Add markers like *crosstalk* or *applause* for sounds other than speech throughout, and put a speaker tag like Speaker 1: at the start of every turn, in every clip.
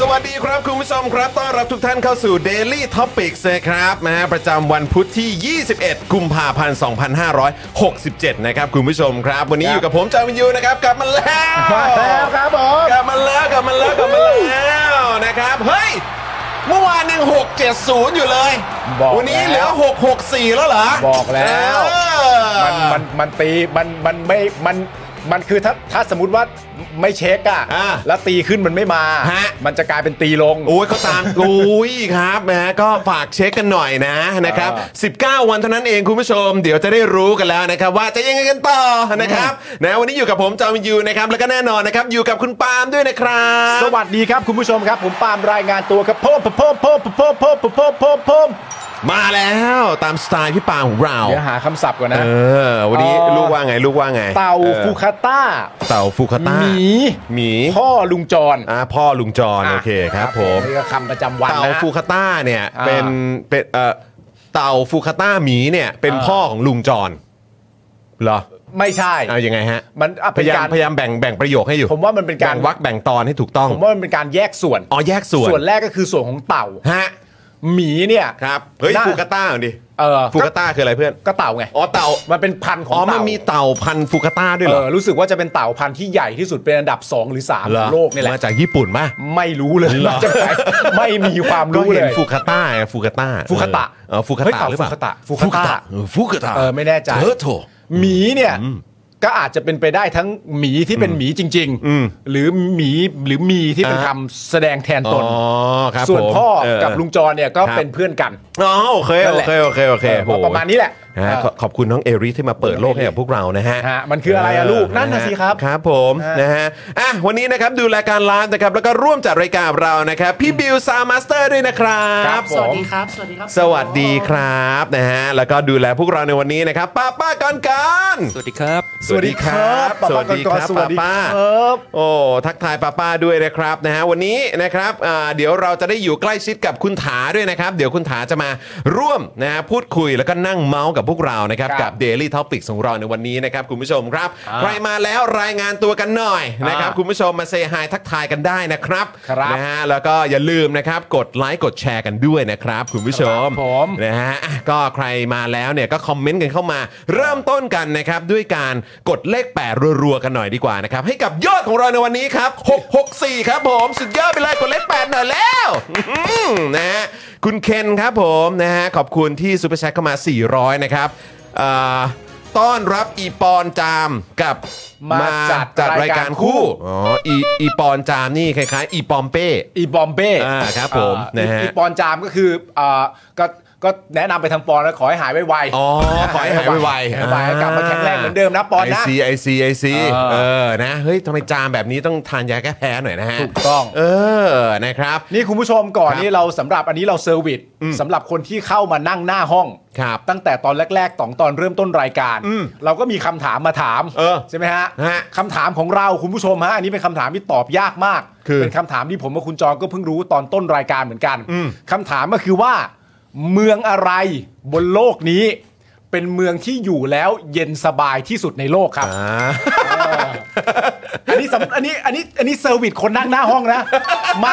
Speaker 1: สวัสดีครับคุณผู้ชมครับ ต้อนรับทุกท่านเข้าสู่ Daily Topics นะครับนะฮะประจำวันพุธที่ 21 กุมภาพันธ์ 2567 นะครับคุณผู้ชมครับ วันนี้อยู่กับผมจอห์นวินยูนะครับ กลับมาแล้ว
Speaker 2: มาแล้วครับผม
Speaker 1: กลับมาแล้วกลับมาแล้วกลับมาแล้วนะครับเฮ้ยเมื่อวานยัง670 อยู่เลย
Speaker 3: บอก
Speaker 1: วันนี้
Speaker 3: แล้ว
Speaker 1: เหลือ 664 แล้วเหรอ
Speaker 3: บอกแล้ว
Speaker 1: เออ
Speaker 3: มันมันมันตีมันมันไม่มันมันคือถ้าถ้าสมมติว่าไม่เช็คอะ
Speaker 1: อ่า
Speaker 3: แล้วตีขึ้นมันไม่มา
Speaker 1: ฮะ
Speaker 3: มันจะกลายเป็นตีลง
Speaker 1: โอ้ยเขาตาม *laughs* โอ้ยครับนะก็ฝากเช็คกันหน่อยนะนะครับ
Speaker 3: อ่
Speaker 1: 19 วันเท่านั้นเองคุณผู้ชม เดี๋ยวจะได้รู้กันแล้วนะครับ ว่าจะยังไงกันต่อนะครับนะวันนี้อยู่กับผมจอมยูนะครับแล้วก็แน่นอนนะครับอยู่กับคุณปาล์มด้วยนะครับ
Speaker 3: สวัสดีครับคุณผู้ชมครับ ผมปาล์มรายงานตัวครับพมพมพมพมพมพมพมพม
Speaker 1: มาแล้วตามสไตล์พี่ปาล์มของเรา
Speaker 3: เดี๋ยวหาคำศัพท์ก่อนนะ
Speaker 1: เออวันนี้
Speaker 3: เอ่อ
Speaker 1: ลูกว่าไงลูกว่าไง
Speaker 3: เต่า
Speaker 1: ออ
Speaker 3: ฟูคาต้า
Speaker 1: เต่าฟูคาต้า
Speaker 3: หมี
Speaker 1: หมี
Speaker 3: พ่อลุงจร
Speaker 1: อ่าพ่อลุงจรโอเคครับผม
Speaker 3: นี่ก็คำประจำวัน
Speaker 1: เต่า
Speaker 3: นะ
Speaker 1: ฟูคาต้าเนี่ย
Speaker 3: อ่า
Speaker 1: เป็นเป็นเอ่อเต่าฟูคาต้าหมีเนี่ยเป็น
Speaker 3: อ่า
Speaker 1: พ่อของลุงจอนเหรอ
Speaker 3: ไม่ใช่
Speaker 1: เอายังไงฮะ
Speaker 3: มันอ่ะ
Speaker 1: พ
Speaker 3: เป็
Speaker 1: ยายาก
Speaker 3: นาม ร
Speaker 1: พยายามแบ่งแบ่งประโยคให้อยู่
Speaker 3: ผมว่ามันเป็นการ
Speaker 1: แบ่งวักแบ่งตอนให้ถูกต้อง
Speaker 3: ผมว่ามันเป็นการแยกส่วน
Speaker 1: อ๋อแยกส่วน
Speaker 3: ส่วนแรกก็คือส่วนของเต่า
Speaker 1: ฮะ
Speaker 3: หมีเนี่ย
Speaker 1: ครับเฮ้ย
Speaker 3: น่
Speaker 1: ฟูคาต้าก่อนดิ
Speaker 3: เออ
Speaker 1: ฟูคาต้าคืออะไรเพื่อน
Speaker 3: ก็เต่าไง
Speaker 1: อ๋อเต่า
Speaker 3: มันเป็นพันธุ์ของ
Speaker 1: อ๋อ
Speaker 3: เต่า
Speaker 1: มันมีเต่าพันธุ์ฟูคาต้าด้วย
Speaker 3: เอ
Speaker 1: เหรอ
Speaker 3: อรู้สึกว่าจะเป็นเต่าพันธุ์ที่ใหญ่ที่สุดเป็นอันดับ 2 หรือ3
Speaker 1: เหร
Speaker 3: ข
Speaker 1: อ
Speaker 3: องโลกนี่แหละ
Speaker 1: มาจากญี่ปุ่นปะ
Speaker 3: ไม่รู้เลย
Speaker 1: เหรอ
Speaker 3: จะไป *laughs* ไม่มีความ
Speaker 1: ก็
Speaker 3: รู้เล
Speaker 1: เห็น
Speaker 3: ย
Speaker 1: ฟูคาต้าไงฟูคาต้า
Speaker 3: ฟูคาตะ
Speaker 1: เออฟูคา
Speaker 3: เฮ้ย
Speaker 1: ต้า
Speaker 3: เต่า
Speaker 1: หรือเปล่า
Speaker 3: ฟูคาตะฟูคาตะ
Speaker 1: เออฟูคาตะ
Speaker 3: เออไม่แน่ใจ
Speaker 1: เออโถ
Speaker 3: หมีเนี่ยก็อาจจะเป็นไปได้ทั้งหมีที่เป็นหมีจริง
Speaker 1: อืม
Speaker 3: ๆ หรือหมีหรือมีที่เป็น
Speaker 1: อ่า
Speaker 3: คำแสดงแทนตน
Speaker 1: อ๋อครับ
Speaker 3: ส่วน
Speaker 1: ผม
Speaker 3: พ่อ
Speaker 1: เ
Speaker 3: กับลุงจรเนี่ยก็
Speaker 1: ครับ
Speaker 3: เป็นเพื่อนกัน
Speaker 1: อ๋อโอเค
Speaker 3: นั่
Speaker 1: โอน
Speaker 3: แหละ
Speaker 1: เคโอเคโอเค
Speaker 3: เออ
Speaker 1: โห
Speaker 3: ประมาณนี้แหละ
Speaker 1: ฮ
Speaker 3: เออ
Speaker 1: ขอขอบคุณน้องเอริที่มาเปิดโลกให้กับพวกเรานะฮะ
Speaker 3: ฮะมันคืออะไรอะ
Speaker 1: เ
Speaker 3: ลูกนั่นน่ะ
Speaker 1: ฮ
Speaker 3: สิครับ
Speaker 1: ครับผม
Speaker 3: ฮะ
Speaker 1: นะฮะอ่ะวันนี้นะครับดูรายการไลฟ์นะครับแล้วก็ร่วมจัดรายการเรานะครับ พี่บิวซาวมาสเตอร์ด้วยนะครับ
Speaker 3: ผม
Speaker 4: สวัสดีครับ สวัสดีครับ
Speaker 1: สวัสดีครับนะฮะแล้วก็ดูแลพวกเราในวันนี้นะครับป้าป้ากันกัน
Speaker 5: สวัสดีครับ
Speaker 3: สวัสดีครับ
Speaker 1: สวัสดีครับ
Speaker 3: สวัสดี
Speaker 1: ป้า
Speaker 3: ค
Speaker 1: ป้า
Speaker 3: รับ
Speaker 1: โอ้ทักทายป้าป้าด้วยนะครับนะฮะวันนี้นะครับอ่าเดี๋ยวเราจะได้อยู่ใกล้ชิดกับคุณถาด้วยนะครับ เดี๋ยวคุณถาจะมาร่วมนะฮะพูดคุยแล้วก็นั่งเมาส์กับพวกเรานะครับ
Speaker 3: ครับ
Speaker 1: กับ Daily t o p i c ของเราในวันนี้นะครับคุณผู้ชมครับ ใครมาแล้วรายงานตัวกันหน่อยนะครับ
Speaker 3: อ่า
Speaker 1: คุณผู้ชมมาเซฮายทักทายกันได้นะครับ
Speaker 3: ครับ
Speaker 1: นะฮะแล้วก็อย่าลืมนะครับกดไลค์กดแชร์กันด้วยนะครับ คุณผู้ชม
Speaker 3: ครับผม
Speaker 1: นะฮะอ่ะก็ใครมาแล้วเนี่ยก็คอมเมนต์กันเข้ามา เริ่มต้นกันนะครับด้วยการกดเลขแปดรัวๆกันหน่อยดีกว่านะครับให้กับยอดของเราในวันนี้ครับ 664 ครับผมสุดยอดไปเลยกดเลข8หน่อยแล้วอื้อหือนะฮะคุณเคนครับผมนะฮะขอบคุณที่ซูเปอร์แชทเข้ามา 400 นะครับอ่าต้อนรับอีปอนจามกับ
Speaker 3: มาจัด
Speaker 1: จัดราร
Speaker 3: าย ย
Speaker 1: กา
Speaker 3: การ รคู่
Speaker 1: คู่อ๋ออีอีปอนจามนี่คล้ายๆ อีปอมเป้
Speaker 3: อีบอมเบ้
Speaker 1: อ่าครับผม
Speaker 3: อ่า
Speaker 1: นะฮะ
Speaker 3: อีปอนจามก็คืออ่าก็ ก็แนะนำไปทางปอนแล้วขอให้หายไวๆ
Speaker 1: อ๋อขอให้หายไวๆ
Speaker 3: หายไวๆกลับมาแข็งแรงเหมือนเดิมนะปอน
Speaker 1: ไอ
Speaker 3: นะ
Speaker 1: ซีไอซีไอซี
Speaker 3: เออ
Speaker 1: เออนะเฮ้ยทำไมจามแบบนี้ต้องทานยาแก้แพ้หน่อยนะฮะ
Speaker 3: ถูกต้อง
Speaker 1: เออนะครับ
Speaker 3: นี่คุณผู้ชมก่อน
Speaker 1: ครับ
Speaker 3: นี่เราสำหรับอันนี้เราเซอร์วิส
Speaker 1: อืม
Speaker 3: สำหรับคนที่เข้ามานั่งหน้าห้อง
Speaker 1: ครับ
Speaker 3: ตั้งแต่ตอนแรกๆตอนตอนเริ่มต้นรายการ
Speaker 1: อืม
Speaker 3: เราก็มีคำถามมาถาม
Speaker 1: เออ
Speaker 3: ใช่ไหมฮะ
Speaker 1: ฮะ
Speaker 3: คำถามของเราคุณผู้ชมฮะอันนี้เป็นคำถามที่ตอบยากมาก
Speaker 1: คือ
Speaker 3: เป็นคำถามที่ผมกับคุณจองก็เพิ่งรู้ตอนต้นรายการเหมือนกัน
Speaker 1: อืม
Speaker 3: คำถามก็คือว่า เมืองอะไรบนโลกนี้ เป็นเมืองที่อยู่แล้วเย็นสบายที่สุดในโลกครับ
Speaker 1: อ่า
Speaker 3: อันนี้สำอันนี้อันนี้อันนี้เซอร์วิสคนนั่งหน้าห้องนะ *laughs* มา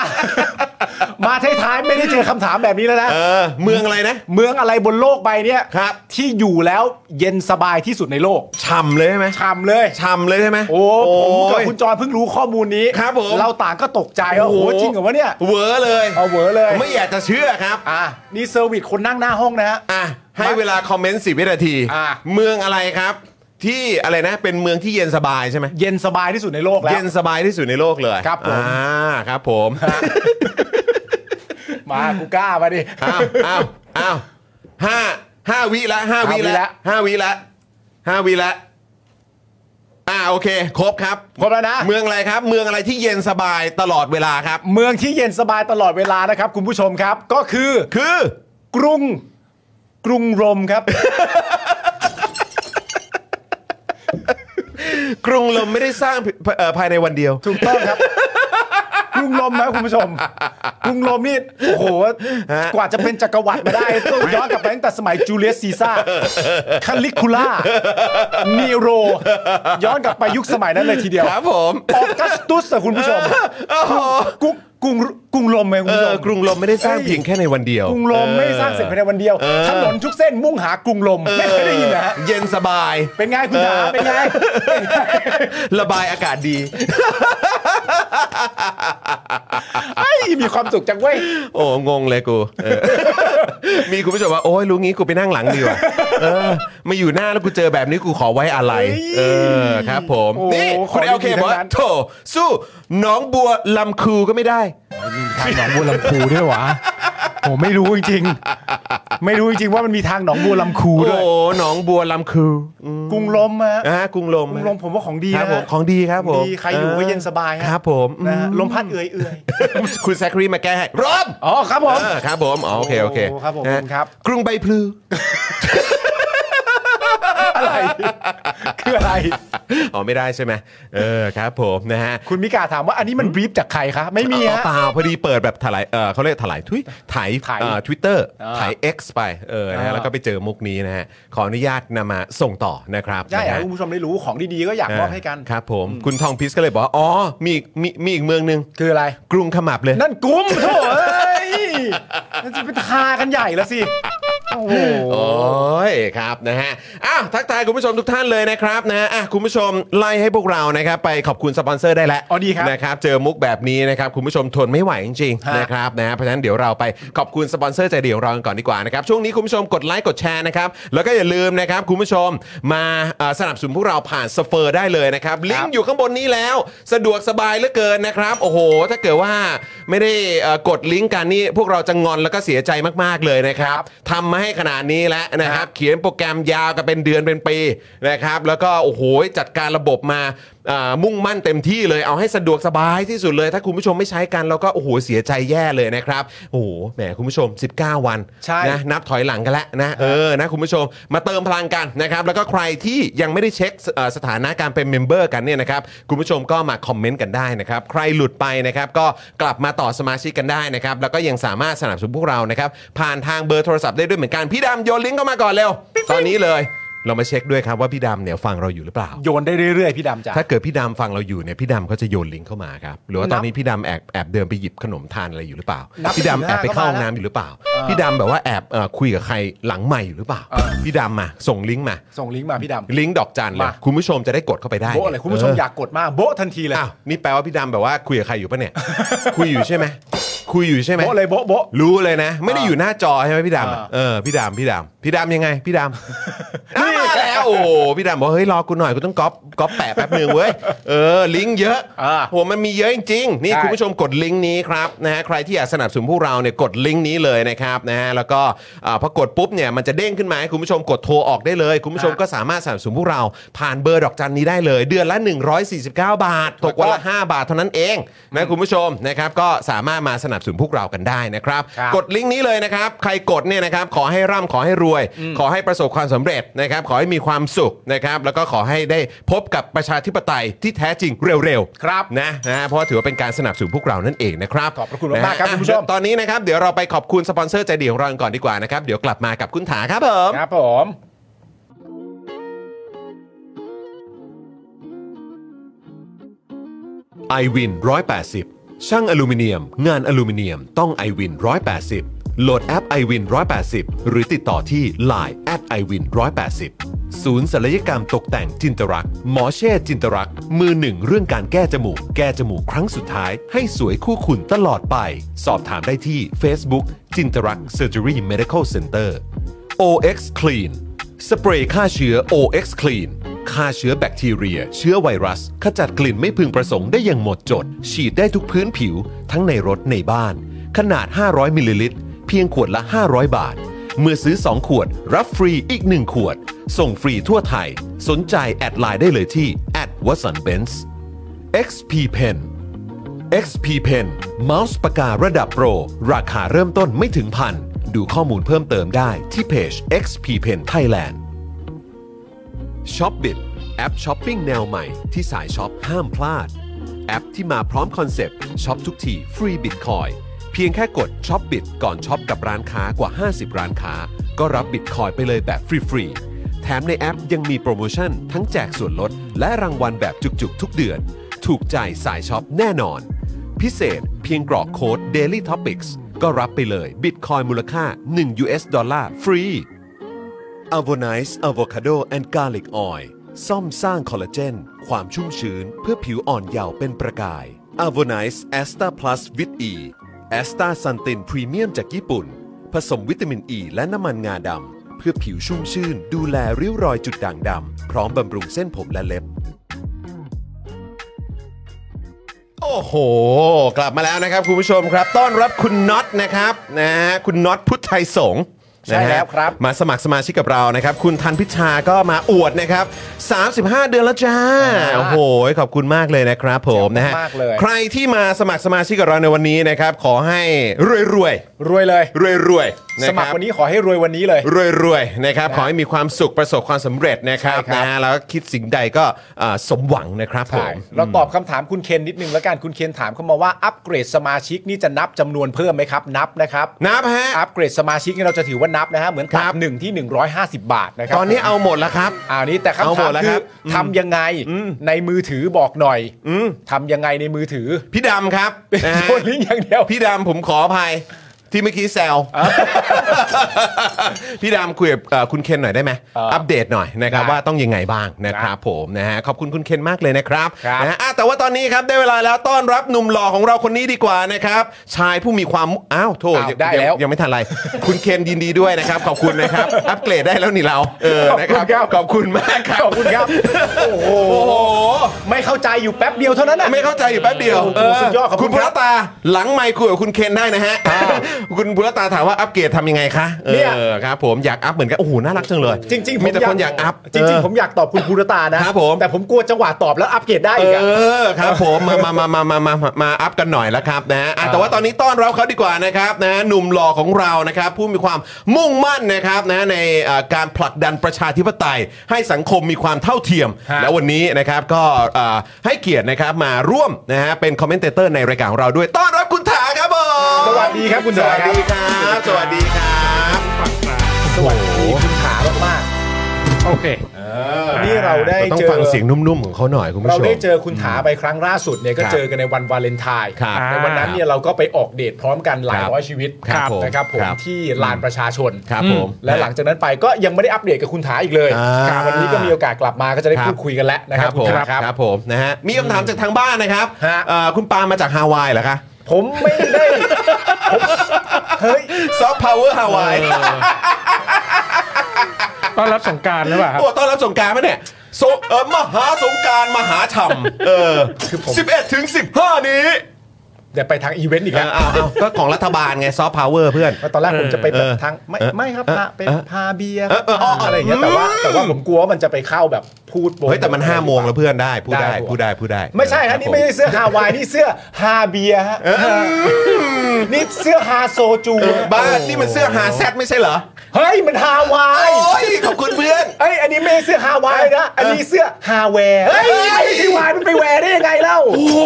Speaker 3: มาท้ายๆไม่ได้เจอคำถามแบบนี้แล้วนะ
Speaker 1: เออเมืองอะไรนะ
Speaker 3: เมืองอะไรบนโลกใบเนี้ย
Speaker 1: ครับ
Speaker 3: ที่อยู่แล้วเย็นสบายที่สุดในโลก
Speaker 1: ฉ่ำเลยใช่ไหม
Speaker 3: ชามเลย
Speaker 1: ฉ่ำเลยใช่ไหม
Speaker 3: โอ้ผมกับคุณจอยเพิ่งรู้ข้อมูลนี้
Speaker 1: ครับผม
Speaker 3: เราต่างก็ตกใจว่าโอ้โหจริงเหรอวะเนี่ย
Speaker 1: เวอร์เลย
Speaker 3: เอาเหวอเลย
Speaker 1: ไม่อยากจะเชื่อครับ
Speaker 3: อ่ะนี่เซอร์วิสคนนั่งหน้าห้องนะฮะ
Speaker 1: อ่ะให้เวลาคอมเมนต์สิวินาที
Speaker 3: อ่ะ
Speaker 1: เมืองอะไรครับ ที่อะไรนะเป็นเมืองที่เย็นสบายใช่ไหม
Speaker 3: เย็นสบายที่สุดในโลกแล้ว
Speaker 1: เย็นสบายที่สุดในโลกเลย
Speaker 3: ครับผม
Speaker 1: อ่าครับผม
Speaker 3: มากูกล้ามาดิ
Speaker 1: อ้าวอ้าวอ้าวห้าห้าวิละห้าวิ
Speaker 3: ห้าวิ
Speaker 1: ละ
Speaker 3: ละ
Speaker 1: ห้าวิละห้าวิละอ่าโอเค ครบครับ
Speaker 3: ครบแล้วนะ
Speaker 1: เมืองอะไรครับ เมืองอะไรที่เย็นสบายตลอดเวลาครับ
Speaker 3: เมืองที่เย็นสบายตลอดเวลานะครับ คุณผู้ชมครับก็คือ
Speaker 1: คือ
Speaker 3: กรุง กรุงรมครับ
Speaker 1: กรุงลมไม่ได้สร้างเอ่อภายในวันเดียว
Speaker 3: ถูกต้องครับ กรุงรมนะคุณผู้ชม *laughs* กรุงรมนี่โอ้โห
Speaker 1: ฮะ
Speaker 3: กว่าจะเป็นจักรวรรดิมาได้ต้องย้อนกลับไปตั้งแต่สมัยจูเลียสซีซ่า *laughs* คาลิคูล่านีโร ย้อนกลับไปยุคสมัยนั้นเลยทีเดียว
Speaker 1: ครับผม
Speaker 3: ออกัสตุสอะคุณผู้ชม
Speaker 1: โอ้โห
Speaker 3: กรุงกรุงกรุงรมไงคุณ
Speaker 1: เอ
Speaker 3: ผู้ช
Speaker 1: อ
Speaker 3: ม
Speaker 1: กรุงลมไม่ได้สร้างเพียงแค่ในวันเดียว
Speaker 3: กรุงรมไม่สร้างเสร็จภายในวันเดียว
Speaker 1: เออ
Speaker 3: ถนนทุกเส้นมุ่งหากรุงรมไม่เคยได้ยินนะฮะ
Speaker 1: เย็นสบาย *laughs*
Speaker 3: เป็นไงคุณถาเป็นไง
Speaker 1: ระบายอากาศดี
Speaker 3: ไอ้ยมีความสุขจังเว้ย
Speaker 1: โอ้งงเลยกูเอ *laughs* อมีคุณผู้ชมว่าโอ้ยรู้งี้กูไปนั่งหลังดีกว่าเออมาอยู่หน้าแล้วกูเจอแบบนี้กูขอไว้อะไรเออครับผม
Speaker 3: โอ้โห
Speaker 1: นี่
Speaker 3: ข
Speaker 1: ค
Speaker 3: อน งดี
Speaker 1: เอลเค
Speaker 3: ๆ
Speaker 1: บ
Speaker 3: ทั้ง
Speaker 1: อก
Speaker 3: นั้
Speaker 1: ว่าน โถสู้หน้องบัวลำคูก็ไม่ได้
Speaker 3: ทางหนองบัวลำคูด้วยวะผมไม่รู้จริงๆ ไม่รู้จริงๆว่ามันมีทางหนองบัวลำคู
Speaker 1: โอ้
Speaker 3: ด้วย
Speaker 1: หน้องบัวลำคูอืม
Speaker 3: กรุงลมฮะ
Speaker 1: อ่ากรุงลม
Speaker 3: กรุงลมผมว่าของดี
Speaker 1: ครั
Speaker 3: นะ
Speaker 1: บผม
Speaker 3: ฮะ
Speaker 1: ของดีครับผม
Speaker 3: ดีใครอยู่ก็เย็นสบายฮะ
Speaker 1: ครับผม
Speaker 3: นะฮะ
Speaker 1: อืม
Speaker 3: ลมพัดเอื่อยเอื่อย
Speaker 1: *laughs* คุณแซคครีมาแก้ให้รอบ
Speaker 3: ๆอ๋อครับผม
Speaker 1: เออครับผมอ๋อโอเค โอเค
Speaker 3: โอ้ครับผม
Speaker 1: นะ
Speaker 3: ขอบคุณครับ
Speaker 1: กรุงใบพลู *laughs*
Speaker 3: อะไรคืออะไร
Speaker 1: อ๋อ ไม่ได้ใช่ไหมเออครับผมนะฮะ
Speaker 3: คุณมิกาถามว่าอันนี้มันบรีฟจากใครคะไม่มี
Speaker 1: อ๋อ
Speaker 3: ฮะ
Speaker 1: เปล่าพอดีเปิดแบบถลายเออเขาเรียกถลายทุยไถ่าย
Speaker 3: ไถ
Speaker 1: ทวิตเตอร์
Speaker 3: อ่า
Speaker 1: ถ่าย X ไปเออนะฮะ
Speaker 3: อ่า
Speaker 1: แล้วก็ไปเจอมุกนี้นะฮะ ขออนุญาตนำมาส่งต่อนะครับ
Speaker 3: ใช่
Speaker 1: นะ
Speaker 3: ฮะ
Speaker 1: ฮะ
Speaker 3: คุณผู้ชมได้รู้ของดีๆก็อยากมอบให้กัน
Speaker 1: ครับผมคุณทองพิสก็เลยบอกว่าอ๋อมีอีกมีมีอีกเมืองหนึ่ง
Speaker 3: คืออะไร
Speaker 1: กรุงขมับเลย
Speaker 3: นั่นกุ้มโถ่เอ้ยมันจะไปทากันใหญ่แล้วสิโอ้โห
Speaker 1: โอ้ยครับนะฮะอ้าวทักทายคุณผู้ชมทุกท่านเลยนะครับนะฮะอ่ะคุณผู้ชมไล่ให้พวกเรานะครับไปขอบคุณสปอนเซอร์ได้แล้ว
Speaker 3: อ๋อดีครับ
Speaker 1: นะครับเจอมุกแบบนี้นะครับคุณผู้ชมทนไม่ไหวจริงๆ
Speaker 3: ฮะ
Speaker 1: นะครับนะฮะเพราะฉะนั้นเดี๋ยวเราไปขอบคุณสปอนเซอร์ใจเดียวเรากันก่อนดีกว่านะครับช่วงนี้คุณผู้ชมกดไลค์กดแชร์นะครับแล้วก็อย่าลืมนะครับคุณผู้ชมมาเอ่อสนับสนุนพวกเราผ่านสเฟอร์ได้เลยนะครับลิงก์อยู่ข้างบนนี้แล้ว สะดวกสบายเหลือเกินนะครับโอ้โห ถ้าเกิดว่าไม่ได้เอ่อกดลิงก์กันนี่พวกเราจะงอนแล้วก็เสียใจมากๆเลยนะครับ ทำมาให้ขนาดนี้แล้วนะครับ เขียนโปรแกรมยาวกันเป็นเดือนเป็นปีนะครับ แล้วก็โอ้โหจัดการระบบมาอ่ามุ่งมั่นเต็มที่เลยเอาให้สะดวกสบายที่สุดเลย ถ้าคุณผู้ชมไม่ใช้กันเราก็โอ้โหเสียใจแย่เลยนะครับโอ้โหแหมคุณผู้ชม 19 วัน
Speaker 3: ใช่
Speaker 1: นะนับถอยหลังกันแล้วนะเออนะคุณผู้ชมมาเติมพลังกันนะครับแล้วก็ใครที่ยังไม่ได้เช็คสเอ่อสถานะการเป็นเมมเบอร์กันเนี่ยนะครับคุณผู้ชมก็มาคอมเมนต์กันได้นะครับใครหลุดไปนะครับก็กลับมาต่อสมาชิกกันได้นะครับแล้วก็ยังสามารถสนับสนุนพวกเรานะครับผ่านทางเบอร์โทรศัพท์ได้ด้วยเหมือนกันพี่ดำโยนลิงก์เข้ามาก่อนเร็วตอนนี้เลยเรามาเช็คด้วยครับว่าพี่ดำเนี่ยฟังเราอยู่หรือเปล่า
Speaker 3: โยนได้เรื่อยๆพี่ดำจ้ะ
Speaker 1: ถ้าเกิดพี่ดำฟังเราอยู่เนี่ยพี่ดำเขาจะโยนลิงก์เข้ามาครับหรือว่าตอนนี้พี่ดำแอบแอบเดินไปหยิบขนมทานอะไรอยู่หรือเปล่า
Speaker 3: นับ
Speaker 1: พี่ดำแอบไปเข้าห้องน้ำอยู่หรือเปล่า พี่ดำแบบว่าแอบเอ่อคุยกับใครหลังใหม่อยู่หรือเปล่า
Speaker 3: เออ
Speaker 1: พี่ดำมาส่งลิงก์มา
Speaker 3: ส่งลิงก์มาพี่ดำ
Speaker 1: ลิงก์ดอกจันเลย
Speaker 3: มา
Speaker 1: คุณผู้ชมจะได้กดเข้าไปได้
Speaker 3: โบ๊ะเลยคุณผู้ชมอยากกดมากโบ๊ะทันทีเลย
Speaker 1: อ้าวนี่แปลว่าพี่ดำแบบว่าคุยกับใครอยู่ปะเนี่ย คุยอยู่ใช่ไหมคุยอยู่ใช่ไหม
Speaker 3: โบ๊ะเลยโบ๊ะโบ๊ะ
Speaker 1: รู้เลยนะ ไม่ได้อยู่หน้าจอใช่ไหมพี่ดำอะ
Speaker 3: อ่า
Speaker 1: เออพี่ดำพี่ดำพี่ดำยังไง พี่ดำ
Speaker 3: นี่
Speaker 1: มาแล้ว โอ้โหพี่ดำบอกเฮ้ยรอกูหน่อยกูต้องก๊อปก๊อปแปะแป๊บหนึ่งเว้ยเออลิงก์เยอะ
Speaker 3: อ่า
Speaker 1: โหมันมีเยอะจริงๆนี่
Speaker 3: ใช่
Speaker 1: คุณผู้ชมกดลิงก์นี้ครับนะฮะใครที่อยากสนับสนุนพวกเราเนี่ยกดลิงก์นี้เลยนะครับนะฮะแล้วก็อ่าพอกดปุ๊บเนี่ยมันจะเด้งขึ้นมาให้คุณผู้ชมกดโทรออกได้เลย คุณผู้ชมก็สามารถสนับสนุนพวกเราผ่านเบอร์ดอกจันนี้ได้เลย เดือนละ 149 บาทตกวันละ 5 บาทเท่านั้นเองนะคุณผู้ชมนะครับก็สามารถมาสนับสนุนพวกเรากันได้นะครับ
Speaker 3: ครับ
Speaker 1: กดลิงก์นี้เลยนะครับ ใครกดเนี่ยนะครับ ขอให้ร่ำขอให้รวย ขอให้ประสบความสำเร็จนะครับ ขอให้มีความสุขนะครับ แล้วก็ขอให้ได้พบกับประชาธิปไตยที่แท้จริงเร็วๆ
Speaker 3: ครับ
Speaker 1: นะนะฮะเพราะว่าถือว่าเป็นการสนับสนุนพวกเรานั่นเองนะครับ
Speaker 3: ขอบพระคุณมากๆครับ
Speaker 1: นะฮะ
Speaker 3: คุณผู้ชม
Speaker 1: อ่ะตอนนี้นะครับ เดี๋ยวเราไปขอบคุณสปอนเซอร์ใจดีของเรากันก่อนดีกว่านะครับ เดี๋ยวกลับมากับคุณถาครับผม
Speaker 3: ครับผม
Speaker 1: ไอวิน180 ช่างอลูมิเนียม งานอลูมิเนียมต้อง i w วิน180 โหลดแอป i w วิน180 หรือติดต่อที่ Line at i w วิน180 ศูนย์ศัลยกรรมตกแต่งจินตรัก หมอเช่จินตรัก มือหนึ่งเรื่องการแก้จมูก แก้จมูกครั้งสุดท้าย ให้สวยคู่คุณตลอดไป สอบถามได้ที่ Facebook จินตรัก Surgery Medical Center OX Clean สเปรย์ฆ่าเชื้อ OX Clean ฆ่าเชื้อแบคทีเรีย เชื้อไวรัส ขจัดกลิ่นไม่พึงประสงค์ได้อย่างหมดจด ฉีดได้ทุกพื้นผิว ทั้งในรถในบ้าน ขนาด 500 มิลลิลิตร เพียงขวดละ 500 บาท เมื่อซื้อ 2 ขวด รับฟรีอีก 1 ขวด ส่งฟรีทั่วไทย สนใจแอดไลน์ได้เลยที่ w a t s o n b e n z XP Pen XP Pen เมาส์ปากการะดับโปร ราคาเริ่มต้นไม่ถึงพัน ดูข้อมูลเพิ่มเติมได้ที่เพจ XP Pen Thailand ช็อปบิแอปช้อปปิ้งแนวใหม่ที่สายช็อปห้ามพลาด แอปที่มาพร้อมคอนเซปต์ช็อปทุกทีฟรีบิตคอยเพียงแค่กดช็อปบิตก่อนช็อปกับร้านค้ากว่า 50 ร้านค้า ก็รับบิตคอยไปเลยแบบฟรีๆแถมในแอปยังมีโปรโมชั่น ทั้งแจกส่วนลด และรางวัลแบบจุกๆ ทุกเดือน ถูกใจสายช็อปแน่นอน พิเศษเพียงกรอกโค้ด daily topics ก็รับไปเลยบิตคอยมูลค่า 1 US ดอลลาร์ฟรี a v o n i c e Avocado and Garlic Oil ซ่อมสร้างคอลลาเจน ความชุ่มชื้นเพื่อผิวอ่อนเยาว์เป็นประกาย a v o n i c e a s t a Plus with E a s t a s u n t i n Premium จากญี่ปุ่น ผสมวิตามินอ e ีและน้ำมันงาดำ เพื่อผิวชุ่มชื่น ดูแลริ้วรอยจุดด่างดำ พร้อมบำรุงเส้นผมและเล็บ โอ้โห กลับมาแล้วนะครับคุณผู้ชมครับ ต้อนรับคุณน็อตนะครับนะฮะคุณน็อตพุทธไทยสงฆ์
Speaker 3: ใช่
Speaker 1: นะฮะ
Speaker 3: แล้วครับ
Speaker 1: มาสมัครสมาชิกกับเรานะครับ คุณทันพิชาก็มาอวดนะครับ 35 เดือนแล้วจ้า โอ้โห ขอบคุณมากเลยนะครับผมนะฮะ
Speaker 3: มากเลย
Speaker 1: ใครที่มาสมัครสมาชิกกับเราในวันนี้นะครับ ขอให้รวยรวย
Speaker 3: รวยเลย
Speaker 1: รวยรวยๆะค
Speaker 3: ส
Speaker 1: บ
Speaker 3: มัครวันนี้ขอให้รวยวันนี้เลย
Speaker 1: รวยรวยๆนะครับขอให้มีความสุขประสบความสำเร็จนะครับ
Speaker 3: ใช่ครับ
Speaker 1: นะฮะแล้วก็คิดสิ่งใดก็เอ่อสมหวังนะครับผ
Speaker 3: ใช่
Speaker 1: ม
Speaker 3: เราตอบคำถามคุณเคนนิดนึงแล้วกันคุณเคนถามเข้ามาว่าอัปเกรดสมาชิกนี่จะนับจำนวนเพิ่มไหมครับ นับนะครับ
Speaker 1: นับฮะ
Speaker 3: อัปเกรดสมาชิกนี่เราจะถือว่านับนะฮะเหมือน
Speaker 1: ค
Speaker 3: ตั
Speaker 1: รั
Speaker 3: บบ หนึ่งที่ 150 บาทนะครับ
Speaker 1: ตอนนี้เอาหมดแล้วครับ
Speaker 3: อ่านี้แต่
Speaker 1: เอา
Speaker 3: คำ
Speaker 1: หม
Speaker 3: ถา
Speaker 1: ด
Speaker 3: ม
Speaker 1: แล้วค
Speaker 3: คื
Speaker 1: รั
Speaker 3: อบทำยังไงในมือถือบอกหน่อย
Speaker 1: อืม
Speaker 3: ทำยังไงในมือถือ
Speaker 1: พี่ดำครับนะฮะ
Speaker 3: โยนลิงก์อย่างเดียว
Speaker 1: พี่ดำผมขออภัยที่เมื่อกี้แซวพี่ดำคุยกับเอ่อคุณเคนหน่อยได้ไหม
Speaker 3: เอ่ออั
Speaker 1: อัปเดตหน่อยนะครับ
Speaker 3: ได้
Speaker 1: ว่าต้องยังไงบ้างนะค
Speaker 3: ครั
Speaker 1: รับบ ผมนะฮะขอบคุณคุณเคนมากเลยนะครับ
Speaker 3: ครับ
Speaker 1: นะฮะอ่ะแต่ว่าตอนนี้ครับได้เวลาแล้วต้อนรับหนุ่มหล่อของเราคนนี้ดีกว่านะครับชายผู้มีความอ้าวโทษ
Speaker 3: อ้าว
Speaker 1: ยัง
Speaker 3: ได้แล้ว
Speaker 1: ยัง ยังไม่ทันไร คุณเคนยินดีด้วยนะครับ ขอบคุณนะครับ อัปเกรดได้แล้วนี่เรา เออ นะครับ ขอบคุณมากครับ
Speaker 3: ขอบคุณครับ โอ้โห
Speaker 1: โอ้โห
Speaker 3: ไม่เข้าใจอยู่แป๊บเดียวเท่านั้นนะ
Speaker 1: ไม่เข้าใจอยู่แป๊บเดียว
Speaker 3: โอ้โหสุดยอดขอบคุ
Speaker 1: คุ
Speaker 3: ณ
Speaker 1: ณพุ
Speaker 3: ค
Speaker 1: ร
Speaker 3: รับ
Speaker 1: ตา หลังไมค์คุยกับคุณเคนได้นะฮะ คุณพุรตาถามว่าอัปเกรดทำยังไงคะ เออ ครับ ผมอยากอัพเหมือนกัน โอ้โห น่ารักจังเลย
Speaker 3: จริงๆ
Speaker 1: มีแต่คนอยากอัพ
Speaker 3: จริง ๆ ผมอยากตอบคุณภูรตานะ
Speaker 1: ครับผม
Speaker 3: แต่ผมกลัวจังหวะตอบแล้วอัปเกรดได้อีกอะ
Speaker 1: เออครับผมมามามามามามามามาอัพกันหน่อยละครับนะฮะอ่ะแต่ว่าตอนนี้ต้อนรับเขาดีกว่านะครับนะหนุ่มหล่อของเรานะครับ ผู้มีความมุ่งมั่นนะครับนะในเอ่อการผลักดันประชาธิปไตย ให้สังคมมีความเท่าเทียม
Speaker 3: ฮะ
Speaker 1: และวันนี้นะครับก็เอ่อให้เกียรตินะครับมาร่วมนะฮะเป็นคอมเมนเตเตอร์ในรายการของเราด้วยต้อนรับคุณถาครับผม
Speaker 3: สวัสดีครับคุณ
Speaker 1: ส
Speaker 3: ถา
Speaker 1: วัสดีครับ สวัสดีครับ
Speaker 3: สวัสดีคุณถามาก
Speaker 4: โอเค
Speaker 3: ๆนี่เราได้
Speaker 1: ต้อง
Speaker 3: เจอ
Speaker 1: ฟังเสียงนุ่มๆของเขาหน่อยคุณผู้ช
Speaker 3: เรา
Speaker 1: ม
Speaker 3: ได้เจอคุณถาไปครั้งล่าสุดเนี่ยก็
Speaker 1: ครับ
Speaker 3: เจอกันในวันวาเลนไทน์
Speaker 1: ครับ
Speaker 3: ในวันนั้นเนี่ยเราก็ไปออกเดทพร้อมกันหลาย
Speaker 1: ครับ
Speaker 3: ร้อยชีวิต
Speaker 1: ครับผม
Speaker 3: นะครับผม
Speaker 1: ครับ
Speaker 3: ที่ลานประชาชน
Speaker 1: ครับผม
Speaker 3: และหลังจากนั้นไปก็ยังไม่ได้อัปเดตกับคุณถาอีกเลย
Speaker 1: อ่า
Speaker 3: ครับวันนี้ก็มีโอกาสกลับมาก็จะได้
Speaker 1: ครับ
Speaker 3: พูดคุยกันแล้วนะ
Speaker 1: ค
Speaker 3: ครั
Speaker 1: รั
Speaker 3: บบ
Speaker 1: ผม
Speaker 3: ณถา
Speaker 1: ครับผมนะฮะมีคำถามจากทางบ้านนะครับ
Speaker 3: ฮะ
Speaker 1: เอ่อคุณปามาจากฮาวายเหรอคะ
Speaker 3: ผมไม่ได้ *laughs* ผมเฮ้ย
Speaker 1: ซอฟต์พาวเวอร์ฮาวาย
Speaker 4: โ ต้อนรับสงกรารหรือเปล่าครับ
Speaker 1: โอ้ต้อนรับสงกรารไหมเนี่ยสงเออมหาสงกรารมหาธรรมเออสิบเอ็ดถึงสิบห้านี้
Speaker 3: เดี๋ยวไปทางอีเวนต์อีก
Speaker 1: เอ
Speaker 3: แล้ว
Speaker 1: อเอาเอาก็ของรัฐบาลไงซอฟต์พาวเวอร์เพื่อน
Speaker 3: ตอนแรกผมจะไปแบบทางไม่
Speaker 1: เออ
Speaker 3: ไม่ครับพาเป็น
Speaker 1: เออ
Speaker 3: พาเบียร์
Speaker 1: เออเออเอออ
Speaker 3: อะไรอย่างเงี้ยแต่ว่าแต่ว่าผมกลัวว่ามันจะไปเข้าแบบพูดโปร
Speaker 1: เฮ้ยแต่มัน5้าโมงแล้วเพื่อนได้พูดได้
Speaker 3: ได้
Speaker 1: พูดได้พูดได้
Speaker 3: ไม่ใช่ฮะนี่ไม่ใช่เสื้อฮาวายนี่เสื้อฮาเบียร์ฮะนี่เสื้อฮาโซจูฮะ
Speaker 1: บ้านนี่มันเสื้อหาแซดไม่ใช่เหรอ
Speaker 3: เฮ้ยมันฮาวา
Speaker 1: โอย ้ยขอบคุณเพื่อน
Speaker 3: เอ้ยอันนี้ไม่ใช่เสื้อฮาวายนะ อันนี้เสื้อฮาแวร์เฮ้ยไม่ใช่วายมันไปแวร์ได้ยังไงเล่า
Speaker 1: โอ้โห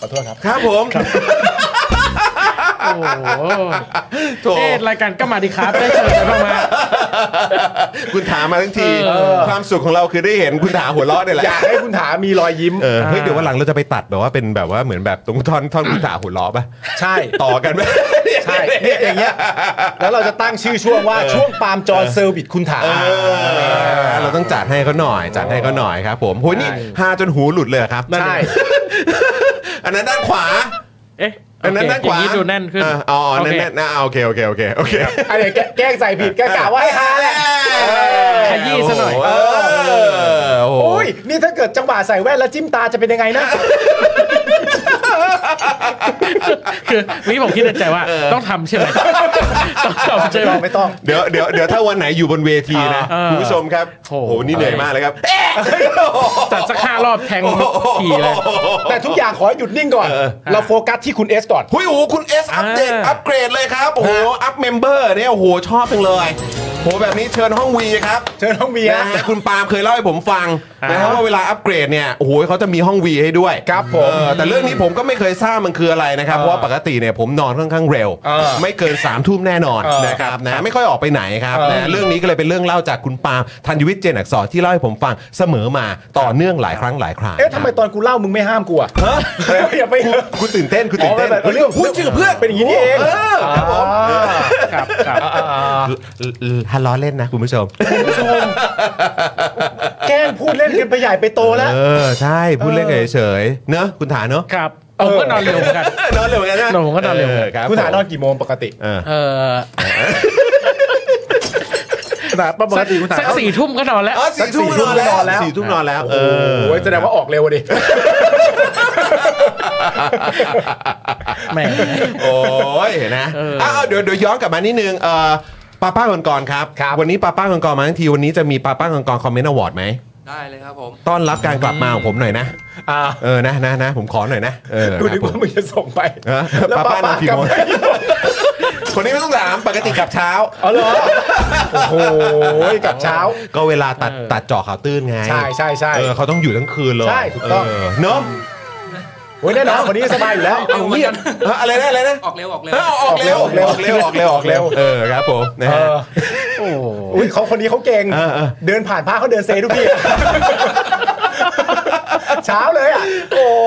Speaker 3: ขอโทษครับ
Speaker 1: ครับผม
Speaker 4: โอ้โห
Speaker 1: โถ
Speaker 4: เอ๊ะรายการก็มาดีครับได้เชิญไปบ้างไหม
Speaker 1: คุณถามมาทั้งที
Speaker 4: เออ
Speaker 1: ความสุขของเราคือได้เห็นคุณถาหัวเราะเนี่ยแหละ
Speaker 3: อยากให้คุณถามีรอยยิ้ม
Speaker 1: เออเฮ้ยเดี๋ยววันหลังเราจะไปตัดแบบว่าเป็นแบบว่าเหมือนแบบตรงท่อนท่อนคุณถาหัวเราะป่ะ
Speaker 3: ใช่
Speaker 1: ต่อกันไหม
Speaker 3: ใช่เนี่ยอย่างเงี้ย แล้วเราจะตั้งชื่อช่วงว่าช่วงปาล์มจอห์นเซอร์วิสคุณถา
Speaker 1: เราต้องจัดให้เขาหน่อย จัดให้เขาหน่อยครับ ผมโหนี่ฮาจนหูหลุดเลยเหรอครับ
Speaker 3: ใช่
Speaker 1: อันนั้นด้านขวา
Speaker 4: เอ๊ะ
Speaker 1: อันนั้น
Speaker 4: โเค
Speaker 1: ด้านขวา
Speaker 4: ย่งดูแน่นขึ้น
Speaker 1: อ่ะอ๋อ
Speaker 4: โอ
Speaker 1: แน่
Speaker 4: เคน
Speaker 1: แน่นนะอ่ะโอเคโอเคโอเคโอเค
Speaker 3: อันนี้แกล้งใส่ผิดแกล้งกล่าวว่าให้ฮาแหละ
Speaker 4: ขยี้ซะหน่อย
Speaker 1: เออโอ้โห
Speaker 3: โอ้ย นี่ถ้าเกิดจังหวะใส่แว่นแล้วจิ้มตาจะเป็นยังไงนะ
Speaker 4: คือวิผมคิดในใจว่าต้องทำใช่ไหมต้องทำใช่ไหม
Speaker 3: ไม่ต้อง
Speaker 1: เดี๋ยวเดี๋ยวเดี๋ยวถ้าวันไหนอยู่บนเวทีนะ
Speaker 4: อ่า
Speaker 1: คุณผู้ชมครับ
Speaker 4: โอ้
Speaker 1: โอ้
Speaker 4: โห
Speaker 1: โหนี่เหนื่อยมากเลยครับเอ๊ะ
Speaker 4: จัดสักห้ารอบแทงทีเลย
Speaker 3: แต่ทุกอย่างขอให้หยุดนิ่งก่อน เราโฟกัสที่คุณเอสก่อน
Speaker 1: หุยโอ้โหคุณเอสอัปเดต
Speaker 4: อ่า
Speaker 1: อัปเกรดเลยครับโอ้โหอัปเมมเบอร์เนี่ยโอ้โหชอบจังเลยโหแบบนี้เชิญห้องวีครับ
Speaker 3: เชิญน้องเมีย
Speaker 1: นะฮะคุณปาล์มเคยเล่าให้ผมฟังนะฮะว่าเวลาอัปเกรดเนี่ยโอ้โหเขาจะมีห้องวีให้ด้วย
Speaker 3: ครับผม
Speaker 1: เออแต่เรื่องนี้ผมก็ไม่เคยทราบมันคืออะไรนะครับเพราะว่าปกติเนี่ยผมนอนค่อนข้างเร็ว
Speaker 3: เออ
Speaker 1: ไม่เกิน3ามทุ่มแน่นอน
Speaker 3: เออ
Speaker 1: นะครับนะไม่ค่อยออกไปไหนครับ
Speaker 3: เออ
Speaker 1: นะเรื่องนี้ก็เลยเป็นเรื่องเล่าจากคุณปาล์มธัญวิทย์เจนอักษรที่เล่าให้ผมฟังเสมอมาต่อเนื่องหลายครั้งหลายครา
Speaker 3: เอ๊ะทำไมตอนกูเล่ามึงไม่ห้ามกูอะอย่าไป
Speaker 1: กูตื่นเต้นกูตื่นเต้น
Speaker 3: อ๋อไม่เป็นไร
Speaker 1: ฮ้ยพูดจริงกับเพื่อน
Speaker 3: เป็นอย่างนี้นี่เอง
Speaker 1: เออครับผม
Speaker 4: ครับครับ
Speaker 1: ฮัลโหลเล่นนะ คุณผู้ชม
Speaker 3: แกล้งพูดเล่นกันไปใหญ่ไปโตแล้ว
Speaker 1: เออ ใช่ พูดเล่นกันเฉยๆเนอะคุณถาเนอะ
Speaker 4: ครับผมก็นอนเร็วเหมือนกัน
Speaker 1: นอนเร็วเหมือนกันนะ
Speaker 4: นอนผมก็นอนเร็ว
Speaker 1: ครับ
Speaker 3: คุณถานอน
Speaker 1: ผม
Speaker 3: กี่โมงปกติ
Speaker 1: เออ
Speaker 4: เออ
Speaker 3: ปกติคุณถา
Speaker 4: สักสี่ทุ่มก็นอนแล้ว
Speaker 1: อ๋อสี่ทุ่มนอนแล้วสี่ทุ่มนอนแล้ว เอ
Speaker 3: โอ้
Speaker 1: อ
Speaker 3: โหแสดงว่าออกเร็วอะดิ
Speaker 4: แหม
Speaker 1: โอ้ยเห็นนะ
Speaker 4: เออ
Speaker 1: เอ้าวเดี๋ยวเดี๋ยวย้อนกลับมานิดนึงเอ่อป้าป้าก่อนก่อนครับ วันนี้ป้าป้าก่อนก่อนมาทั้งทีวันนี้จะมีป้าป้าก่อนก่อนคอมเมนต์อวอร์ดไหม
Speaker 5: ได้เลยครับผม
Speaker 1: ต้อนรับการกลับมาของผมหน่อยนะเออนะนะนะผมขอหน่อยนะเออ
Speaker 3: กู
Speaker 1: ค
Speaker 3: นึ
Speaker 1: รั
Speaker 3: ก
Speaker 1: บผม
Speaker 3: ว่ามึงจะส่งไป
Speaker 1: เออ
Speaker 3: แล้ว
Speaker 1: ป้า
Speaker 3: ป้า
Speaker 1: ป้า
Speaker 3: ป้า
Speaker 1: อ
Speaker 3: น
Speaker 1: นกี่
Speaker 3: กลับ
Speaker 1: โมง
Speaker 3: ไป
Speaker 1: คนนี้ไม่ต้องถามปกติกลับเช้า
Speaker 3: อ๋อเหรอ โอ้โหกลับเช้า
Speaker 1: ก็เวลาตัดตัดเจ่อข่าวตื้นไง
Speaker 3: ใช่ใช่ใช่
Speaker 1: เออเขาต้องอยู่ทั้งคืนเลย
Speaker 3: ใช่ถูกต้อง
Speaker 1: เเนอะ
Speaker 3: โอ้ยแน่นอนคนนี้สบายอยู่แล้ว
Speaker 5: เอาเงียบ
Speaker 1: เอออะไรนะอะไรนะ
Speaker 5: ออกเร็วออกเร็ว
Speaker 1: เออออกเร็วออกเร็วออกเร็วออกเร็วออกเร็วเออครับผมนะ
Speaker 3: เอ
Speaker 1: ฮะ
Speaker 3: ออุ้ยเขาคนนี้เขาเก่ง
Speaker 1: เออเออ
Speaker 3: เดินผ่าน *laughs* ผ้าเขาเดินเซทุกทีอะเช้าเลยอ่ะ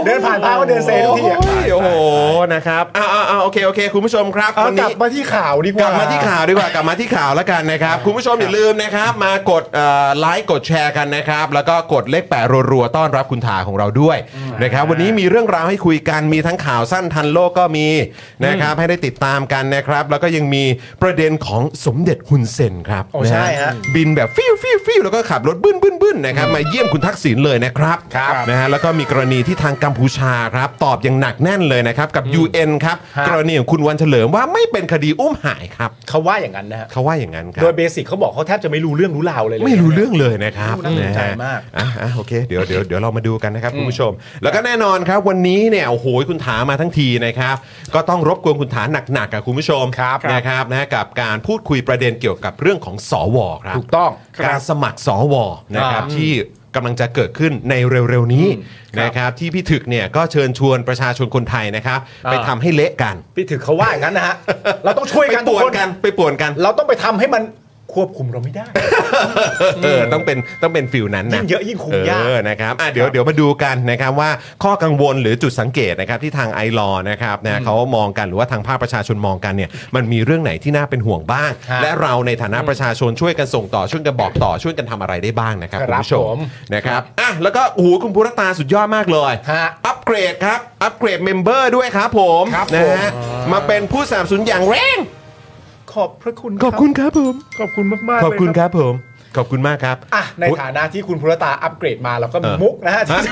Speaker 3: เดินผ่านผ้าเขาเดินเซทุกทีอ่ะ
Speaker 1: โอ้ยโอ้โหนะครับอ้าวอ้าวอ้าวโอเคโอเคคุณผู้ชมครับ
Speaker 3: เอา
Speaker 1: วัน
Speaker 3: กลั
Speaker 1: นี้
Speaker 3: บมาที่ข่าวดีก
Speaker 1: กลั
Speaker 3: ว่าก
Speaker 1: บมาที่ข่าวดีกว่ากลับมาที่ข่าวแล้วกันนะครับ คุณผู้ชมอย่าลืมนะครับ มากดไลค์กดแชร์กันนะครับ แล้วก็กดเลขแปดรัวๆต้อนรับคุณถาของเราด้วยนะครับ วันนี้มีเรื่องราวให้คุยกันมีทั้งข่าวสั้นทันโลกก็มีนะครับ ให้ได้ติดตามกันนะครับ แล้วก็ยังมีประเด็นของสมเด็จฮุนเซนครับ
Speaker 3: โอ้ใช่
Speaker 1: น
Speaker 3: ฮะ
Speaker 1: บินแบบฟิวฟิวฟิวแล้วก็ขับรถบึ้นบึ้นบึ้นนะครับมาเยี่ยมคุณทักษิณเลยนะครับครับนะฮะแล้วก็มีกรณีที่ทางกัมพูชาครับตอบอย่างหนักแน่นเลยนะครับกับ UN ครับกรณีของคุณวันเฉลิมว่าไม่เป็นคดีอุ้มหายครับ
Speaker 3: เขาว่าอย่างนั้นนะฮะ
Speaker 1: เขาว่าอย่างนั้นครั
Speaker 3: โดยเบสิกเขาบอกเขาแทบจะไม่รู้เรื่องรู้ราวเลยเลย
Speaker 1: ไม่รู้
Speaker 3: นะ
Speaker 1: เรื่องเลยนะครับ
Speaker 3: น่าสนใจ
Speaker 1: ะฮะ
Speaker 3: มาก
Speaker 1: อ่ะอ่ะโอเคเดี๋ยวเดี๋ยวเดี๋ยวเรามาดูกันนะครับคุณผู้ชม แล้วก็แน่นอนครับวันนี้เนี่ยโอ้โหคุณถามาทั้งทีนะครับ ก็ต้องรบกวนคุณถาหนักๆกับคุณผู้ชมครับนะครับนะกับการพูดคุยประเด็นเกี่ยวกับเรื่องของสวครับ
Speaker 3: ถูกต้อง
Speaker 1: การสมัครสวนะครับ
Speaker 3: อ่า
Speaker 1: ที่กำลังจะเกิดขึ้นในเร็วๆนี้นะครับที่พี่ถึกเนี่ยก็เชิญชวนประชาชนคนไทยนะครับ ไปทำให้เละกัน
Speaker 3: พี่ถือเขาว่าอย่างนั้นนะฮะ เราต้องช่วย
Speaker 1: ไป
Speaker 3: กัน
Speaker 1: ป
Speaker 3: ทุก
Speaker 1: วน
Speaker 3: คน
Speaker 1: กันไปปวนกัน
Speaker 3: เราต้องไปทำให้มันควบคุมเราไม่ได้
Speaker 1: เออต้องเป็นต้องเป็นฟิลนั้นนะ
Speaker 3: ยิ่งเยอะยิ่งคุมยาก
Speaker 1: เออนะครับอ่ะเดี๋ยวเดี๋ยวมาดูกันนะครับว่าข้อกังวลหรือจุดสังเกตนะครับที่ทางไอรอนะครับนะเขามองกันหรือว่าทางภาคประชาชนมองกันเนี่ยมันมีเรื่องไหนที่น่าเป็นห่วงบ้าง
Speaker 3: ฮะ
Speaker 1: และเราในฐานะประชาชนช่วยกันส่งต่อช่วยกันบอกต่อช่วยกันทำอะไรได้บ้างนะครับ
Speaker 3: ครั
Speaker 1: คุณ
Speaker 3: บ
Speaker 1: ผู้ช
Speaker 3: ผม ม
Speaker 1: นะครับอ่ะแล้วก็โอ้โหคุณภูรตาสุดยอดมากเลย
Speaker 3: ฮะ
Speaker 1: อัปเกรดครับอัปเกรดเมมเบอร์ด้วยครับผม
Speaker 3: ครับ
Speaker 1: นะ
Speaker 3: ผ
Speaker 1: ฮะ
Speaker 3: ม
Speaker 1: มาเป็นผู้สนับสนุนอย่างแรง
Speaker 3: ขอบพระคุณ
Speaker 1: ขอบคุณครับผม
Speaker 3: ขอบคุณมากๆ
Speaker 1: ขอบคุณครับผม ขอบคุณมากครับ
Speaker 3: อ่ะในฐานะที่คุณพุรตาอัปเกรดมาเราก็มี
Speaker 1: เออ
Speaker 3: มุกนะฮะที่จะ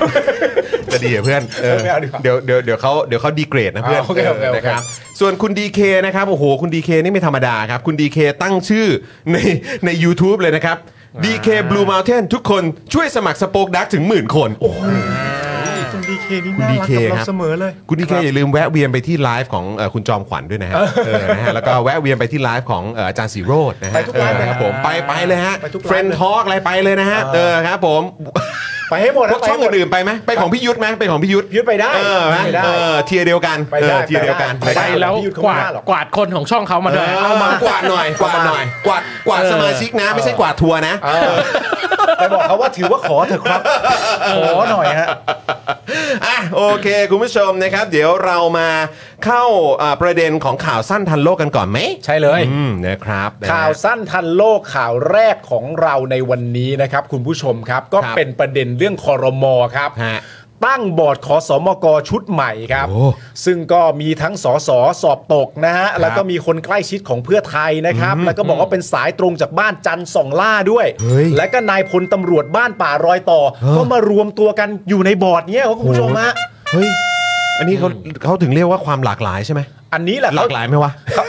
Speaker 1: จะดีเหรอเพื่อนเออ
Speaker 3: ไม่เอาดีกว่า
Speaker 1: เดี๋ยวเดี๋ยวเดี๋ยวเขาเดี๋ยวเขาดีเกรดนะเพื่อน
Speaker 3: อ่าโอเคโอเคโอเค
Speaker 1: นะครับส่วนคุณดีเคนะครับโอ้โหคุณดีเคนี่ไม่ธรรมดาครับ คุณดีเคตั้งชื่อในใน u t u b e เลยนะครับ DK Blue Mountain ทุกคนช่วยสมัครสป o กดักถึงหมื่นคน
Speaker 3: คุณดีเคนี่
Speaker 1: คุณ
Speaker 3: น่า
Speaker 1: ดี
Speaker 3: รัก
Speaker 1: เค
Speaker 3: กับ
Speaker 1: ครั
Speaker 3: เรา
Speaker 1: บ
Speaker 3: เสมอเลย
Speaker 1: คุณดีเคอย่าลืมแวะเวียนไปที่ไลฟ์ของเอ่อคุณจอมขวัญด้วยนะฮะเออนะฮะแล้วก็แวะเวียนไปที่ไลฟ์ของเอ่ออาจารย์สีโรจน์นะฮะ
Speaker 3: ไปทุกไลฟ์
Speaker 1: เออครับผมไปไปเลยฮะ
Speaker 3: ไปทุกไลฟ์
Speaker 1: เฟรน
Speaker 3: เลย
Speaker 1: ทอล์กอะไรไปเลยนะฮะเออครับผม
Speaker 3: ไปให้หมด
Speaker 1: พว
Speaker 3: นะ
Speaker 1: ก
Speaker 3: ไป
Speaker 1: ช่อ
Speaker 3: ให้
Speaker 1: ง
Speaker 3: หมด
Speaker 1: อื่นๆไปไหมไปของพี่ยุทธไหมไปของพี่ยุทธ
Speaker 3: พี่ยุทธไปได้
Speaker 1: เออไหม
Speaker 3: ไปได้
Speaker 1: เออเทียร์เดียวกัน
Speaker 3: ไปได้
Speaker 1: เออเทียร์เดียวกัน
Speaker 3: ไป
Speaker 4: ไป
Speaker 3: ได้
Speaker 1: นะครับ
Speaker 4: แล้ว
Speaker 3: พี่ยุทธ
Speaker 4: ก
Speaker 3: เขาไม่
Speaker 4: วาด
Speaker 3: ว่าหรอก
Speaker 4: กวาดคนของช่องเขามา
Speaker 1: เอ
Speaker 4: ด้วย
Speaker 1: อเอามากวาดหน่อยกวาดหน่อยกวาดกวาด
Speaker 4: เออ
Speaker 1: สมาชิกนะ ไม่ใช่กวาดทัวร์นะ
Speaker 3: ไปบอกเขาว่าถือว่าขอเถอะครับ ขอหน่อยฮะ
Speaker 1: อ่ะโอเค คุณผู้ชมนะครับ เดี๋ยวเรามาเข้าอ่าประเด็นของข่าวสั้นทันโลกกันก่อนไหม
Speaker 3: ใช่เลย
Speaker 1: อืมนะครับนะฮะ
Speaker 3: ข่าวสั้นทันโลกข่าวแรกของเราในวันนี้นะครับ คุณผู้ชมครับ ก็
Speaker 1: ครับ
Speaker 3: เป็นประเด็นเรื่องคอรมอครับ
Speaker 1: ฮะ
Speaker 3: ตั้งบอร์ดขอสมกชุดใหม่ครับ
Speaker 1: โอ้
Speaker 3: ซึ่งก็มีทั้งสอสอสอบตกนะฮะ แล้วก็มีคนใกล้ชิดของเพื่อไทยนะครับ แล้วก็บอกว่าเป็นสายตรงจากบ้านจันทร์ส่องล่าด้วย
Speaker 1: เฮ้ย
Speaker 3: และก็นายพลตำรวจบ้านป่ารอยต่อ
Speaker 1: เออ
Speaker 3: ก็มารวมตัวกันอยู่ในบอร์ดเนี้ยครับคุณผู้ชมฮะ
Speaker 1: เฮ้ย อันนี้เขาเขาถึงเรียกว่าความหลากหลายใช่ไหม
Speaker 3: อันนี้แหละ
Speaker 1: หลา
Speaker 3: เขา
Speaker 1: กหลายไหมวะ
Speaker 3: เขา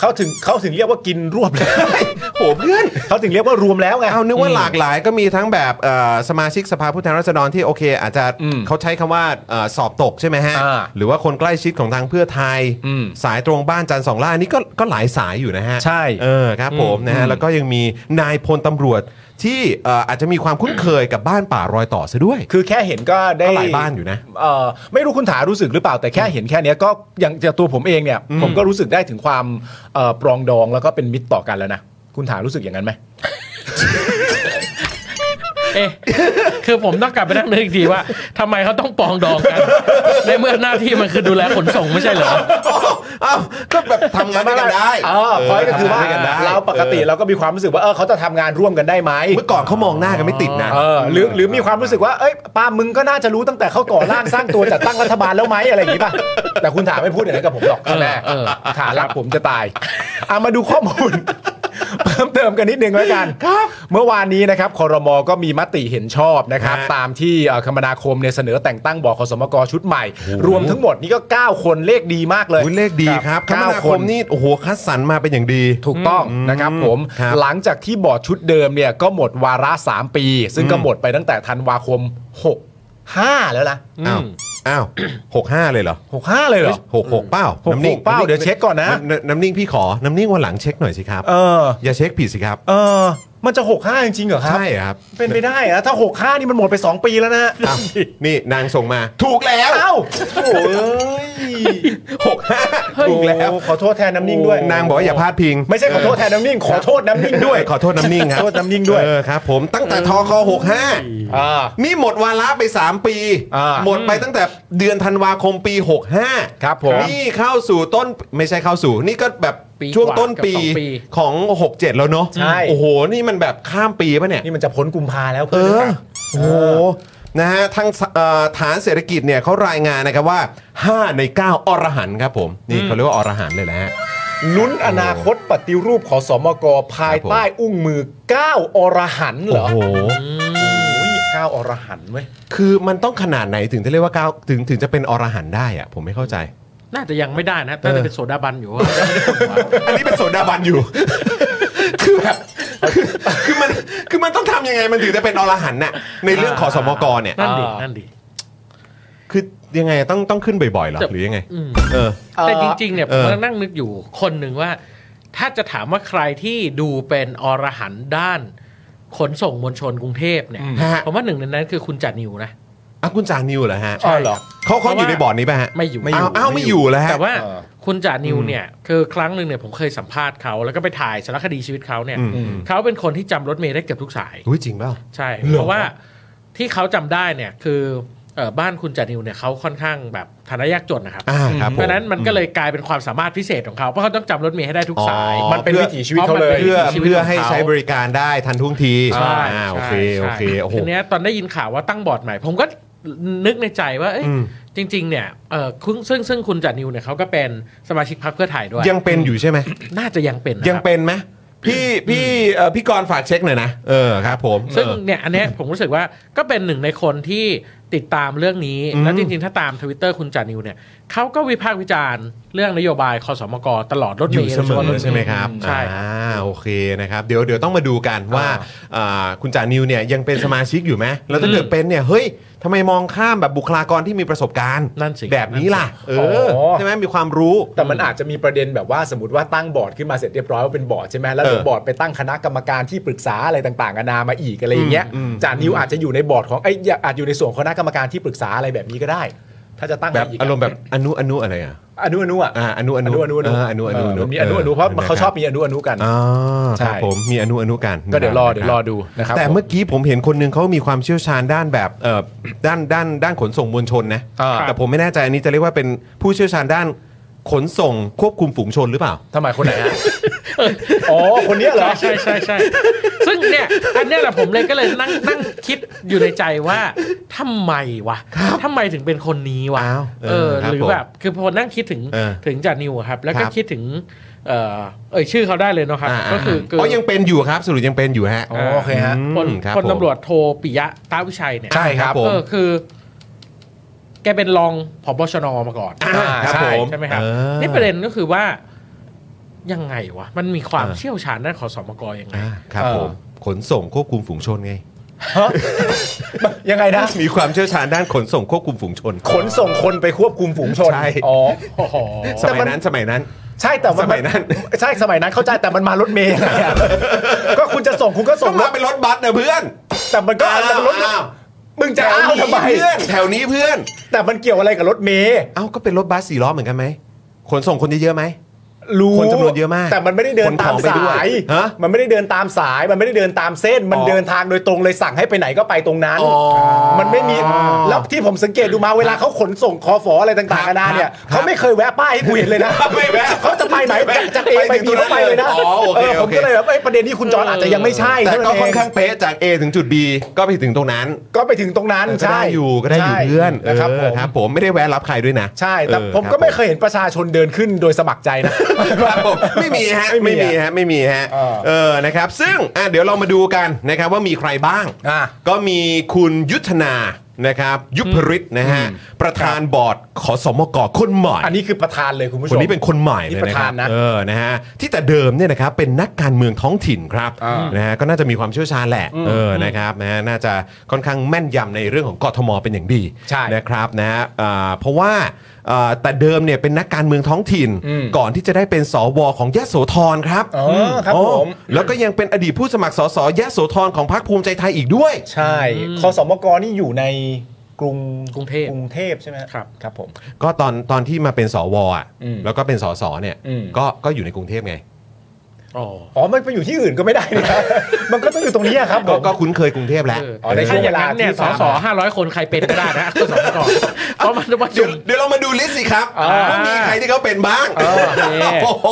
Speaker 3: เขาถึงเขาถึงเรียกว่ากินรวบ *laughs* เลย
Speaker 1: โหเพื่อน
Speaker 3: เขาถึงเรียกว่ารวมแล้วไง
Speaker 1: *laughs* เอานึกว่าหลากหลายก็มีทั้งแบบเอ่อสมาชิกสภาผู้แทนราษฎรที่โอเค อาจจะเขาใช้คำว่าเอ่อสอบตกใช่ไหมฮะ
Speaker 3: อ่า
Speaker 1: หรือว่าคนใกล้ชิดของทางเพื่อไทย
Speaker 3: อืม
Speaker 1: สายตรงบ้านจันทร์สองล่านี่ก็ก็หลายสายอยู่นะฮะ
Speaker 3: ใช่
Speaker 1: เออครับผมนะฮะแล้วก็ยังมีนายพลตำรวจที่เอ่ออาจจะมีความคุ้นเคยกับบ้านป่ารอยต่อซะด้วย
Speaker 3: คือแค่เห็นก็ได้
Speaker 1: ก็หลายบ้านอยู่นะ
Speaker 3: เอ่อไม่รู้คุณถารู้สึกหรือเปล่าแต่แค่เห็นแค่เนี้ยก็อย่างจากตัวผมเองเนี่ยผมก็รู้สึกได้ถึงความเอ่อปรองดองแล้วก็เป็นมิตรต่อกันแล้วนะคุณถารู้สึกอย่างนั้นไหม
Speaker 4: เอ๊ะคือผมต้องกลับไปนั่งนึกอีกทีว่าทำไมเขาต้องปองดองกัน ในเมื่อหน้าที่มันคือดูแลขนส่งไม่ใช่เหรอ
Speaker 1: เอ้าก็แบบทำงานด้วยกันได้
Speaker 3: เออพอยก็คือว่า
Speaker 1: ทำงนด้วยนได้
Speaker 3: เราปกติเราก็มีความรู้สึกว่าเออเขาจะทำงานร่วมกันได้ไหม
Speaker 1: เมื่อก่อนเขามองหน้ากันไม่ติดนะ
Speaker 3: เออหรือหรือมีความรู้สึกว่าเอ้ยป้ามึงก็น่าจะรู้ตั้งแต่เขาก่อร่างสร้างตัวจัดตั้งรัฐบาลแล้วไหมอะไรอย่างงี้ป่ะแต่คุณถาไม่พูดอย่างนั้นกับผมหรอกใช่ไหม
Speaker 4: เออ
Speaker 3: ถารักผมจะตายเอามาดูข้อมูล *laughs* เพิ่มเติมกันนิดนึงแล้วกัน เมื่อวานนี้นะครับคอรมอก็มีมติเห็นชอบนะครับ
Speaker 1: ฮะ
Speaker 3: ตามที่เอ่อคมนาคมเนี่ยเสนอแต่งตั้งบอคสมกชุดใหม่ รวมทั้งหมดนี่ก็ 9 คนเลขดีมากเลย
Speaker 1: อุ๊ยเลขดีครับคม
Speaker 3: เก้
Speaker 1: นาค
Speaker 3: ค
Speaker 1: ม
Speaker 3: น
Speaker 1: นี่โอ้โหคัดสรรมาเป็นอย่างดี
Speaker 3: ถูกต้องนะครับผม
Speaker 1: ครับ
Speaker 3: หลังจากที่บอร์ดชุดเดิมเนี่ยก็หมดวาระ 3 ปี ซึ่งก็
Speaker 1: อืม
Speaker 3: หมดไปตั้งแต่ธันวาคม 6 5 แล้วนะ
Speaker 1: อ้าว
Speaker 3: *coughs*
Speaker 1: อ้าวหกห้าเลยเหรอ
Speaker 3: 6 5 เลยเหรอ
Speaker 1: หกหกเป้า
Speaker 3: หก
Speaker 1: น้ำนิ่ง
Speaker 3: หกเป้าเดี๋ยวเช็คก่อนนะ
Speaker 1: น้ำนิ่งพี่ขอ น้ำนิ่งวันหลังเช็คหน่อยสิครับ
Speaker 3: เออ
Speaker 1: อย่าเช็คผิดสิครับ
Speaker 3: เออมันจะ 6 5 จริงๆเหรอครับ
Speaker 1: ใช่ครับ
Speaker 3: เป็นไปได้อะถ้า 6 5 นี่มันหมดไป 2 ปีแล้วนะฮะ *laughs*
Speaker 1: อ้าวนี่นางส่งมาถูกแล้ว
Speaker 3: เอ้าโอ้ย
Speaker 1: หกห้าถูกแล้ว
Speaker 3: โอ้ขอโทษแทนน้ำนิ่งด้วย
Speaker 1: นางบอกว่าอย่าพลาดพิง
Speaker 3: ไม่ใช่ขอโทษแทนน้ำนิ่ง ขอโทษน้ำนิ่ง
Speaker 1: ด้
Speaker 3: ด้
Speaker 1: ว
Speaker 3: วย ย
Speaker 1: ขอโทษน้ำนิ่งครับ
Speaker 3: ขอโทษน้ำนิ่งด้วย
Speaker 1: เออครับ ผมตั้งแต่ทอคอหกห้า
Speaker 3: อ่า
Speaker 1: นี่หมดวาระไป 3 ปี
Speaker 3: อ่า
Speaker 1: หมดไปตั้งแต่เดือนธันวาคมปี 65
Speaker 3: ครับผม
Speaker 1: นี่เข้าสู่ต้นไม่ใช่เข้าสู่ นี่ก็แบบ
Speaker 4: ปี
Speaker 1: ช่วงต้นปี
Speaker 4: กว่ากับสองปี
Speaker 1: ของ 67 แล้วเนาะ
Speaker 3: ใช่
Speaker 1: โอ้โห นี่มันแบบข้ามปีป่ะเนี่ย
Speaker 3: นี่มันจะพ้นกุมภาแล้ว
Speaker 1: เอ
Speaker 3: เพื่
Speaker 1: อ
Speaker 3: อนนะครับ
Speaker 1: โอ้โห นะฮะทางสเอ่อฐานเศรษฐกิจเนี่ยเขารายงานนะครับว่า 5 ใน 9 อรหันต์ครับผม นี่เขาเรียกว่าอรหันต์เลยแหละ
Speaker 3: ลุ้นอนาคตปฏิรูปขอสมกภายใต้อุ้งมือ 9 อรหันต์เหร
Speaker 1: โอ้
Speaker 3: อ
Speaker 1: โห
Speaker 3: โอ้ยเก้าอรหันต์เว้ย
Speaker 1: คือมันต้องขนาดไหนถึงจะเรียกว่าเก้าถึงถึงจะเป็นอรหันต์ได้อะผมไม่เข้าใจ
Speaker 4: น่าจะยังไม่ได้นะน่าจะเป็นโซดาบันอยู่ว่า
Speaker 1: อันนี้เป็นโสดาบันอยู่ คือแบบคือคือมันคือมันต้องทำยังไงมันถึงจะเป็นอรหันต์น่ะในเรื่องขอสมกเนี่ย
Speaker 4: นั่นดิ
Speaker 3: อ่านั่
Speaker 4: นั่นดิ
Speaker 1: คือยังไงต้องต้องขึ้นบ่อยๆเหรอหรือยังไง
Speaker 4: อืม
Speaker 1: เออ
Speaker 4: แต่จริงๆ เนี่ย
Speaker 1: เอ
Speaker 4: ผ
Speaker 1: อ
Speaker 4: มกำลังนั่งนึกอยู่คนหนึ่งว่า ถ้าจะถามว่าใครที่ดูเป็นอรหันต์ด้านขนส่งมวลชนกรุงเทพเนี่ย
Speaker 3: อืม
Speaker 1: ฮะ
Speaker 4: ผมว่าหนึ่งในนั้นคือคุณจัดนิวนะ
Speaker 1: อ่ะคุณจานิวเหรอฮะ
Speaker 3: อ๋อเหรอ
Speaker 1: เขาเขาอ
Speaker 4: เพราะว่า
Speaker 1: ยู่ในบอร์ดนี้ป่ะฮะ
Speaker 4: ไม่อยู่
Speaker 1: อ้าวอ้าวไม่อยู่แล้วฮะ
Speaker 4: แต่ว่า
Speaker 3: เออ
Speaker 4: คุณจานิวเนี่ย คือครั้งหนึ่งเนี่ยผมเคยสัมภาษณ์เขาแล้วก็ไปถ่ายสารคดีชีวิตเขาเนี่ย
Speaker 1: อืม
Speaker 4: เขาเป็นคนที่จำรถเมล์ได้เกือบทุกสาย
Speaker 1: อุ้ยจริงเปล่า
Speaker 4: ใช่ เพราะว่าที่เขาจำได้เนี่ยคือเอ่อบ้านคุณจานิวเนี่ยเขาค่อนข้างแบบฐานะยากจนนะครับ
Speaker 1: อ่าครับผม
Speaker 4: เพราะฉะนั้นมันก็เลยกลายเป็นความสามารถพิเศษของเขา เพราะเขาต้องจำรถเมล์ให้ได้ทุกสาย
Speaker 1: อ๋อ
Speaker 3: มันเป็นวิถีชีวิตเขาเลย
Speaker 1: เพื่อ
Speaker 4: ชีวิตของเขา
Speaker 1: เพื่อให้ใช้บริการได้ทันท่วงที
Speaker 4: ใช่
Speaker 1: อ่าโอเค
Speaker 4: ใช่
Speaker 1: โอเคโอ้โห
Speaker 4: ทีเนี้ยตอนได้ยินข่าวว่าตั้งบอร์ดใหม่ ผมก็นึกในใจว่าเอ้ย
Speaker 1: อืม
Speaker 4: จริง ๆ เนี่ยเออคุณซึ่งซึ่งคุณจัดนิวเนี่ยเขาก็เป็นสมาชิกพรรคเพื่อไทยด้วย
Speaker 1: ยังเป็นอยู่ใช่ไหม
Speaker 4: น่าจะยังเป็นนะครับ
Speaker 1: ยังเป็นไหม พี่พี่เอ่อพี่กรณ์ฝากเช็คหน่อยนะเออครับ ผม
Speaker 4: ซึ่ง
Speaker 1: เออ
Speaker 4: เนี่ยอันเนี้ยผมรู้สึกว่าก็เป็นหนึ่งในคนที่ติดตามเรื่องนี้
Speaker 1: อืม
Speaker 4: และจริงๆ ถ้าตามทวิตเตอร์คุณจานิวเนี่ยเขาก็วิพากษ์วิจารณ์เรื่องนโยบายคอสมกตลอดรถ
Speaker 1: อ
Speaker 4: เม
Speaker 1: ยู่
Speaker 4: ล์
Speaker 1: เสม
Speaker 4: โด
Speaker 1: อ
Speaker 4: ยฉพาะถเล์
Speaker 1: ใช่ไหมครับ
Speaker 4: ใช่
Speaker 1: อ่าโอเคนะครับเดี๋ยวเดี๋ยวต้องมาดูกันว่าอ่าคุณจานิวเนี่ยยังเป็นสมาชิกอยู่ไหมแล้วถ้าเกิดเป็นเนี่ยเฮ้ยทำไมมองข้ามแบบบุคลากรที่มีประสบการณ์
Speaker 4: นั่นสิ
Speaker 1: แบบนี้ล่ะเอ
Speaker 3: อ๋
Speaker 1: อ
Speaker 3: อ
Speaker 1: ใช่ไหมมีความรู้
Speaker 3: แต่มันอาจจะมีประเด็นแบบว่าสมมติว่าตั้งบอร์ดขึ้นมาเสร็จเรียบร้อยว่าเป็นบอร์ดใช่ไหมแล้วเดี๋ยว
Speaker 1: เออบ
Speaker 3: อร์ดไปตั้งคณะกรรมการที่ปรึกษาอะไรต่างๆนานามาอีกอะไรอย่างเงี้ย
Speaker 1: อืมอืม
Speaker 3: จานิวอาจจะอยู่ในบอร์ดของไอ้ยอาจอยู่ในส่วนคณะกรรมการที่ปรึกษาอะไรแบบนี้ก็ได้ ถ้าจะตั้ง
Speaker 1: แบบ
Speaker 3: ให้กะ
Speaker 1: อารมณ์แบบอนุอนุอะไรอ่ะ
Speaker 3: อนุอนุอ่ะ
Speaker 1: อ่าอนุอ
Speaker 3: อ
Speaker 1: นุ
Speaker 3: นุอนุอนุ
Speaker 1: เอออนุอนุ
Speaker 3: เมันมีอนุอนุเพราะเขาชอบมีอนุอนุกัน
Speaker 1: อ๋อ
Speaker 3: ใช่
Speaker 1: ครับผมมีอนุอนุกัน
Speaker 3: ก็เดี๋ยวรอเดี๋ยวรอ
Speaker 1: นะครับ
Speaker 3: ดูนะครับ
Speaker 1: แต่เมื่อกี้ผมเห็นคนหนึงเขามีความเชี่ยวชาญด้านแบบเอ่อด้านด้านด้านขนส่งมวลชนนะ
Speaker 3: อ่า
Speaker 1: แต่ผมไม่แน่ใจอันนี้จะเรียกว่าเป็นผู้เชี่ยวชาญด้านขนส่งควบคุมฝูงชนหรือเปล่า
Speaker 3: ทำไมคนไหนฮะ *laughs* อ๋อคนเนี้ยเหรอ
Speaker 4: ใช่ใช่ใช่ซึ่งเนี่ยอันเนี้ยแหละผมเลยก็เลยนั่งนั่งคิดอยู่ในใจว่าทำไมวะทำไมถึงเป็นคนนี้วะ
Speaker 1: อ้าว
Speaker 4: เออ
Speaker 1: เออครับ
Speaker 4: หรือแบบคือพอนั่งคิดถึง
Speaker 1: เออ
Speaker 4: ถึงจานิวอะครับ แล้วก็
Speaker 1: ครับ
Speaker 4: คิดถึงเออเอ่ยชื่อเขาได้เลยเนาะครับ
Speaker 1: อ่า
Speaker 4: ก็คือคือ
Speaker 1: อยังเป็นอยู่ครับสรุปยังเป็นอยู่ฮะ
Speaker 3: อ๋อโอเคฮะ
Speaker 1: ม
Speaker 4: พล
Speaker 1: ครับ
Speaker 4: พล
Speaker 1: ผม
Speaker 4: ตำรวจโทปิยะตาวิชัยเนี่ย
Speaker 1: ใช่ครับผม
Speaker 4: เออคือ แกเป็นรองผบชนมาก่อน
Speaker 1: อ่าครับผม
Speaker 4: ใช่ไหมครับ
Speaker 1: เออ
Speaker 4: นี่ประเด็นก็คือว่ายังไงวะ มันมีความ
Speaker 1: เออ
Speaker 4: เชี่ยวชาญด้านขอสมกยังไง
Speaker 1: อ่าครับผมขนส่งควบคุมฝูงชนไง
Speaker 3: ยังไงนะ
Speaker 1: มีความเชี่ยวชาญด้านขนส่งควบคุมฝูงชน
Speaker 3: ขนส่งคนไปควบคุมฝูงชน
Speaker 1: ใช่
Speaker 3: อ๋อ
Speaker 4: โอ้โห
Speaker 1: สมัยนั้นสมัยนั้น
Speaker 3: ใช่แต่ว่า
Speaker 1: สมัยนั้น
Speaker 3: ใช่สมัยนั้นเข้าใจแต่มันมารถเมย์ยัง
Speaker 1: *laughs*
Speaker 3: ไงอะก็คุณจะส่งคุณก็
Speaker 1: ต้
Speaker 3: ส่
Speaker 1: องง
Speaker 3: ร
Speaker 1: มา
Speaker 3: ถ
Speaker 1: เป็นรถบัสนะเพื่อน
Speaker 3: แต่มันก็
Speaker 1: อ้าว
Speaker 3: แต่รถ
Speaker 1: อ้าว
Speaker 3: มึงจะอ้าวทำไม
Speaker 1: แถวนี้เพื่อนแถวนี้เพื่อน
Speaker 3: แต่มันเกี่ยวอะไรกับรถเมย์
Speaker 1: เอ้าก็เป็นรถบัสสี่ล้อเหมือนกันไหมขนส่งคนเยอะๆไหม
Speaker 3: รู้
Speaker 1: คนจำนวนเยอะมาก
Speaker 3: แต่มันไม่ได้เดินตาม
Speaker 1: ขนของไป
Speaker 3: สา
Speaker 1: ด้วย
Speaker 3: ย
Speaker 1: ฮะ
Speaker 3: มันไม่ได้เดินตามสายมันไม่ได้เดินตามเส้น มัน
Speaker 1: อ๋อ
Speaker 3: เดินทางโดยตรงเลยสั่งให้ไปไหนก็ไปตรงนั้น
Speaker 1: อ๋อ
Speaker 3: มันไม่มีแล้วที่ผมสังเกตดูมาเวลาเขาขนส่งคอฝออะไรต่างๆ
Speaker 1: ครับ
Speaker 3: นานาเนี่ย
Speaker 1: ครับ
Speaker 3: เขาไม่เคยแวะป้ายให้กูเห็นเลยนะ
Speaker 1: ไม่แวะ
Speaker 3: เขาจะไปไหน
Speaker 1: ไม่แวะ
Speaker 3: จากเอ
Speaker 1: ไป
Speaker 3: ไป
Speaker 1: ถึง
Speaker 3: บีเขาไปเลยนะ
Speaker 1: ตรงนั้นเลยอ๋อโอเคโอเค
Speaker 3: ผมก็เลยแบบเอ้ยประเด็นนี้คุณจอนอาจจะยังไม่ใช่
Speaker 1: แต่
Speaker 3: เท่
Speaker 1: ก็
Speaker 3: เ
Speaker 1: ค่อนข้างเป๊ะจาก A ถึงจุด B ก็ไปถึงตรงนั้น
Speaker 3: ก็ไปถึงตรงนั้น
Speaker 1: ก็
Speaker 3: ใช่
Speaker 1: ได้อยู่ก็ได้อยู่
Speaker 3: ใช่
Speaker 1: เพื่อน
Speaker 3: นะครับ
Speaker 1: เอ
Speaker 3: ผ
Speaker 1: อ
Speaker 3: ม
Speaker 1: ครับ ผมไม่ได้แวะรับใครด้วยนะ
Speaker 3: ใช่แต่
Speaker 1: เออ
Speaker 3: ผม
Speaker 1: รับ
Speaker 3: ก็ไม่เคยเห็นประชาชนเดินขึ้นโดยสมัครใจนะ
Speaker 1: ครับผมไม่มีฮะ
Speaker 3: ไม่
Speaker 1: ไม่
Speaker 3: มี
Speaker 1: มีฮะไม่มีฮะ
Speaker 3: เออ
Speaker 1: เออนะครับซึ่งอ่ะเดี๋ยวเรามาดูกันนะครับว่ามีใครบ้าง
Speaker 3: อ่ะ
Speaker 1: ก็มีคุณยุทธนานะครับยุพริตนะฮะประธานบอร์ดขอสมกคนใหม่
Speaker 3: อันนี้คือประธานเลยคุณผู้ช
Speaker 1: ค
Speaker 3: ม
Speaker 1: นนี้เป็นคนใหม่เลย
Speaker 3: นี่ป
Speaker 1: นะ
Speaker 3: ระ
Speaker 1: ค
Speaker 3: ธา
Speaker 1: รั
Speaker 3: น
Speaker 1: บ
Speaker 3: นะ
Speaker 1: เออนะฮะที่แต่เดิมเนี่ยนะครับเป็นนักการเมืองท้องถิ่นครับ
Speaker 3: อ่าน
Speaker 1: นะฮะก็น่าจะมีความเชี่ยวชาญแหละเออนะครับนะฮะน่าจะค่อนข้างแม่นยำในเรื่องของกทมเป็นอย่างดี
Speaker 3: ใช่
Speaker 1: นะครับนะฮะอ่าเพราะว่าอ่าแต่เดิมเนี่ยเป็นนักการเมืองท้องถิ่น
Speaker 3: อืม
Speaker 1: ก่อนที่จะได้เป็นสวของยะโสธรครับ
Speaker 3: อ๋อครับ
Speaker 1: โอ้
Speaker 3: ผม
Speaker 1: แล้วก็ยังเป็นอดีตผู้สมัครสสยะโสธรของพรรคภูมิใจไทยอีกด้วย
Speaker 3: ใช่คอสมกนี่อยู่ในกรุง
Speaker 4: กรุงเทพ
Speaker 3: กรุงเทพใช่ไหม
Speaker 4: ครับ
Speaker 3: ครับผม
Speaker 1: ก็ตอนตอนที่มาเป็นสวอ่ะ
Speaker 3: อืม
Speaker 1: แล้วก็เป็นสสเนี่ย
Speaker 3: อืม
Speaker 1: ก็ก็อยู่ในกรุงเทพไง
Speaker 4: อ๋อ
Speaker 3: อ๋อมันไปอยู่ที่อื่นก็ไม่ได้นี่ครับ *laughs* มันก็ต้องอยู่ตรงนี้ครับผ
Speaker 1: ก็
Speaker 3: ม
Speaker 1: ก็คุ้นเคยกรุงเทพแล้ว
Speaker 4: เออ
Speaker 3: อ๋อในช่
Speaker 4: ถ้า
Speaker 3: ง
Speaker 4: วอ
Speaker 3: เว
Speaker 4: ย่าง
Speaker 3: ลา
Speaker 4: นั้นเนี่ย
Speaker 3: ที่
Speaker 4: สอ
Speaker 3: ผ่าน
Speaker 4: สอ
Speaker 3: มา
Speaker 4: ห้าร้อยคนใครเป็นก็ได้นะก็สมก *laughs* เพราะมันจะมา
Speaker 1: เดี๋ย
Speaker 4: จุ่
Speaker 1: ว
Speaker 4: ม
Speaker 1: เดี๋ยวเรามาดูลิสต์สิครับ
Speaker 4: อ่า
Speaker 1: ว่ามีใครที่เขาเป็นบ้าง
Speaker 4: เออโอเค
Speaker 1: โอ้โห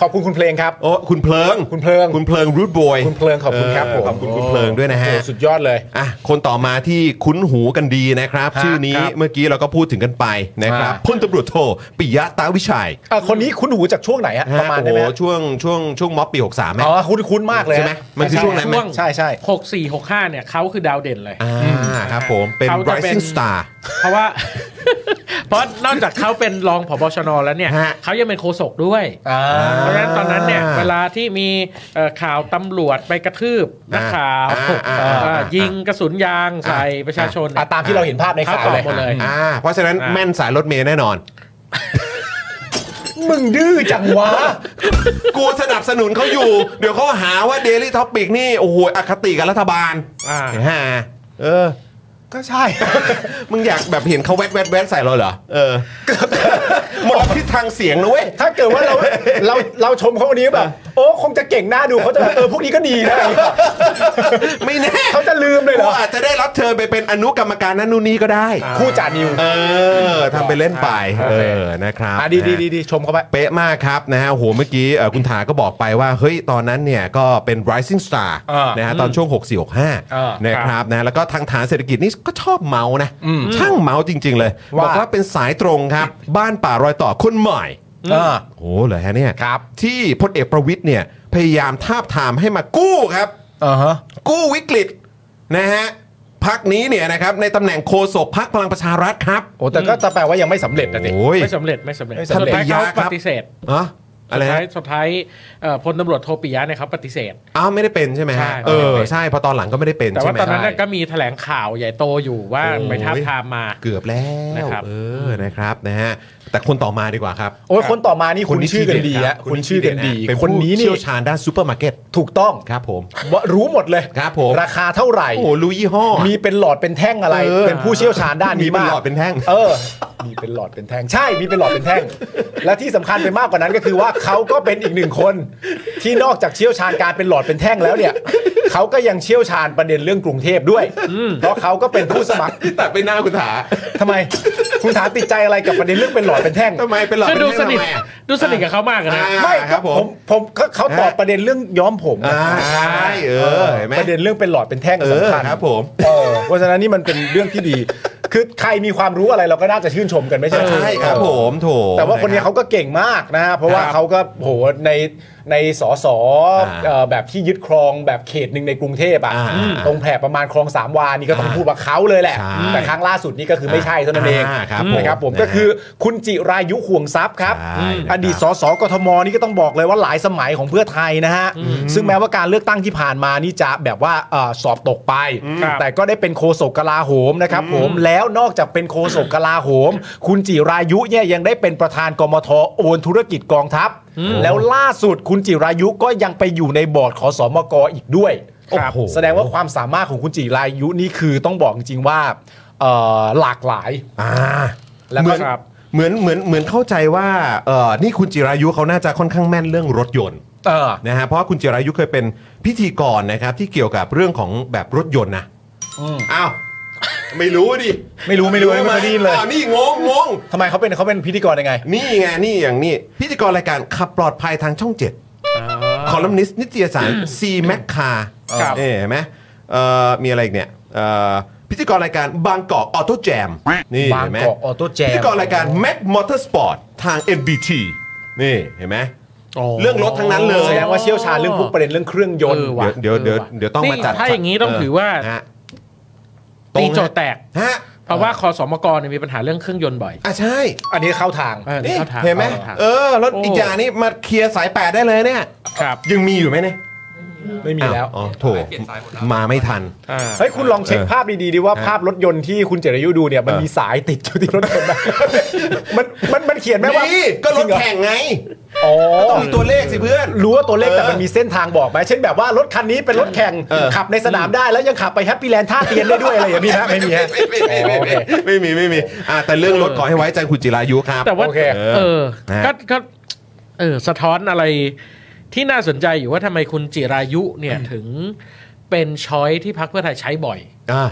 Speaker 3: ขอบคุณคุณเพลงครับ
Speaker 1: โอ้คุณเพลิง
Speaker 3: คุณเพลิง
Speaker 1: คุณเพลิงรูทบอย
Speaker 3: คุณเพลิงขอบคุณครับผม
Speaker 1: ขอบคุณคุณเพลิงด้วยนะฮะ
Speaker 3: โอ้สุดยอดเลย
Speaker 1: อ่ะคนต่อมาที่คุ้นหูกันดีนะครับ
Speaker 3: ฮะ
Speaker 1: ชื่อนี้
Speaker 3: ครับ
Speaker 1: เมื่อกี้เราก็พูดถึงกันไปนะครับ
Speaker 3: อ่า
Speaker 1: พลตำรวจโทปิยะตาวิชัย
Speaker 3: อ่ะคนนี้คุณหูจากช่วงไหนฮะ
Speaker 1: ฮ
Speaker 3: ประมาณ
Speaker 1: โอ้
Speaker 3: ได้ไห
Speaker 1: โห
Speaker 3: ม
Speaker 1: ช่วงช่วงช่วงม็อบปี 63ไหม
Speaker 3: อ๋อคุ้นคุ้นๆมากเลย
Speaker 1: ใช่ไหมมันคือช่วงนั้นไหม
Speaker 3: ใช่ใช่
Speaker 4: หกสี่หกห้าเนี่ยเขาคือดาวเด่นเลย
Speaker 1: อ่าครับผมเป็น
Speaker 4: เขาจะเป็น
Speaker 1: rising star
Speaker 4: เพราะว่า *laughs* เพราะนอกจากเขาเป็นรองผบชนแล้วเนี่ย
Speaker 1: ฮะ
Speaker 4: เขายังเป็นโฆษกด้วย เพราะฉะนั้นตอนนั้นเนี่ยเวลาที่มีเอ่อข่าวตำรวจไปกระทืบนักข่าว
Speaker 1: อ่าอ่า
Speaker 4: เอ่ออ่า
Speaker 1: อ่า
Speaker 4: ยิงกระสุนยางใส่ประชาชน
Speaker 3: อ่ะตามที่เราเห็นภาพในข่าว
Speaker 4: เตอบ
Speaker 3: เลย
Speaker 4: หมดเลย
Speaker 1: อ่าเพราะฉะนั้น
Speaker 4: อ่า
Speaker 1: แม่นสายรถเมย์แน่นอน
Speaker 3: มึงดื้อจังวะ
Speaker 1: กูสนับสนุนเขาอยู่ เดี๋ยวเขาหาว่า Daily Topic นี่ โอ้โหอคติกับรัฐบาล
Speaker 4: อ่า
Speaker 1: ฮะเออ
Speaker 3: ก็ใช่
Speaker 1: *laughs* มึงอยากแบบเห็นเขาแวดแวดแวดใส่เราเหรอเออห *laughs* มดพิษทางเสียงนะเว้ย *laughs*
Speaker 3: ถ้าเกิดว่าเราเราเราชมเขาวันนี้แบบ โอ้คงจะเก่งหน้าดูเขาจะแบบเออพวกนี้ก็ดี *laughs* นะ
Speaker 1: ไม่แน่
Speaker 3: เขาจะลืมเลยเหร
Speaker 1: กู
Speaker 3: อ
Speaker 1: อาจจะได้รับเชิญไปเป็นอนุกรรมการนั่นนู่นนี่ก็ได้
Speaker 3: คู่จานิว
Speaker 1: เออทำไปเล่นไป เออ นะครับ
Speaker 3: อ่ะดีดี
Speaker 1: นะ
Speaker 3: ดีดีชมเขาไป
Speaker 1: เป๊ะมากครับนะฮะโหเมื่อกี้เอ่อคุณถาก็บอกไปว่า เฮ้ย ตอนนั้นเนี่ย ก็เป็น rising star
Speaker 3: อ่าน
Speaker 1: นะฮะตอนช่วง 6465 นะครับนะแล้วก็ทางฐานเศรษฐกิจนี่ก็ชอบเมาส์นะ ช่างเมาส์จริง ๆ เลยบ
Speaker 3: ว่า
Speaker 1: อกว่าเป็นสายตรงครับ บ้านป่ารอยต่อคนใหม่
Speaker 3: อ่า
Speaker 1: โอ้โหเหรอฮะเนี่ย
Speaker 3: ครับ
Speaker 1: ที่พลเอกประวิทย์เนี่ย พยายามทาบทามให้มากู้ครับ
Speaker 3: อ่าฮะ
Speaker 1: กู้วิกฤตนะฮะพักนี้เนี่ยนะครับในตำแหน่งโฆษกพักพลังประชารัฐครับ
Speaker 3: โอ้แต่ก็แต่แปลว่ายังไม่สำเร็จนะดิ
Speaker 1: โอ้ย
Speaker 4: ไม่สำเร็จไม่สำเร็จ
Speaker 1: ไม่
Speaker 4: สุ
Speaker 1: สำ
Speaker 4: ด
Speaker 1: เร็จ
Speaker 4: ท้ายเขา
Speaker 1: ยากครั
Speaker 4: ป
Speaker 1: บ
Speaker 4: ฏิเสธ
Speaker 1: อะอะไร
Speaker 4: สุดท้า
Speaker 1: ฮะ
Speaker 4: ยสุดท้ายเอ่อพลตำรวจโทปิยะเนี่ยเขาปฏิเสธ
Speaker 1: อ้าวไม่ได้เป็นใช่ไหม
Speaker 4: ใช่
Speaker 1: ฮะ
Speaker 4: ไม่ได้เป็น
Speaker 1: เออใช่พอตอนหลังก็ไม่ได้เป็น
Speaker 4: แต่
Speaker 1: ใช่
Speaker 4: ว่า
Speaker 1: ไหม
Speaker 4: ตอนนั้นน่ะ
Speaker 1: ใช่
Speaker 4: ก็มีแถลงข่าวใหญ่โตอยู่ว่า
Speaker 1: โอ้ย
Speaker 4: ไปท้าบทามมา
Speaker 1: เกือบแล้
Speaker 4: นะ
Speaker 1: ว
Speaker 4: ครับ
Speaker 1: เออนะครับนะฮะแต่คนต่อมาดีกว่าครับ
Speaker 3: โอ้ยคนต่อมานี่คุณ
Speaker 1: ที่
Speaker 3: ชื่อกันดีฮะ
Speaker 1: เรับ
Speaker 3: คุณชื่อกันดี
Speaker 1: เป็น
Speaker 3: คนนี้
Speaker 1: ผู้
Speaker 3: นี่
Speaker 1: เชี่ยวชาญด้านซูเปอร์มาร์เก็ต
Speaker 3: ถูกต้อง
Speaker 1: ครับผม
Speaker 3: ว่ารู้หมดเลย
Speaker 1: ครับผม
Speaker 3: ราคาเท่าไหร่
Speaker 1: โอ้โหรู้ยี่ห้อ
Speaker 3: มีเป็นหลอดเป็นแท่งอะไร
Speaker 1: เออ
Speaker 3: เป็นผู้เชี่ยวชาญด้านนี้
Speaker 1: มีเป็
Speaker 3: มา
Speaker 1: น
Speaker 3: ก
Speaker 1: หลอดเป็นแท่ง
Speaker 3: เออ มีเป็นหลอดเป็นแท่ง ใช่ มีเป็นหลอดเป็นแท่ง และที่สำคัญไปมากกว่านั้นก็คือว่าเขาก็เป็นอีกหนึ่งคน ที่นอกจากเชี่ยวชาญการเป็นหลอดเป็นแท่งแล้วเนี่ยเขาก็ยังเชี่ยวชาญประเด็นเรื่องกรุงเทพด้วย เพราะเขาก็เป็นผู้สมัคร
Speaker 1: ตัดไปหน้าคุณถา
Speaker 3: ทำไมคุณถามติดใจอะไรกับประเด็นเรื่องเป็นหลอดเป็นแท่ง
Speaker 1: ทำไมเป็นหลอด
Speaker 4: ก็ดูสนิท
Speaker 1: เป็นแท่งทำไมอะ
Speaker 4: ดูสนิทกับเขามากอะนะ
Speaker 1: อ่า
Speaker 3: ไม่
Speaker 1: ค
Speaker 3: ค
Speaker 1: รั
Speaker 3: รั
Speaker 1: บบ ผ
Speaker 3: ผม มผมเขาเขาตอบประเด็นเรื่องย้อมผม
Speaker 1: อ่าใช่เออเห็นไหม
Speaker 3: ประเด็นเรื่องเป็นหลอดเป็นแท่ง
Speaker 1: เออ
Speaker 3: สำคัญ
Speaker 1: ครับผม
Speaker 3: เออเพราะฉะนั้นนี่มันเป็นเรื่องที่ดี คือใครมีความรู้อะไรเราก็น่าจะชื่นชมกันไม่ใช่เหอ
Speaker 1: ใช่ครับผมโถ
Speaker 3: แต่ว่าคนนี้เขาก็เก่งมากนะฮะเพราะว่า
Speaker 1: ครับ
Speaker 3: เขาก็โหในในสอสอ
Speaker 1: อ่า
Speaker 3: เอ่อแบบที่ยึดครองแบบเขตหนึ่งในกรุงเทพอ่ะ
Speaker 1: อ่า
Speaker 3: ตรงแผลประมาณคลองสามวานี่ก็ต้อง
Speaker 1: อ่า
Speaker 3: พูดว่าเขาเลยแหละ
Speaker 1: ใช่
Speaker 3: แต่ครั้งล่าสุดนี่ก็คือไม่ใช่เท่านั้นเอง
Speaker 1: อ่าครับ
Speaker 3: นะครับ
Speaker 1: ผ
Speaker 3: ผม ม
Speaker 1: นะ
Speaker 3: ก็คือคุณจิรายุห่วงทรัพย์ครับ
Speaker 1: ใช่นะครับ
Speaker 3: อดีตสสกทมนี่ก็ต้องบอกเลยว่าหลายสมัยของเพื่อไทยนะฮะซึ่งแม้ว่าการเลือกตั้งที่ผ่านมานี่จะแบบว่าเอ่อสอบตกไป
Speaker 4: ครับ
Speaker 3: แต่ก็ได้เป็นโคศกกลาโหมนะครับผมแล้วนอกจากเป็นโคศกกลาโหม คุณจิรายุเนี่ยยังได้เป็นประธานกมทโอนธุรกิจกองทัพ แล้วล่าสุดคุณจิรายุก็ยังไปอยู่ในบอร์ดขอสมกอีกด้วย
Speaker 1: ครับโอ้โห
Speaker 3: แสดงว่าความสามารถของคุณจิรายุนี่คือต้องบอกจริงๆว่าเอ่อหลากหลาย
Speaker 1: อ่า
Speaker 3: แล้วก็
Speaker 1: เหมือนเหมือนเหมือนเหมือนเข้าใจว่าเออนี่คุณจิรายุเขาน่าจะค่อนข้างแม่นเรื่องรถยนต์
Speaker 3: เออ
Speaker 1: นะฮะเพราะว่าคุณจิรายุเคยเป็นพิธีกรนะครับที่เกี่ยวกับเรื่องของแบบรถยนต์นะอ้าว ไม่รู้ดิ
Speaker 3: ไม่รู้ไม่รู้ไม่เคยได้ยินเลย
Speaker 1: อ้าวนี่งงงง
Speaker 3: ทำไมเขาเป็นเขาเป็นพิธีกรยังไง
Speaker 1: นี่ไงนี่อย่างนี้พิธีกรรายการขับปลอดภัยทางช่องเจ็ด คอลัมนิสต์นิตยสาร C m a c คา
Speaker 4: ครับ
Speaker 1: เห็นไหมเอ่อมีอะไรอีกเนี่ยเอ่อพิธีกรรายการบางกอกออโต้แจมนี่
Speaker 3: บาง
Speaker 1: เห็นไหม
Speaker 3: กอก Auto Jam
Speaker 1: พิธีกรรายการ Mac Motorsport ทาง MBT นี่เห็นไหม
Speaker 4: อ๋อ
Speaker 1: เรื่องรถทั้งนั้นเลย
Speaker 3: แสดงว่าเชี่ยวชาญเรื่องพวกประเด็นเรื่องเครื่องยนต์
Speaker 4: เออว่ะ
Speaker 1: เดี๋ยวเดี๋ยว
Speaker 4: ออว่ะ
Speaker 1: เดี๋ยวต้องมาจัด
Speaker 4: นี่ถ้าอย่างนี้ต้องถือว่า
Speaker 1: ฮะ
Speaker 4: ตีโจทย์แตก
Speaker 1: ฮะ
Speaker 4: เพราะว่าคอสมกเนี่ยมีปัญหาเรื่องเครื่องยนต์บ่อย
Speaker 1: อ่ะใช่
Speaker 3: อันนี้เข้าทาง
Speaker 4: ออ
Speaker 1: นี่
Speaker 4: ข้าทาง
Speaker 1: เห็นไหม
Speaker 4: ข้าทาง
Speaker 1: เออรถอีกอย่างนี้มาเคลียร์สายแปดได้เลยเนี่ย
Speaker 4: ครับ
Speaker 1: ยังมีอยู่ไหมเนี่ย
Speaker 3: ไม่มีแล้ว
Speaker 1: อ้าอ๋อโถมาไม่ทัน
Speaker 4: อ่า
Speaker 3: เฮ้ย คุณลองเช็คภาพดีๆดีว่าภาพรถยนต์ที่คุณเจริยุดูเนี่ยมัน
Speaker 1: เออ
Speaker 3: มีสายติดอยู่ที่รถยนต์ไหมมันมันมันเขียนไหมว่า
Speaker 1: นี่ก็รถ
Speaker 3: จงเหอ
Speaker 1: แข่งไง
Speaker 3: อ๋อ
Speaker 1: ต้องมีตัวเลขสิเพื่อน
Speaker 3: รู้ว่าตัวเลข
Speaker 1: เออ
Speaker 3: แต่มันมีเส้นทางบอกไหมเช่นแบบว่ารถคันนี้เป็นรถแข่ง
Speaker 1: เออ
Speaker 3: ขับในสนามได้แล้วยังขับไปแฮปปี้แลนด์ท่าเตียนได้ด้วยอะไรอย่างนี้ฮะไม่มีฮะ
Speaker 1: ไม่ไม่ไม่ไม่ไม่มีไม่มีอ่ะแต่เรื่องรถขอให้ไว้ใจคุณจิรายุครับ
Speaker 4: แต่ว่า
Speaker 3: โอเค
Speaker 4: เออ
Speaker 1: นะฮะ
Speaker 4: ก็ก็เออสะท้อนอะไรที่น่าสนใจอยู่ว่าทำไมคุณจิรายุเนี่ยถึงเป็นช้อยที่พักเพื่อไทยใช้บ่อย
Speaker 1: ะ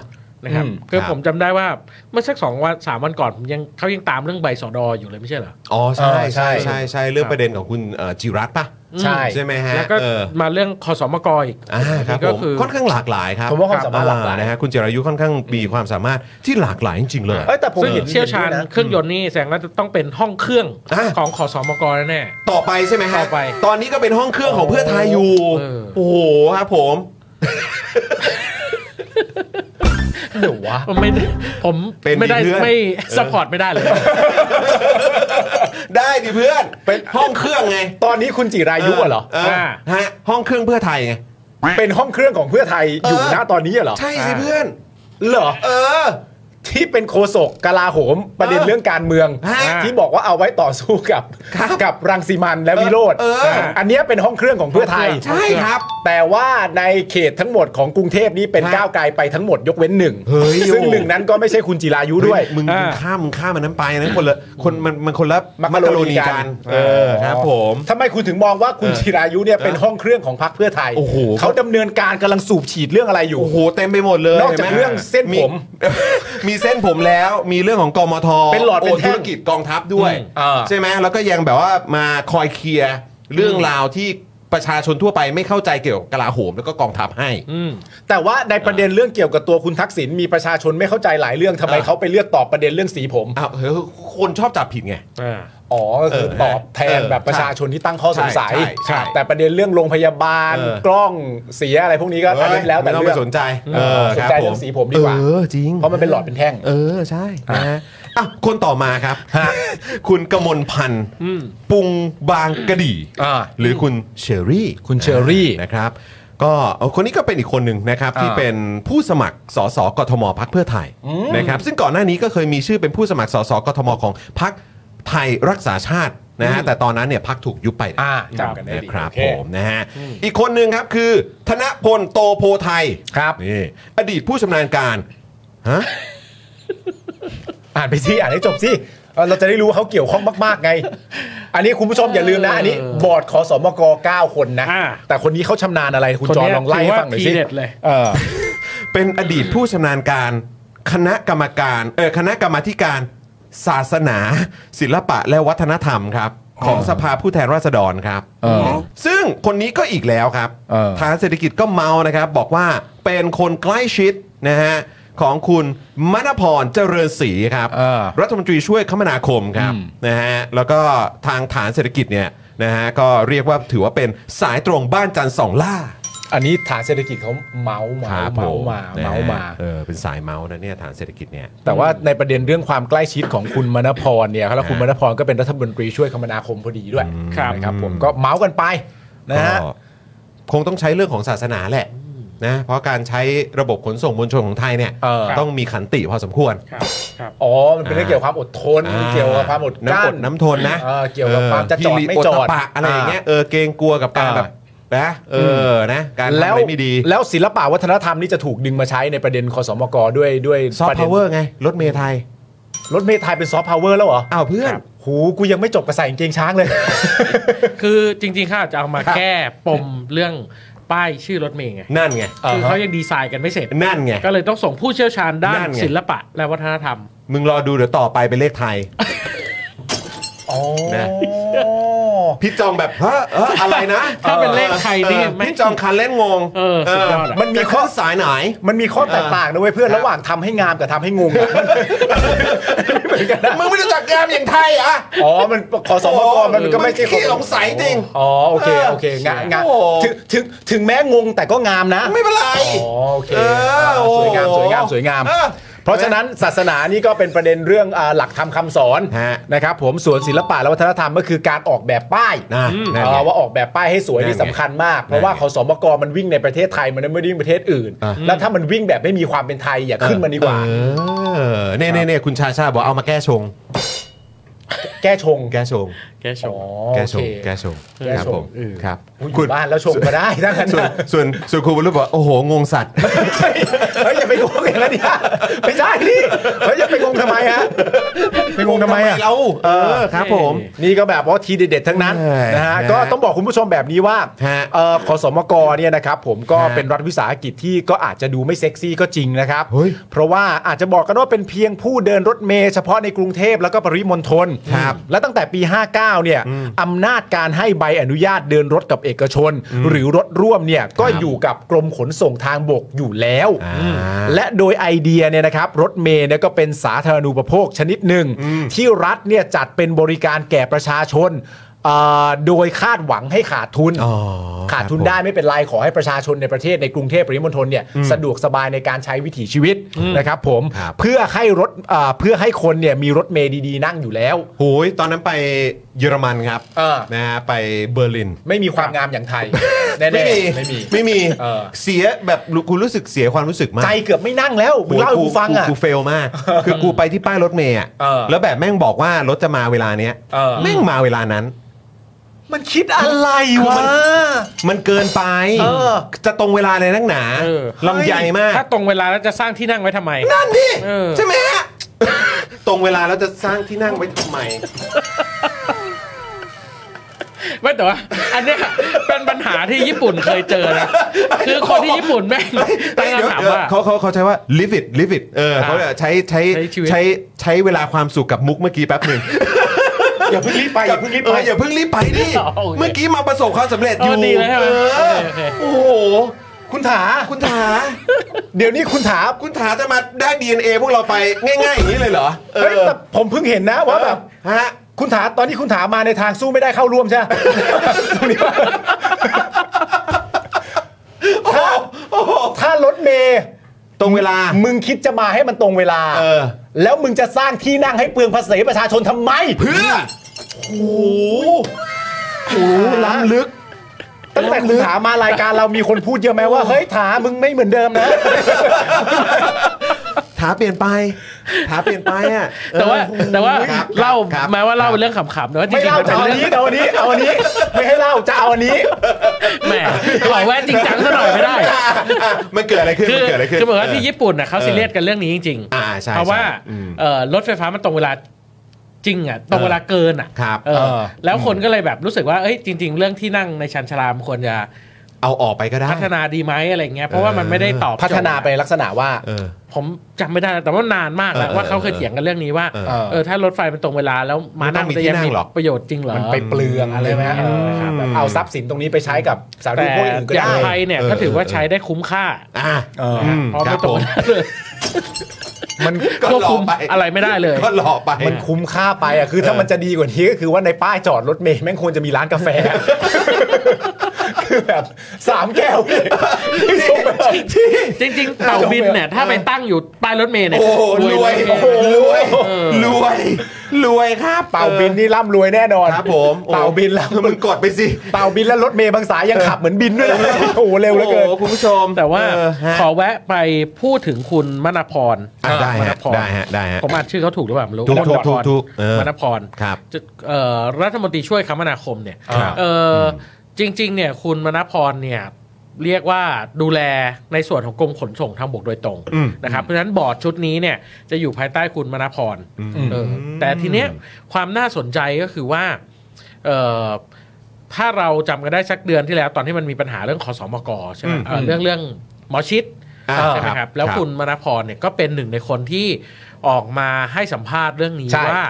Speaker 4: นะครับ
Speaker 3: อืม
Speaker 4: คือ
Speaker 1: ครับ
Speaker 4: ผมจำได้ว่าเมื่อสักสองวันสามวันก่อนผมยังเขายังตามเรื่องใบสอดออยู่เลยไม่ใช่เหรอ
Speaker 1: อ๋อใช่ใช่
Speaker 3: เออใช่
Speaker 1: ใช่ใช่เรื่องประเด็นของคุณเอ่อจิรัตน์ป่ะ
Speaker 3: ใช่
Speaker 1: ใช่ไหมฮะ
Speaker 4: แล้วก็
Speaker 1: เออ
Speaker 4: มาเรื่องคอสมกอีก
Speaker 1: อ่าครับ
Speaker 4: นี่ก็
Speaker 1: ผม
Speaker 4: คือ
Speaker 1: ค่อนข้างหลากหลายครับ
Speaker 3: ผมว่าความสามารถหลากหลาย
Speaker 1: อ่นะฮะคุณจิรายุค่อนข้างมีความสามารถที่หลากหลายจริงๆเลย
Speaker 3: เอ้ยแต่ผม
Speaker 4: ซึ่ง
Speaker 3: เห็น
Speaker 4: เชี่ยวชาญ
Speaker 3: ห็นด้นะ
Speaker 4: เครื่องยนต์นี่แสดงว่าจะต้องเป็นห้องเครื่อง
Speaker 1: อ่ะ
Speaker 4: ของขอสมกแน่
Speaker 1: ต่อไปใช่ไหมฮะ
Speaker 4: ต่อไป
Speaker 1: ตอนนี้ก็เป็นห้องเครื่องของเพื่อไทยอยู่
Speaker 4: เออ
Speaker 1: โอ้โหครับผม
Speaker 3: เดี๋ยววะ
Speaker 4: ๆผมไม่ได้ผม
Speaker 1: เป็น
Speaker 4: ไม่ได้
Speaker 1: ดีเพื่อน
Speaker 4: ไม่สปอร์ตไม่ได้เลย
Speaker 1: *laughs* ได้ดิเพื่อนเป็นห้องเครื่องไง
Speaker 3: ตอนนี้คุณจิรายุอะเหรอ
Speaker 1: ฮะห้องเครื่องเพื่อไทยไง
Speaker 3: เป็นห้องเครื่องของเพื่อไทยอยู่
Speaker 1: เออ
Speaker 3: ณตอนนี้เหรอ
Speaker 1: ใช่สิเพื่อน
Speaker 3: เหรอ
Speaker 1: เออ
Speaker 3: ที่เป็นโคศกกลาโหมประเด็น
Speaker 1: เออ
Speaker 3: เรื่องการเมือง
Speaker 1: ฮะ
Speaker 3: ที่บอกว่าเอาไว้ต่อสู้กับ
Speaker 1: ครับ
Speaker 3: กับรังสีมันและวิโรธ
Speaker 1: เออ
Speaker 3: อันเนี้ยเป็นห้องเครื่องของเพื่อไทย
Speaker 1: ใช่ครับ
Speaker 3: แต่ว่าในเขตทั้งหมดของกรุงเทพนี้เป็น
Speaker 1: ฮะ
Speaker 3: ก้าวไกลไปทั้งหมดยกเว้นหนึ่ง
Speaker 1: เฮ้ย
Speaker 3: ซึ่ง
Speaker 1: โอ้
Speaker 3: หนึ่งนั้นก็ไม่ใช่คุณจิรายุด้วย
Speaker 1: มึง
Speaker 4: อ่า
Speaker 1: มึงข้ามมึงข้ามมันนั้นไปนั้นคนละคนมันมันคนละ
Speaker 3: มักกะโรนีกัน
Speaker 1: เออครับผม
Speaker 3: ทำไมคุณถึงมองว่าคุณ
Speaker 1: เออ
Speaker 3: จิรายุเนี่ยเป็นห้องเครื่องของพรรคเพื่อไทย
Speaker 1: โอ้โห
Speaker 3: เขาดำเนินการกำลังสูบฉีดเรื่องอะไรอยู่
Speaker 1: โอ้โหเต็มไปหมดเลย
Speaker 3: นอกจาก
Speaker 1: ห็ไห
Speaker 3: เรื่องเส้นผม
Speaker 1: มี *laughs* เส้นผมแล้วมีเรื่องของกมท
Speaker 3: เป็นหลอดเป็นแท่ง
Speaker 1: โธุรกิจกองทัพด้วย
Speaker 3: อืมเออ
Speaker 1: ใช่ไหมแล้วก็ยังแบบว่ามาคอยเคลียร์เรื่องราวที่ประชาชนทั่วไปไม่เข้าใจเกี่ยวกับกลาโหมแล้วก็กองทัพให้
Speaker 4: อืม
Speaker 3: แต่ว่าในประเด็นเรื่องเกี่ยวกับตัวคุณทักษิณมีประชาชนไม่เข้าใจหลายเรื่องทำไม
Speaker 1: อ่า
Speaker 3: เขาไปเลือกตอบประเด็นเรื่องสีผม
Speaker 1: อ้าวเฮ้ยคนชอบจับผิดไง
Speaker 4: อ่า
Speaker 3: อ๋อก็คือ
Speaker 1: เออ
Speaker 3: ตอบแทน
Speaker 1: เออ
Speaker 3: แบบประชาชนที่ตั้งข้อสงสัย
Speaker 1: ใช่ใช่ใช่
Speaker 3: แต่ประเด็นเรื่องโรงพยาบาล
Speaker 1: เออ
Speaker 3: กล้องเสียอะไรพวกนี้ก็อันนี้แล้วแต่
Speaker 1: ไม่ต้อง
Speaker 3: เรื่
Speaker 1: ไป
Speaker 3: อง
Speaker 1: สนใจเออ
Speaker 3: สน
Speaker 1: ครับ
Speaker 3: ใจ
Speaker 1: ผม
Speaker 3: เรื่องสีผมดีกว่า
Speaker 1: เออจริง
Speaker 3: เพราะมันเป็นหลอดเป็นแท่ง
Speaker 1: เออ ใช่นะฮะอ่ะคนต่อมาครับ คุณกมลพันธ์ปุงบางกระดี
Speaker 3: อ่า
Speaker 1: หรือคุณเชอรี่
Speaker 3: คุณเชอรี่
Speaker 1: นะครับ ก็เอ่อคนนี้ก็เป็นอีกคนหนึ่งนะครับ ที่
Speaker 3: อ่า
Speaker 1: เป็นผู้สมัครสสกทมพักเพื่อไทยนะครับซึ่งก่อนหน้านี้ก็เคยมีชื่อเป็นผู้สมัครสสกทมของพักไทยรักษาชาตินะฮะแต่ตอนนั้นเนี่ยพักถูกยุบไป
Speaker 3: อ่าจำกันได้ดี
Speaker 1: นะครับ
Speaker 3: โอเค
Speaker 1: ผมนะฮะอีกคนหนึ่งครับคือ ธนพลโตโพไทย
Speaker 3: ครับ
Speaker 1: นี่อดีตผู้ชำนาญการฮะ
Speaker 3: อ่านไปสิอ่านให้จบสิเออเราจะได้รู้ว่าเขาเกี่ยวข้องมาก ๆ ไง อันนี้คุณผู้ชมอย่าลืมนะ อันนี้บอร์ดขอสมก9คนนะ
Speaker 4: อ่า
Speaker 3: แต่คนนี้เขาชำนาญอะไรคุณ
Speaker 4: คน
Speaker 3: จอ
Speaker 4: เนี้ย
Speaker 3: ลองไล่
Speaker 4: ถือ
Speaker 3: ให้
Speaker 4: ว่า
Speaker 3: ฟังหน่อยสิ
Speaker 4: ทีเด็ดเลย
Speaker 3: เออ
Speaker 1: เป็นอดีตผู้ชำนาญการคณะกรรมการเออคณะกรรมาธิการศาสนา ศิลปะและวัฒนธรรมครับ ของสภาผู้แทนราษฎรครับ ซึ่งคนนี้ก็อีกแล้วครับ
Speaker 3: เออ
Speaker 1: ทางเศรษฐกิจก็เมานะครับ บอกว่าเป็นคนใกล้ชิดนะฮะของคุณมณพรเจริญศรีครับ
Speaker 3: เออ
Speaker 1: รัฐมนตรีช่วยคมนาคมครับนะฮะแล้วก็ทางฐานเศรษฐกิจเนี่ยนะฮะก็เรียกว่าถือว่าเป็นสายตรงบ้านจันทร์สองล่า
Speaker 3: อันนี้ฐานเศรษฐกิจเขาเมาส์มา
Speaker 1: ครับผ
Speaker 3: เมาส์
Speaker 1: ม
Speaker 3: มา
Speaker 1: นะฮะ
Speaker 3: เมาส์มา
Speaker 1: เออเป็นสายเมาส์นะเนี่ยฐานเศรษฐกิจเนี่ย
Speaker 3: แต่ว่าในประเด็นเรื่องความใกล้ชิดของคุณมณพรเนี่ยแล้วคุณมณพรก็เป็นรัฐมนตรีช่วยคมนาคมพอดีด้วย
Speaker 4: ครับ
Speaker 3: นะครับผมก็เมาส์กันไปนะฮะ
Speaker 1: ก็คงต้องใช้เรื่องของศาสนาแหละนะเพราะการใช้ระบบขนส่งมวลชนของไทยเนี่ย
Speaker 3: เออ
Speaker 1: ต้องมีขันติพอสมควร
Speaker 4: ครับครับ
Speaker 3: อ๋อมันเป็นเรื่องเกี่ยวกับความอดทนเกี่ยวกับความอดกลั้
Speaker 1: น้ำอน ดน้ำทนนะ
Speaker 3: เออเกี่ยวกับความจะจอด
Speaker 1: ฮิริ
Speaker 3: ไม่จอด
Speaker 1: ตปะอะไรอย่างเงี้ยเออเกรงกลัวกับการ
Speaker 3: อ่า
Speaker 1: แบบนะเออนะการทำ
Speaker 3: แล้ว
Speaker 1: อะไรไม่ดี
Speaker 3: แล้วศิลปะวัฒนธรรมนี่จะถูกดึงมาใช้ในประเด็นคอสมกด้วยด้วย
Speaker 1: ซอฟ
Speaker 3: ปะ
Speaker 1: ต์
Speaker 3: ด็
Speaker 1: พาน วเวอร์ไงรถเมล์ไทย
Speaker 3: รถเมล์ไทยเป็นซอฟต์พาวเวอร์แล้วเหรอ
Speaker 1: อ้าวเพื่อน
Speaker 3: หูกูยังไม่จบกับใส่กางเกงช้างเลย
Speaker 4: คือจริงๆเข้าอาจจะเอามาแก้ปมเรื่องป้ายชื่อรถเมล์ไง
Speaker 1: นั่นไง
Speaker 4: คือเขายังดีไซน์กันไม่เสร็จ
Speaker 1: นั่นไง
Speaker 4: ก็เลยต้องส่งผู้เชี่ยวชาญด้า
Speaker 1: นั่
Speaker 4: น
Speaker 1: นไง
Speaker 4: ศิลปะและวัฒนธรรม
Speaker 1: มึงรอดูเดี๋ยวต่อไปเป็นเลขไทย
Speaker 3: อ๋อ
Speaker 1: นะ พี่จองแบบฮะเออ
Speaker 3: *laughs*
Speaker 1: อะไรนะ
Speaker 4: ถ้าเป็นเลขไทยนี่
Speaker 1: เออ
Speaker 4: ไม่
Speaker 1: พี่จองคันเล่นงง
Speaker 4: เออสุดยอดอะ
Speaker 1: มันมีข้อสาย
Speaker 3: *laughs*
Speaker 1: ไหน
Speaker 3: มันมีข้อแตกต่างนะเว้ยเพื่อนระหว่างทำให้งามกับทำให้งง *laughs* อะมันเหมือนกันนะ
Speaker 1: มึงไม่รู้จักยามอย่างไทยอ่ะ
Speaker 3: อ๋อมันขอสมกมันก็ไม่ใช่
Speaker 1: ขี้สงสัยจริง
Speaker 3: อ๋อโอเคโอเคงางา
Speaker 1: โอ้โห
Speaker 3: ถึงถึงถึงแม้งงแต่ก็งามนะ
Speaker 1: ไม่เป็นไร
Speaker 3: อ๋อโอเค
Speaker 1: เออ
Speaker 3: อ่า
Speaker 1: โอ้
Speaker 3: สวยงามสวยงามสวยงาม
Speaker 1: เออ
Speaker 3: เพราะฉะนั้นศาสนานี่ก็เป็นประเด็นเรื่องอ่าหลักธรรมคำสอน
Speaker 1: ฮะ
Speaker 3: นะครับผมส่วนศิลปะและวัฒนธรรมก็คือการออกแบบป้าย
Speaker 1: นะนั่นไง
Speaker 3: เอ่อว่าออกแบบป้ายให้สวย
Speaker 1: นั่นไง
Speaker 3: ที่สำคัญมาก เพราะ
Speaker 1: นั่นไง
Speaker 3: ว่าขสมกมันวิ่งในประเทศไทยมันไม่ได้วิ่งประเทศอื่น
Speaker 1: อ่ะ
Speaker 3: แล้วถ้ามันวิ่งแบบไม่มีความเป็นไทยอย่าขึ้นมาดีกว่า
Speaker 1: เออเนี่ยเนี่ยเนี่ยคุณชาชาบอกเอามาแก้ชง
Speaker 3: แก้ชง
Speaker 1: แก้ชง
Speaker 4: แก้ช
Speaker 3: อ๋อ
Speaker 4: ม
Speaker 1: แก้
Speaker 3: โอ
Speaker 1: ชง
Speaker 3: เค
Speaker 1: แก้ชง
Speaker 3: แก้
Speaker 1: ครับ
Speaker 3: ชง
Speaker 1: ผม
Speaker 3: เออ
Speaker 1: ครับ
Speaker 3: อย
Speaker 1: คุณ
Speaker 3: บ้านแล้วชงก็ได้ *laughs* ทั้งนั้น
Speaker 1: ส่วน
Speaker 3: นะ
Speaker 1: ส่วนส่วนคุณวรุษบอกโอ้โห งงสัตว์
Speaker 3: เฮ้ยอย่าไปงงอย่างนั้นดิฮะไม่ใช่นี่เฮ้ยอย่าไปงงทำไมฮะไปงงทำไมอะ
Speaker 1: เราเออครับผม
Speaker 3: นี่ก็แบบว่าทีเด็ดๆทั้งนั้น
Speaker 1: เอ้ย
Speaker 3: นะ
Speaker 1: นะ
Speaker 3: ฮะ
Speaker 1: ฮะ
Speaker 3: ก็ต้องบอกคุณผู้ชมแบบนี้ว่า
Speaker 1: ฮะ
Speaker 3: เออขอสมกเนี่ยนะครับผมก็
Speaker 1: ฮะ
Speaker 3: เป็นรัฐวิสาหกิจที่ก็อาจจะดูไม่เซ็กซี่ก็จริงนะครับ
Speaker 1: เฮ้ย
Speaker 3: เพราะว่าอาจจะบอกกันว่าเป็นเพียงผู้เดินรถเมย์เฉพาะในกรุงเทพแล้วก็ปริมณฑล
Speaker 1: ครับ
Speaker 3: และตั้งแต่ปี 59เนี่ยอำนาจการให้ใบอนุญาตเดินรถกับเอกชน หรือรถร่วมเนี่ยก็อยู่กับกรมขนส่งทางบกอยู่แล้ว
Speaker 1: อ่า
Speaker 3: และโดยไอเดียเนี่ยนะครับรถเมล์เนี่ยก็เป็นสาธารณูปโภคชนิดหนึ่ง ที่รัฐเนี่ยจัดเป็นบริการแก่ประชาชนเอ่อโดยคาดหวังให้ขาดทุน
Speaker 1: อ๋อ
Speaker 3: ขาดทุน
Speaker 1: ครับผม
Speaker 3: ได้ไม่เป็นไร ขอให้ประชาชนในประเทศในกรุงเทพปริมณฑลเนี่ยสะดวกสบายในการใช้วิถีชีวิตนะครับผม
Speaker 1: ครับ
Speaker 3: เพื่อให้รถเอ่อเพื่อให้คนเนี่ยมีรถเมล์ดีๆ นั่งอยู่แล้ว
Speaker 1: โหยตอนนั้นไปเยอรมันครับ
Speaker 3: เออ
Speaker 1: นะฮะไปเบอร์ลิน
Speaker 3: ไม่มีความงามอย่างไทยแน่ๆ
Speaker 1: ไม่มี
Speaker 3: ไม่มี
Speaker 1: ไม่มี
Speaker 3: เออ
Speaker 1: เสียแบบคุณรู้สึกเสียความรู้สึกมาก
Speaker 3: ใจเกือบไม่นั่งแล้วมึงเล่าให้กูฟังอ่ะ
Speaker 1: กูเฟลมาก คือกูไปที่ป้ายรถเมย์อะ
Speaker 3: เออ
Speaker 1: แล้วแบบแม่งบอกว่ารถจะมาเวลาเนี้ย
Speaker 3: เออ
Speaker 1: แม่งมาเวลานั้น
Speaker 3: มันคิดอะไรวะ
Speaker 1: มันเกินไป
Speaker 3: เออ
Speaker 1: จะตรงเวลาเลยนักหนา
Speaker 4: เออ
Speaker 1: ลำใหญ่มาก
Speaker 4: ถ้าตรงเวลาแล้วจะสร้างที่นั่งไว้ทำไม
Speaker 1: นั่นดิ
Speaker 4: เออ
Speaker 1: ใช่ไหมฮะ *laughs* ตรงเวลาแล้วจะสร้างที่นั่งไว้ทำไม
Speaker 4: ไม่แต่ว่าอันเนี้ยเป็นปัญหาที่ญี่ปุ่นเคยเจอนะคือคนที่ญี่ปุ่นแม่งตั้ง
Speaker 1: เดี๋ยว
Speaker 4: คำถาม
Speaker 1: เดี๋ยว
Speaker 4: ว่า
Speaker 1: เขาเขาเขาใช้ว่า live it live it เออเขาเนี่ยใช้ใช้
Speaker 4: ใช้ชีวิต
Speaker 1: ใช้ใช้เวลาความสุขกับมุกเมื่อกี้แป๊บหนึ่ง
Speaker 3: อย่าเพิ่งรีบไปอย่าเพิ่งรีบ
Speaker 1: เอ
Speaker 3: ไป
Speaker 1: ออย่าเพิ่งรีบไปดิ
Speaker 4: อ๋อโอเค
Speaker 1: เมื่อกี้มาประสบความสำเร็จอยู่
Speaker 4: เออดีแล้วใช่ไหม
Speaker 1: เออ
Speaker 4: โอเคโอเค
Speaker 1: โอ้โห
Speaker 3: คุณถา
Speaker 1: คุณถา
Speaker 3: เดี๋ยวนี้คุณถา
Speaker 1: คุณถาจะมาได้ DNA พวกเราไปง่ายๆอย่างนี้เลยเหรอ เอ
Speaker 3: เฮ้ย
Speaker 1: อ
Speaker 3: แต่ผมเพิ่งเห็นนะว่าแบบ
Speaker 1: ฮะ
Speaker 3: คุณถาตอนที่คุณถามาในทางสู้ไม่ได้เข้าร่วมใช่ไหม ตรงนี้ว่าถ้าถ้ารถเมย์
Speaker 1: ตรงเวลา
Speaker 3: มึงคิดจะมาให้มันตรงเวลา
Speaker 1: เออ
Speaker 3: แล้วมึงจะสร้างที่นั่งให้เปลืองภาษีประชาชนทำไม
Speaker 1: เพื่อโอ้โหล้ำลึก
Speaker 3: ตั้งแต่คุณถามมารายการเรามีคนพูดเยอะไหมว่า เฮ้ยถามึงไม่เหมือนเดิมนะ
Speaker 1: ถาเปลี่ยนไป ถาเปลี่ยนไปอ่ะ
Speaker 4: แต่ว่า
Speaker 1: เออ
Speaker 4: แต่ว่า
Speaker 1: ครับ
Speaker 4: เล่า
Speaker 1: ครับ
Speaker 4: แม้ว่าเล่าเป็น
Speaker 1: คบ
Speaker 4: เรื่องขำๆแต่ว่าจ
Speaker 3: ไม่
Speaker 4: ริง
Speaker 3: เล่า
Speaker 4: ๆมัน
Speaker 3: จะ
Speaker 4: เป็น
Speaker 3: เอาอัน
Speaker 4: เรื่อง
Speaker 3: นี้เอาอันนี้เอาอันนี้ ไม่ให้เล่าจะเอาอันนี้
Speaker 4: แหมขอแวะจริงจังซะหน่อยไม่ได้
Speaker 1: อ่ะอ่ะมันเกิดอะไรขึ้น
Speaker 4: คือ
Speaker 1: มันเกิดอะไรขึ้น
Speaker 4: คือเหมือนว่าที่ญี่ปุ่นน่ะเขา
Speaker 1: ออ
Speaker 4: ซีเรียสกันเรื่องนี้จริง
Speaker 1: อ่าใช่
Speaker 4: เพราะว่า
Speaker 1: ใช่อืม
Speaker 4: เอ่อรถไฟฟ้ามันตรงเวลาจริงอ่ะตรงเวลาเกินอ่ะ
Speaker 1: ครับ
Speaker 4: เออแล้วคนก็เลยแบบรู้สึกว่าเอ้ยจริง ๆ เรื่องที่นั่งในชันชาลามควรจะ
Speaker 1: เอาออกไปก็ได้
Speaker 4: พัฒนาดีไหมอะไรเงี้ยเพราะว่ามันไม่ได้ตอบโจทย์
Speaker 3: พัฒนาไปลักษณะว่า
Speaker 1: เออ
Speaker 4: ผมจำไม่ได้แล้วแต่ว่านานมากแล้ว
Speaker 1: เออ
Speaker 4: ว่าเขา
Speaker 1: เออ
Speaker 4: เคยเถียงกันเรื่องนี้ว่า
Speaker 1: เออ
Speaker 4: เออถ้ารถไฟมันตรงเวลาแล้วมานั่ง
Speaker 1: มันต้องมี
Speaker 4: จะ
Speaker 1: ที่
Speaker 4: ยัง
Speaker 1: นั่
Speaker 4: มี
Speaker 1: งหรอ
Speaker 4: ประโยชน์จริงเหรอ
Speaker 3: มันไปเปลืองอะไรไหมฮะ
Speaker 4: เออครับ
Speaker 3: แบบเอาทรัพย์สินตรงนี้ไปใช้กับสาธาร
Speaker 4: แต่
Speaker 3: ณูปโภคอื่นก็
Speaker 4: อย่า
Speaker 3: ได้
Speaker 4: งไทยเนี่ย
Speaker 1: เออ
Speaker 4: ก็ถือว่าใช้ได้คุ้มค่า
Speaker 1: อ่ะ
Speaker 3: เออ
Speaker 1: อืม
Speaker 4: เพราะ
Speaker 1: ครั
Speaker 4: ไม่
Speaker 1: บ
Speaker 4: ตร
Speaker 1: ผ
Speaker 4: ง
Speaker 1: ม
Speaker 4: เวลาเลย
Speaker 1: มันก็หลอ
Speaker 4: ควบคุ
Speaker 1: ก
Speaker 4: ม
Speaker 1: ไป
Speaker 4: อะไรไม่ได้เลย
Speaker 1: ก็หลอกไป
Speaker 3: มันคุ้มค่าไปอ่ะคือถ้ามันจะดีกว่านี้ก็คือว่าในป้ายจอดรถเมล์แม่งควรจะมีร้านกาแฟ *laughs* คือแบบสามแก้วเนี่ย
Speaker 4: จริง ๆ เต่าบินเนี่ยถ้าไปตั้งอยู่ใต้รถเมล์เนี่ย
Speaker 1: โอ้โหรวย
Speaker 4: เล
Speaker 1: โอ้โหรวยรวยรวยครับ
Speaker 3: เป่าบินนี่ร่ำรวยแน่นอน
Speaker 1: ครับผม
Speaker 3: เป่าบินแล้ว
Speaker 1: มันกดไปสิ
Speaker 3: เป่าบินแล้วรถเมล์บางสายยังขับเหมือนบินด้วยนะ *laughs* โอ้โหเร็วเหลือเกิน
Speaker 1: โอ้โหคุณผู้ชม
Speaker 4: แต่ว่า
Speaker 1: เออฮะ
Speaker 4: ขอแวะไปพูดถึงคุณมณพร
Speaker 1: อ่ะได้
Speaker 4: มณ
Speaker 1: ฮะ
Speaker 4: พร
Speaker 1: ได้ฮะได้ฮะ
Speaker 4: ผมอ่านชื่อเขาถูกหรือเปล่าไม่รู้
Speaker 1: ถูกถูกถูกถูกเออ
Speaker 4: มณพร
Speaker 1: ครับ
Speaker 4: จะเอ่อรัฐมนตรีช่วยคมนาคมเนี่ย
Speaker 1: ครับ
Speaker 4: เอ่ออจริง ๆ เนี่ยคุณมณพรเนี่ยเรียกว่าดูแลในส่วนของกรมขนส่งทางบกโดยตรง
Speaker 1: อืม
Speaker 4: นะครับเพราะฉะนั้นบอร์ดชุดนี้เนี่ยจะอยู่ภายใต้คุณมณพรเออแต่ทีเนี้ยความน่าสนใจก็คือว่าเอ่อถ้าเราจำกันได้สักเดือนที่แล้ว ตอนที่มันมีปัญหาเรื่องขอสมกใช่ไหม
Speaker 1: อืม
Speaker 4: เอ่อเรื่องเรื่องหมอชิด
Speaker 1: อ่า
Speaker 4: ใช่ไหมครับแล้วคุณมณพรเนี่ยก็เป็นหนึ่งในคนที่ออกมาให้สัมภาษณ์เรื่องนี้
Speaker 3: ใช่
Speaker 4: ว่า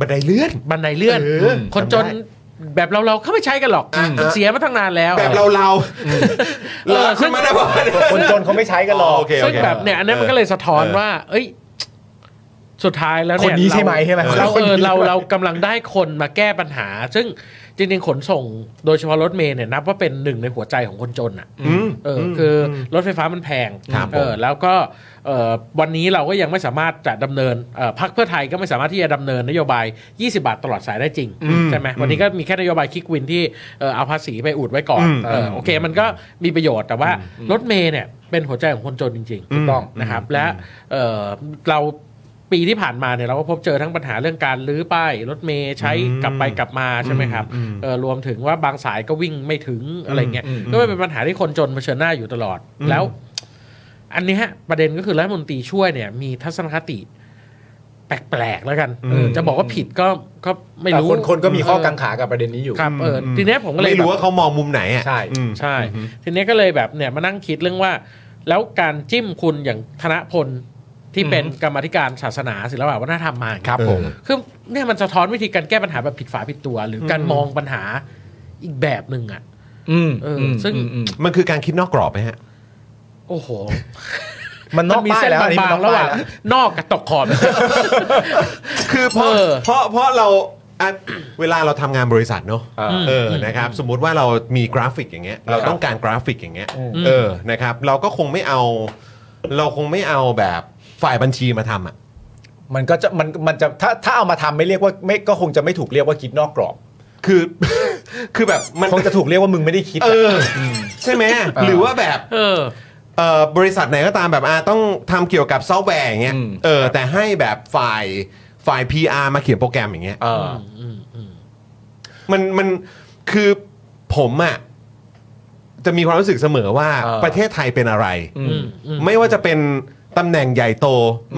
Speaker 1: บันไดเลื่อน
Speaker 4: บันไดเลื่อน
Speaker 1: เออ
Speaker 4: คนจน
Speaker 1: จำได้
Speaker 4: แบบเราเราๆเขาไม่ใช้กันหรอก
Speaker 1: อ่ะอ่ะ
Speaker 4: เสียมาตั้งนานแล้ว
Speaker 1: แบบเราเรา
Speaker 4: เออ
Speaker 1: เรา
Speaker 4: ซึ่
Speaker 1: ขึ้น
Speaker 4: ง
Speaker 1: มาได้ป่ะ
Speaker 3: คนจนเขาไม่ใช้กันหรอก
Speaker 1: โอเคโอ
Speaker 4: ซึ่ง
Speaker 1: เค
Speaker 4: แบบเนี่ยอันนี้นมันก็เลยสะท้อนว่า เอ้ย สุดท้ายแล้ว
Speaker 3: ค
Speaker 4: เนี่
Speaker 3: น
Speaker 4: ย
Speaker 3: นี้ใช่ไหม
Speaker 4: เรา
Speaker 3: ใช่ไหม
Speaker 4: เรา
Speaker 3: คน
Speaker 4: เอ
Speaker 3: นี้
Speaker 4: อเราเรากำลังได้คนมาแก้ปัญหา ซึ่งจริงๆขนส่งโดยเฉพาะรถเมล์เนี่ยนับว่าเป็นหนึ่งในหัวใจของคนจนอ่ะเอออคือรถไฟฟ้ามันแพง
Speaker 1: ครับ
Speaker 4: เออแล้วก็เอ่อวันนี้เราก็ยังไม่สามารถจะดำเนินเอ่อพรรคเพื่อไทยก็ไม่สามารถที่จะดำเนินนโยบาย 20 บาทตลอดสายได้จริงใช่ไหมวันนี้ก็มีแค่นโยบายคิกวินที่เอ่อเอาภาษีไปอุดไว้ก่อน
Speaker 1: อืม
Speaker 4: เออโอเค มันก็มีประโยชน์แต่ว่ารถเมล์เนี่ยเป็นหัวใจของคนจนจริง ๆ
Speaker 1: ถูกต้อง
Speaker 4: นะครับและเอ่อเราปีที่ผ่านมาเนี่ยเราก็พบเจอทั้งปัญหาเรื่องการลื้อป้ายรถเมย์ใช้กลับไปกลับมาใช่ไหมครับเอ่อรวมถึงว่าบางสายก็วิ่งไม่ถึงอะไรเงี้ยก็เป็นปัญหาที่คนจนเผชิญหน้าอยู่ตลอดแล้ว อันเนี้ยประเด็นก็คือรัฐมนตรีช่วยเนี่ยมีทัศนคติ แปลกๆแล้วกันเออจะบอกว่าผิดก็ก็ไม่
Speaker 3: แต่
Speaker 4: รู้
Speaker 3: คนคนก็มีข้อกังขากับประเด็นนี้อยู่
Speaker 4: ครับเออทีเนี้ยผมก็เลย
Speaker 1: ไม่
Speaker 4: แบบ
Speaker 1: รู้ว่าเขามองมุมไหนอ่ะ
Speaker 3: ใช่
Speaker 1: อืม
Speaker 4: ใช่ ทีเนี้ยก็เลยแบบเนี่ยมานั่งคิดเรื่องว่า แล้วการจิ้มคุณอย่างธนพลที่เป็นกรรมาธิการศาสนาศิลปะวัฒนธรรมมาอย่าง
Speaker 1: ค
Speaker 4: เงี้ย
Speaker 1: รับผม
Speaker 4: คือเนี่ยมันสะท้อนวิธีการแก้ปัญหาแบบผิดฝาผิดตัว หรือการมองปัญหาอีกแบบหนึ่งอ่ะ
Speaker 3: อืม
Speaker 4: เอออซึ่ง
Speaker 1: มันคือการคิดนอกกรอบไหมฮะ
Speaker 4: โอ้โห
Speaker 3: มันน
Speaker 4: มั
Speaker 3: อก
Speaker 4: มี
Speaker 3: ป้าย
Speaker 4: เส้น
Speaker 3: แล้วอันนี้
Speaker 4: บา
Speaker 3: มันน
Speaker 4: ง
Speaker 3: อก
Speaker 4: ๆระห
Speaker 3: ป้า
Speaker 4: ว่าย ง
Speaker 3: แล้ว
Speaker 4: นอกกับตกขอบ *laughs*
Speaker 1: คือเพราะ
Speaker 4: เออ
Speaker 1: เพราะเพราะเราอ่ะเวลาเราทำงานบริษัทเนอะ
Speaker 3: อ่า
Speaker 1: เออนะครับสมมุติว่าเรามีกราฟิกอย่างเงี้ยเราต้องการกราฟิกอย่างเงี้ยเออนะครับเราก็คงไม่เอา เราคงไม่เอาแบบฝ่ายบัญชีมาทำอ่ะ
Speaker 3: มันก็จะมันมันจะถ้าถ้าเอามาทำไม่เรียกว่าไม่ก็คงจะไม่ถูกเรียกว่าคิดนอกกรอบ
Speaker 1: คือ *laughs* คือแบบมัน
Speaker 3: คงจะถูกเรียกว่ามึงไม่ได้คิด
Speaker 1: เออใช่ไหมหรือว่าแบบ
Speaker 4: เออ
Speaker 1: เออบริษัทไหนก็ตามแบบอ่ะต้องทำเกี่ยวกับซอฟต์แวร์อย่างเงี้ยเออแต่ให้แบบฝ่ายฝ่าย PR มาเขียนโปรแกรมอย่างเงี้ย
Speaker 3: เออ
Speaker 1: มันมันคือผมอะจะมีความรู้สึกเสมอว่า
Speaker 3: เออ
Speaker 1: ประเทศไทยเป็นอะไร
Speaker 4: อืมอืม
Speaker 1: ไม่ว่าจะเป็นตำแหน่งใหญ่โต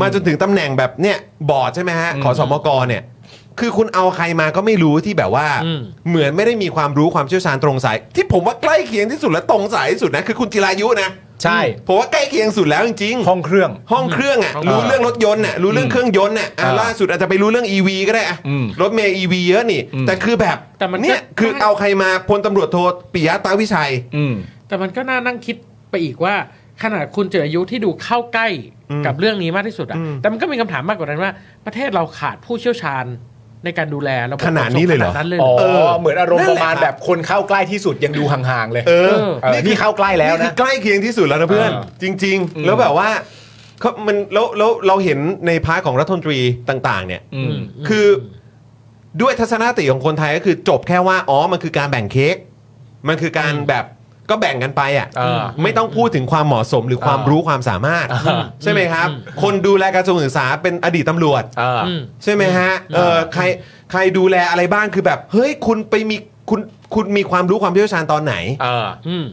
Speaker 1: มาจนถึงตำแหน่งแบบเนี่ยบอร์ดใช่ไหมฮะขอสมกเนี่ย คือคุณเอาใครมาก็ไม่รู้ที่แบบว่า
Speaker 4: อืม
Speaker 1: เหมือนไม่ได้มีความรู้ความเชี่ยวชาญตรงสาย ที่ผมว่าใกล้เคียงที่สุดและตรงสายที่สุดนะคือคุณจิรายุนะ
Speaker 3: ใช่
Speaker 1: ผมว่าใกล้เคียงสุดแล้วจริงๆ
Speaker 3: ห้องเครื่อง
Speaker 1: ห้องเครื่องอ่ะ
Speaker 4: ห้อง
Speaker 1: รู้
Speaker 4: เครื่อง
Speaker 1: เรื่องรถยนต์อ่ะรู้เรื่องเครื่องยนต์อ่ะอ่ะ
Speaker 3: อ่า
Speaker 1: ล่าสุดอาจจะไปรู้เรื่อง EV ก็ได้อ่ะ
Speaker 3: อืม
Speaker 1: รถเมย์ EV เยอะนี่
Speaker 3: อืม
Speaker 1: แต่คือแบบ
Speaker 4: แต่มันก็
Speaker 1: เนี่ยคือเอาใครมาพลตำรวจโทปิยะตาวิชัย
Speaker 3: อืม
Speaker 4: แต่มันก็น่านั่งคิดไปอีกว่า ขนาดคุณเจออายุที่ดูเข้าใกล้กับเรื่องนี้มากที่สุดอะแต่มันก็มีคำถามมากกว่านั้นว่า ประเทศเราขาดผู้เชี่ยวชาญ ในการดูแลระบบ
Speaker 1: ขนาดนี้เลยเหรอ
Speaker 4: ขนาดนั้นเลย
Speaker 3: อ๋
Speaker 4: เห
Speaker 3: อ
Speaker 4: รอ
Speaker 3: เหมือนอารม
Speaker 1: นั่
Speaker 3: ณ์
Speaker 1: น
Speaker 3: ป
Speaker 1: แหละ
Speaker 3: ระมาณแบบคนเข้าใกล้ที่สุดยังดู *laughs* ห่างๆเลย
Speaker 1: เออ
Speaker 3: เออนี่เข้าใกล้แล้ว
Speaker 1: นี่
Speaker 3: นะ
Speaker 1: คือใกล้เคียงที่สุดแล้วนะเพื่อน
Speaker 3: เออ
Speaker 1: จริง ๆ แล้วแบบว่าเขามันแล้วแล้วเราเห็นในพาร์ทของรัฐมนตรีต่าง ๆ เนี่ย
Speaker 3: อืม
Speaker 1: คือด้วยทัศนคติของคนไทยก็คือจบแค่ว่าอ๋อมันคือการแบ่งเค้กมันคือการแบบก็แบ่งกันไปอ่ะ
Speaker 3: เออ
Speaker 1: ไม่ต้องพูดถึงความเหมาะสมหรือความ
Speaker 3: เออ
Speaker 1: รู้ความสามารถ ใช่ไหมครับ คนดูแลกระทรวงศึกษาเป็นอดีตตำรวจ
Speaker 3: เออ
Speaker 4: ม
Speaker 1: ใช่ไหมฮะ เออใครใครดูแลอะไรบ้างคือแบบ เฮ้ย คุณไปมีคุณคุณมีความรู้ความเชี่ยวชาญตอนไหน
Speaker 3: เออ
Speaker 4: อืม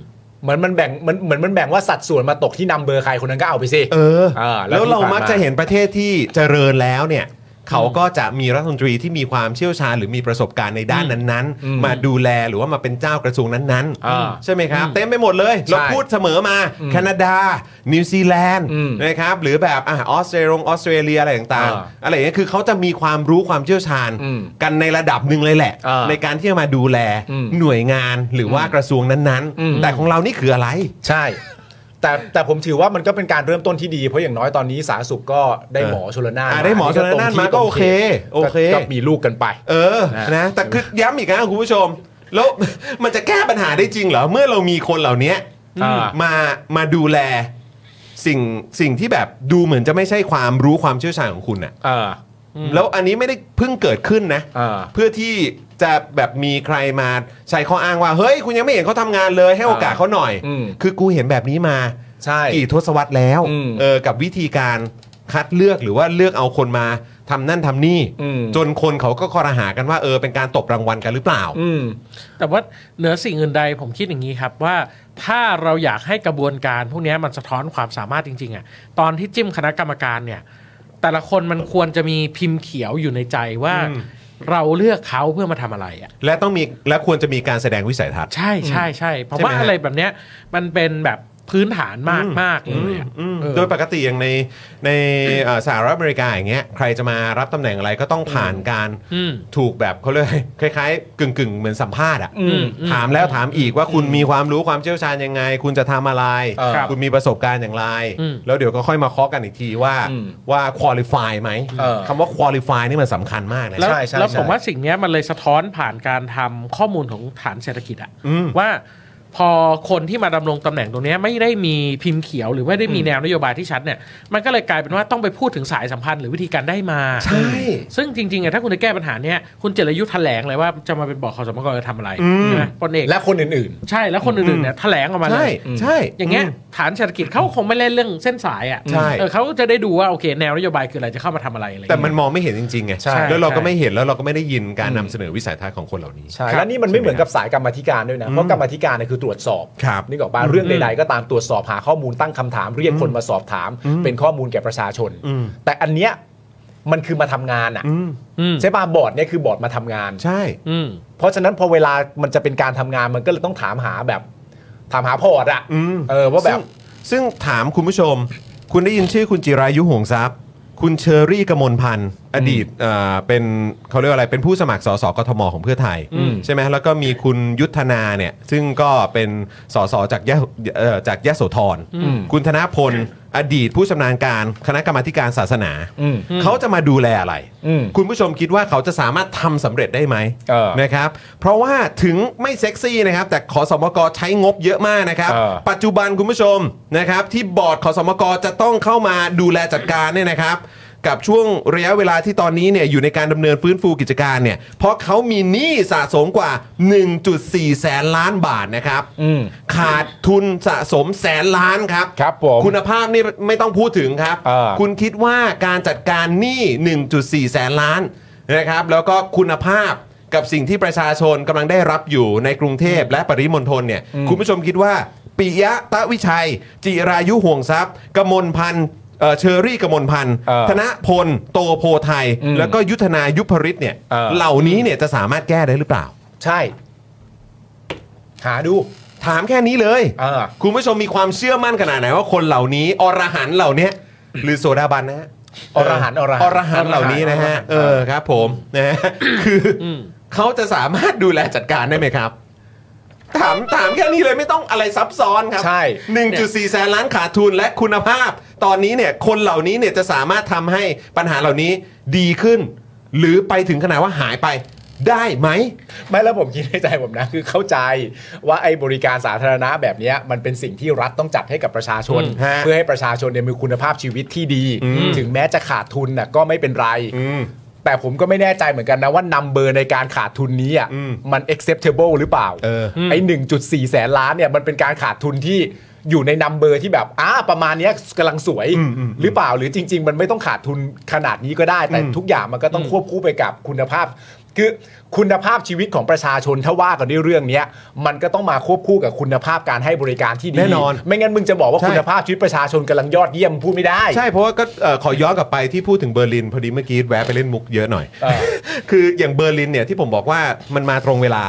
Speaker 3: เหมือนมันแบ่งเหมือนเหมือนมันแบ่งว่าสัดส่วนมาตกที่นำเบอร์ใครคนนั้นก็เอาไปสิ
Speaker 1: เออ
Speaker 3: เออแล้
Speaker 1: แล้ว ว
Speaker 3: ที่
Speaker 1: เรา
Speaker 3: ผ่านมา
Speaker 1: มักจะเห็นประเทศที่เจริญแล้วเนี่ย เขาก็จะมีรัฐมนตรีที่มีความเชี่ยวชาญหรือมีประสบการณ์ในด้านนั้นๆ มาดูแลหรือว่ามาเป็นเจ้ากระทรวงนั้น
Speaker 3: อ่า
Speaker 1: ๆ ใช่ไหมครับ เต็มไปหมดเลยเราพูดเสมอมาแคนาดา นิวซีแลนด์
Speaker 3: อืม
Speaker 1: นะครับหรือแบบอ่ะออสเตรเลียออสเตรเลียอะไรต่าง
Speaker 3: อ่า
Speaker 1: ๆ อะไรอย่างเงี้ยคือเขาจะมีความรู้ความเชี่ยวชาญ
Speaker 3: อืม
Speaker 1: กันในระดับหนึ่งเลยแหละ
Speaker 3: อ่า
Speaker 1: ในการที่จะมาดูแล
Speaker 3: อืม
Speaker 1: หน่วยงานหรือว่ากระทรวงนั้น
Speaker 3: อืม
Speaker 1: ๆ แต่ของเรานี่คืออะไร
Speaker 3: ใช่ แต่แต่ผมถือว่ามันก็เป็นการเริ่มต้นที่ดี เพราะอย่างน้อยตอนนี้สาธารณสุขก็ได้
Speaker 1: เออ
Speaker 3: หมอชลนาน
Speaker 1: อ่ะได้หมอชลนานมาก็โอเคโอเค
Speaker 3: ก็มีลูกกันไป
Speaker 1: เออ
Speaker 3: นะ
Speaker 1: นะ แต่คือย้ำอีกนะคุณผู้ชม แล้ว *laughs* มันจะแก้ปัญหาได้จริงเหรอ เมื่อเรามีคนเหล่านี้
Speaker 3: อ่า
Speaker 1: มา มาดูแล สิ่ง สิ่งที่แบบดูเหมือนจะไม่ใช่ความรู้ความเชี่ยวชาญของคุณน่ะ
Speaker 3: เออ
Speaker 1: แล้วอันนี้ไม่ได้เพิ่งเกิดขึ้นนะ
Speaker 3: อ่า
Speaker 1: เพื่อที่จะแบบมีใครมาใช้ข้ออ้างว่า เฮ้ย คุณยังไม่เห็นเขาทำงานเลย ให้โอกาสเขาหน่อย
Speaker 3: อืม
Speaker 1: คือกูเห็นแบบนี้มา
Speaker 3: ใช่
Speaker 1: กี่ทศวรรษแล้ว
Speaker 3: อืม
Speaker 1: เออกับวิธีการคัดเลือกหรือว่าเลือกเอาคนมาทำนั่นทำนี่
Speaker 3: อืม
Speaker 1: จนคนเขาก็คอรหากันว่าเออเป็นการตบรางวัลกันหรือเปล่า
Speaker 3: อืม
Speaker 4: แต่ว่าเหนือสิ่งอื่นใดผมคิดอย่างนี้ครับว่าถ้าเราอยากให้กระบวนการพวกเนี้ยมันสะท้อนความสามารถจริงๆอะ่ะตอนที่จิ้มคณะกรรมการเนี่ย แต่ละคนมันควรจะมีพิมพ์เขียวอยู่ในใจว่า
Speaker 1: อืม
Speaker 4: เราเลือกเขาเพื่อมาทำอะไรอ่ะ
Speaker 1: และต้องมีและควรจะมีการแสดงวิสัยทัศน์
Speaker 4: ใช่ใช่ใช่เพราะว่า
Speaker 1: ใช่ไหมฮะ
Speaker 4: อะไรแบบเนี้ยมันเป็นแบบพื้นฐานมากมากๆเลยอะ
Speaker 1: อืม
Speaker 4: เออ
Speaker 1: โดยปกติอย่างในในเอ่อสหรัฐอเมริกาอย่างเงี้ยใครจะมารับตำแหน่งอะไรก็ต้องผ่านการ
Speaker 4: อืม
Speaker 1: ถูกแบบเขาเรียก *laughs* อะไรคล้ายๆ กึ่งกึ่งๆเหมือนสัมภาษณ์อ่ะ
Speaker 4: อืม
Speaker 1: ถามแล้วถามอีกว่าคุณมีความรู้ความเชี่ยวชาญยังไง คุณจะทำอะไร
Speaker 4: ครับ
Speaker 1: คุณมีประสบการณ์อย่างไร
Speaker 4: อืม
Speaker 1: แล้วเดี๋ยวก็ค่อยมาเคาะกันอีกทีว่า
Speaker 3: อืม
Speaker 1: ว่าคุริฟายไหม
Speaker 3: เออ
Speaker 1: คำว่าคุริฟายนี่มันสำคัญมากนะ
Speaker 4: แล้ว
Speaker 3: ใช่ใช่
Speaker 4: แล้ว
Speaker 3: ใช่
Speaker 4: ผมว่าสิ่งเนี้ยมันเลยสะท้อนผ่านการทำข้อมูลของฐานเศรษฐกิจอะ
Speaker 1: อืม
Speaker 4: *laughs* ว่าพอคนที่มาดำรงตำแหน่งตรงเนี้ยไม่ได้มีพิมพ์เขียวหรือไม่ได้มีแนวนโยบายที่ชัดเนี่ยมันก็เลยกลายเป็นว่าต้องไปพูดถึงสายสัมพันธ์หรือวิธีการได้มา
Speaker 1: ใช่
Speaker 4: ซึ่งจริงๆอะถ้าคุณจะแก้ปัญหาเนี้ยคุณเจรยุทธ์แถลงเลยว่าจะมาเป็นบอกขสมกจะทำอะไร
Speaker 1: อืม
Speaker 4: ใช่ไหมพลเอก
Speaker 3: และคนอื่น
Speaker 4: ใช่แล้วคนอื่นๆเนี่ยแถลงออกมาเล
Speaker 1: ใช่
Speaker 4: ย
Speaker 1: ใช่
Speaker 4: อย่างเงี้ยฐานเศรษฐกิจเขาคงไม่เล่นเรื่องเส้นสายอ่ะ
Speaker 1: ใช่
Speaker 4: เออเขาก็จะได้ดูว่าโอเคแนวนโยบายคืออะไรจะเข้ามาทำอะไรอะไรอย่าง
Speaker 1: แต่
Speaker 4: เงี้ย
Speaker 1: มันมองไม่เห็นจริงๆไง
Speaker 4: ใช่
Speaker 1: แล้วเราก็
Speaker 4: ใช่
Speaker 1: ไม่เห็นแล้วเราก็ไม่ได้ยินการนำเสนอวิสัยทัศน์ของคนเหล่านี้
Speaker 3: ๆ ใช่ และนี่มันไม่เหมือนกับสายกรรมาธิการด้วยนะ เพราะกรรมาธิการเนี่ยคือตรวจสอบ
Speaker 1: ครับ
Speaker 3: นึกออกป่ะเรื่องใดๆก็ตามตรวจสอบหาข้อมูลตั้งคำถาม เรียกคนมาสอบถาม เป็นข้อมูลแก่ประชาชน
Speaker 1: อืม
Speaker 3: แต่อันเนี้ยมันคือมาทำงานอ่ะ
Speaker 1: อืม
Speaker 4: อืม
Speaker 3: ใช่ป่ะบอร์ดเนี่ยคือบอร์ดมาทำงาน
Speaker 1: ใช่
Speaker 4: อืม
Speaker 3: เพราะฉะนั้นพอเวลามันจะเป็นการทำงานมันก็เลยต้องถามหาแบบ ถามหาพอร์ตอะ
Speaker 1: อืม
Speaker 3: เออว่าแบบ
Speaker 1: ซึ่งซึ่งถามคุณผู้ชม คุณได้ยินชื่อคุณจิรายุห่วงทรัพย์ คุณเชอรี่กมลพันธ์ อดีตเอ่อเป็นเขาเรียกว่าอะไรเป็นผู้สมัครสสกทมของเพื่อไทย ใช่ไหมแล้วก็มีคุณยุทธนาเนี่ยซึ่งก็เป็นสสจากยะเอ่อจากยะโสธรคุณธนพล อดีตผู้ชำนาญการคณะกรรมาธิการศาสนา
Speaker 3: อืม
Speaker 1: เขาจะมาดูแลอะไร
Speaker 3: อืม
Speaker 1: คุณผู้ชมคิดว่าเขาจะสามารถทำสำเร็จได้ไหม
Speaker 3: เออ
Speaker 1: นะครับ เพราะว่าถึงไม่เซ็กซี่นะครับ แต่ขอสมกใช้งบเยอะมากนะครับ
Speaker 3: เออ
Speaker 1: ปัจจุบันคุณผู้ชมนะครับ ที่บอร์ดขอสมกจะต้องเข้ามาดูแลจัดการเนี่ยนะครับ กับช่วงระยะเวลาที่ตอนนี้เนี่ยอยู่ในการดำเนินฟื้นฟูกิจการเนี่ย เพราะเขามีหนี้สะสมกว่า 1.4 แสนล้านบาทนะครับ
Speaker 3: อืม
Speaker 1: ขาดทุนสะสมแสนล้านครับ
Speaker 3: ครับผม
Speaker 1: คุณภาพนี่ไม่ต้องพูดถึงครับ
Speaker 3: อ่า
Speaker 1: คุณคิดว่าการจัดการหนี้ 1.4 แสนล้านนะครับ แล้วก็คุณภาพกับสิ่งที่ประชาชนกำลังได้รับอยู่ในกรุงเทพและปริมณฑลเนี่ย คุณผู้ชมคิดว่า ปิยะตะวิชัย จิรายุห่วงทรัพย์กมลพันธ์เอ่อเชอรี่กมลพันธ์
Speaker 3: เออ
Speaker 1: ธนพล โตโพไทย
Speaker 3: อืม
Speaker 1: แล้วก็ยุทธนายุพริตเนี่ย
Speaker 3: เออ
Speaker 1: เหล่านี้เนี่ยจะสามารถแก้ได้หรือเปล่า
Speaker 3: ใช่ หาดู
Speaker 1: ถามแค่นี้เลย
Speaker 3: เออ
Speaker 1: คุณผู้ชมมีความเชื่อมั่นขนาดไหนว่าคนเหล่านี้อรหันต์เหล่านี้หรือโสดาบันนะฮะ
Speaker 3: อรหันต์อรหันต์
Speaker 1: อรหันต์เหล่านี้นะฮะเออครับผมนะฮะ คืออเขาจะสามารถดูแลจัดการได้ไหมครับ ถามถามแค่นี้เลยไม่ต้องอะไรซับซ้อนครั
Speaker 3: ใช่
Speaker 1: 1.4 แสนล้านขาดทุนและคุณภาพ ตอนนี้เนี่ยคนเหล่านี้เนี่ยจะสามารถทำให้ปัญหาเหล่านี้ดีขึ้น หรือไปถึงขนาดว่าหายไปได้ไหม
Speaker 3: ไม่แล้วผมคิดในใจผมนะคือเข้าใจว่าไอ้บริการสาธารณะแบบเนี้ยมันเป็นสิ่งที่รัฐต้องจัดให้กับประชาชน
Speaker 1: อืมฮะ
Speaker 3: เพื่อให้ประชาชนเนี่ยมีคุณภาพชีวิตที่ดี
Speaker 1: อืม
Speaker 3: ถึงแม้จะขาดทุนน่ะก็ไม่เป็นไร
Speaker 1: อืม
Speaker 3: แต่ผมก็ไม่แน่ใจเหมือนกันนะว่าน u m เบอร์ในการขาดทุนนี้อ่ะ
Speaker 1: อืม
Speaker 3: มัน acceptable หรือเปล่า
Speaker 1: เออ
Speaker 3: ไอ้หนึ่งจุดสี่แสนล้านเนี่ยมันเป็นการขาดทุนที่อยู่ในนัมเบอร์ที่แบบอ้าประมาณเนี้ยกำลังสวย หรือเปล่าหรือจริง ๆ มันไม่ต้องขาดทุนขนาดนี้ก็ได้ แต่ทุกอย่างมันก็ต้องควบคู่ไปกับคุณภาพ คือคุณภาพชีวิตของประชาชนถ้าว่ากันด้วยเรื่องเนี้ยมันก็ต้องมาควบคู่กับคุณภาพการให้บริการที่ดี
Speaker 1: แน่นอน
Speaker 3: ไม่งั้นมึงจะบอกว่า
Speaker 1: ใช่
Speaker 3: คุณภาพชีวิตประชาชนกำลังยอดเยี่ยมพูดไม่ได้
Speaker 1: ใช่เพราะว่าก็เอ่อขอย้อนกลับไปที่พูดถึงเบอร์ลิน พอดีเมื่อกี้แวะไปเล่นมุกเยอะหน่อย
Speaker 3: เออ
Speaker 1: คืออย่างเบอร์ลินเนี่ยที่ผมบอกว่ามันมาตรงเวลา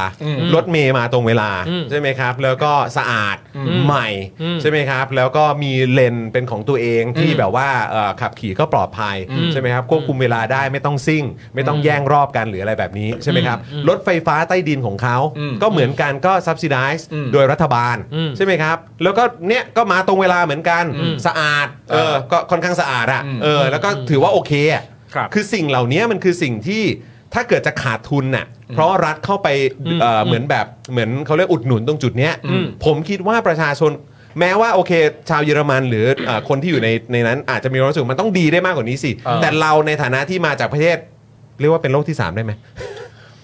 Speaker 1: รถเมย์มาตรงเวลา
Speaker 4: อืม
Speaker 1: ใช่ไหมครับ แล้วก็สะอาดใหม่
Speaker 4: อืม
Speaker 1: ใช่ไหมครับ แล้วก็มีเลนเป็นของตัวเองที่แบบว่าเอ่อขับขี่ก็ปลอดภัยใช่ไหมครับควบคุมเวลาได้ไม่ต้องซิ่ง ไม่ต้องแย่งรอบกันหรืออะไรแบบนี้ใช่ไหมครับรถไฟฟ้าใต้ดินของเขาก็เหมือนกันก็ subsidize โดยรัฐบาล
Speaker 4: อืม
Speaker 1: ใช่ไหมครับ แล้วก็เนี่ยก็มาตรงเวลาเหมือนกันสะอาดเออก็ค่อนข้างสะอาดอ่ะเออแล้วก็ถือว่าโอเคอะ
Speaker 4: ครับ
Speaker 1: คือสิ่งเหล่านี้มันคือสิ่งที่ถ้าเกิดจะขาดทุนน่ะเพราะรัฐเข้าไปเอ่ออเหมือนแบบเหมือนเขาเรียกอุดหนุนตรงจุดเนี้ย
Speaker 4: อืม
Speaker 1: ผมคิดว่าประชาชนแม้ว่าโอเค ชาวเยอรมันหรือเอ่อคนที่อยู่ในในนั้นอาจจะมีความรู้สึกมันต้องดีได้มากกว่านี้สิ
Speaker 3: เออ
Speaker 1: แต่เราในฐานะที่มาจากประเทศ เรียกว่าเป็นโลกที่ 3 ได้ไหม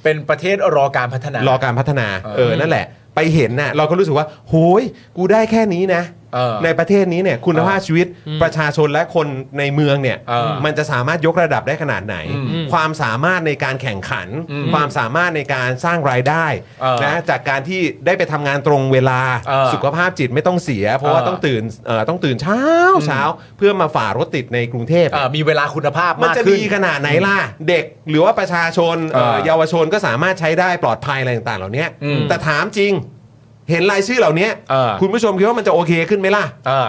Speaker 3: เป็นประเทศรอการพัฒนาร ร
Speaker 1: อการพัฒนา
Speaker 3: เออ
Speaker 1: เออนั่นแหละ ไปเห็นน่ะเราก็รู้สึกว่าโหยกูได้แค่นี้นะ
Speaker 3: เออ
Speaker 1: ในประเทศนี้เนี่ยคุณภาพชีวิตประชาชนและคนในเมืองเนี่ย
Speaker 3: เออ
Speaker 1: มันจะสามารถยกระดับได้ขนาดไหน ความสามารถในการแข่งขัน ความสามารถในการสร้างรายได้
Speaker 3: เออ
Speaker 1: นะจากการที่ได้ไปทำงานตรงเวลา
Speaker 3: เออ
Speaker 1: สุขภาพจิตไม่ต้องเสีย เพราะว่า
Speaker 3: เออ
Speaker 1: ต้องตื่นเอ่อต้องตื่นเช้าเช้าเพื่อมาฝ่ารถติดในกรุงเทพ
Speaker 3: เอ่อมีเวลาคุณภาพ
Speaker 1: มัน
Speaker 3: มาก
Speaker 1: จะ
Speaker 3: ขึ้น
Speaker 1: ดีขนาดไหนล่ะ เด็กหรือว่าประชาชนเอ่อ
Speaker 3: เออ
Speaker 1: เยาวชนก็สามารถใช้ได้ปลอดภัยอะไรต่างๆ เหล่านี้
Speaker 3: อืม
Speaker 1: แต่ถามจริง เห็นรายชื่อเหล่านี้
Speaker 3: เออ
Speaker 1: คุณผู้ชมคิดว่ามันจะโอเคขึ้นไหมล่ะ
Speaker 3: อ่า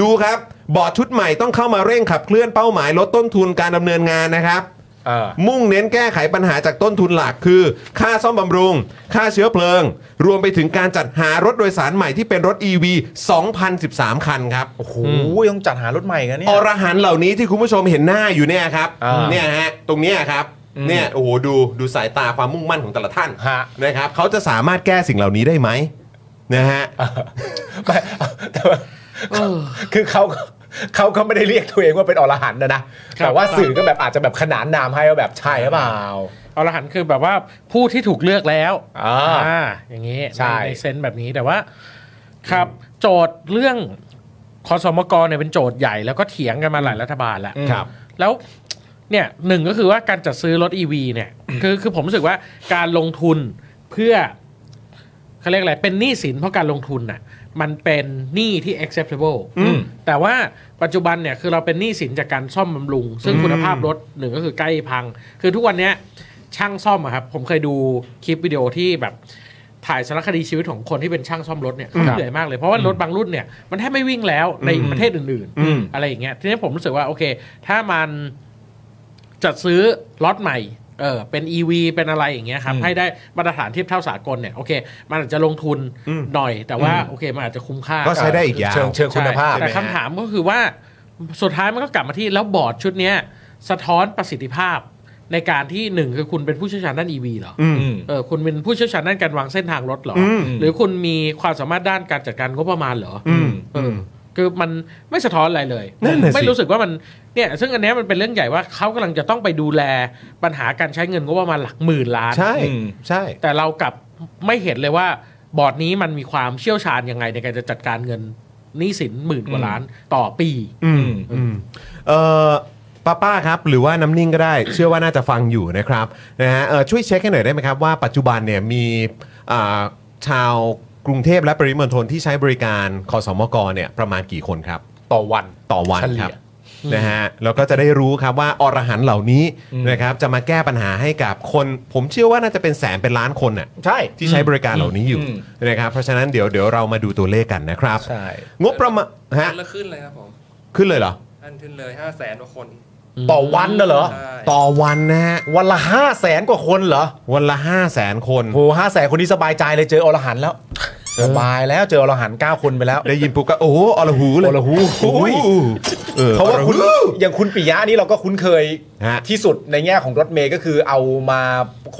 Speaker 1: ดูครับ บอร์ดชุดใหม่ต้องเข้ามาเร่งขับเคลื่อนเป้าหมายลดต้นทุนการดำเนินงานนะครับ
Speaker 3: เออ
Speaker 1: มุ่งเน้นแก้ไขปัญหาจากต้นทุนหลักคือ ค่าซ่อมบำรุง ค่าเชื้อเพลิง รวมไปถึงการจัดหารถโดยสารใหม่ที่เป็นรถ EV 2013 คันครับ
Speaker 3: โอ้โหต้องจัดหารถใหม่กันเนี่ย
Speaker 1: อรหันต์เหล่านี้ที่คุณผู้ชมเห็นหน้าอยู่เนี่ยครับ
Speaker 3: อ่า
Speaker 1: เนี่ยฮะตรงเนี้ยครับเนี่ยโอ้โหดูดูสายตาความมุ่งมั่นของแต่ละท่าน
Speaker 3: ฮะ *laughs*
Speaker 1: นะครับเขาจะสามารถแก้สิ่งเหล่านี้ได้ไหมนะฮะ
Speaker 3: ไม่ *laughs* แต่ว่าคือเขาเขาก็ไม่ได้เรียกตัวเองว่าเป็นอรหันต์นะนะ
Speaker 4: ครับ
Speaker 3: แต่ว่าสื่อก็แบบอาจจะแบบขนานนามให้ว่าแบบใช่หรือเปล่า
Speaker 4: เอาละหันต์คือแบบว่าผู้ที่ถูกเลือกแล้ว
Speaker 3: อ่า
Speaker 4: อย่างนี้
Speaker 3: ใช่
Speaker 4: ในเซนส์แบบนี้แต่ว่า ครับ โจทย์เรื่องคอสมกรเนี่ยเป็นโจทย์ใหญ่แล้วก็เถียงกันมาหลายรัฐบาลแล้ว
Speaker 1: ครับ
Speaker 4: แล้วเนี่ยหนึ่งก็คือว่าการจัดซื้อรถ EV เนี่ย คือคือผมรู้สึกว่าการลงทุนเพื่อเขาเรียกอะไร เป็นหนี้สินเพราะการลงทุนน่ะมันเป็นหนี้ที่ acceptable แต่ว่าปัจจุบันเนี่ยคือเราเป็นหนี้สินจากการซ่อมบำรุง ซึ่งคุณภาพรถหนึ่งก็คือใกล้พัง คือทุกวันเนี้ยช่างซ่อมอะครับ ผมเคยดูคลิปวิดีโอที่แบบถ่ายสารคดีชีวิตของคนที่เป็นช่างซ่อมรถเนี่ยเขาเหนื่อยมากเลยเพราะว่ารถบางรุ่นเนี่ยมันแทบไม่วิ่งแล้วในประเทศอื่น ๆ อะไรอย่างเงี้ยทีนี้ผมรู้สึกว่าโอเค ถ้ามัน จัดซื้อล็อตใหม่ เออ เป็น EV เป็นอะไรอย่างเงี้ยครับ ให้ได้มาตรฐานเทียบเท่าสากลเนี่ย โอเค มันอาจจะลงทุนหน่อย แต่ว่า โอเค มันอาจจะคุ้มค่า
Speaker 1: ก็ใช้ได้อีกยาว
Speaker 3: เชิงเชิงคุณภาพ
Speaker 4: ใช่แต่คำถามก็คือว่า สุดท้ายมันก็กลับมาที่แล้วบอร์ดชุดเนี้ย สะท้อนประสิทธิภาพ ในการที่หนึ่งคือคุณเป็นผู้เชี่ยวชาญด้าน EV เหรอ เออคุณเป็นผู้เชี่ยวชาญด้านการวางเส้นทางรถเหรอ หรือคุณมีความสามารถด้านการจัดการงบประมาณเหรออเออคือมันไม่สะท้อนอะไรเลย
Speaker 1: นั่นน่ะสิ
Speaker 4: ไม่รู้สึกว่ามันเนี่ยซึ่งอันเนี้ยมันเป็นเรื่องใหญ่ว่าเขากำลังจะต้องไปดูแลปัญหาการใช้เงินงบประมาณหลักหมื่นล้าน
Speaker 1: ใช่ใช่
Speaker 4: แต่เรากลับไม่เห็นเลยว่าบอร์ดนี้มันมีความเชี่ยวชาญยังไงในการจะจัดการเงินหนี้สินหมื่นกว่าล้านต่อปี
Speaker 1: เออป้าป้าครับหรือว่าน้ำนิ่งก็ได้ *coughs* เชื่อว่าน่าจะฟังอยู่นะครับนะฮะเอ่อช่วยเช็คให้หน่อยได้ไหมครับว่าปัจจุบันเนี่ยมีอ่าชาวกรุงเทพและปริมณฑลที่ใช้บริการคอสมกเนี่ยประมาณกี่คนครับ
Speaker 3: ต่อวัน
Speaker 1: ต่อวัน
Speaker 3: เฉลี่
Speaker 1: ค
Speaker 3: ย
Speaker 1: รับนะฮะแล้วก็จะได้รู้ครับว่าอรหันต์เหล่านี้นะครับจะมาแก้ปัญหาให้กับคน ผมเชื่อว่าน่าจะเป็นแสนเป็นล้านคนน่ะ
Speaker 3: ใช่
Speaker 1: ที่ใช้บริการเหล่านี้อยู่
Speaker 3: อืม
Speaker 1: นะครับเพราะฉะนั้นเดี๋ยวเดี๋ยวเรามาดูตัวเลขกันนะครับ
Speaker 3: ใช่
Speaker 1: งบประมาณฮะ
Speaker 6: อันละขึ้นเลยครับผม
Speaker 1: ขึ้นเลยเหรอ
Speaker 6: อันขึ้นเลยห้าแสนกว่าคน
Speaker 3: ต่อวันน่ะเหรอ
Speaker 6: ใช่
Speaker 1: ต่อวันนะฮะ
Speaker 3: วันละห้าแสนกว่าคนเหรอ
Speaker 1: วันละ 5 0 0 0 0 0 คน
Speaker 3: โหห้าแสนคนนี้สบายใจเลยเจออรหันต์แล้ว สบายแล้วเจออรหันต์9คนไปแล้ว
Speaker 1: ได้ยินปุ๊บก็โอ้โหอลหูเลย
Speaker 3: อลหู
Speaker 1: อุ้ยออ
Speaker 3: เพราะว่าคุณ
Speaker 1: อลหู
Speaker 3: อย่างคุณปิยะนี่เราก็คุ้นเคย
Speaker 1: ฮะ
Speaker 3: ที่สุดในแง่ของรถเมย์ก็คือเอามา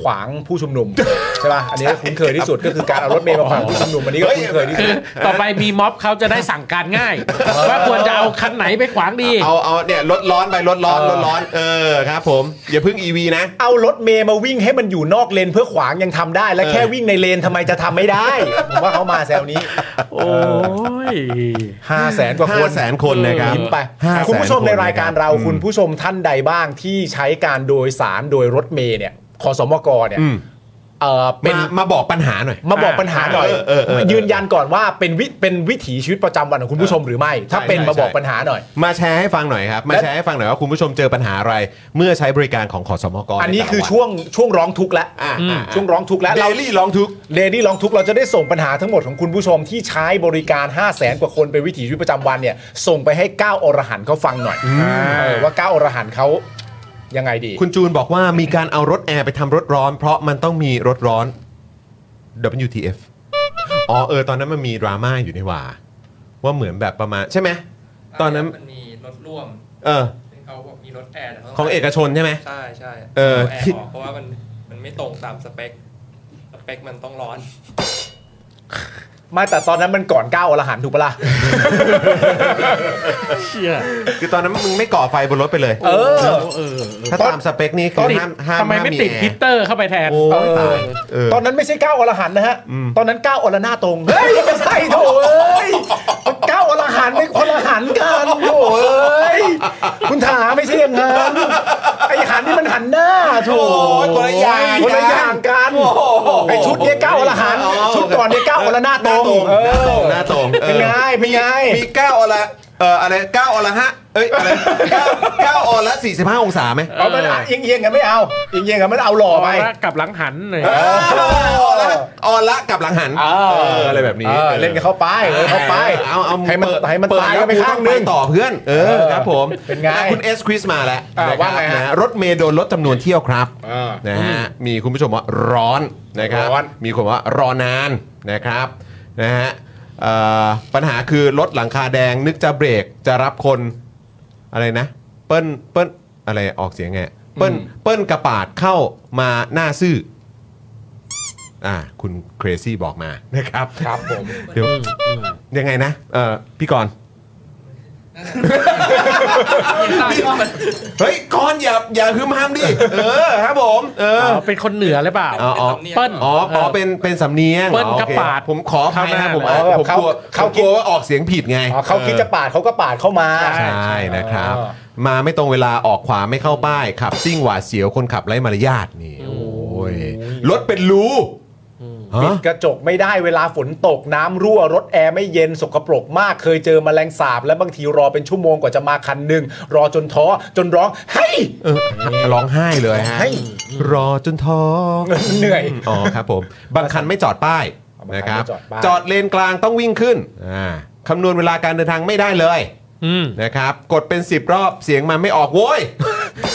Speaker 3: ขวางผู้ชุมนุ
Speaker 1: *laughs*
Speaker 3: ม ใช่ป่ะอันนี้ก็คุ้นเคยที่สุดก็คือการเอารถเมย์มาขวางผู้ชุมนุมอันนี้ก็คุ้นเคยที่สุด
Speaker 4: ต่อ *laughs* ไปมีม็อบเขาจะได้สั่งการง่าย *laughs* ว่าควรจะเอาคันไหนไปขวางดี
Speaker 1: เอาเอาเนี่ยรถร้อนไปรถร้อนรถร้อน เออครับ ผมอย่าเพึ่ง EV นะ
Speaker 3: เอารถเมย์มาวิ่งให้มันอยู่นอกเลนเพื่อขวางยังทำได้ และ
Speaker 1: เออ
Speaker 3: แค่วิ่งในเลนทำไมจะทำไม่ได้ ผมว่าเขามาแซวนี้
Speaker 4: โอ้ย
Speaker 3: ห้าแสนกว่าค
Speaker 1: ห้าน แสนคนนะครับ
Speaker 3: ยิ้มไป
Speaker 1: 500,000
Speaker 3: คุณผู้ชมในรายการเรา
Speaker 1: คนนะครับ
Speaker 3: คุณผู้ชมท่านใดบ้างที่ใช้การโดยสารโดยรถเมย์เนี่ยคอสมกเนี่ย
Speaker 1: อืม
Speaker 3: เอ่อเป็น
Speaker 1: มามาบอกปัญหาหน่อย
Speaker 3: มาบอกปัญหาหน่อย
Speaker 1: เออเออเออ
Speaker 3: ยืนยันก่อนว่าเป็นวิเป็นวิถีชีวิตประจำวันของคุณผู้ชมหรือไม่ ถ้า
Speaker 1: ใช่
Speaker 3: เป็น
Speaker 1: ใช่
Speaker 3: มาบอก
Speaker 1: ใช่
Speaker 3: ปัญหาหน่อย
Speaker 1: มาแชร์ให้ฟังหน่อยครับ มาแชร์ให้ฟังหน่อยว่าคุณผู้ชมเจอปัญหาอะไร เมื่อใช้บริการของขอสมก
Speaker 3: อันนี้คือ
Speaker 1: ใแต่ละวั
Speaker 3: ช่วงช่วงร้องทุกข์แล้ว
Speaker 1: อ่า
Speaker 4: อืม
Speaker 1: อ่า
Speaker 3: ช่วงร้องทุกข์แล้ว
Speaker 1: เด
Speaker 3: เรา
Speaker 1: ลี่ร้องทุกข์
Speaker 3: เดลี่ร้องทุกข์เราจะได้ส่งปัญหาทั้งหมดของคุณผู้ชมที่ใช้บริการ 5 0 0แสนกว่าคนเป็นวิถีชีวิตประจำวันเนี่ยส่งไปให้ก้าวอรหันต์เขาฟังหน่อยเออว่าก้าวอรหันต์เขายังไงดี
Speaker 1: คุณจูนบอกว่ามีการเอารถแอร์ไปทำรถร้อน เพราะมันต้องมีรถร้อน WTF อ๋อเออ ตอนนั้นมันมีดราม่าอยู่ในหว่า ว่าเหมือนแบบประมาณ ใช่ไหม ตอนนั้น
Speaker 6: มันมีรถร่วม
Speaker 1: เออ
Speaker 6: ที่เขาบอกมีรถแอร์แต่ขา
Speaker 1: ของเอกชนใช่ไหม
Speaker 6: ใช่ใช่
Speaker 1: เออ
Speaker 6: แอร์ออกเพราะว่ามันมันไม่ตรงตามสเปคสเปคมันต้องร้อน
Speaker 3: มาแต่ตอนนั้นมันก่อนก้าวอรหันต์ถูกปะล่ะ
Speaker 4: เชี่ย
Speaker 1: คือตอนนั้นมึงไม่ก่อไฟบนรถไปเลย
Speaker 3: เออ
Speaker 4: เออ
Speaker 1: ถ้าตามสเปคนี่คือห้ามห้าม
Speaker 4: ทำไมไม่ติด
Speaker 1: ห้า
Speaker 4: ฮิตเตอร์เข้าไปแทน
Speaker 1: โอ้ยตายเออ
Speaker 3: ตอนนั้นไม่ใช่ก้าวอรหันต์นะฮะ ตอนนั้นก้าวอรหน้าตรง เฮ้ยไม่ใช่โถเอ้ยมันก้าวอรหันต์ไม่คนละหันต์กันโถเอ้ยคุณถาไม่ใช่อย่างนั้นไอหันนี่มันหันหน้าโถ
Speaker 1: โอ้ยคนละอย่างกัน
Speaker 3: คนละอย่างกันไอชุดเนี้ยก้าวอรหันต์
Speaker 1: อ๋อ
Speaker 3: ชุดก่อนเนี้ยก้าวอรหน้าตรง
Speaker 1: หน้าตรงหน้าตรง
Speaker 3: เออเป็นไงเป็นไง
Speaker 1: มีเก้าอละเอออะไรเก้าอละฮะเอ้ยอะไรเก้าเก้าอละสี่สิบห้าองศาไหม
Speaker 3: เอามันเอียงเอียงๆกันไม่เอาเอียงเอียงๆกันมันเอาหล่อไป
Speaker 4: เอาละกลับหลังหันหน่อย
Speaker 1: เอออละอละกับหลังหัน
Speaker 3: เออ
Speaker 1: เอออะไรแบบนี้
Speaker 3: เออเล่นกันเข้าไปเล่นเข้าไป
Speaker 1: เอาเอา
Speaker 3: ให้มัน
Speaker 1: เปิด
Speaker 3: ให้มัน
Speaker 1: เปิด
Speaker 3: ตาย
Speaker 1: แล้ว
Speaker 3: กั
Speaker 1: น
Speaker 3: ไปข้างหนึง
Speaker 1: ต่อเพื่อน เออครับผม
Speaker 3: เป็นไง
Speaker 1: อ่ะคุณเอสคริสมาแล้ว
Speaker 3: อ่ะ
Speaker 1: นะครับ
Speaker 3: ว่าไงฮะ
Speaker 1: นะรถเมย์โดนลดจำนวนเที่ยวครับ
Speaker 3: อ่า
Speaker 1: นะฮะมีคุณผู้ชมว่าร้อนนะครับ
Speaker 3: ร้อน
Speaker 1: มีคนว่ารอนานนะครับนะฮะเอ่อปัญหาคือรถหลังคาแดงนึกจะเบรกจะรับคนอะไรนะ เปิ้ลเปิ้ลอะไรออกเสียงไงเปิ้ลเปิ้ลกระปาดเข้ามาหน้าซื่ออ่าคุณเครซี่บอกมานะครับ
Speaker 3: ครับผม
Speaker 1: เดี๋ยวยังไงนะเอ่อพี่กรณ์เฮ้ยกรณ์อย่าอย่าฮึมห้ามดิเออครับผมเออ
Speaker 4: เอาเป็นคนเหนือหรือเปล่า
Speaker 1: อ๋ออ๋อ
Speaker 4: เปิ้ล
Speaker 1: อ๋ออ๋อเป็นเป็นสำเนียง
Speaker 4: เปิ้ล
Speaker 1: อ๋อโอค
Speaker 4: กระปาด
Speaker 1: ผมขออภัยนะครับผม
Speaker 4: เข้าหน้า
Speaker 1: ผมกลัว
Speaker 3: เข้า
Speaker 1: ผมกลัวว่าออกเสียงผิดไง
Speaker 3: อ๋อเขาคิดจะปาดเขาก็ปาดเข้ามา
Speaker 1: ใช่นะครับ
Speaker 3: อ๋อ
Speaker 1: มาไม่ตรงเวลาออกขวาไม่เข้าป้ายขับซิ่งหวาดเสียวคนขับไร้มารยาทนี่โอ้ยรถเป็นรูฮะ
Speaker 3: กระจกไม่ได้เวลาฝนตกน้ำรั่วรถแอร์ไม่เย็นสกปรกมาก เคยเจอแมลงสาบ และบางทีรอเป็นชั่วโมงกว่าจะมาคันหนึ่งรอจนท้อจนร้องเฮ้ย
Speaker 1: เออร้องไห้เลยฮะ
Speaker 3: ให้
Speaker 1: รอจนท้อง
Speaker 3: เหนื่อย
Speaker 1: อ๋อครับผมบางคันไม่จอดป้าย
Speaker 3: บางคันไม่
Speaker 1: นะครับ
Speaker 3: จอดป้าย
Speaker 1: จอดเลนกลางต้องวิ่งขึ้นอ่าคำนวณเวลาการเดินทางไม่ได้เลย
Speaker 4: อืม
Speaker 1: นะครับ กดเป็น 10 รอบเสียงมันไม่ออกโว้ย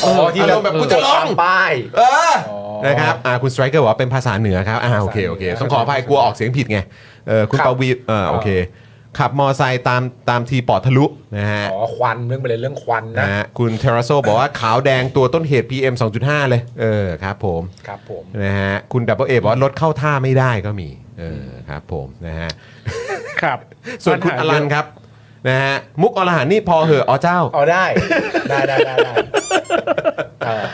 Speaker 3: อ๋อที่เรา
Speaker 1: อารมณ์แบบกูจะลอง
Speaker 3: ป้าย
Speaker 1: เอออ
Speaker 3: อ
Speaker 1: นะครับอ่าคุณสไตรเกอร์บอกว่าเป็นภาษาเหนือครับอ่าโอเคโอเคต้องขออภัยกลัวออกเสียงผิดไงเออคุณปวีเออโอเค ขับมอไซค์ตามตามทีปอดทะลุนะฮะ
Speaker 3: อ๋อควันเรื่องไปเลยเรื่องควันนะ
Speaker 1: นะฮะคุณเทราโซบอกว่าขาวแดงตัวต้นเหตุ PM 2.5 เลย เออครับผม
Speaker 3: ครับผม
Speaker 1: นะฮะคุณดับเบิลเอบอกว่ารถเข้าท่าไม่ได้ก็มีเออครับผมนะฮะ
Speaker 4: ครับ
Speaker 1: ส่วนคุณอลันครับนะฮะมุกอรหันต์นี่พอเหอะอ๋อเจ้า
Speaker 3: เอาได้ ได้ได้ได้ได้เออ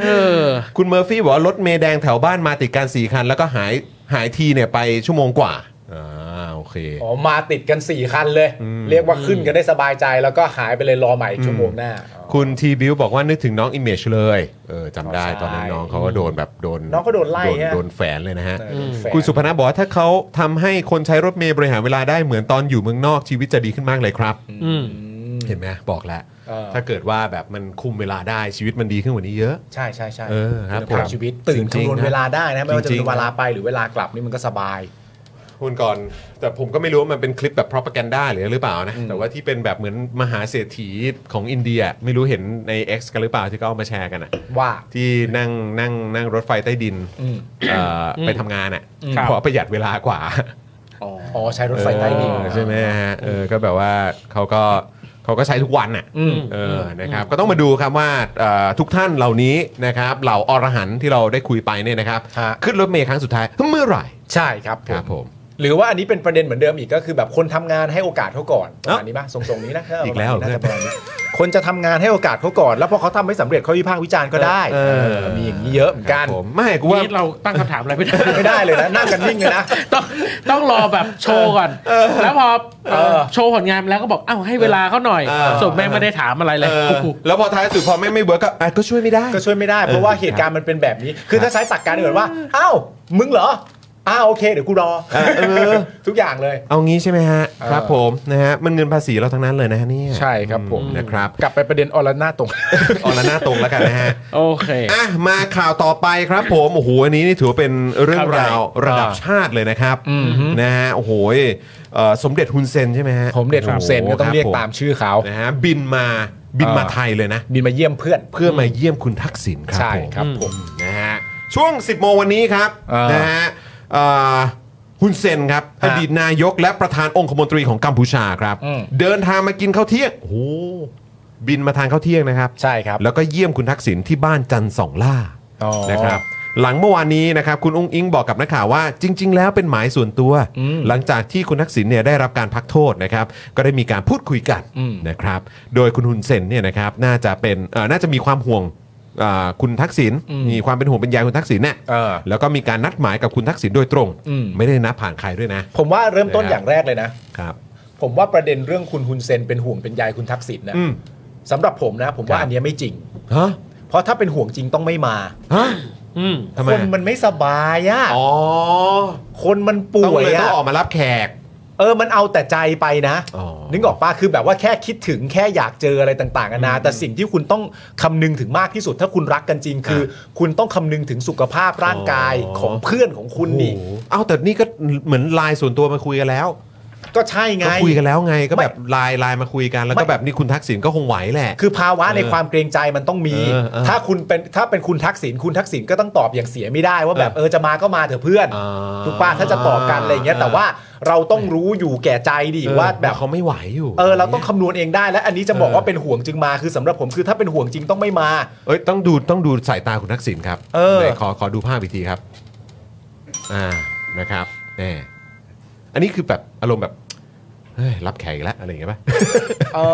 Speaker 4: เออ
Speaker 1: คุณเมอร์ฟี่บอกว่ารถเมย์แดงแถวบ้านมาติดกันสี่คัน แล้วก็หายหายทีเนี่ยไปชั่วโมงกว่าอ่าโอเค
Speaker 3: อ๋อมาติดกันสี่คันเลย เรียกว่าขึ้นกันได้สบายใจแล้วก็หายไปเลยรอใหม่ชั่วโมงหน้าอ๋อ
Speaker 1: คุณทีบิวบอกว่านึกถึงน้องอิมเมจเลยเออจำได้
Speaker 3: ใช่
Speaker 1: ตอนนั้นน้องเขาก็โดนแบบโดน
Speaker 3: น้องก็โดนไล่ฮะ
Speaker 1: โดนแฝนเลยนะฮะ
Speaker 3: เออแฟน
Speaker 1: คุณสุพนัทบอกว่าถ้าเขาทำให้คนใช้รถเมย์บริหารเวลาได้เหมือนตอนอยู่เมืองนอกชีวิตจะดีขึ้นมากเลยครับ
Speaker 4: อืม
Speaker 1: เห็นไหมบอกแล้ว
Speaker 3: เออ
Speaker 1: ถ้าเกิดว่าแบบมันคุมเวลาได้ชีวิตมันดีขึ้นกว่านี้เยอะ
Speaker 3: ใช่ใช่ใช่
Speaker 1: เออครับ
Speaker 3: ณ
Speaker 1: ผ
Speaker 3: ภาพ
Speaker 1: ม
Speaker 3: ชีวิตตื่น
Speaker 1: จริงๆ
Speaker 3: คำนวณ
Speaker 1: นะ
Speaker 3: เวลาได้นะ ไม่ว่าจะ
Speaker 1: จริ
Speaker 3: เป็
Speaker 1: ง
Speaker 3: น
Speaker 1: ๆ
Speaker 3: เวลาไปหรือเวลากลับนี่มันก็สบาย
Speaker 1: คุณก่อนแต่ผมก็ไม่รู้ว่ามันเป็นคลิปแบบ propaganda หรืออะไรหรือเปล่านะ แต่ว่าที่เป็นแบบเหมือนมหาเศรษฐีของอินเดีย ไม่รู้เห็นใน X กันหรือเปล่าที่เขาเอามาแชร์กันอ่ะ
Speaker 3: ว่า
Speaker 1: ที่นั่งนั่งนั่งรถไฟใต้ดิน
Speaker 3: อืม
Speaker 1: เอ่ออ
Speaker 4: ม
Speaker 1: ไปทำงานอ่ะ
Speaker 4: ครับ
Speaker 1: เพราะประหยัดเวลากว่า
Speaker 3: อ๋อใช้รถไฟใต้ดิน
Speaker 1: เออใช่ไหมฮะเออก็แบบว่าเขาก็เขาก็ใช้ทุกวันน่ะ
Speaker 3: อืม
Speaker 1: เออนะครับก็ต้องมาดูครับว่าเอ่อทุกท่านเหล่านี้นะครับเหล่าอรหันต์ที่เราได้คุยไปเนี่ยนะครับ ขึ้นรถเมล์ครั้งสุดท้ายเมื่อไหร่
Speaker 3: ใช่ครับผ
Speaker 1: ครั
Speaker 3: ม
Speaker 1: บผม
Speaker 3: หรือว่าอันนี้เป็นประเด็นเหมือนเดิมอีกก็คือแบบคนทำงานให้โอกาสเขาก่อนประ
Speaker 1: เอ้า
Speaker 3: มาณนี้ป่ะทรงๆนี้นะ
Speaker 1: *laughs* อีกแล้วเหรอ
Speaker 3: น่าจะประมาณนี้คนจะทำงานให้โอกาสเขาก่อน แล้วพอเขาทำไม่สำเร็จเขาวิพากษ์วิจารณ์ก็ได้
Speaker 1: เออ
Speaker 3: เออมีอย่างนี้เยอะเหมือนกัน
Speaker 1: ผมไม่กูว่า
Speaker 4: นี่เราตั้งคำถามอะไรไม่ได้
Speaker 3: ไม่ได้เลยนะนั่งกันนิ่งเลยนะ
Speaker 4: ต้องต้องรอแบบโชว์ก่อน แล้วพอเอ่อ
Speaker 3: เออ
Speaker 4: โชว์ผลงานแล้วก็บอก เอ้าให้เวลาเขาหน่อย
Speaker 1: เออ
Speaker 4: สมแม่งไม่ได้ถามอะไรเล
Speaker 1: เอย
Speaker 3: *laughs*
Speaker 1: อแล้วพอท้ายสุดพอไม่ไม่เวิร์กก็อ่ะก็ช่วยไม่ได้
Speaker 3: ก็ช่วยไม่ได้เพราะว่าเหตุการณ์มันเป็นแบบนี้ คือถ้าใช้ตักการอื่นว่าอ้าวมึงเหรออ้าวโอเคเดี๋ยวกูรอ
Speaker 1: เออ
Speaker 3: ทุกอย่างเลย
Speaker 1: เอางี้ใช่ไหมฮะ
Speaker 3: เออ
Speaker 1: ครับผมนะฮะมันเงินภาษีเราทั้งนั้นเลยนะฮะเนี่ย
Speaker 3: ใช่ครับผม
Speaker 1: อืนะครับ *laughs*
Speaker 3: กลับไปประเด็นออลน่าตรง
Speaker 1: ออนละหน้าตรงแล้วกันนะฮะ
Speaker 4: โอเค
Speaker 1: อ่ะมาข่าวต่อไปครับผมโอ้โหอันนี้นี่ถือว่าเป็นเรื่องราว
Speaker 3: ข่าวใหญ่
Speaker 1: ระดับชาติเลยนะครับ
Speaker 3: อืม
Speaker 1: นะฮะโอ้โหเอ่อสมเด็จฮุนเซนใช่ไหมฮะ
Speaker 3: *laughs* ผมเด็ดผมเซนก็ต้องเรียกตามชื่อเขา
Speaker 1: นะฮะบินมาบินมา
Speaker 3: เออ
Speaker 1: ไทยเลยนะ
Speaker 3: บินมาเยี่ยมเพื่อน
Speaker 1: เพื่อมาเยี่ยมคุณทักษิณครับ
Speaker 3: ใช่
Speaker 1: ผม
Speaker 3: ครับผม
Speaker 1: นะฮะช่วง 10 โมงวันนี้ครับ
Speaker 3: เออ
Speaker 1: นะฮะเอ่อฮุนเซนครับอ
Speaker 3: ฮะ
Speaker 1: ดีตนายกและประธานองคมนตรีของกัมพูชาครับ
Speaker 3: อืม
Speaker 1: เดินทางมากินข้าวเที่ยงโอ้โหบินมาทานข้าวเที่ยงนะครับ
Speaker 3: ใช่ครับ
Speaker 1: แล้วก็เยี่ยมคุณทักษิณที่บ้านจันทร์สองล่า
Speaker 3: อ๋อ
Speaker 1: นะครับ หลังเมื่อวานนี้นะครับคุณอุ้งอิงบอกกับนักข่าวว่าจริง ๆ แล้วเป็นหมายส่วนตัว หลังจากที่คุณทักษิณเนี่ยได้รับการพักโทษนะครับก็ได้มีการพูดคุยกันนะครับโดยคุณฮุนเซนเนี่ยนะครับน่าจะเป็นเอ่อน่าจะมีความห่วงเอ่อคุณทักษิณมีความเป็นห่วงเป็นใยคุณทักษิณเนี่ย
Speaker 3: เออ
Speaker 1: แล้วก็มีการนัดหมายกับคุณทักษิณโดยตรง
Speaker 3: อืม
Speaker 1: ไม่ได้นัดผ่านใครด้วยนะ
Speaker 3: ผมว่าเริ่มต้นอย่างแรกเลยนะ
Speaker 1: ครับ
Speaker 3: ผมว่าประเด็นเรื่องคุณฮุนเซนเป็นห่วงเป็นใยคุณทักษิณนะ
Speaker 1: อืม
Speaker 3: สำหรับผมนะ ผม
Speaker 1: ครั
Speaker 3: ว่า
Speaker 1: บ
Speaker 3: อันเนี้ยไม่จริง
Speaker 1: ฮะ
Speaker 3: เพราะถ้าเป็นห่วงจริงต้องไม่มา
Speaker 1: ฮะ
Speaker 4: อืม
Speaker 1: ทำไม
Speaker 3: คนมันไม่สบายอะ
Speaker 1: อ๋อ
Speaker 3: คนมัน
Speaker 1: ต้อง
Speaker 3: ป่วย
Speaker 1: เลยต้อ
Speaker 3: อะ
Speaker 1: งออกมารับแขก
Speaker 3: เออมันเอาแต่ใจไปนะ
Speaker 1: อ๋อ
Speaker 3: นึกออกปะคือแบบว่าแค่คิดถึงแค่อยากเจออะไรต่างๆนานาแต่สิ่งที่คุณต้องคำนึงถึงมากที่สุด ถ้าคุณรักกันจริง คือ คุณต้องคำนึงถึงสุขภาพร่างกายของเพื่อนของคุณนี่
Speaker 1: โอ้โหเอาแต่นี่ก็เหมือนไลน์ส่วนตัวมาคุยกันแล้ว
Speaker 3: ก็ใช่ไง
Speaker 1: ก็คุยกันแล้วไงก็แบบ
Speaker 3: ไม่
Speaker 1: ไลน์ไลน์มาคุยกันแล้วก็
Speaker 3: ไม่
Speaker 1: แบบนี่คุณทักษิณก็คงไหวแหละ
Speaker 3: คือภาวะใน
Speaker 1: เออ
Speaker 3: ความเกรงใจมันต้องมี
Speaker 1: เออเออ
Speaker 3: ถ้าคุณเป็นถ้าเป็นคุณทักษิณคุณทักษิณก็ต้องตอบอย่างเสียไม่ได้ว่าแบบเออจะมาก็มาเถอะเพื่อน
Speaker 1: อ่า
Speaker 3: ถูกป้าถ้าจะตอบกันอะไรอย่างเงี้ย
Speaker 1: เออ
Speaker 3: แต่ว่าเราต้องรู้อยู่แก่ใจดิ
Speaker 1: เออ
Speaker 3: ว่าแบบ
Speaker 1: เขาไม่ไหวอยู่
Speaker 3: เออเราต้องคำนวณเองได้และอันนี้จะบอกว่าเป็นห่วงจึงมาคือสำหรับผมคือถ้าเป็นห่วงจริงต้องไม่มา
Speaker 1: เอ้ยต้องดูต้องดูสายตาคุณทักษิณครับ
Speaker 3: เออ
Speaker 1: ไหนขอขอดูภาพอีกทีครับ อ่านะครับแน่อันนี้คือแบบอารมณ์แบบเฮ้ยรับแขกอีกแล้วอะไรอย่างเงี้ยป่ะ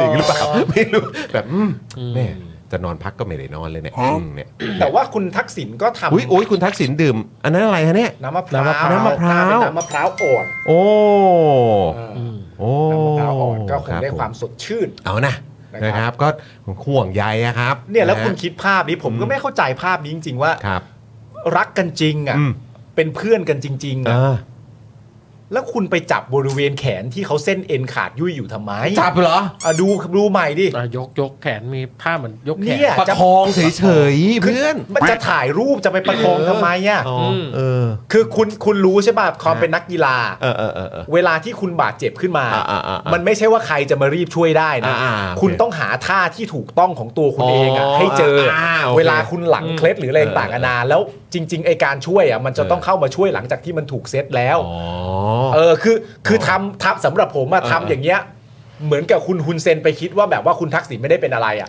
Speaker 1: อย่างงี้หรือเปล่าไม่รู้แบบอืมแน่จะนอนพักก็ไม่ได้นอนเลยเนี่ยอืมเนี่ย
Speaker 3: แต่ว่าคุณทักษิณก็ทำ
Speaker 1: อุ้ยอุ้ยคุณทักษิณดื่ม อันนั้นอะไรฮะเนี่ย
Speaker 3: น้ำมะพร้าว
Speaker 1: น้ำมะพร้าว
Speaker 3: น้ำมะพร้าวอ่อน
Speaker 1: โอ้
Speaker 3: เออ
Speaker 1: โอ้
Speaker 3: น้ำมะพร้าวอ่อนก็คงได้
Speaker 1: รับผ
Speaker 3: ความสดชื่น
Speaker 1: เอานะนะ
Speaker 3: นะ
Speaker 1: ค
Speaker 3: ครั
Speaker 1: รับ
Speaker 3: บ
Speaker 1: ก็ห่วงใยอะครับ
Speaker 3: เนี่ยแล้ว
Speaker 1: ะฮะ
Speaker 3: คุณคิดภาพนี้ผมก็ไม่เข้าใจภาพนี้จริงๆว่า
Speaker 1: ครับ
Speaker 3: รักกันจริงอ่ะ
Speaker 1: อืม
Speaker 3: เป็นเพื่อนกันจริงๆ
Speaker 1: เออ
Speaker 3: อ่ะแล้วคุณไปจับบริเวณแขนที่เขาเส้นเอ็นขาดยุ่ยอยู่ทำไม
Speaker 1: จับเหรอ
Speaker 3: อ่ะดูดูใหม่ดิ
Speaker 4: อ่ะยกยกแขนมีท่าเหมือนยกแข
Speaker 3: เนี่
Speaker 4: น
Speaker 3: ย
Speaker 1: ประคองเฉยๆเพื่อน
Speaker 3: มันจะถ่ายรูปจะไปประคองทำไมอ่ะ
Speaker 1: อ๋อ
Speaker 4: ม
Speaker 1: เออ
Speaker 3: คือคุณคุณรู้ใช่ป่ะความเป็นนักกีฬา
Speaker 1: เออเออเออเออ
Speaker 3: เวลาที่คุณบาดเจ็บขึ้นมา
Speaker 1: อ่าอ่าอ่าอ่ามั
Speaker 3: มันไม่ใช่ว่าใครจะมารีบช่วยได้นะ
Speaker 1: อ่าอ่าโอเค
Speaker 3: คุณต้องหาท่าที่ถูกต้องของตัวคุณเองอะ
Speaker 1: อ๋อ
Speaker 3: ให้เจออา
Speaker 1: โอเค
Speaker 3: เวลาคุณหลังเคล็ดหรืออะไรต่างๆนานาแล้วจริง ๆไอการช่วยอ่ะมันจะต้องเข้ามาช่วยหลังจากที่มันถูกเซตแล้ว
Speaker 1: ๋อ
Speaker 3: เออคือคือทำทำสำหรับผมอะ
Speaker 1: เออ
Speaker 3: ทำอย่างเงี้ย เหมือนกับคุณฮุนเซนไปคิดว่าแบบว่าคุณทักษิณไม่ได้เป็นอะไรอะ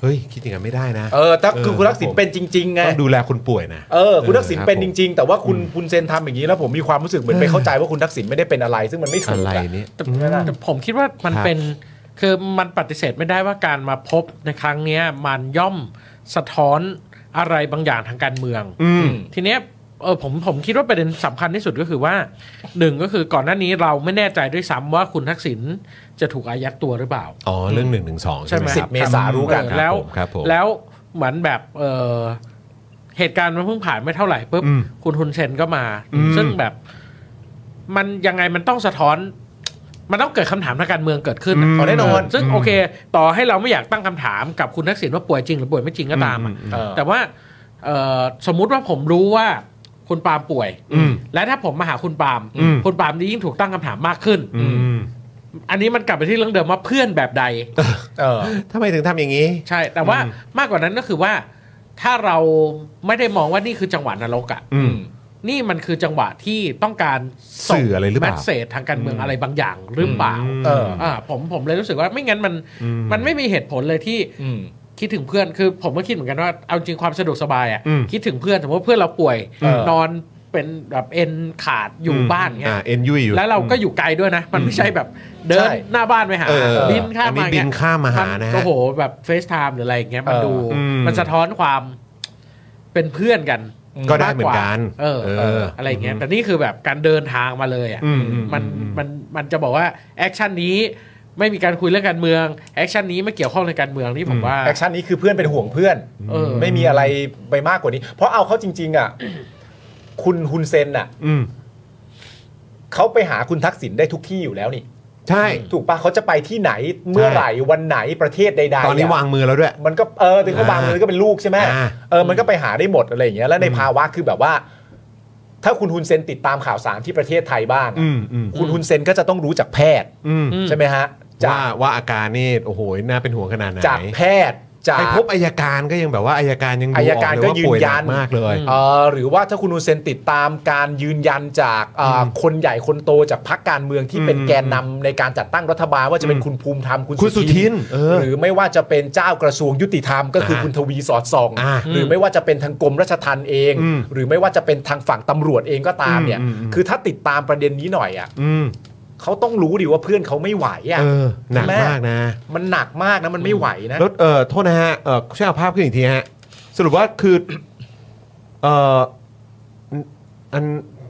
Speaker 1: เฮ้ย คิดอย่างนั้นไม่ได้นะ
Speaker 3: เออถ้าคื
Speaker 1: เอ
Speaker 3: อ
Speaker 1: อ
Speaker 3: คุณทักษิณ
Speaker 1: ครับผม
Speaker 3: เป็นจริงๆไง
Speaker 1: ต้องดูแลคนป่วยนะ
Speaker 3: เออคุณทักษิณ
Speaker 1: เออ
Speaker 3: เป็
Speaker 1: ค
Speaker 3: น
Speaker 1: รับผ
Speaker 3: จ
Speaker 1: ม
Speaker 3: ริง ๆ แต่ว่าคุณคุณเซนทำอย่างนี้แล้วผมมีความรู้สึกเหมือนไปเข้าใจว่าคุณทักษิณไม่ได้เป็นอะไร ซึ่งมันไม่ถู
Speaker 1: อะ
Speaker 3: ก
Speaker 1: ไร
Speaker 3: อะ
Speaker 1: เนี่ย
Speaker 4: แต่แต่ผมคิดว่ามัน
Speaker 1: ครับ
Speaker 4: เป็นคือมันปฏิเสธไม่ได้ว่าการมาพบในครั้งเนี้ยมันย่อมสะท้อนอะไรบางอย่างทางการเมือง
Speaker 1: อืม
Speaker 4: ทีเนี้ยเออผมผมคิดว่าประเด็นสำคัญที่สุดก็คือว่าหนึ่งก็คือก่อนหน้านี้เราไม่แน่ใจด้วยซ้ำว่าคุณทักษิณจะถูกอายัดตัวหรือเปล่า
Speaker 1: อ๋อ เรื่องหนึ่งหนึ่งสองใช่
Speaker 4: ใช่
Speaker 1: ไห
Speaker 4: ไห
Speaker 1: ม
Speaker 4: ม
Speaker 1: ค
Speaker 3: สิ
Speaker 1: รับ
Speaker 3: บ เมษารู้กัน
Speaker 4: เออแล้ว
Speaker 1: ครับผมครับผม
Speaker 4: แล้วเหมือนแบบเออเหตุการณ์มันเพิ่งผ่านไม่เท่าไหร่ปุ๊บ
Speaker 1: อืม
Speaker 4: คุณฮุนเซนก็มา
Speaker 1: อืม
Speaker 4: ซึ่งแบบ มันยังไงมันต้องสะท้อน มันต้องเกิดคำถามทางการเมืองเกิดขึ้น
Speaker 3: อ๋อแน่นอน
Speaker 4: ซึ่งโอเค ต่อให้เราไม่อยากตั้งคำถามกับคุณทักษิณว่าป่วยจริงหรือป่วยไม่จริงก็ตามอะ
Speaker 3: เออ
Speaker 4: แต่ว่าเอ่อสมมุติว่าผมรู้ว่าคุณปาล์มป่วย
Speaker 1: อืม
Speaker 4: และถ้าผมมาหาคุณปาล์ม
Speaker 1: อืม
Speaker 4: คุณปาล์มนี่ยิ่งถูกตั้งคำถามมากขึ้น
Speaker 1: อืม
Speaker 4: อันนี้มันกลับไปที่เรื่องเดิมว่าเพื่อนแบบใด
Speaker 3: เออ
Speaker 1: ทำไมถึงทำอย่างนี้
Speaker 4: ใช่ แต่ว่า
Speaker 1: อืม
Speaker 4: มากกว่านั้นก็คือว่า ถ้าเราไม่ได้มองว่านี่คือจังหวะนรกอะ
Speaker 1: อืม
Speaker 4: นี่มันคือจังหวะที่ต้องการ
Speaker 1: สื่ออะไรหรือเปล่า
Speaker 4: แมสเซจทางการเมืองอะไรบางอย่างหรือเปล่า
Speaker 1: อืม
Speaker 3: เออ
Speaker 4: อ่าผมผมเลยรู้สึกว่าไม่งั้นมันมันไม่มีเหตุผลเลยที่
Speaker 3: อืม
Speaker 4: คิดถึงเพื่อนคือผมก็คิดเหมือนกันว่าเอาจริงความสะดวกสบาย
Speaker 1: อืม
Speaker 4: อะ่ะคิดถึงเพื่อนสมมติว่าเพื่อนเราป่วย
Speaker 3: เออ
Speaker 4: นอนเป็นแบบเอ็นขาดอยู่บ้านเงี้
Speaker 1: อ่าย เอ็นยุยอยู่
Speaker 4: แล้วเราก็อยู่ไกลด้วยนะ มันไม่ใช่แบบเดิน
Speaker 3: ใช่
Speaker 4: หน้าบ้านไปหา
Speaker 1: เออ
Speaker 4: บินข้าม
Speaker 1: อันนี้
Speaker 4: มา
Speaker 1: บิ
Speaker 4: เงี้ย
Speaker 1: นข้ามมาหานะฮะ
Speaker 4: โอ้โหแบบเฟซไทม์หรืออะไรอย่างเงี้ยมัน
Speaker 3: เออ
Speaker 4: ดู
Speaker 1: อืม
Speaker 4: มันสะท้อนความเป็นเพื่อนกัน
Speaker 1: ก็ได้เหมือนกัน
Speaker 4: เออเอออะไรอย่างเงี้ยแต่นี่คือแบบการเดินทางมาเลยอ่ะ
Speaker 1: อืมอื
Speaker 4: มันมันมันจะบอกว่าแอคชั่นนี้ไม่มีการคุยเรื่องการเมืองแอคชั่นนี้ไม่เกี่ยวข้องในการเมืองนี่ผมว่า
Speaker 3: แอคชั่นนี้คือเพื่อนเป็นห่วงเพื่อน
Speaker 4: เออ
Speaker 3: ไม่มีอะไรไปมากกว่านี้ เพราะเอาเข้าจริง ๆ อ่ะ คุณฮุนเซนอ่ะ
Speaker 1: อืม
Speaker 3: เขาไปหาคุณทักษิณได้ทุกที่อยู่แล้วนี่
Speaker 1: ใช่
Speaker 3: ถูกปะเขาจะไปที่ไหนเมื่อไหร่วันไหนประเทศใดๆะ
Speaker 1: ตอนนี้วางมือแล้วด้วย
Speaker 3: มันก็เออถึงก็วางเลยก็เป็นลูกใช่ไหม
Speaker 1: อ่า
Speaker 3: เออมันก็ไปหาได้หมดอะไรอย่างเงี้ยแล้วในภาวะคือแบบว่า ถ้าคุณฮุนเซนติดตามข่าวสารที่ประเทศไทยบ้างอะ
Speaker 1: อืมอืม
Speaker 3: คุณฮุนเซนก็จะต้องรู้จากแพทย์
Speaker 1: อืม
Speaker 4: อืม
Speaker 3: ใช่ไหมฮะจา
Speaker 1: ว่าก ว่าอาการนี่โอ้โหน่าเป็นห่วงขนาดไหน
Speaker 3: จากแพทย์จา
Speaker 1: ไป
Speaker 3: ก
Speaker 1: พบอายการก็ยังแบบว่าอายการยังดู
Speaker 3: อัยกา
Speaker 1: อ
Speaker 3: ร
Speaker 1: อเล
Speaker 3: ก็
Speaker 1: ว่าป่ว
Speaker 3: ยืนยัน
Speaker 1: หกมากเลย
Speaker 3: เอ่อหรือว่าถ้าคุณฮุนเซนติดตามการยืนยันจากเอ่ออคนใหญ่คนโตจากพรรคการเมืองที่เป็น
Speaker 1: อืม
Speaker 3: แกนนำในการจัดตั้งรัฐบาลว่าจะเป็น
Speaker 1: อืม
Speaker 3: คุณภูมิธรรมคุณ
Speaker 1: คุณสุทินเออ
Speaker 3: หรือไม่ว่าจะเป็นเจ้ากระทรวงยุติธรรมก็คืออา คุณทวีสอดส่อง
Speaker 1: อ่า
Speaker 3: หรือไม่ว่าจะเป็นทางกรมราชทัณฑ์เอง
Speaker 1: อืม
Speaker 3: หรือไม่ว่าจะเป็นทางฝั่งตำรวจเองก็ตามเนี่ย
Speaker 1: อืมอืม
Speaker 3: คือถ้าติดตามประเด็นนี้หน่อยอ่ะ
Speaker 1: อืม
Speaker 3: เขาต้องรู้ดิว่าเพื่อนเขาไม่ไหวอ่ะ
Speaker 1: เออหนัก
Speaker 3: ใช่ไหม
Speaker 1: มากนะ
Speaker 3: มันหนักมากนะมันไม่ไหวนะ
Speaker 1: แล้วเออโทษนะฮะเออช่วยเอาภาพขึ้นอีกทีฮะ สรุปว่าคือ เอออัน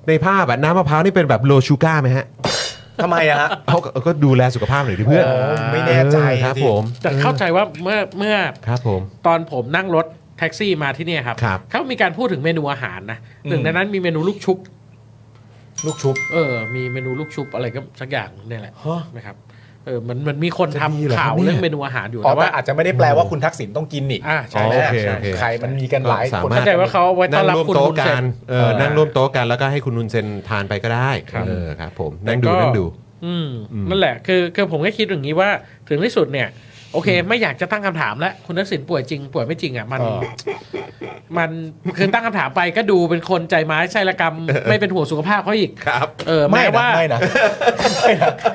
Speaker 1: ในภาพอะน้ำมะพร้าวนี่เป็นแบบโลชูก้าไหมฮะ
Speaker 3: ทำไมอะฮะ
Speaker 1: เอาก็ก็ดูแลสุขภาพหน่อยดิเพื่อน
Speaker 3: โอ้ไม่แน่ใจ
Speaker 1: เออครับ
Speaker 3: สิ
Speaker 1: ผม
Speaker 4: แต่เข้าใจว่าเมื่อเมื่อ
Speaker 1: ครับผม
Speaker 4: ตอนผมนั่งรถแท็กซี่มาที่เนี่ยครับ
Speaker 1: ครับ
Speaker 4: เขามีการพูดถึงเมนูอาหารนะหนึ่ง
Speaker 3: อืม
Speaker 4: ในนั้นมีเมนูลูกชุบ
Speaker 3: ลูกชุบ
Speaker 4: เออ มีเมนูลูกชุบอะไรก็สักอย่างเนี่ยแหละ
Speaker 3: ฮะ
Speaker 4: นะครับเออมันมันมีคน
Speaker 1: จะ
Speaker 4: ทำ
Speaker 1: มีเหรอครับ
Speaker 4: ข่าว
Speaker 1: เนี่ย
Speaker 4: เรื่องเมนูอาหารอยู่
Speaker 3: อ๋อแต่
Speaker 4: แต่ว่า
Speaker 3: อาจจะไม่ได้แปลว่าคุณทักษิณต้องกินนี่
Speaker 4: อ่า
Speaker 1: อ๋
Speaker 4: ใช่
Speaker 1: อ
Speaker 3: ไหม
Speaker 1: โอเคโอเค
Speaker 3: ใครมันมีกันหลาย
Speaker 1: ก็สา
Speaker 3: คน
Speaker 1: มารถ
Speaker 4: เข้าใจว่าเขาเอาไว้ต้
Speaker 1: นั่
Speaker 4: อง นรับ
Speaker 1: ร่วม
Speaker 4: คุณ
Speaker 1: โต๊ะ
Speaker 4: บุญเซ
Speaker 1: กัน นเออนั่งร่วมโต๊ะกันแล้วก็ให้คุณนุนเซนทานไปก็ได้
Speaker 4: ครับ
Speaker 1: เออครับ ผมนั่งดูนั่งดู
Speaker 4: อืมนั่นแหละคือคือผมก็คิดอย่างนี้ว่าถึงที่สุดเนี่ย โอเค ไม่อยากจะตั้งคำถามแล้วคุณทักษิณป่วยจริง ป่วยไม่จริงอ่ะมันมันคือตั้งคำถามไปก็ดูเป็นคนใจไม้ใช่ละกรรม ไม่เป็นห่วงสุขภาพเขาอีก
Speaker 1: ครับ
Speaker 4: เออ
Speaker 3: ไม่
Speaker 4: แม้
Speaker 3: นะ
Speaker 4: ว่า
Speaker 3: ไม่นะ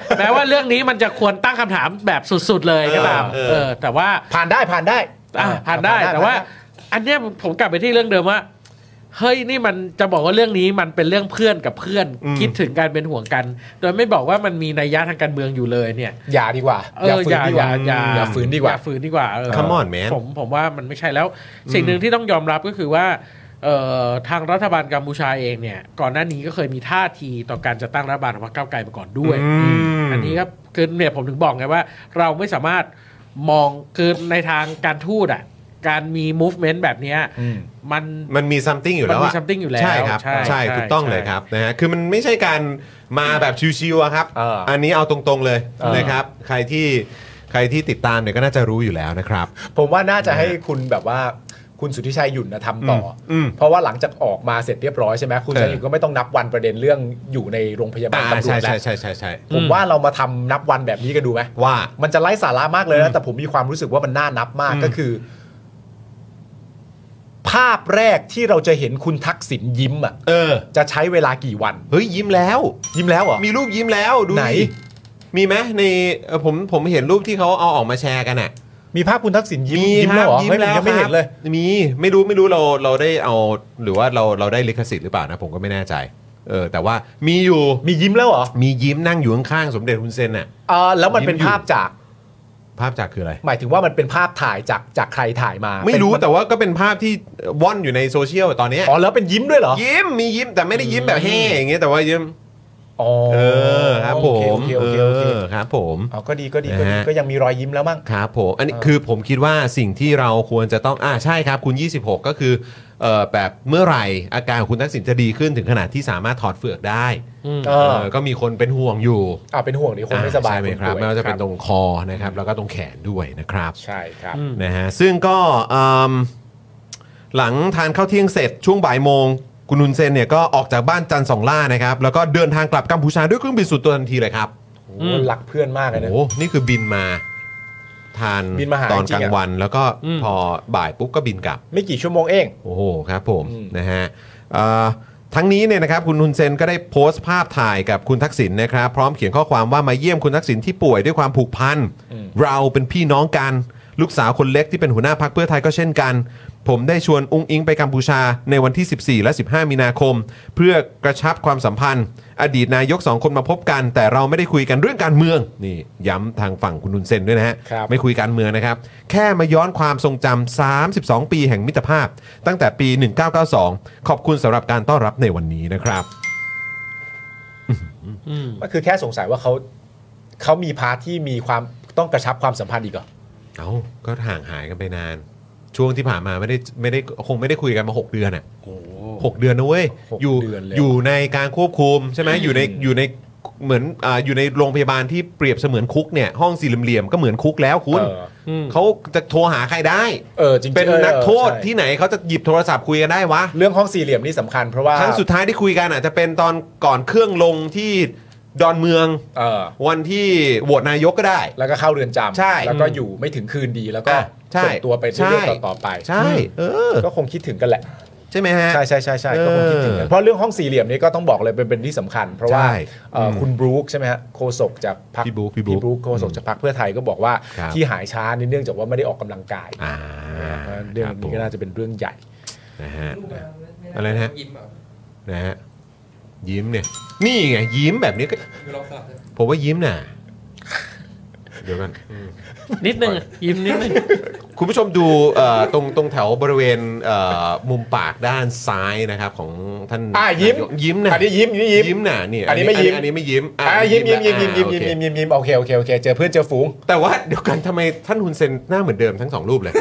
Speaker 4: *laughs* แม้ว่าเรื่องนี้มันจะควรตั้งคำถามแบบสุดๆเลยก็ตาม
Speaker 1: เออเออ
Speaker 4: เออ แต่ว่า
Speaker 3: ผ่านได้ผ่านได้
Speaker 4: อ่ะผ่านได้แต่ว่า อันเนี้ยผมกลับไปที่เรื่องเดิมว่าเฮ้ยนี่มันจะบอกว่าเรื่องนี้มันเป็นเรื่องเพื่อนกับเพื่อน
Speaker 1: อืม
Speaker 4: คิดถึงการเป็นห่วงกัน โดยไม่บอกว่ามันมีนัยยะทางการเมืองอยู่เลยเนี่ย
Speaker 3: อย่าดีกว่า
Speaker 4: เอ
Speaker 3: อย่า
Speaker 4: อ
Speaker 3: ฝื
Speaker 4: อน ย่า
Speaker 3: ดีก
Speaker 4: อ
Speaker 3: ว่า
Speaker 4: ย่าอย่า
Speaker 3: อย่าฝืนดีกว่า
Speaker 4: อย่าฝืนดีกว่าเออ
Speaker 1: Come on man
Speaker 4: ผมผมว่ามันไม่ใช่แล้ว สิ่งหนึ่งที่ต้องยอมรับก็คือว่าเอ่อทางรัฐบาลกัมพูชาเองเนี่ย ก่อนหน้านี้ก็เคยมีท่าทีต่อการจะตั้งรัฐบาลของพรรคก้าวไกลมาก่อนด้วย
Speaker 1: อืม
Speaker 4: อันนี้ก็คือเนี่ยผมถึงบอกไงว่า เราไม่สามารถมองคือในทางการทูตอ่ะการมี movement แบบเนี้ยมัน
Speaker 1: มันมี something อยู่แล้ว
Speaker 4: มัน
Speaker 1: อะ
Speaker 4: มี something อยู่แล้ว
Speaker 1: ใช่ครับ
Speaker 4: ใช่
Speaker 1: ใช่
Speaker 4: ใช่
Speaker 1: ถูกต้อง
Speaker 4: ใช่
Speaker 1: เลยครับนะฮะคือมันไม่ใช่การมาแบบชิวๆอะครับ
Speaker 3: เอออั
Speaker 1: นนี้เอาตรงๆเลย
Speaker 3: เออ
Speaker 1: นะครับ ใครที่ใครที่ติดตามเนี่ยก็น่าจะรู้อยู่แล้วนะครับ
Speaker 3: ผมว่าน่าจะให้คุณแบบว่าคุณสุทธิชัยหยุ่นนะทำต่ออ
Speaker 1: ม
Speaker 3: เพราะว่าหลังจากออกมาเสร็จเรียบร้อยใช่ไหมคุณ
Speaker 1: เออ
Speaker 3: ชัยหยุ่นก็ไม่ต้องนับวันประเด็นเรื่องอยู่ในโรงพยาบาล
Speaker 1: อ่า
Speaker 3: ตำรว
Speaker 1: ใช่
Speaker 3: จแล้
Speaker 1: ใช่
Speaker 3: ว
Speaker 1: ใช่ใช่ใช่
Speaker 3: ผมว่าเรามาทำนับวันแบบนี้กันดูไหม
Speaker 1: ว่า
Speaker 3: มันจะไร้สาระมากเลยนะแต่ผมมีความรู้สึกว่ามันน่านับมาก
Speaker 1: อืม
Speaker 3: ก็คือ ภาพแรกที่เราจะเห็นคุณทักษิณยิ้มอ่ะ
Speaker 1: เออ
Speaker 3: จะใช้เวลากี่วัน
Speaker 1: เฮ้ยยิ้มแล้ว
Speaker 3: ยิ้มแล้วเหรอ
Speaker 1: มีรูปยิ้มแล้วดูดิ
Speaker 3: ไหน
Speaker 1: มีไหมในเอ่อผมผมเห็นรูปที่เขาเอาออกมาแชร์กันอ่ะ
Speaker 3: มีภาพคุณทักษิณยิ้ม
Speaker 1: มี
Speaker 3: ยิ้ม
Speaker 1: ค
Speaker 3: แล้ว
Speaker 1: รับ
Speaker 3: เหรอ
Speaker 1: ยิ้ม
Speaker 3: ไม่
Speaker 1: แล้ว
Speaker 3: ยังไม่
Speaker 1: ครั
Speaker 3: เห็
Speaker 1: บ
Speaker 3: นเลย
Speaker 1: มีไม่รู้ไม่รู้เราเราได้เอาหรือว่าเราเราได้ลิขสิทธิ์หรือเปล่านะผมก็ไม่แน่ใจเออแต่ว่ามีอยู่
Speaker 3: มียิ้มแล้วเหรอ
Speaker 1: มียิ้มนั่งอยู่ข้างๆสมเด็จฮุนเซนน่ะ
Speaker 3: เออแล้วมันเป็น
Speaker 1: ยิ้มอยู่
Speaker 3: ภาพจาก
Speaker 1: ภาพจากคืออะไร
Speaker 3: หมายถึงว่ามันเป็นภาพถ่ายจากจากใครถ่ายมา
Speaker 1: ไม่รู้
Speaker 3: เป็น
Speaker 1: แต่ว่าก็เป็นภาพที่ว่อนอยู่ในโซเชียลตอนเนี้ย
Speaker 3: อ๋อแล้วเป็นยิ้มด้วยเหรอ
Speaker 1: ยิ้มมียิ้มแต่ไม่ได้ยิ้มแบบเฮ่อย่างเงี้ยแต่ว่ายิ้ม
Speaker 3: อ๋อ
Speaker 1: เออครับผ
Speaker 3: โอ
Speaker 1: ม
Speaker 3: เคโอ
Speaker 1: เอ
Speaker 3: เคโอเคโอเค
Speaker 1: อครับผม
Speaker 3: เอาก็ดีก็ดีก็ดี
Speaker 1: นะฮะ
Speaker 3: ก็ยังมีรอยยิ้มแล้วมั้ง
Speaker 1: ครับผมอันนี้
Speaker 3: เออ
Speaker 1: คือผมคิดว่าสิ่งที่เราควรจะต้องอ่าใช่ครับคุณ 26 ก็คือเออแบบเมื่อไหร่อาการของคุณทักษิณจะดีขึ้นถึงขนาดที่สามารถถอดเฟือกได้
Speaker 3: เอ
Speaker 1: เอ
Speaker 3: อ
Speaker 1: อก็มีคนเป็นห่วงอยู่
Speaker 3: อ่าเป็นห่วงดิคนไม่สบาย
Speaker 1: อ่ใช่ไหม
Speaker 3: น
Speaker 1: ครับ
Speaker 3: ป่วย
Speaker 1: ไม่ว่าจะเป็นต
Speaker 3: คบ
Speaker 1: รงคอนะครับแล้วก็ตรงแขนด้วยนะครับ
Speaker 3: ใช่ครับ
Speaker 1: นะฮะซึ่งก็อืมหลังทานข้าวเที่ยงเสร็จช่วงบ่ายโมง คุณนุนเซนเนี่ยก็ออกจากบ้านจันทร์สองล่านะครับ แล้วก็เดินทางกลับกัมพูชาด้วยเครื่องบินส่วนตัวทันทีเลยครับ
Speaker 3: โอ้โหรักเพื่อนมากเลยนะ
Speaker 1: โอ้โหนี่คือบินมาทาน
Speaker 3: บินมาหา
Speaker 1: ตอน
Speaker 3: จริ
Speaker 1: ก
Speaker 3: งๆ
Speaker 1: ลาง
Speaker 3: อะ
Speaker 1: วัน แล้วก็พอบ่ายปุ๊บก็บินกลับ
Speaker 3: ไม่กี่ชั่วโมงเอง
Speaker 1: โอ้โหครับผม
Speaker 3: อืม
Speaker 1: นะฮะเอ่อ ทั้งนี้เนี่ยนะครับคุณฮุนเซนก็ได้โพสต์ภาพถ่ายกับคุณทักษิณนะครับ พร้อมเขียนข้อความว่ามาเยี่ยมคุณทักษิณที่ป่วยด้วยความผูกพัน เราเป็นพี่น้องกัน ลูกสาวคนเล็กที่เป็นหัวหน้าพักเพื่อไทยก็เช่นกัน ผมได้ชวนอุ้งอิงไปกัมพูชาในวันที่ 14 และ 15 มีนาคม เพื่อกระชับความสัมพันธ์ อดีตนายกสองคนมาพบกัน แต่เราไม่ได้คุยกันเรื่องการเมืองนี่ย้ำทางฝั่งคุณนุนเซนด้วยนะฮะ
Speaker 3: ครับ
Speaker 1: ไม่คุยการเมืองนะครับ แค่มาย้อนความทรงจำ 32 ปีแห่งมิตรภาพ ตั้งแต่ปี 1992 ขอบคุณสำหรับการต้อนรับในวันนี้นะครับ
Speaker 4: อืม
Speaker 3: ก็คือแค่สงสัยว่าเขาเขามีพาร์ทที่มีความต้องกระชับความสัมพันธ์อีกเหรอ
Speaker 1: เอาก็ห่างหายกันไปนาน ช่วงที่ผ่านมาไม่ได้ไม่ได้คงไม่ได้คุยกันมา 6 เดือนอะ
Speaker 3: โอ้
Speaker 1: หกเดือนนะเว้ย
Speaker 3: หก
Speaker 1: อยู่
Speaker 3: เดือนเลย
Speaker 1: อยู่ในการควบคุมใช่ไหมอยู่ในอยู่ในเหมือนอาอยู่ในโรงพยาบาลที่เปรียบเสมือนคุกเนี่ยห้องสี่เหลี่ยมๆก็เหมือนคุกแล้วคุณ
Speaker 3: เออ
Speaker 4: อืม
Speaker 1: เขาจะโทรหาใครได้
Speaker 3: เออจริงๆ
Speaker 1: เป็นนักโทษ
Speaker 3: เออใช่
Speaker 1: ที่ไหนเขาจะหยิบโทรศัพท์คุยกันได้วะ
Speaker 3: เรื่องห้องสี่เหลี่ยมนี่สำคัญเพราะว่า
Speaker 1: ครั้งสุดท้ายที่คุยกันอาจจะเป็นตอนก่อนเครื่องลงที่ดอนเมือง
Speaker 3: เออ
Speaker 1: วันที่โหวตนายกก็ได้
Speaker 3: แล้วก็เข้าเรือนจำ
Speaker 1: ใช่
Speaker 3: แล้วก็อยู่ไม่ถึงคืนดีแล้วก็
Speaker 1: อ่ะใช่
Speaker 3: ส่งตัวไป
Speaker 1: ใช่
Speaker 3: เรื่อยๆต่อๆไป
Speaker 1: ใช่เออ
Speaker 3: ก็คงคิดถึงกันแหละ
Speaker 1: ใช่ไหมฮะ
Speaker 3: ใช่ใช่ใช่ใช่ก็คงคิดถึงกัน
Speaker 1: เออ
Speaker 3: เพราะเรื่องห้องสี่เหลี่ยมนี้ก็ต้องบอกเลยเป็นเป็นที่สำคัญ เพราะว่า
Speaker 1: ใช่
Speaker 3: เอ่ออคุณบรูคใช่ไหมฮะโคศกจากพรรค
Speaker 1: พี่ Brook พี่ Brook
Speaker 3: คโคศกจากพรรคเพื่อไทยก็บอกว่า
Speaker 1: ครับ
Speaker 3: ที่หายช้านี่เนื่องจากว่าไม่ได้ออกกำลังกาย
Speaker 1: อ่า
Speaker 3: เรื่อง
Speaker 1: ครับผ
Speaker 3: นี้
Speaker 1: ม
Speaker 3: ก็น่าจะเป็นเรื่องใหญ่
Speaker 1: นะฮะ อะไรนะ
Speaker 6: ยิ้มแบบ
Speaker 1: นะฮะยิ้มเนี่ยนี่ไงยิ้มแบบนี้ก็
Speaker 6: ยูรอบสลับเลย
Speaker 1: ผมว่ายิ้มน่ะ เดี๋ยวกัน
Speaker 4: นิดนึงยิ้มนิดนึง
Speaker 1: คุณผู้ชมดูเอ่อตรงตรงแถวบริเวณเอ่อมุมปากด้านซ้ายนะครับ ของท่าน
Speaker 3: อ่ะยิ้ม
Speaker 1: นากยิ้มนะ
Speaker 3: อันนี้ยิ้มอันนี้ยิ้ม
Speaker 1: ยิ้มนะนี่
Speaker 3: อันนี้ไม่ยิ้ม
Speaker 1: อันนี้ไม่ยิ้มะ
Speaker 3: อ่ะยิ้มยิ้มยิ้มยิ้ม
Speaker 1: นะ
Speaker 3: ยิ้ม
Speaker 1: อ่ะ
Speaker 3: ยิ้ม
Speaker 1: โอเค
Speaker 3: ยิ้มยิ้มยิ้มโอเคโอเคโอเคเจอเพื่อนเจอฝูง
Speaker 1: แต่ว่าเดี๋ยวกันทำไมท่านฮุนเซนหน้าเหมือนเดิมทั้งสองรูปเลย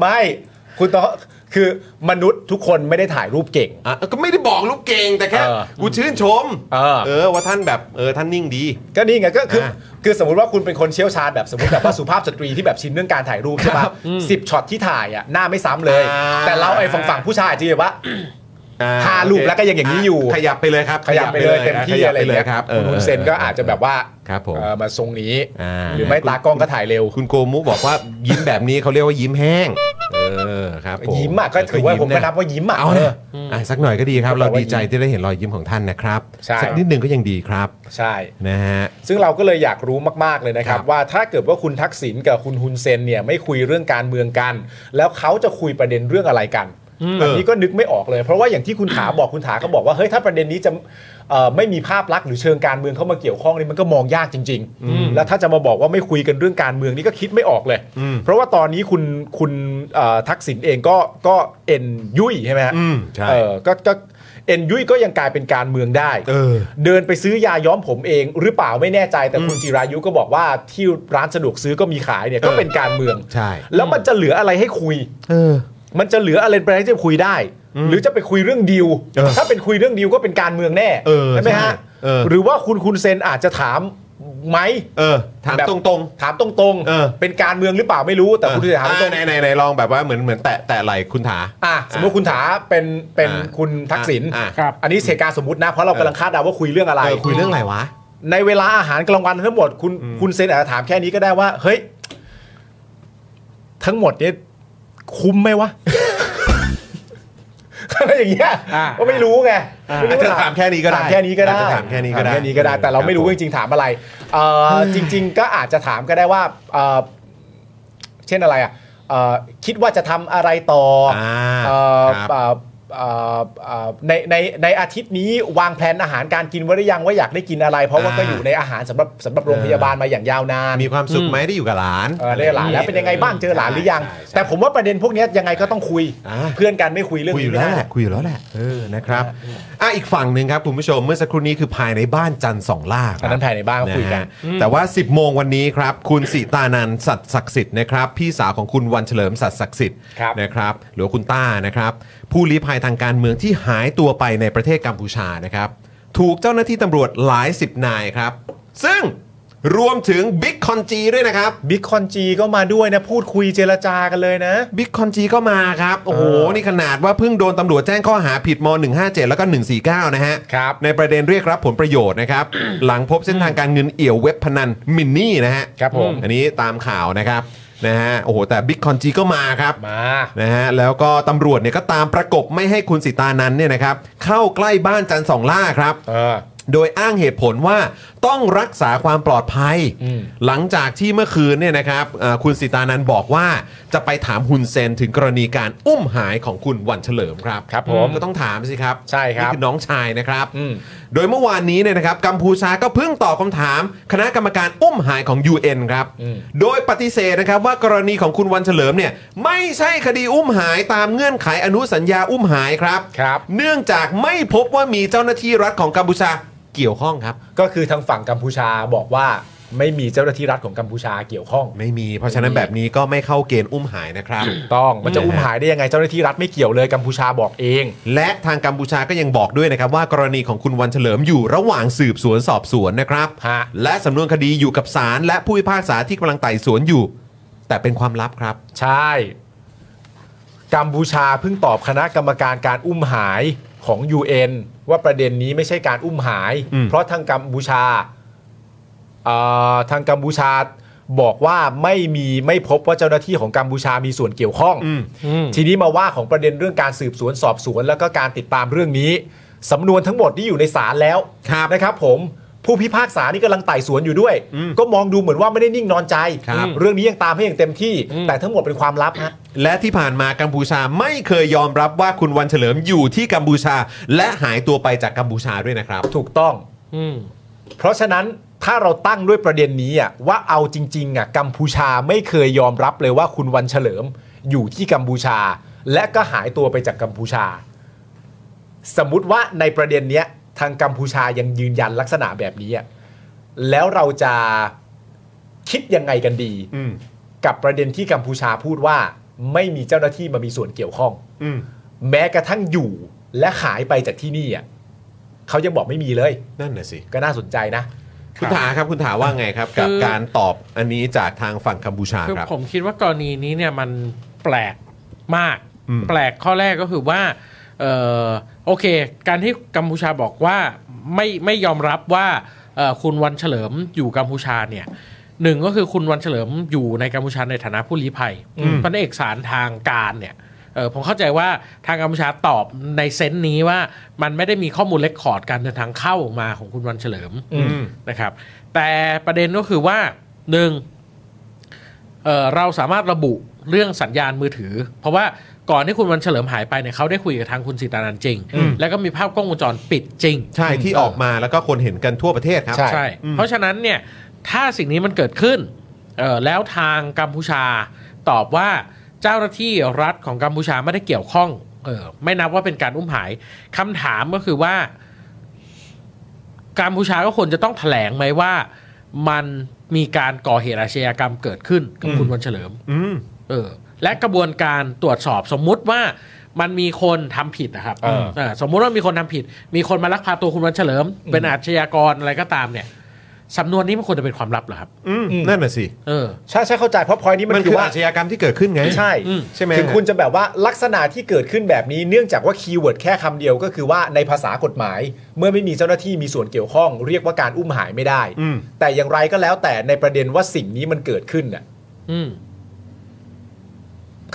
Speaker 3: ไม่คุณต้องคือมนุษย์ทุกคนไม่ได้ถ่ายรูปเก่ง
Speaker 1: อ่ะก็ไม่ได้บอกรูปเก่งแต่แค่
Speaker 3: เออ
Speaker 1: กูชื่นชม
Speaker 3: เออ
Speaker 1: เออว่าท่านแบบเออท่านนิ่งดี
Speaker 3: ก็นี่ไงก็คือ
Speaker 1: อ่ะ
Speaker 3: คือสมมติว่าคุณเป็นคนเชี่ยวชาญแบบสมมติแบบว่าสุภาพสตรีที่แบบชินเรื่องการถ่ายรูปใช่ปะสิบช็อตที่ถ่ายอ่ะหน้าไม่ซ้ำเลย
Speaker 1: อ่า
Speaker 3: แต่เราไอ้ฝั่งฝั่งผู้ชายอาจจะแบบว่า
Speaker 1: อ่
Speaker 3: ห้ารูปแล้วก็ยังอย่างนี้อยู่
Speaker 1: ขยับไปเลยครับ
Speaker 3: ขยับไปเลยเต็มที่
Speaker 1: ขยับ
Speaker 3: อะไร
Speaker 1: ป
Speaker 3: เงี้ย
Speaker 1: ครับออ
Speaker 3: คุณฮุนเซนก็อาจจะแบบว่า
Speaker 1: ครับผม
Speaker 3: เอ่อมาทรงนี้
Speaker 1: อ่า
Speaker 3: หรือไม่ตากล้องก็ถ่ายเร็ว
Speaker 1: คุณโกมุบอกว่ายิ้มแบบนี้เขาเรียกว่ายิ้มแห้ง เออครับผ
Speaker 3: ยิ้มอ่ะก็ถือว่าผมก็นับว่ายิ้มอ่ะ
Speaker 1: เอา
Speaker 3: เอ
Speaker 1: นะ
Speaker 3: อ
Speaker 1: อ่ะสักหน่อยก็ดีครับ
Speaker 3: ผมก็
Speaker 1: เรา
Speaker 3: ว่า
Speaker 1: ดีใจที่ได้เห็นรอยยิ้มของท่านนะครับ
Speaker 3: ใช่
Speaker 1: สันิดนึงก็ยังดีครับ
Speaker 3: ใช่
Speaker 1: นะฮะ
Speaker 3: ซึ่งเราก็เลยอยากรู้มาก ๆ เลยนะครับ
Speaker 1: ครับ
Speaker 3: ว่าถ้าเกิดว่าคุณทักษิณกับคุณฮุนเซนเนี่ยไม่คุยเรื่องการเมืองกัน แล้วเขาจะคุยประเด็นเรื่องอะไรกันอันนี้ก็นึกไม่ออกเลย เพราะว่าอย่างที่คุณถาบอกคุณถาก็บอกว่าเฮ้ยถ้าประเด็นนี้จะเอ่อไม่มีภาพลักษณ์หรือเชิงการเมืองเข้ามาเกี่ยวข้องนี่มันก็มองยากจริง ๆ แล้วถ้าจะมาบอกว่าไม่คุยกันเรื่องการเมืองนี่ก็คิดไม่ออกเลย
Speaker 1: อืม
Speaker 3: เพราะว่าตอนนี้คุณคุณเอ่อทักษิณเองก็ก็เอ็นยุ่ยใช่ไหมฮะ
Speaker 1: อืมใช่
Speaker 3: เออก็ก็เอ็นยุยก็ยังกลายเป็นการเมืองได้
Speaker 1: เออ
Speaker 3: เดินไปซื้อยาย้อมผมเอง หรือเปล่าไม่แน่ใจแต่คุณจิรายุก็บอกว่าที่ร้านสะดวกซื้อก็มีขายเนี่ยก็เป็นการเมือง
Speaker 1: ใช่
Speaker 3: แล้วมันจะเหลืออะไรให้คุย
Speaker 1: เออ
Speaker 3: มันจะเหลืออะไรไปให้จะคุยได้ หรือจะไปคุยเรื่องดิว
Speaker 1: เออ
Speaker 3: ถ้าเป็นคุยเรื่องดิวก็เป็นการเมืองแน่
Speaker 1: เออ
Speaker 3: ใช่ไหมฮะ
Speaker 1: ใช่เออ
Speaker 3: หรือว่าคุณคุณเซนอาจจะถามไหม
Speaker 1: เออ ถาม
Speaker 3: แบบ
Speaker 1: ตรง
Speaker 3: ถามตรง
Speaker 1: เออ
Speaker 3: เป็นการเมืองหรือเปล่าไม่รู้
Speaker 1: ๆ
Speaker 3: แต่คุณจะถามตรง
Speaker 1: ไหนไหนไหนลองแบบว่าเหมือนเหมือนแตะแตะไหลคุณถา
Speaker 3: อ่ะสมมติคุณถาเป็นเป็น
Speaker 1: อ่ะ
Speaker 3: คุณทักษิณ
Speaker 1: อ่ะ
Speaker 4: ครับ
Speaker 3: อันนี้เหตุการณ์สมมตินะเพราะเรากำลังคาดเดาว่าคุยเรื่องอะไร
Speaker 1: เออคุยเรื่องอะไรวะ
Speaker 3: ในเวลาอาหารกลางวันทั้งหมดคุณคุณเซนอาจจะถามแค่นี้ก็ได้ว่า เฮ้ย ทั้งหมดเนี่ยคุ้มไหมวะ *laughs* อะไรอย่างเงี้ย
Speaker 4: อ่า
Speaker 3: ก็ไม่รู้ไง
Speaker 1: อาจจะถามแค่นี้ก็ได้
Speaker 3: ถามแค่นี้ก็ได้
Speaker 1: อาจจะถามแค่นี้ก็ได้
Speaker 3: ถามแค่นี้ก็ได้ แต่
Speaker 1: ค
Speaker 3: เรา
Speaker 1: รับ
Speaker 3: ไม่รู้
Speaker 1: ผม
Speaker 3: จริงๆถามอะไรเอ่อจริง ๆ ก็อาจจะถามก็ได้ว่าเอ่อเช่นอะไรอ่ะเอ่อคิดว่าจะทำอะไรต่ออ
Speaker 1: อ่า
Speaker 3: เอ่อ
Speaker 1: ครับ
Speaker 3: เอ่อเอ่อเอ่อในในในอาทิตย์นี้วางแผนอาหารการกินไว้หรือยังว่าอยากได้กินอะไร เพราะว่า
Speaker 1: อ่า
Speaker 3: ก็อยู่ในอาหารสำหรับสำหรับโรงพยาบาลมาอย่างยาวนาน
Speaker 1: มีความสุขไหมได้อยู่กับหลาน
Speaker 3: เออได้หลานแล้วเป็นยังไงบ้างเจอหลานหรือยัง
Speaker 1: ใช่ใช่
Speaker 3: แต่ผมว่าประเด็นพวกเนี้ยยังไงก็ต้องคุย
Speaker 1: อ่า
Speaker 3: เพื่อนกันไม่คุยเรื่อง
Speaker 1: คุยอ
Speaker 3: นี้
Speaker 1: ยู่
Speaker 3: ไม่
Speaker 1: แล้ว
Speaker 3: ได้
Speaker 1: แหละคุยอยู่แล้วแหละเออนะครับอ่ะอีกฝั่งหนึ่งครับคุณผู้ชมเมื่อสักครู่นี้คือภายในบ้านจันทร์สองล่าครั
Speaker 3: อัน
Speaker 1: บ
Speaker 3: นั้นภายในบ้านก็คุยกัน
Speaker 1: นะฮะแต่ว่า 10 โมงวันนี้ครับ คุณสิตานันท์สัตย์ศักดิ์สิทธิ์นะครับ พี่สาวของคุณวันเฉลิมสัตย์ศักดิ์สิทธิ์
Speaker 3: ครับ
Speaker 1: นะครับหรือว่าคุณต้านะครับ ผู้ลี้ภัยทางการเมืองที่หายตัวไปในประเทศกัมพูชานะครับ ถูกเจ้าหน้าที่ตำรวจหลายสิบนายครับ ซึ่งรวมถึงบิ๊กคอนจีด้วยนะครับ
Speaker 3: บิ๊กคอนจีก็มาด้วยนะ พูดคุยเจรจากันเลยนะ
Speaker 1: บิ๊กคอนจีก็มาครับ โอ้โห
Speaker 3: เออ
Speaker 1: นี่ขนาดว่าเพิ่งโดนตำรวจแจ้งข้อหาผิดม 157 แล้วก็ 149 นะฮะ
Speaker 3: ครับ
Speaker 1: ในประเด็นเรียกรับผลประโยชน์นะครับ
Speaker 3: *coughs*
Speaker 1: หลังพบเส้นทางการเงินเอี่ยวเว็บพนันมินนี่นะฮะ
Speaker 3: ครับผม
Speaker 1: อันนี้ตามข่าวนะครับ นะฮะโอ้โหแต่บิ๊กคอนจีก็มาครับ
Speaker 3: มา
Speaker 1: นะฮะแล้วก็ตำรวจเนี่ยก็ตามประกบไม่ให้คุณสิตานันเนี่ยนะครับเข้าใกล้บ้านจันทร์สองล่าครับ
Speaker 3: เออ
Speaker 1: โดยอ้างเหตุผลว่าต้องรักษาความปลอดภัย หลังจากที่เมื่อคืนเนี่ยนะครับเอ่อคุณสิตานันบอกว่าจะไปถามฮุนเซนถึงกรณีการอุ้มหายของคุณวันเฉลิมครับ
Speaker 3: ครับผม
Speaker 1: ก็ต้องถามสิครับ
Speaker 3: ใช่ครับ
Speaker 1: นี่คือน้องชายนะครับ
Speaker 3: อืม
Speaker 1: โดยเมื่อวานนี้เนี่ยนะครับกัมพูชาก็เพิ่งตอบคำถาม คณะกรรมการอุ้มหายของ UN ครับ โดยปฏิเสธนะครับว่ากรณีของคุณวันเฉลิมเนี่ยไม่ใช่คดีอุ้มหายตามเงื่อนไขอนุสัญญาอุ้มหายครับ
Speaker 3: ครับ
Speaker 1: เนื่องจากไม่พบว่ามีเจ้าหน้าที่รัฐของกัมพูชาเกี่ยวข้องครับ
Speaker 3: ก็คือทางฝั่งกัมพูชาบอกว่าไม่มีเจ้าหน้าที่รัฐของกัมพูชาเกี่ยวข้อง
Speaker 1: ไม่มี เพราะฉะนั้นแบบนี้ก็ไม่เข้าเกณฑ์อุ้มหายนะครับ *coughs*
Speaker 3: ต้องมันจะอุ้มหายได้ยังไงเจ้าหน้าที่รัฐไม่เกี่ยวเลยกัมพูชาบอกเอง
Speaker 1: และทางกัมพูชาก็ยังบอกด้วยนะครับว่ากรณีของคุณวันเฉลิมอยู่ระหว่างสืบสวนสอบสวนนะครับ
Speaker 3: ฮะ
Speaker 1: และสำนวนคดีอยู่กับศาลและผู้พิพากษาที่กำลังไต่สวนอยู่ แต่เป็นความลับครับ
Speaker 3: ใช่ กัมพูชาเพิ่งตอบคณะกรรมการการอุ้มหายของ UN ว่าประเด็นนี้ไม่ใช่การอุ้มหาย
Speaker 1: อืม
Speaker 3: เพราะทางกัมพูชาเอ่อทางกัมพูชาบอกว่าไม่มีไม่พบว่าเจ้าหน้าที่ของกัมพูชามีส่วนเกี่ยวข้อง
Speaker 4: อืม
Speaker 3: ทีนี้มาว่าของประเด็นเรื่องการสืบสวนสอบสวน แล้วก็การติดตามเรื่องนี้สำนวนทั้งหมดที่อยู่ในศาลแล้ว
Speaker 1: ครับ
Speaker 3: นะครับผมผู้พิพากษานี่กำลังไต่สวนอยู่ด้วย
Speaker 1: อืม
Speaker 3: ก็มองดูเหมือนว่าไม่ได้นิ่งนอนใจ
Speaker 1: ครับ
Speaker 3: เรื่องนี้ยังตามให้อย่างเต็มที่ แต่ทั้งหมดเป็นความลับฮะ
Speaker 1: และที่ผ่านมากัมพูชาไม่เคยยอมรับว่าคุณวันเฉลิมอยู่ที่กัมพูชา และหายตัวไปจากกัมพูชาด้วยนะครับ
Speaker 3: ถูกต้อง
Speaker 4: อืม
Speaker 3: เพราะฉะนั้นถ้าเราตั้งด้วยประเด็นนี้อะว่าเอาจริงๆอะกัมพูชาไม่เคยยอมรับเลยว่าคุณวันเฉลิมอยู่ที่กัมพูชา และก็หายตัวไปจากกัมพูชา สมมติว่าในประเด็นเนี้ยทางกัมพูชายังยืนยันลักษณะแบบนี้อะแล้วเราจะคิดยังไงกันดี
Speaker 1: อืม
Speaker 3: กับประเด็นที่กัมพูชาพูดว่า ไม่มีเจ้าหน้าที่มามีส่วนเกี่ยวข้อง
Speaker 1: อืม
Speaker 3: แม้กระทั่งอยู่และหายไปจากที่นี่อะเขายังบอกไม่มีเลย
Speaker 1: นั่นน่ะสิ
Speaker 3: ก็น่าสนใจนะ
Speaker 1: คุณถาครับคุณถาว่าไงครับ กับ
Speaker 4: คือ
Speaker 1: การตอบอันนี้จากทางฝั่งกัมพูชา
Speaker 4: คือ
Speaker 1: ครับ
Speaker 4: ผมคิดว่ากรณีนี้เนี่ยมันแปลกมาก
Speaker 1: อืม
Speaker 4: แปลกข้อแรกก็คือว่าเออโอเค การที่กัมพูชาบอกว่าไม่ไม่ยอมรับว่าเอ่อคุณวันเฉลิมอยู่กัมพูชาเนี่ยหนึ่งก็คือคุณวันเฉลิมอยู่ในกัมพูชาในฐานะผู้ลี้ภัยเพราะในเอกสารทางการเนี่ยเอ่อผมเข้าใจว่าทางกัมพูชาตอบในเซนส์นี้ว่ามันไม่ได้มีข้อมูลเลคคอร์ดการเดินทางเข้าออกมาของคุณวันเฉลิม
Speaker 1: อืม
Speaker 4: นะครับแต่ประเด็นก็คือว่าหนึ่งเอ่อเราสามารถระบุเรื่องสัญญาณมือถือ เพราะว่าก่อนที่คุณวันเฉลิมหายไปเนี่ยเขาได้คุยกับทางคุณสิตานันจริง แล้วก็มีภาพกล้องวงจรปิดจริง
Speaker 1: ใช่ที่ออกมาแล้วก็คนเห็นกันทั่วประเทศครับ
Speaker 3: ใช่
Speaker 4: ใช่ เพราะฉะนั้นเนี่ยถ้าสิ่งนี้มันเกิดขึ้นเอ่อแล้วทางกัมพูชาตอบว่าเจ้าหน้าที่รัฐของกัมพูชาไม่ได้เกี่ยวข้องเออไม่นับว่าเป็นการอุ้มหายคำถามก็คือว่ากัมพูชาก็ควรจะต้องแถลงไหมว่า มันมีการก่อเหตุอาชญากรรมเกิดขึ้นกับคุณวันเฉลิม
Speaker 1: อืม
Speaker 4: เออและกระบวนการตรวจสอบสมมุติว่ามันมีคนทำผิดนะครับ
Speaker 3: เออ
Speaker 4: เออสมมุติว่ามีคนทำผิด มีคนมาลักพาตัวคุณวันเฉลิม เป็นอาชญากรอะไรก็ตามเนี่ยสำนวนนี้มันควรจะเป็นความลับเหรอครับ
Speaker 1: อืมนั่นน่ะสิ
Speaker 4: เออ
Speaker 3: ใช่ใช่เข้าใจเพราะพอยนี้มั
Speaker 1: มัน น
Speaker 3: คื
Speaker 1: คือ อ
Speaker 3: ว่า
Speaker 1: อาชญากรรมที่เกิดขึ้นไง
Speaker 3: ใช่
Speaker 4: อืม
Speaker 1: ใช่ไหม
Speaker 3: ถึงคุณจะแบบว่าลักษณะที่เกิดขึ้นแบบนี้เนื่องจากว่าคีย์เวิร์ดแค่คำเดียวก็คือว่าในภาษากฎหมาย เมื่อไม่มีเจ้าหน้าที่มีส่วนเกี่ยวข้อง เรียกว่าการอุ้มหายไม่ได้
Speaker 1: อืม
Speaker 3: แต่อย่างไรก็แล้วแต่ในประเด็นว่าสิ่งนี้มันเกิดขึ้นน่ะ
Speaker 4: อืม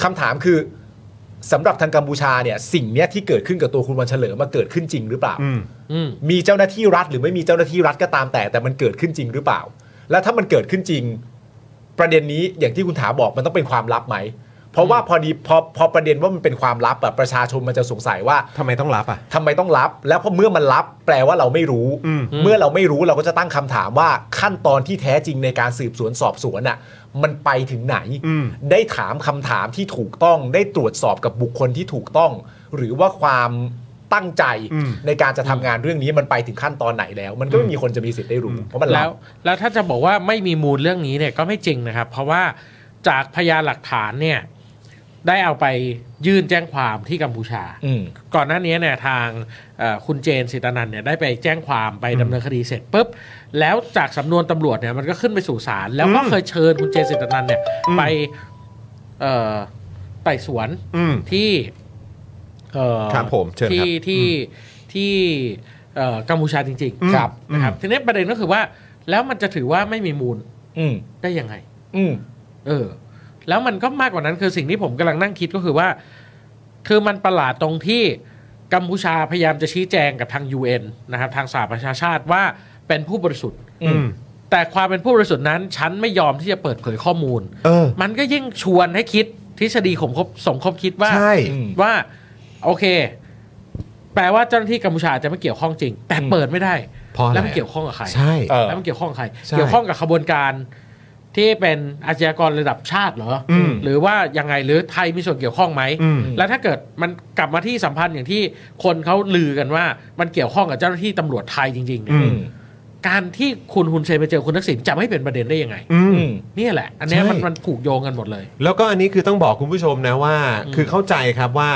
Speaker 3: คำถามคือสำหรับทางกัมพูชาเนี่ยสิ่งเนี้ยที่เกิดขึ้นกับตัวคุณวันเฉลิมมาเกิดขึ้นจริงหรือเปล่า
Speaker 1: อืม
Speaker 4: อืม
Speaker 3: มีเจ้าหน้าที่รัฐหรือไม่มีเจ้าหน้าที่รัฐก็ตามแต่แต่มันเกิดขึ้นจริงหรือเปล่า และถ้ามันเกิดขึ้นจริง ประเด็นนี้อย่างที่คุณถาบอกมันต้องเป็นความลับไหม เพราะว่าพอดีพอพอประเด็นว่ามันเป็นความลับอะประชาชนมันจะสงสัยว่า
Speaker 1: ทำไมต้องรับอ่ะ
Speaker 3: ทำไมต้องลับ แล้วพอเมื่อมันลับ แปลว่าเราไม่รู้
Speaker 1: อืม
Speaker 3: เมื่อเราไม่รู้เราก็จะตั้งคำถามว่าขั้นตอนที่แท้จริงในการสืบสวนสอบสวนอะมันไปถึงไหน
Speaker 1: อืม
Speaker 3: ได้ถามคำถามที่ถูกต้องได้ตรวจสอบกับบุคคลที่ถูกต้อง หรือว่าความตั้งใจ
Speaker 1: อืม
Speaker 3: ในการจะทำงานเรื่องนี้มันไปถึงขั้นตอนไหนแล้ว มันก็ไม่มีคนจะมีสิทธิ์ได้รู้เพราะมัน
Speaker 4: แล้
Speaker 3: ลั
Speaker 4: ว
Speaker 3: บ
Speaker 4: แล้วถ้าจะบอกว่าไม่มีมูลเรื่องนี้เนี่ยก็ไม่จริงนะครับ เพราะว่าจากพยานหลักฐานเนี่ยได้เอาไปยื่นแจ้งความที่กัมพูชา
Speaker 3: อืม
Speaker 4: ก่อนหน้านี้เนี่ยทางเอ่อคุณเจนสิตานันเนี่ยได้ไปแจ้งความไปดำเนินคดีเสร็จปุ๊บแล้วจากสำนวนตำรวจเนี่ยมันก็ขึ้นไปสู่ศาลแล้วก็เคยเชิญคุณเจนสิตานันเนี่ยไปเอ่อไต่สวน
Speaker 1: อืม
Speaker 4: ที่เอ่อ
Speaker 1: ครับผมเชิญครับ
Speaker 4: ที่ที่ที่เอ่อกัมพูชาจริง
Speaker 1: อืม
Speaker 4: ๆ
Speaker 1: ครับ
Speaker 4: นะครับทีนี้ประเด็นก็คือว่าแล้วมันจะถือว่าไม่มีมูล
Speaker 3: อืม
Speaker 4: ได้ยังไง
Speaker 3: อืม
Speaker 4: เออ แล้วมันก็มากกว่านั้นคือสิ่งที่ผมกำลังนั่งคิดก็คือว่า คือมันประหลาดตรงที่กัมพูชาพยายามจะชี้แจงกับทาง UN นะครับทางสหประชาชาติว่าเป็นผู้บริสุทธิ์
Speaker 3: อืม
Speaker 4: แต่ความเป็นผู้บริสุทธิ์นั้น ฉันไม่ยอมที่จะเปิดเผยข้อมูล
Speaker 1: เออ
Speaker 4: มันก็ยิ่งชวนให้คิดทฤษฎีขมคบสมคบคิดว่า
Speaker 1: ใช่
Speaker 4: ว่า โอเค แปลว่าเจ้าหน้าที่กัมพูชาจะไม่เกี่ยวข้องจริง แต่เปิดไม่ได้
Speaker 1: เพราะอะไร
Speaker 4: แล้วมันเกี่ยวข้องกับใคร
Speaker 1: ใช่
Speaker 3: เออ
Speaker 4: แล้วมันเกี่ยวข้องกับใคร
Speaker 1: ใช่
Speaker 4: เกี่ยวข้องกับขบวนการที่เป็นอาชญากรระดับชาติเหรออ
Speaker 1: ม
Speaker 4: หรือว่ายังไงหรือไทยมีส่วนเกี่ยวข้องไหม
Speaker 1: อืม
Speaker 4: แล้วถ้าเกิดมันกลับมาที่สัมพันธ์อย่างที่คนเขาลือกันว่า มันเกี่ยวข้องกับเจ้าหน้าที่ตำรวจไทยจริงๆเนี่ย
Speaker 1: อืม
Speaker 4: การที่คุณฮุนเซนไปเจอคุณทักษิณจะไม่เป็นประเด็นได้ยังไง
Speaker 1: อืม
Speaker 4: เนี่ยแหละ อันเนี้ยมัน
Speaker 1: ใช่
Speaker 4: มันผูกโยงกันหมดเลย
Speaker 1: แล้วก็อันนี้คือต้องบอกคุณผู้ชมนะว่า คือเข้าใจครับว่า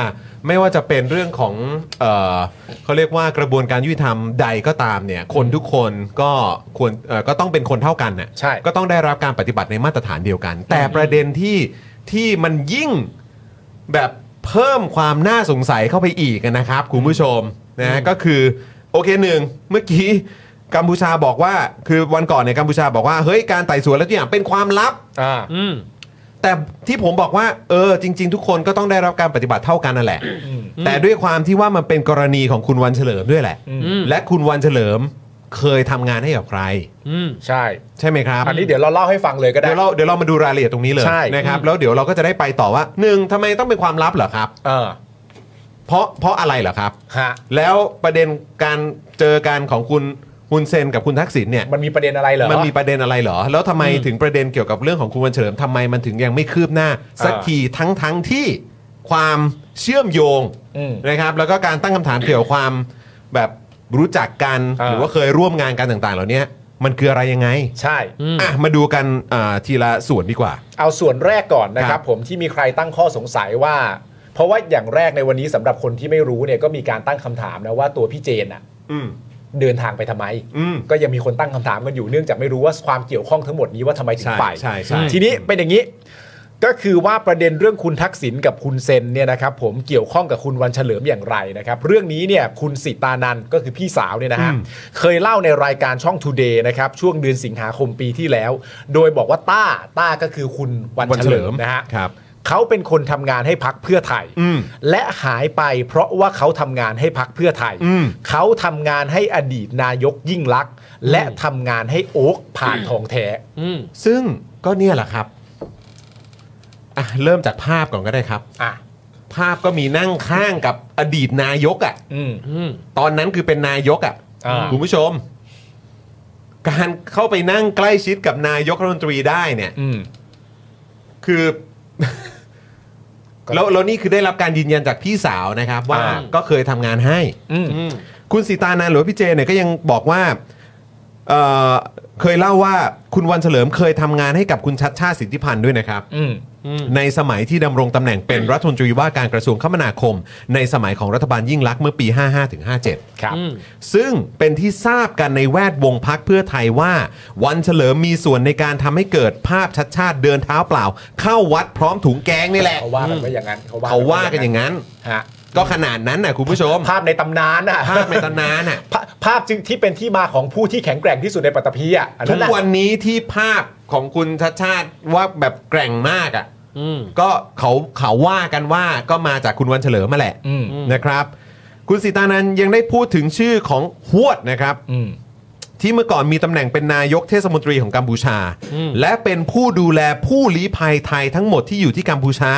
Speaker 1: ไม่ว่าจะเป็นเรื่องของเออเขาเรียกว่ากระบวนการยุติธรรมใดก็ตามเนี่ย คนทุกคนก็ควรเอ่อก็ต้องเป็นคนเท่ากันน่ะ
Speaker 3: ใช่
Speaker 1: ก็ต้องได้รับการปฏิบัติในมาตรฐานเดียวกัน แต่ประเด็นที่ที่มันยิ่งแบบเพิ่มความน่าสงสัยเข้าไปอีกนะครับ คุณผู้ชมนะก็คือโอเคหนึ่งเมื่อกี้กัมพูชาบอกว่า คือวันก่อนเนี่ยกัมพูชาบอกว่าเฮ้ยการไต่สวนแล้วทุกอย่างเป็นความลับ
Speaker 3: อ่า
Speaker 4: อืม
Speaker 1: แต่ที่ผมบอกว่าเออจริง ๆ ทุกคนก็ต้องได้รับการปฏิบัติเท่ากันนั่นแหละ แต่ด้วยความที่ว่ามันเป็นกรณีของคุณวันเฉลิมด้วยแหละ
Speaker 4: ม
Speaker 1: และคุณวันเฉลิมเคยทำงานให้กับใคร
Speaker 4: อืม
Speaker 3: ใช่
Speaker 1: ใช่ไหมครับ
Speaker 3: อันนี้เดี๋ยวเราเล่าให้ฟังเลยก็ได้
Speaker 1: เดี๋ยวเราเดี๋ยวเรามาดูรายละเอียดตรงนี้เลย
Speaker 3: ใช่
Speaker 1: นะครับแล้วเดี๋ยวเราก็จะได้ไปต่อว่าหนึ่งทำไมต้องเป็นความลับเหรอครับ
Speaker 3: เออ
Speaker 1: เพราะเพราะอะไรเหรอครับ
Speaker 3: ฮะ
Speaker 1: แล้วประเด็นการเจอการของคุณฮุนเซนกับคุณทักษิณเนี่ย
Speaker 3: มันมีประเด็นอะไรเหรอ
Speaker 1: มันมีประเด็นอะไรเหรอ แล้วทำไมถึงประเด็นเกี่ยวกับเรื่องของคุณวันเฉลิมทำไมมันถึงยังไม่คืบหน้า สัก
Speaker 3: อ่า
Speaker 1: ทีทั้งทั้งที่ความเชื่อมโยง
Speaker 3: อืม
Speaker 1: นะครับ แล้วก็การตั้งคำถามเกี่ยวกับความแบบรู้จักกัน
Speaker 3: อ่า
Speaker 1: หรือว่าเคยร่วมงานกันต่างๆ เหล่านี้มันคืออะไรยังไง
Speaker 3: ใช่
Speaker 1: อ่ะมาดูกันอ่าทีละส่วนดีกว่า
Speaker 3: เอาส่วนแรกก่อนนะค
Speaker 1: ครั
Speaker 3: รั
Speaker 1: บบ
Speaker 3: ผมที่มีใครตั้งข้อสงสัยว่า เพราะว่าอย่างแรกในวันนี้สำหรับคนที่ไม่รู้เนี่ยก็มีการตั้งคำถามนะว่าตัวพี่เจนอะ
Speaker 1: อืม
Speaker 3: เดินทางไปทำไม
Speaker 1: อืม
Speaker 3: ก็ยังมีคนตั้งคำถามกันอยู่เนื่องจากไม่รู้ว่าความเกี่ยวข้องทั้งหมดนี้ว่าทำไมถึง
Speaker 1: ใช่
Speaker 3: ไป
Speaker 1: ใช่ใช่
Speaker 3: ทีนี้เป็นอย่างนี้ ก็คือว่าประเด็นเรื่องคุณทักษิณกับคุณเซนเนี่ยนะครับผมเกี่ยวข้องกับคุณวันเฉลิมอย่างไรนะครับ เรื่องนี้เนี่ยคุณสิตานันก็คือพี่สาวเนี่ยนะฮะเคยเล่าในรายการช่อง Today นะครับช่วงเดือนสิงหาคมปีที่แล้ว โดยบอกว่าต้าต้าก็คือคุณวันเฉลิมนะฮะ
Speaker 1: ครับ
Speaker 3: เขาเป็นคนทำงานให้พักเพื่อไทย
Speaker 1: อืม
Speaker 3: และหายไปเพราะว่าเขาทำงานให้พักเพื่อไทย
Speaker 1: อืม
Speaker 3: เขาทำงานให้อดีตนายกยิ่งลักษณ์และทำงานให้โอ๊กผ่านทองแท้
Speaker 4: อืม
Speaker 1: ซึ่งก็เนี่ยแหละครับอ่ะเริ่มจากภาพก่อนก็ได้ครับ
Speaker 3: อ่ะ
Speaker 1: ภาพก็มีนั่งข้างกับอดีตนายกอ่ะ
Speaker 3: อืม
Speaker 4: อืม
Speaker 1: ตอนนั้นคือเป็นนายกอ่ะ
Speaker 3: อ่า
Speaker 1: คุณผู้ชม การเข้าไปนั่งใกล้ชิดกับนายกรัฐมนตรีได้เนี่ย
Speaker 3: อืม
Speaker 1: คือ
Speaker 3: *laughs*
Speaker 1: แล้วแล้วนี่คือได้รับการยืนยันจากพี่สาวนะครับ ว่า
Speaker 3: อ่า
Speaker 1: ก็เคยทำงานให้
Speaker 3: อืม
Speaker 4: อืม
Speaker 1: คุณสีตานานหรือว่าพี่เจเนี่ยก็ยังบอกว่าเอ่อเคยเล่าว่าคุณวันเฉลิมเคยทำงานให้กับคุณชัดชาติสิทธิพันธ์ด้วยนะครับ
Speaker 3: อืม
Speaker 1: ในสมัยที่ดำรงตำแหน่งเป็นรัฐมนตรีว่าการกระทรวงคมนาคม ในสมัยของรัฐบาลยิ่งลักษณ์เมื่อปี 55ถึง57
Speaker 3: ครับ
Speaker 4: อืม
Speaker 1: ซึ่งเป็นที่ทราบกันในแวดวงพักเพื่อไทยว่า วันเฉลิมมีส่วนในการทำให้เกิดภาพชัดชาติเดินเท้าเปล่า เข้าวัดพร้อมถุงแกงนี่แหละ
Speaker 3: เขาว่ากันว่าอย่างนั้น เขาว่า
Speaker 1: เขาว่ากันอย่างนั้น
Speaker 3: ฮะ
Speaker 1: ก็ขนาดนั้นน่ะคุณผู้ช
Speaker 3: *laughs*
Speaker 1: ม
Speaker 3: ภาพในตำนานอ่ะ
Speaker 1: ภาพในตำนานน่ะ
Speaker 3: ภาพภาพจึงที่เป็นที่มาของผู้ที่แข็งแกร่งที่สุดในปัตตภีอ่ะอัน
Speaker 1: ทุ
Speaker 3: นั้
Speaker 1: ก
Speaker 3: นน่ะ
Speaker 1: วันนี้ที่ภาพของคุณชัดชาติว่าแบบแกร่งมากอ่ะ
Speaker 4: อืม
Speaker 1: ก็เขาเขาว่ากันว่าก็มาจากคุณวันเฉลิมมาแหละ
Speaker 3: อืม
Speaker 1: นะครับ คุณสิตานันยังได้พูดถึงชื่อของฮวดนะครับ
Speaker 3: อืม
Speaker 1: ที่เมื่อก่อนมีตำแหน่งเป็นนายกเทศมนตรีของกัมพูชา และเป็นผู้ดูแลผู้ลี้ภัยไทยทั้งหมดที่อยู่ที่กัมพูชา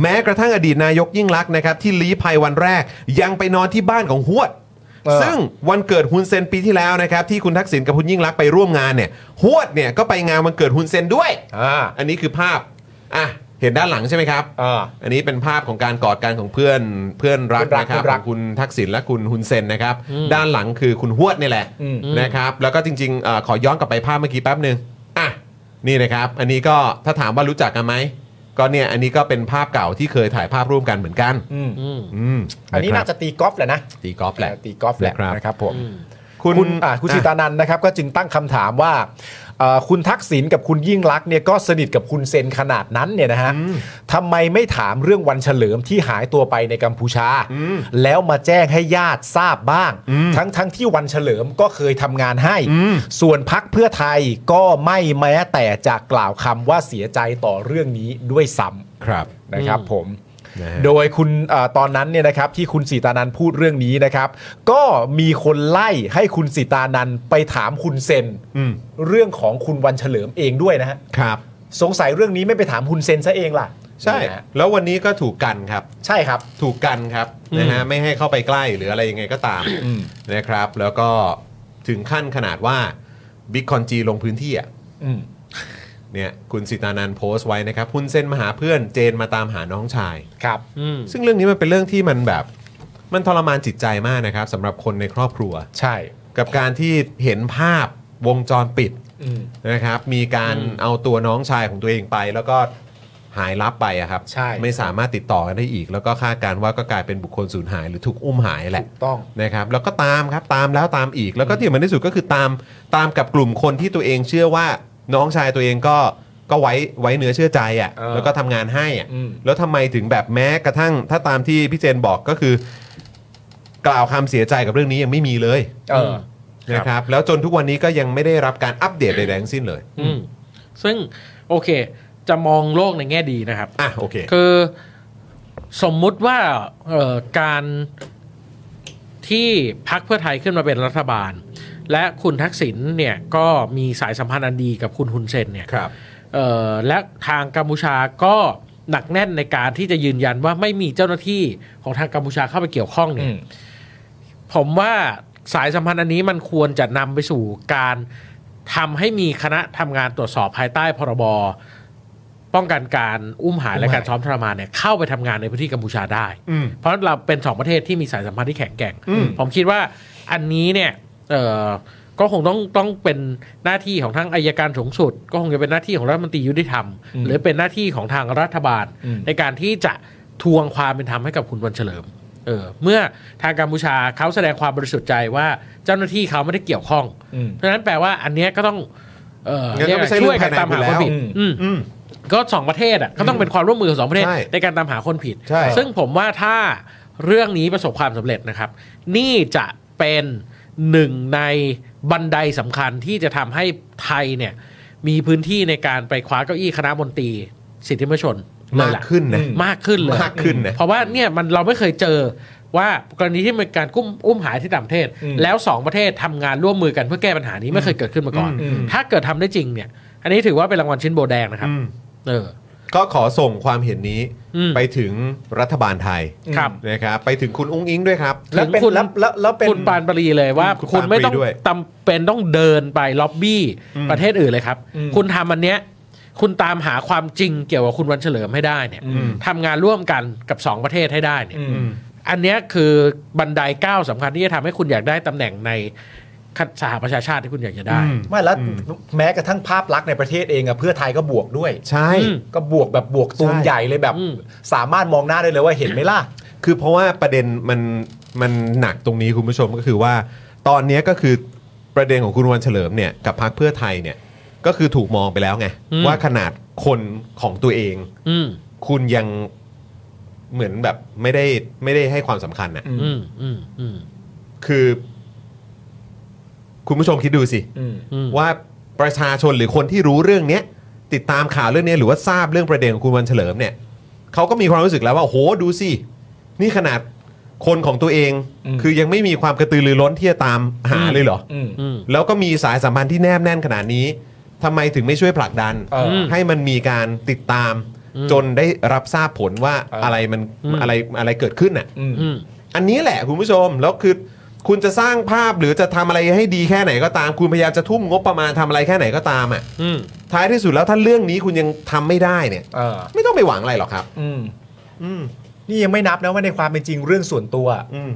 Speaker 1: แม้กระทั่งอดีตนายกยิ่งลักษณ์นะครับที่ลี้ภัยวันแรกยังไปนอนที่บ้านของฮวด
Speaker 3: เออ
Speaker 1: ซึ่งวันเกิดฮุนเซนปีที่แล้วนะครับที่คุณทักษิณกับคุณยิ่งลักษณ์ไปร่วมงานเนี่ยฮวดเนี่ยก็ไปงานวันเกิดฮุนเซนด้วย
Speaker 3: อ่า
Speaker 1: อันนี้คือภาพอ่ะเห็นด้านหลังใช่ไหมครับ
Speaker 3: อ่า
Speaker 1: อันนี้เป็นภาพของการกอดกันของเพื่อนเพื่อนรัก
Speaker 3: เพื่อนรัก
Speaker 1: นะครับ
Speaker 3: เพื่อนรั
Speaker 1: ข
Speaker 3: ก
Speaker 1: องคุณทักษิณและคุณฮุนเซนนะครับ ด้านหลังคือคุณฮวดนี่แหละ
Speaker 3: อืม
Speaker 1: นะครับ แล้วก็จริงๆเอ่อขอย้อนกลับไปภาพเมื่อกี้แป๊บหนึ่งอ่ะนี่นะครับ อันนี้ก็ถ้าถามว่ารู้จักกันไหมก็เนี่ยอันนี้ก็เป็นภาพเก่าที่เคยถ่ายภาพร่วมกันเหมือนกัน
Speaker 3: อืม
Speaker 4: อืม
Speaker 1: อืม
Speaker 3: อันนี้น่าจะตีกอล์ฟแหละนะ
Speaker 1: ตีกอล์ฟแหละ
Speaker 3: ตีกอล์ฟแหละ
Speaker 1: นะครับ
Speaker 3: นะครับผม
Speaker 1: คุณ
Speaker 3: คุณอ่ะคุณ
Speaker 1: อ่ะ
Speaker 3: ชิตานันนะครับ ก็จึงตั้งคำถามว่าเอ่อคุณทักษิณกับคุณยิ่งรักษณ์เนี่ยก็สนิทกับคุณเซนขนาดนั้นเนี่ยนะฮะทำไมไม่ถามเรื่องวันเฉลิมที่หายตัวไปในกัมพูชา แล้วมาแจ้งให้ญาติทราบบ้าง ทั้งทั้งที่วันเฉลิมก็เคยทำงานให้ ส่วนพักเพื่อไทยก็ไม่แม้แต่จะกล่าวคำว่าเสียใจต่อเรื่องนี้ด้วยซ้ำ
Speaker 1: ครับ
Speaker 3: นะครับผม
Speaker 1: นะฮะ
Speaker 3: โดยคุณเอ่อตอนนั้นเนี่ยนะครับที่คุณสีตานันพูดเรื่องนี้นะครับ ก็มีคนไล่ให้คุณสีตานันไปถามคุณเซน
Speaker 1: อืม
Speaker 3: เรื่องของคุณวันเฉลิมเองด้วยนะฮะ
Speaker 1: ครับ
Speaker 3: สงสัยเรื่องนี้ไม่ไปถามคุณเซนซะเองล่ะ
Speaker 1: ใช่
Speaker 3: นะฮะ
Speaker 1: แล้ววันนี้ก็ถูกกันครับ
Speaker 3: ใช่ครับ
Speaker 1: ถูกกันครับนะฮะไม่ให้เข้าไปใกล้หรืออะไรยังไงก็ตามนะครับ แล้วก็ถึงขั้นขนาดว่าบิ๊กคอนจีลงพื้นที่อ่ะ
Speaker 3: อืม
Speaker 1: เนี่ยคุณสิตานันโพสต์ไว้นะครับหุ้นเส้นมาหาเพื่อนเจนมาตามหาน้องชาย
Speaker 3: ครับ
Speaker 4: อืม
Speaker 1: ซึ่งเรื่องนี้มันเป็นเรื่องที่มันแบบ มันทรมานจิตใจมากนะครับสำหรับคนในครอบครัว
Speaker 3: ใช่
Speaker 1: กับการที่เห็นภาพวงจรปิด
Speaker 3: อืม
Speaker 1: นะครับ มีการเอาตัวน้องชายของตัวเองไป แล้วก็หายลับไปอะครับ
Speaker 3: ใช่
Speaker 1: ไม่สามารถติดต่อกันได้อีก แล้วก็คาดการณ์ว่าก็กลายเป็นบุคคลสูญหายหรือถูกอุ้มหายแหละ
Speaker 3: ถูกต้อง
Speaker 1: นะครับ แล้วก็ตามครับตามแล้วตามอีก แล้วก็ที่มันที่สุดก็คือตามตามกับกลุ่มคนที่ตัวเองเชื่อว่าน้องชายตัวเองก็ก็ไว้ไว้เนื้อเชื่อใจอะ่ะ
Speaker 3: เออ
Speaker 1: แล้วก็ทำงานให้อะ่ะ
Speaker 3: อืม
Speaker 1: แล้วทำไมถึงแบบแม้กระทั่งถ้าตามที่พี่เจนบอกก็คือ กล่าวคำเสียใจกับเรื่องนี้ยังไม่มีเลย
Speaker 3: เออ ครับ
Speaker 1: นะครับแล้วจนทุกวันนี้ก็ยังไม่ได้รับการอัปเดตใดๆทั้งสิ้นเลย
Speaker 4: อืมซึ่งโอเค จะมองโลกในแง่ดีนะครับ
Speaker 1: อ่ะโอเค
Speaker 4: คือสมมุติว่าเอ่อการที่พักเพื่อไทยขึ้นมาเป็นรัฐบาล และคุณทักษิณเนี่ยก็มีสายสัมพันธ์อันดีกับคุณฮุนเซนเนี่ย
Speaker 1: ครับ
Speaker 4: เอ่อและทางกัมพูชาก็หนักแน่นในการที่จะยืนยันว่าไม่มีเจ้าหน้าที่ของทางกัมพูชาเข้าไปเกี่ยวข้องเนี่ย
Speaker 3: อืม
Speaker 4: ผมว่าสายสัมพันธ์อันนี้มันควรจะนำไปสู่การทำให้มีคณะทำงานตรวจสอบภายใต้พรบป้องกันการอุ้มหายและ
Speaker 3: อุ้มหาย
Speaker 4: การซ้อมทรมานเนี่ยเข้าไปทำงานในพื้นที่กัมพูชาได้
Speaker 1: อืม
Speaker 4: เพราะเราเป็นสองประเทศที่มีสายสัมพันธ์ที่แข็งแกร่ง
Speaker 1: อืม
Speaker 4: ผมคิดว่าอันนี้เนี่ยเอ่อก็คงต้องต้องเป็นหน้าที่ของทั้งอายการสูงสุด ก็คงจะเป็นหน้าที่ของรัฐมนตรียุติธรรม หรือเป็นหน้าที่ของทางรัฐบาล
Speaker 3: อืม
Speaker 4: ในการที่จะทวงความเป็นธรรมให้กับคุณวันเฉลิมเออเมื่อทางกัมพูชาเขาแสดงความบริสุทธิ์ใจว่าเจ้าหน้าที่เขาไม่ได้เกี่ยวข้อง
Speaker 3: อืม
Speaker 4: เพราะฉะนั้นแปลว่าอันเนี้ยก็ต้องเอ่อ
Speaker 1: งั้นก็ไม่ใช่
Speaker 4: เรียกว่าช่วยกัน
Speaker 1: เรื่อง
Speaker 4: ตามหา
Speaker 1: ภายในอยู่แล้
Speaker 4: คว นผิด
Speaker 3: อืม
Speaker 4: อืม
Speaker 1: อืม
Speaker 4: ก็สองประเทศอ่ะก็ต้องเป็นความร่วมมือของสองประเทศ
Speaker 1: ใช่
Speaker 4: ในการตามหาคนผิด
Speaker 1: ใช่
Speaker 4: ซึ่งผมว่าถ้าเรื่องนี้ประสบความสำเร็จนะครับ นี่จะเป็นหนึ่งในบันไดสำคัญที่จะทำให้ไทยเนี่ยมีพื้นที่ในการไปคว้าเก้าอี้คณะมนตรีสิทธิมนชนเลย
Speaker 1: มาก
Speaker 4: ล่ะ
Speaker 1: ขึ้นนะ
Speaker 4: มากขึ้นเลย
Speaker 1: มากขึ้นนะ
Speaker 4: เพราะว่าเนี่ยมันเราไม่เคยเจอว่ากรณีที่มีการกุ้มอุ้มหายที่ต่างประเทศ แล้วสองประเทศทำงานร่วมมือกันเพื่อแก้ปัญหานี้ไม่เคยเกิดขึ้นมาก่อน ถ้าเกิดทำได้จริงเนี่ย อันนี้ถือว่าเป็นรางวัลชิ้นโบแดงนะครับ
Speaker 1: อืม
Speaker 4: เออ
Speaker 1: ก็ขอส่งความเห็นนี้
Speaker 4: อืม
Speaker 1: ไปถึงรัฐบาลไทย
Speaker 4: ครับ
Speaker 1: นะครับ ไปถึงคุณอุ้งอิงด้วยครับ
Speaker 3: แล้วเป็น
Speaker 4: ถึงคุณ
Speaker 3: แล้วแล้วแล้วเป็น
Speaker 4: คุณปานปรีเลยว่า
Speaker 1: คุณ
Speaker 4: คุณไม่ต้อ
Speaker 1: ปา
Speaker 4: ง
Speaker 1: นปรีด้วย
Speaker 4: จำเป็นต้องเดินไปล็อบบี้ประเทศอื่นเลยครับ คุณทำอันเนี้ย คุณตามหาความจริงเกี่ยวกับคุณวันเฉลิมให้ได้เนี่ยทำงานร่วมกันกับสองประเทศให้ได้เนี่ย
Speaker 3: อืม
Speaker 4: อันเนี้ยคือบันไดก้าวสำคัญที่จะทำให้คุณอยากได้ตำแหน่งในสหประชาชาติที่คุณอยากจะได้
Speaker 3: ไม่แล้วแม้กระทั่งภาพลักษณ์ในประเทศเองอะเพื่อไทยก็บวกด้วย
Speaker 1: ใช่
Speaker 4: อืม
Speaker 3: ก็บวกแบบบวกตูม
Speaker 1: ใช่
Speaker 3: ใหญ่เลยแบบ
Speaker 4: อืม
Speaker 3: สามารถมองหน้าได้เลยว่าเห็นไหมล่ะ
Speaker 1: คือเพราะว่าประเด็นมันมันหนักตรงนี้คุณผู้ชมก็คือว่า ตอนเนี้ยก็คือประเด็นของคุณวันเฉลิมเนี่ยกับพรรคเพื่อไทยเนี่ยก็คือถูกมองไปแล้วไง
Speaker 4: อืม
Speaker 1: ว่าขนาดคนของตัวเอง
Speaker 4: อืม
Speaker 1: คุณยังเหมือนแบบไม่ได้ไม่ได้ให้ความสำคัญน่ะ
Speaker 4: อืมอืมอืม
Speaker 1: คือ คุณผู้ชมคิดดูสิ
Speaker 4: อืม
Speaker 1: ว่าประชาชนหรือคนที่รู้เรื่องเนี้ยติดตามข่าวเรื่องเนี้ยหรือว่าทราบเรื่องประเด็นของคุณวันเฉลิมเนี่ยเขาก็มีความรู้สึกแล้วว่าโอ้โหดูสิ นี่ขนาดคนของตัวเอง
Speaker 3: อืม
Speaker 1: คือยังไม่มีความกระตือรือร้นที่จะตามหา
Speaker 4: อืม
Speaker 1: เลยเหรอ
Speaker 3: อืม
Speaker 4: อืม
Speaker 1: แล้วก็มีสายสัมพันธ์ที่แนบแน่นขนาดนี้ทำไมถึงไม่ช่วยผลักดัน
Speaker 3: เออ
Speaker 1: ให้มันมีการติดตาม
Speaker 4: อืม
Speaker 1: จนได้รับทราบผลว่า
Speaker 3: เอออ
Speaker 1: อะไรมัน
Speaker 4: อืม
Speaker 1: อะไรอะไรเกิดขึ้นอ่ะ
Speaker 3: อืม
Speaker 4: อืม
Speaker 1: อันนี้แหละคุณผู้ชม แล้วคือคุณจะสร้างภาพหรือจะทำอะไรให้ดีแค่ไหนก็ตาม คุณพยายามจะทุ่มงบประมาณทำอะไรแค่ไหนก็ตามอ่ะ
Speaker 4: อืม
Speaker 1: ท้ายที่สุดแล้วถ้าเรื่องนี้คุณยังทำไม่ได้เนี่ย
Speaker 3: เออ
Speaker 1: ไม่ต้องไปหวังอะไรหรอกครับ
Speaker 3: อืม
Speaker 1: อืม
Speaker 3: นี่ยังไม่นับนะว่าในความเป็นจริงเรื่องส่วนตัว
Speaker 1: อืม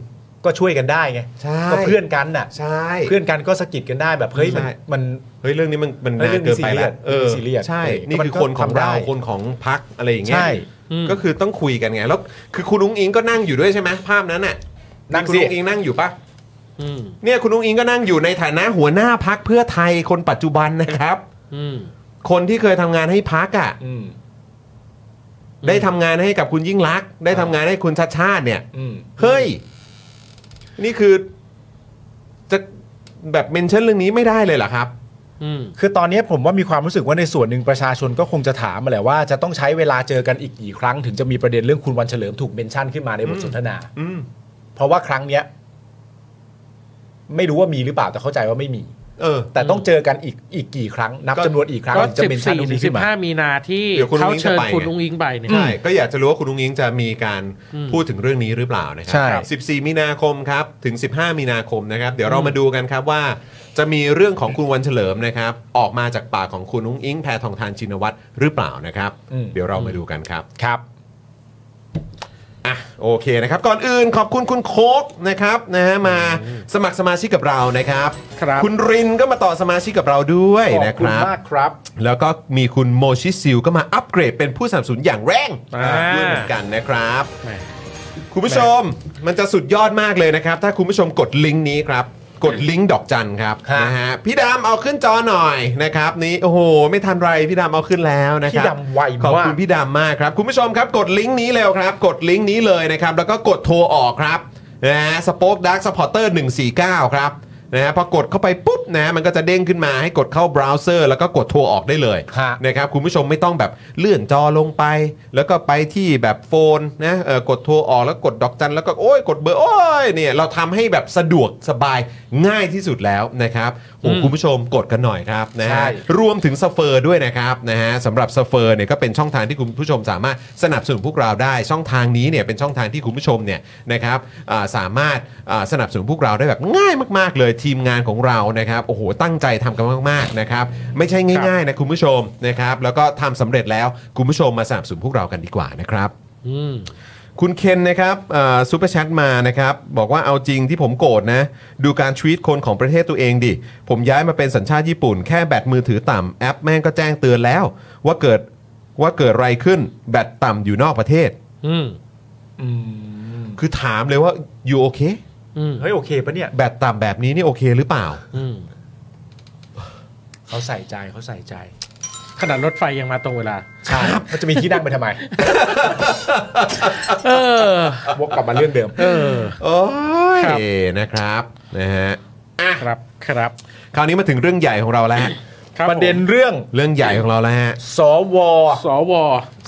Speaker 3: ก็ช่วยกันได้ไง
Speaker 1: ใช่
Speaker 3: ก็เพื่อนกันน่ะ
Speaker 1: ใช่
Speaker 3: เพื่อนกันก็สะกิดกันได้แบบเฮ้ยมัน
Speaker 1: ใช่
Speaker 3: มัน
Speaker 1: เฮ้ยเรื่องนี้มันมัน
Speaker 3: เฮ้ย
Speaker 1: นานเกินไป
Speaker 3: เรื่องนี้
Speaker 1: แล้ว
Speaker 3: serious
Speaker 1: เออ
Speaker 3: เรื่องนี้ serious
Speaker 1: ใช่
Speaker 3: เออ
Speaker 1: นี่คือ
Speaker 3: ก็
Speaker 1: คนของ
Speaker 3: ทำได้
Speaker 1: เราคนของพักอะไรอย่างเงี้ย
Speaker 3: ใช่
Speaker 4: อืม
Speaker 1: ก็คือต้องคุยกันไงแล้วคือคุณอุ้งอิงก็นั่งอยู่ด้วยใช่ไหมภาพนั้นน่ะ
Speaker 3: นั่งสิ
Speaker 1: คุณอุ้งอิงนั่งอยู่ปะ
Speaker 4: อืม
Speaker 1: เนี่ยคุณอุ้งอิงก็นั่งอยู่ในฐานะหัวหน้าพักเพื่อไทยคนปัจจุบันนะครับ
Speaker 4: อืม
Speaker 1: คนที่เคยทำงานให้พักอ่ะ
Speaker 3: อืม
Speaker 1: ได้ทำงานให้กับคุณยิ่งรักษณ์ได้ทำงานให้คุณชาติชาติเนี่ย
Speaker 3: อืม
Speaker 1: เฮ้ย นี่คือ จะแบบเมนชั่นเรื่องนี้ไม่ได้เลยเหรอครับ
Speaker 4: อืม
Speaker 3: คือตอนนี้ผมว่ามีความรู้สึกว่าในส่วนหนึ่งประชาชนก็คงจะถามมาแหละว่าจะต้องใช้เวลาเจอกันอีกกี่ครั้ง ถึงจะมีประเด็นเรื่องคุณวันเฉลิมถูกเมนชั่นขึ้นมาในบทสนทนา
Speaker 1: อืม
Speaker 3: เพราะว่าครั้งเนี้ย ไม่รู้ว่ามีหรือเปล่าแต่เข้าใจว่าไม่มี
Speaker 1: เออ
Speaker 3: แต่ต้องเจอกันอีกอีกกี่ครั้ง นับ
Speaker 1: ก็
Speaker 3: จำนวนอีกครั้ง
Speaker 4: ก็
Speaker 3: ถึงจะ
Speaker 4: สิบ
Speaker 3: เป็นชั้นต
Speaker 4: สี่
Speaker 3: รง
Speaker 4: ถึ
Speaker 3: นี้
Speaker 4: งสิ
Speaker 3: ขึ้น
Speaker 4: บ
Speaker 3: มา
Speaker 4: ห้ามีนาที่
Speaker 1: เดี๋ยวคุณ
Speaker 4: เขา
Speaker 1: อุ้งอิ๊ง
Speaker 4: เชิญ
Speaker 1: จะไป
Speaker 4: คุณอุ้งอิงไปเนี่ย
Speaker 1: ใช่ ก็อยากจะรู้ว่าคุณอุ้งอิงจะมีการ
Speaker 4: อืม
Speaker 1: พูดถึงเรื่องนี้หรือเปล่านะครั
Speaker 3: ใช่
Speaker 1: บ 14 มีนาคมครับ ถึง 15 มีนาคมนะครับ เดี๋ยวเรามาดูกันครับว่า จะมีเรื่องของคุณวันเฉลิมนะครับ ออกมาจากปากของคุณอุ้งอิงแพทองทานชินวัตรหรือเปล่านะครับ เดี๋ยวเรามาดูกันครับ
Speaker 3: ครับ
Speaker 1: อ่ะโอเคนะครับ ก่อนอื่นขอบคุณคุณโคกนะครับนะฮะมาสมัครสมาชิกกับเรานะครับ
Speaker 3: ครับ
Speaker 1: คุณรินก็มาต่อสมาชิกกับเราด้วย
Speaker 3: ขอบ
Speaker 1: นะค
Speaker 3: คุณ
Speaker 1: รับ
Speaker 3: มากครับ
Speaker 1: แล้วก็มีคุณโมชิซิลก็มาอัปเกรดเป็นผู้สนับสนุนอย่างแรง
Speaker 4: อ่า
Speaker 1: ด้วยเหมือนกันนะครับ
Speaker 4: แหม
Speaker 1: คุณผู้ชมมันจะสุดยอดมากเลยนะครับ ถ้าคุณผู้ชมกดลิงก์นี้ครับ กดลิงก์ดอกจันครับ
Speaker 3: ฮะ
Speaker 1: นะฮะพี่ดำเอาขึ้นจอหน่อยนะครับนี้โอ้โห ไม่ทันไรพี่ดำเอาขึ้นแล้วนะค
Speaker 3: พี่
Speaker 1: รับ
Speaker 3: ดำไว
Speaker 1: ขอบ
Speaker 3: มา
Speaker 1: คุ
Speaker 3: ก
Speaker 1: ณพี่ดำมากครับ คุณผู้ชมครับกดลิงก์นี้เร็วครับ กดลิงก์นี้เลยนะครับ แล้วก็กดโทรออกครับนะฮะสป็อคดักสปอร์เตอร์149 ครับนะฮะพอกดเข้าไปปุ๊บนะฮะมันก็จะเด้งขึ้นมาให้กดเข้าเบราว์เซอร์แล้วก็กดโทรออกได้เลย
Speaker 3: ฮะ
Speaker 1: นะครับคุณผู้ชมไม่ต้องแบบเลื่อนจอลงไป แล้วก็ไปที่แบบโฟนนะเออกดโทรออกแล้วกดดอกจันแล้วก็โอ้ยกดเบอร์โอ้ยเนี่ยเราทำให้แบบสะดวกสบายง่ายที่สุดแล้วนะครับโอ้
Speaker 4: อืม
Speaker 1: คุณผู้ชมกดกันหน่อยครับนะ
Speaker 3: ใช่
Speaker 1: ฮะ รวมถึงสเฟอร์ด้วยนะครับนะฮะสำหรับสเฟอร์เนี่ยก็เป็นช่องทางที่คุณผู้ชมสามารถสนับสนุนพวกเราได้ ช่องทางนี้เนี่ยเป็นช่องทางที่คุณผู้ชมเนี่ยนะครับอ่าสามารถอ่าสนับสนุนพวกเราได้แบบง่ายมาก ๆ เลยทีมงานของเรานะครับโอ้โหตั้งใจทำกันมากๆนะครับไม่ใช่ง่ายๆนะคุณผู้ชมนะครับแล้วก็ทำสำเร็จแล้วคุณผู้ชมมาสนับสนุนพวกเรากันดีกว่านะครับ
Speaker 4: อืม
Speaker 1: คุณเคนนะครับซูเปอร์แชทมานะครับ บอกว่าเอาจริงที่ผมโกรธนะ ดูการทวีตคนของประเทศตัวเองดิ ผมย้ายมาเป็นสัญชาติญี่ปุ่น แค่แบตมือถือต่ำแอปแม่งก็แจ้งเตือนแล้ว ว่าเกิดว่าเกิดอะไรขึ้นแบตต่ำอยู่นอกประเทศ
Speaker 4: อืม
Speaker 1: คือถามเลยว่าอยู่โอเค
Speaker 4: อืม
Speaker 3: เฮ้ยโอเคปะเนี่ย
Speaker 1: แบตต่ำแบบนี้นี่โอเคหรือเปล่า
Speaker 4: อืม
Speaker 3: เขาใส่ใจเขาใส่ใจ
Speaker 4: ขนาดรถไฟยังมาตรงเวลา
Speaker 3: ใช่มันจะมีที่นั่งไปทำไม
Speaker 4: เออ
Speaker 3: วกกลับมาเรื่องเดิม
Speaker 4: เออ
Speaker 1: โอ้ย
Speaker 4: ครับ
Speaker 1: นะครับนะฮะ
Speaker 4: ครับครับ
Speaker 1: คราวนี้มาถึงเรื่องใหญ่ของเราแล้วฮะ
Speaker 4: คบ
Speaker 3: ประเด็นเรื่อง
Speaker 1: เรื่องใหญ่ของเราแล้วฮะ
Speaker 3: สว
Speaker 4: ผมสว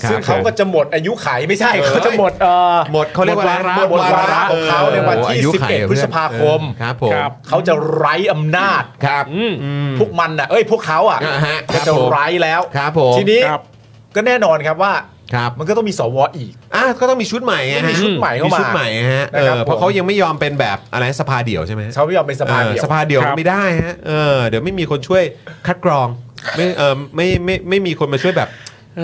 Speaker 1: ครับ
Speaker 3: ซึ่งเขาก็จะหมดอายุไขไม่ใช่
Speaker 1: เออ
Speaker 3: เขาจะหมดเอ่อ
Speaker 1: หมดเขาเรียกว่าอะไร
Speaker 3: หมดวาระของเขาในวันที่
Speaker 1: โอ้โหอายุไข
Speaker 3: 11พฤษภาคม
Speaker 1: ครับผม
Speaker 4: ครับ
Speaker 3: เขาจะไร้อำนาจ
Speaker 1: ครับ
Speaker 4: อืม
Speaker 3: พวกมันอ่ะเอ้ยพวกเขาอ่ะ
Speaker 1: อ่าฮะ
Speaker 3: ก็
Speaker 1: ครั
Speaker 3: จะ
Speaker 1: บผม
Speaker 3: ไร้แล้ว
Speaker 1: ครับผม
Speaker 3: ทีนี้
Speaker 4: ครับ
Speaker 3: ก็แน่นอนครับว่า
Speaker 1: ครับ
Speaker 3: มันก็ต้องมีสวอีก
Speaker 1: อ่ะก็ต้องมีชุดใหม่ไงฮะ
Speaker 3: มีชุดใหม่เข้ามา
Speaker 1: ชุดใหม่ฮะเอ
Speaker 3: นะครับ
Speaker 1: อ
Speaker 3: ผม
Speaker 1: เพราะเขายังไม่ยอมเป็นแบบอะไรสภาเดี่ยวใช่ไหมฮะ
Speaker 3: เขาไม่ยอมเป็นสภา
Speaker 1: เอ
Speaker 3: เดี
Speaker 1: อ
Speaker 3: ยว
Speaker 1: สภาเดี่ยว
Speaker 4: ครับ
Speaker 1: ไม่ได้ฮะเออเดี๋ยวไม่มีคนช่วยคัดกรองไม่เออไม่ไม่ไม่ไม่มีคนมาช่วยแบบ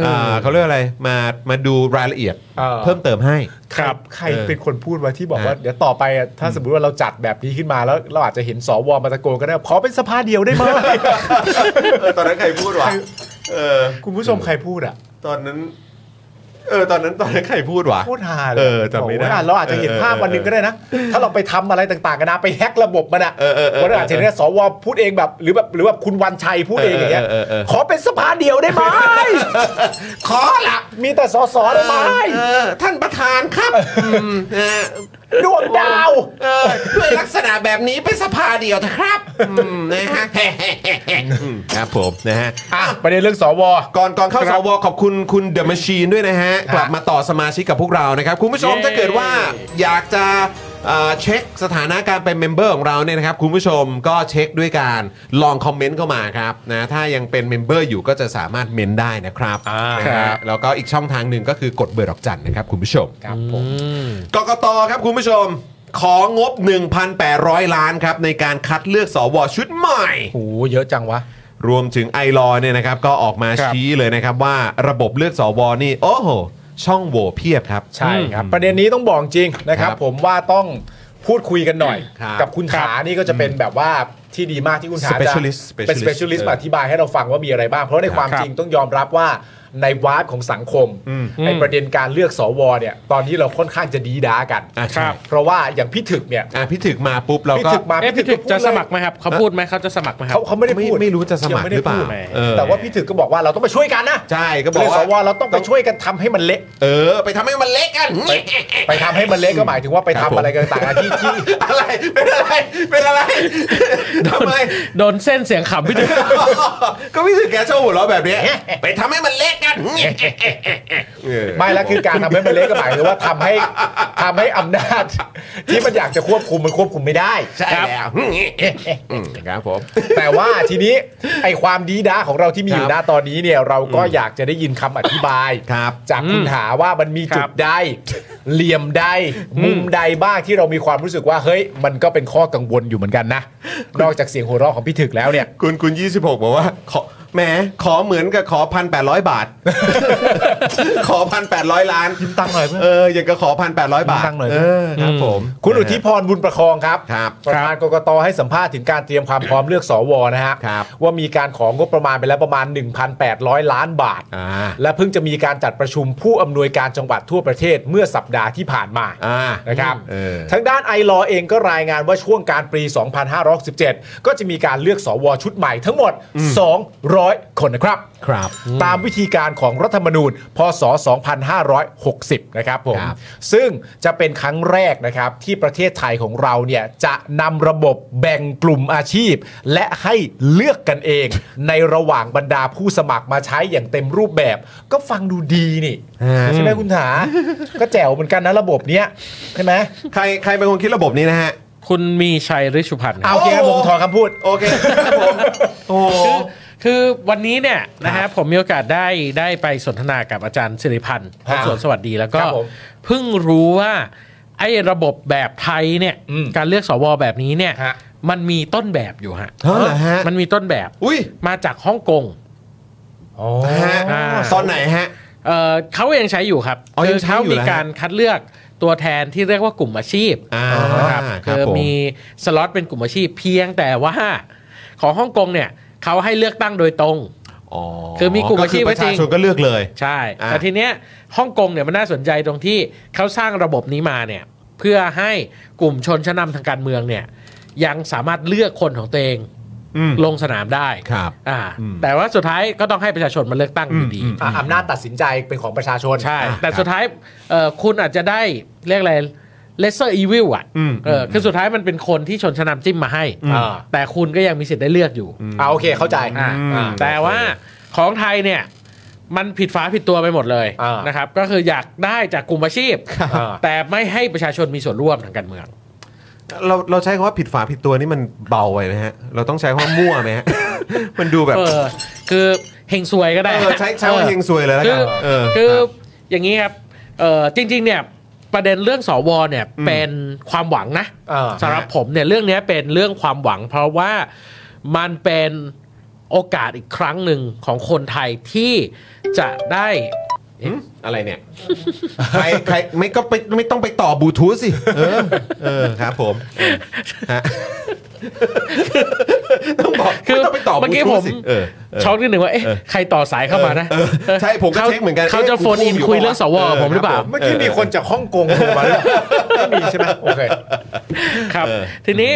Speaker 1: เอ่อเขาเรียกอะไรมามาดูรายละเอียดเพิ่มเติมให้
Speaker 4: ครับ
Speaker 3: ใคร
Speaker 1: เออ
Speaker 3: เป็นคนพูดไว้ที่บอก
Speaker 1: นะ
Speaker 3: ว่าเดี๋ยวต่อไปอะถ้าสมมติว่าเราจัดแบบนี้ขึ้นมาแล้ว เราอาจจะเห็นสวมาตะโกนก็ได้ขอเป็นสภาเดียวได้ไหม
Speaker 1: *laughs* ตอนนั้นใครพูดวะเออ
Speaker 3: คุณผู้ชมใครพูดอ่ะ
Speaker 1: ตอนนั้น เออตอนนั้นตอนนั้นใครพูดวะ
Speaker 3: โคตรฮาเลย
Speaker 1: เออจำไม่ได้
Speaker 3: โโหเราอาจจะเห็นภาพวันหนึ่งก็ได้นะ ถ้าเราไปทำอะไรต่างๆกันนะไปแฮกระบบมันอ่ะ
Speaker 1: เออเออเออ
Speaker 3: วันนั้นอาจจะเห็นว่าสวพูดเองแบบ หรือแบบหรือแบบคุณวันชัยพูดเองอย่างเงี้ย
Speaker 1: เออเออเออ
Speaker 3: ขอเป็นสภาเดียวได้ไหม
Speaker 1: ขอละ
Speaker 3: มีแต่สอสอได้ไหม
Speaker 1: เออท่านประธานครับอืมเออ
Speaker 3: ดวงดาว
Speaker 1: เออด้วยลักษณะแบบนี้เป็นสภาเดียวนะครับอืมนะ
Speaker 3: *laughs*
Speaker 1: ฮะ อืมครับผมนะฮะ
Speaker 3: อ่ะประเด็นเรื่องสว
Speaker 1: ก่อนก่อนเข้าสวขอบคุณคุณเดอะม h i ชีนด้วยนะฮะ กลับมาต่อสมาชิกกับพวกเรานะครับ คุณผู้ชม
Speaker 4: เย้
Speaker 1: ถ้าเกิดว่าอยากจะเอ่อเช็คสถานะการเป็นเมมเบอร์ของเราเนี่ยนะครับ คุณผู้ชมก็เช็คด้วยการลองคอมเมนต์เข้ามาครับนะถ้ายังเป็นเมมเบอร์อยู่ก็จะสามารถเมนได้นะครับนะครับแล้วก็อีกช่องทางหนึ่งก็คือกดเบอร์ดอกจันนะครับคุณผู้ชม
Speaker 3: ครับผม
Speaker 4: อืม
Speaker 1: กกตครับคุณผู้ชม ของงบ 1,800 ล้านครับ ในการคัดเลือกสวชุดใหม่
Speaker 3: โหเยอะจังวะ
Speaker 1: รวมถึงไอรอว์เนี่ยนะครับ ก็ออกมา
Speaker 4: ครับ
Speaker 1: ชี้เลยนะครับว่าระบบเลือกสวนี่ โอ้โห ช่องโหว่เพียบครับ
Speaker 3: ใช่ครับ ประเด็นนี้ต้องบอกจริงนะครับ
Speaker 1: ครับ
Speaker 3: ผมว่าต้องพูดคุยกันหน่อย
Speaker 1: ครับ
Speaker 3: กับคุณขานี่ก็จะเป็นแบบว่า ที่ดีมากที่คุณหาจะ
Speaker 1: Specialist
Speaker 3: เป็น
Speaker 1: Specialist
Speaker 3: specialist
Speaker 1: เออ
Speaker 3: มาอธิบายให้เราฟังว่ามีอะไรบ้าง เพราะในความ
Speaker 4: ครับ
Speaker 3: จริงต้องยอมรับว่าในวาร์ปของสังคมในประเด็นการเลือกสวเนี่ยตอนนี้เราค่อนข้างจะดีด้ากัน
Speaker 1: อ่ะครับ
Speaker 3: เพราะว่าอย่างพี่ถึกเนี่ย
Speaker 1: อ่ะพี่ถึกมาปุ๊บเรา
Speaker 3: พี่
Speaker 1: ก็
Speaker 3: ถึกมา
Speaker 4: เอ๊ะพี่ถึก
Speaker 3: ก็พูด
Speaker 4: จะ
Speaker 3: เลย
Speaker 4: สมัครไหมครับเขาพูดไหมเขาจะสมัครไหมครับ
Speaker 3: เขาเขาไม่ได้
Speaker 1: ไม่
Speaker 3: พูด
Speaker 1: ไม่รู้จะสมัคร
Speaker 3: ยัง
Speaker 1: ห
Speaker 3: ได้
Speaker 1: รือเปล่า
Speaker 3: พูด
Speaker 1: เออ
Speaker 3: แต่ว่าพี่ถึกก็บอกว่าเราต้องไปช่วยกันนะ
Speaker 1: ใช่ก็บบ
Speaker 3: ก็
Speaker 1: อ
Speaker 3: อก กสวเราต้องไปช่วยกันทำให้มันเละ
Speaker 1: เออ ไปทำให้มันเล็กกัน
Speaker 3: ไปทำให้มันเละก็หมายถึงว่าไป
Speaker 1: ค
Speaker 3: ทำ
Speaker 1: รับผม
Speaker 3: อะไรกันต่างๆที่ที่
Speaker 1: อะไรเป็นอะไรเป็นอะไร *laughs* ทำไม
Speaker 4: โดนเส้นเสียงขำพี่ถึก
Speaker 1: ก็พี่ถึกแกชอบหัวเราะแบบเนี้ยไปทำให้มันเล็กกันเออ
Speaker 3: ไม่แล้วคือการทำให้มันเละก็หมายถึงว่าทำให้ทำให้อำนาจ *laughs* ที่มันอยากจะควบคุมมันควบคุมไม่ได้
Speaker 1: ใช่แล้วอืมครับผม
Speaker 3: แต่ว่าทีนี้ไอความดีด้าของเราที่มีอ
Speaker 1: ครั
Speaker 3: ยู่
Speaker 1: บ
Speaker 3: หน้าตอนนี้เนี่ยเราก็อยากจะได้ยินคำอธิบาย
Speaker 1: ครับ
Speaker 3: จากคุณหาว่ามันมีจุ
Speaker 4: ครั
Speaker 3: ด
Speaker 4: บ
Speaker 3: ใดเหลี่ยมใดมุมใดบ้างที่เรามีความรู้สึกว่าเฮ้ยมันก็เป็นข้อกังวลอยู่เหมือนกันนะนอกจากเสียงหัวเราะของพี่ถึกแล้วเนี่ย
Speaker 1: คุณคุณ26 บอกว่า ขอแหมขอเหมือนกับขอพันแปดร้อยบาท *laughs* ขอพันแปดร้อยล้าน
Speaker 3: ยิ้มตังค์หน่อยเพื่อน
Speaker 1: เอออย่างกับขอพันแปดร้อยบาท
Speaker 3: ยิ้มตังค์หน่อย
Speaker 1: เออครับผม
Speaker 3: คุณอุทิ
Speaker 1: นะฮะ
Speaker 3: พรบุญประคองครับ
Speaker 1: ครับ
Speaker 3: ประธานกกตให้สัมภาษณ์ถึงการเตรียมความพร้อมเลือกสวนะฮะ
Speaker 1: ครับ
Speaker 3: ว่ามีการของงบประมาณไปแล้วประมาณ 1,800 ล้านบาท
Speaker 1: อ่า
Speaker 3: และเพิ่งจะมีการจัดประชุมผู้อำนวยการจังหวัดทั่วประเทศเมื่อสัปดาห์ที่ผ่านมา
Speaker 1: อ่า
Speaker 3: นะครับ
Speaker 1: เออ
Speaker 3: ทางด้านไอรอเองก็รายงานว่าช่วงกลารปี 2517 ก็จะมีการเลือกสวชุดใหม่ทั้งหมด 200 คนนะครับ
Speaker 1: ครับ
Speaker 3: ตามวิธีการของรัฐธรรมนูญ พศ 2560 นะครับผม
Speaker 1: ครับ
Speaker 3: ซึ่งจะเป็นครั้งแรกนะครับที่ประเทศไทยของเราเนี่ยจะนำระบบแบ่งกลุ่มอาชีพ และให้เลือกกันเอง ในระหว่างบรรดาผู้สมัครมาใช้อย่างเต็มรูปแบบ ก็ฟังดูดีนี่ใช่ไหมคุณถา ก็แจ๋วเหมือนกันนะระบบเนี้ยใช่ไหม
Speaker 1: ใครใครเป็นคนคิดระบบนี้นะฮะ
Speaker 4: คุณมีชัยฤชุพันธ์ครับ
Speaker 3: เอาโอเคครับผมถอนคำพูด
Speaker 1: โอเคครับผมโอ้โห
Speaker 4: คือคือวันนี้เนี่ยนะฮะผมมีโอกาสได้ได้ไปสนทนากับอาจารย์สิริพันธ์
Speaker 3: ครับ
Speaker 4: สวนสวัสดีแล้วก็
Speaker 3: ครับผม
Speaker 4: เพิ่งรู้ว่าไอ้ระบบแบบไทยเนี่ย
Speaker 3: อืม
Speaker 4: การเลือกสวแบบนี้เนี่ย
Speaker 3: ฮะ
Speaker 4: มันมีต้นแบบอยู่ฮะ
Speaker 1: อ๋อเหรอฮะ
Speaker 4: มันมีต้นแบบ
Speaker 1: อุ้ย
Speaker 4: มาจากฮ่องกง
Speaker 1: ฮะ
Speaker 4: อ่า
Speaker 1: ตอนไหนฮะ
Speaker 4: เอ่อเขายังใช้อยู่ครับ
Speaker 1: อ๋อยั
Speaker 4: คื
Speaker 1: งใช้
Speaker 4: เขา
Speaker 1: อยู่
Speaker 4: มี
Speaker 1: เหรอฮะ
Speaker 4: การคัดเลือกตัวแทนที่เรียกว่ากลุ่มอาชีพ
Speaker 1: อ่า
Speaker 4: นะครับ
Speaker 1: ครับ
Speaker 4: คือ
Speaker 1: ผม
Speaker 4: มีสล็อตเป็นกลุ่มอาชีพเพียงแต่ว่า ของฮ่องกงเนี่ยเขาให้เลือกตั้งโดยตรง
Speaker 1: อ๋อ
Speaker 4: คือมีกลุ่มอาชีพ
Speaker 1: ก็ป
Speaker 4: ไว้
Speaker 1: ระ
Speaker 4: จริ
Speaker 1: ชาง ชนก็เลือกเลย
Speaker 4: ใช่
Speaker 1: อ่า
Speaker 4: แต่ทีเนี้ยฮ่องกงเนี่ยมันน่าสนใจตรงที่เขาสร้างระบบนี้มาเนี่ยเพื่อให้กลุ่มชนชั้นนำทางการเมืองเนี่ยยังสามารถเลือกคนของตัวเอง
Speaker 1: อืม
Speaker 4: ลงสนามได้
Speaker 1: ครับ
Speaker 4: อ่า
Speaker 1: อืม
Speaker 4: แต่ว่าสุดท้ายก็ต้องให้ประชาชนมาเลือกตั้งอยู่ดี
Speaker 3: อ่ะอำนาจตัดสินใจเป็นของประชาชน
Speaker 4: ใช่ แต่สุดท้ายเอ่อคุณอาจจะได้เรียกอะไรเลเซอร์อีวิลอ่ะ
Speaker 1: อืม
Speaker 4: เออคือสุดท้ายมันเป็นคนที่ชนชั้นนำจิ้มมาให้
Speaker 3: อ่า
Speaker 4: แต่คุณก็ยังมีสิทธิ์ได้เลือกอยู่
Speaker 3: อ่าโอเคเข้าใจ
Speaker 4: อ่าแต่ว่าของไทยเนี่ย มันผิดฟ้าผิดตัวไปหมดเลย
Speaker 3: อ่าน
Speaker 4: นะครับ ก็คืออยากได้จากกลุ่มอาชีพ
Speaker 3: อ่า
Speaker 4: แต่ไม่ให้ประชาชนมีส่วนร่วมทางการเมือง
Speaker 1: เราเราใช้คำว่าผิดฝาผิดตัวนี่มันเบาไปไหมฮะ เราต้องใช้คำว่ามั่วไหมฮะ มันดูแบบ
Speaker 4: เออ คือเฮงซวยก็ได้
Speaker 1: เออใช้ใช้คำว่าเฮงซวยเลยแล้ว
Speaker 4: คื
Speaker 1: กัน
Speaker 4: อ
Speaker 1: เออ
Speaker 4: คือ
Speaker 1: รับ
Speaker 4: อย่างนี้ครับเออจริงๆเนี่ยประเด็นเรื่องสวเนี่ยเป็นความหวังนะ
Speaker 3: อ่า
Speaker 4: สำหรับผมเนี่ยเรื่องเนี้ยเป็นเรื่องความหวัง เพราะว่ามันเป็นโอกาสอีกครั้งหนึ่งของคนไทยที่จะได้
Speaker 1: หืมอะไรเนี่ย ใครใครไม่ก็ไปไม่ต้องไปต่อบลูทูธสิ เออ เออครับผมเออฮะต้องบอกไม่ต้องไปต่อบ
Speaker 4: เมื่อ
Speaker 1: ลู
Speaker 4: กี้
Speaker 1: ทู
Speaker 4: ผ
Speaker 1: ธ
Speaker 4: ม
Speaker 1: สิเออเออ
Speaker 4: ช็อกนิดหนึ่งว่าเอ๊ะ
Speaker 1: เออ
Speaker 4: ใครต่อสายเข้ามานะ
Speaker 1: เออเออใช่ผมก็
Speaker 4: ขา
Speaker 1: เช็คเหมือนกัน
Speaker 4: เขาจะ
Speaker 1: เอ๊ะ
Speaker 4: โฟนอิน
Speaker 1: กูพูดอยู่
Speaker 4: คุยเรื่องสวกับผมหรือเปล่า
Speaker 1: ครับผม
Speaker 3: เมื่อกี้มีคนจากฮ่องกงโทรมาแล้วไม่มีใช่ไหมโอเค
Speaker 4: ครับ
Speaker 1: เออ
Speaker 4: ทีนี้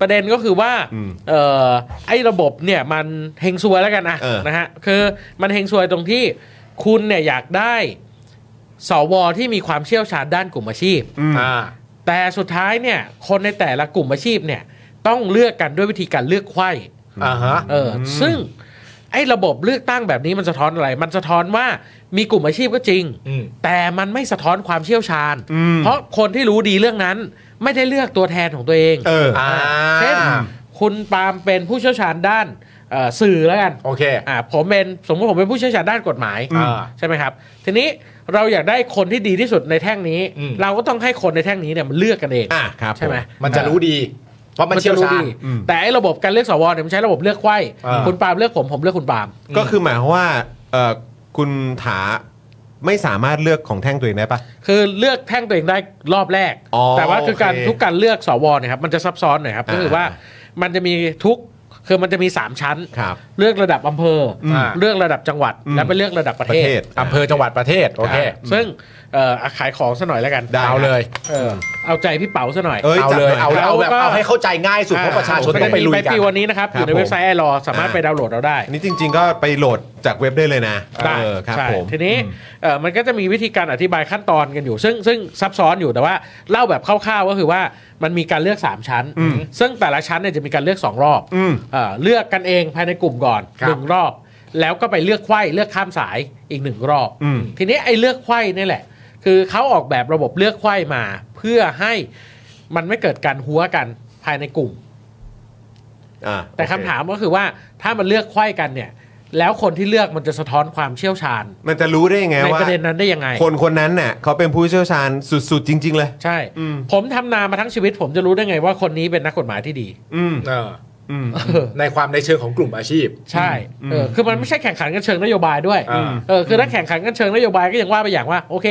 Speaker 4: ประเด็นก็คือว่า
Speaker 1: อืม
Speaker 4: เออไอ้ระบบเนี่ยมันเฮงซวยแล้วกันนะ
Speaker 1: เออ
Speaker 4: นะฮะคือมันเฮงซวยตรงที่คุณเนี่ยอยากได้สวที่มีความเชี่ยวชาญด้านกลุ่มอาชีพ
Speaker 3: อ่า
Speaker 4: แต่สุดท้ายเนี่ยคนในแต่ละกลุ่มอาชีพเนี่ยต้องเลือกกันด้วยวิธีการเลือกไขว้
Speaker 3: อ่าฮะ
Speaker 4: เอออซึ่งไอ้ระบบเลือกตั้งแบบนี้มันสะท้อนอะไร มันสะท้อนว่ามีกลุ่มอาชีพก็จริง
Speaker 3: อืม
Speaker 4: แต่มันไม่สะท้อนความเชี่ยวชาญ เพราะคนที่รู้ดีเรื่องนั้น ไม่ได้เลือกตัวแทนของตัวเอง
Speaker 1: เออ
Speaker 3: อ่า
Speaker 4: เช่นคุณปาล์มเป็นผู้เชี่ยวชาญด้านเอ่อสื่อแล้วกัน
Speaker 3: โอเค
Speaker 4: อ่าผมเป็นสมมติผมเป็นผู้เชี่ยวชาญด้านกฎหมาย
Speaker 3: อ่า
Speaker 4: ใช่ไหมครับ ทีนี้เราอยากได้คนที่ดีที่สุดในแท่งนี้
Speaker 3: อืม
Speaker 4: เราก็ต้องให้คนในแท่งนี้เนี่ยมันเลือกกันเอง
Speaker 1: อ่ะครับ
Speaker 4: ใช่ไหม
Speaker 3: มันจะรู้ดี เพราะมันเชี่ยวชาญ
Speaker 1: อืม
Speaker 4: แต่ไอ้ระบบการเลือกสวเนี่ยมันใช้ระบบเลือกไขว้
Speaker 3: อ่า
Speaker 4: คุณปาล์มเลือกผมผมเลือกคุณปาล์ม
Speaker 1: ก็คือหมายความว่าเอ่อคุณถาไม่สามารถเลือกของแท่งตัวเองได้ปะ
Speaker 4: คือเลือกแท่งตัวเองได้รอบแรก
Speaker 1: อ๋อ
Speaker 4: แต่ว่าคือการ
Speaker 1: โอเค
Speaker 4: ทุกการเลือกสวเนี่ยครับมันจะซับซ้อนหน่อยครับก็คือว่า มันจะมีทุกคือมันจะมี 3 ชั้น
Speaker 1: ครับ
Speaker 4: เลือกระดับอำเภออ
Speaker 3: ม
Speaker 4: เลือกระดับจังหวัด
Speaker 1: อืม
Speaker 4: และไปเลือกระดับประ
Speaker 1: ประ
Speaker 4: เท
Speaker 1: เท
Speaker 4: ศ
Speaker 1: ศ
Speaker 3: อำเภอจังหวัดประเทศโอเค
Speaker 4: อ่าซึ่งเอ่ออ่ะขายของซะหน่อยแล้วกัน
Speaker 3: ได้เอาเลย
Speaker 4: เออเอาใจพี่เป๋าซะหน่อย
Speaker 1: เอ้ย
Speaker 3: เอา
Speaker 1: จัด
Speaker 3: เลย
Speaker 1: หน่อย
Speaker 3: เอาเลย
Speaker 4: ครับ
Speaker 3: เอาแบบ
Speaker 4: แล้วก็
Speaker 3: เอาให้เข้าใจง่ายสุดเพราะประชาชนต้องไปลุย
Speaker 4: ป
Speaker 3: กัน
Speaker 4: ปีวันนี้นะครับ
Speaker 1: ค
Speaker 4: อ
Speaker 1: รับ
Speaker 4: ยู่ในเว็บไซต์ไอรอสามารถ
Speaker 1: อ่า
Speaker 4: ไปดาวน์โหลดเราได้
Speaker 1: อันนี้จริง ๆ ก็ไปโหลดจากเว็บได้เลยนะ
Speaker 4: ได้
Speaker 1: เออครับ
Speaker 4: ใช่
Speaker 1: ผม
Speaker 4: ทีนี้เอ่อมันก็จะมีวิธีการอธิบายขั้นตอนกันอยู่ ซึ่งซึ่งซับซ้อนอยู่แต่ว่าเล่าแบบคร่าวๆก็คือว่ามันมีการเลือก 3 ชั้น
Speaker 1: อืม
Speaker 4: ซึ่งแต่ละชั้นเนี่ยจะมีการเลือก 2 รอบ
Speaker 1: อืม
Speaker 4: เอ่อเลือกกันเองภายในกลุ่มก่อน
Speaker 1: ครับ
Speaker 4: หนึ่งรอบ แล้วก็ไปเลือกไขว้เลือกข้ามสายอีกหนึ่งรอบ
Speaker 1: อืม
Speaker 4: ทีนี้ไอ้เลือกไขว้นี่แหละ คือเขาออกแบบระบบเลือกไขว้มา เพื่อให้มันไม่เกิดการหัวกันภายในกลุ่ม
Speaker 1: อ่ะ
Speaker 4: แต่คำถามก็คือว่าถ้ามันเลือกไขว้กันเนี่ย แล้วคนที่เลือกมันจะสะท้อนความเชี่ยวชาญ
Speaker 1: มันจะรู้ได้ยังไง
Speaker 4: ใน
Speaker 1: ว่า
Speaker 4: ประเด็นนั้นได้ยังไง
Speaker 1: คนคนนั้นน่ะเขาเป็นผู้เชี่ยวชาญสุด ๆ จริง ๆ เลย
Speaker 4: ใช่
Speaker 1: อืม
Speaker 4: ผมทำนามาทั้งชีวิต ผมจะรู้ได้ไงว่าคนนี้เป็นนักกฎหมายที่ดี
Speaker 1: อืม
Speaker 3: เออ
Speaker 1: อืม
Speaker 4: เออ
Speaker 3: ในความในเชิงของกลุ่มอาชีพ
Speaker 4: ใช่เออคือมันไม่ใช่แข่งขันกันเชิงนโยบายด้วย
Speaker 3: อืม
Speaker 4: เออคือถ้าแข่งขันกันเชิงนโยบายก็อย่างว่าไปอย่างว่าโอเค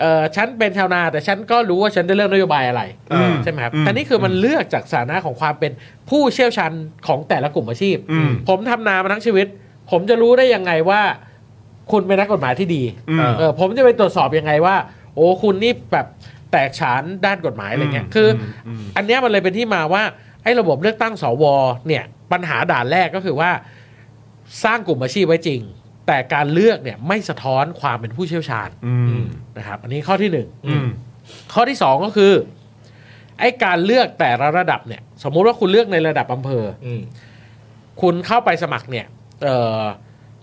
Speaker 4: เออฉันเป็นชาวนาแต่ฉันก็รู้ว่าฉันได้เลือกนโยบายอะไร
Speaker 1: อืม
Speaker 4: ใช่ไหมครับ
Speaker 1: อืม
Speaker 4: แต่นี่คือมันเลือกจากสถานะของความเป็นผู้เชี่ยวชาญของแต่ละกลุ่มอาชีพ
Speaker 1: อืม
Speaker 4: ผมทำนามาทั้งชีวิต ผมจะรู้ได้ยังไงว่า คุณเป็นนักกฎหมายที่ดี
Speaker 1: อืม
Speaker 4: เออผมจะไปตรวจสอบยังไงว่า โอ้คุณนี่แบบแตกฉานด้านกฎหมายอะไรเงี้ย
Speaker 1: อืม
Speaker 4: คืออ
Speaker 1: ม
Speaker 4: อันเนี้ยมันเลยเป็นที่มาว่าไอ้ระบบเลือกตั้งสวเนี่ยปัญหาด่านแรกก็คือว่า สร้างกลุ่มอาชีพไว้จริง แต่การเลือกเนี่ยไม่สะท้อนความเป็นผู้เชี่ยวชาญ
Speaker 1: อืม
Speaker 4: นะครับ อันนี้ข้อที่หนึ่ง
Speaker 1: อืม
Speaker 4: ข้อที่สองก็คือไอ้การเลือกแต่ละระดับเนี่ย สมมุติว่าคุณเลือกในระดับอำเภอ
Speaker 3: อืม
Speaker 4: คุณเข้าไปสมัครเนี่ยเออ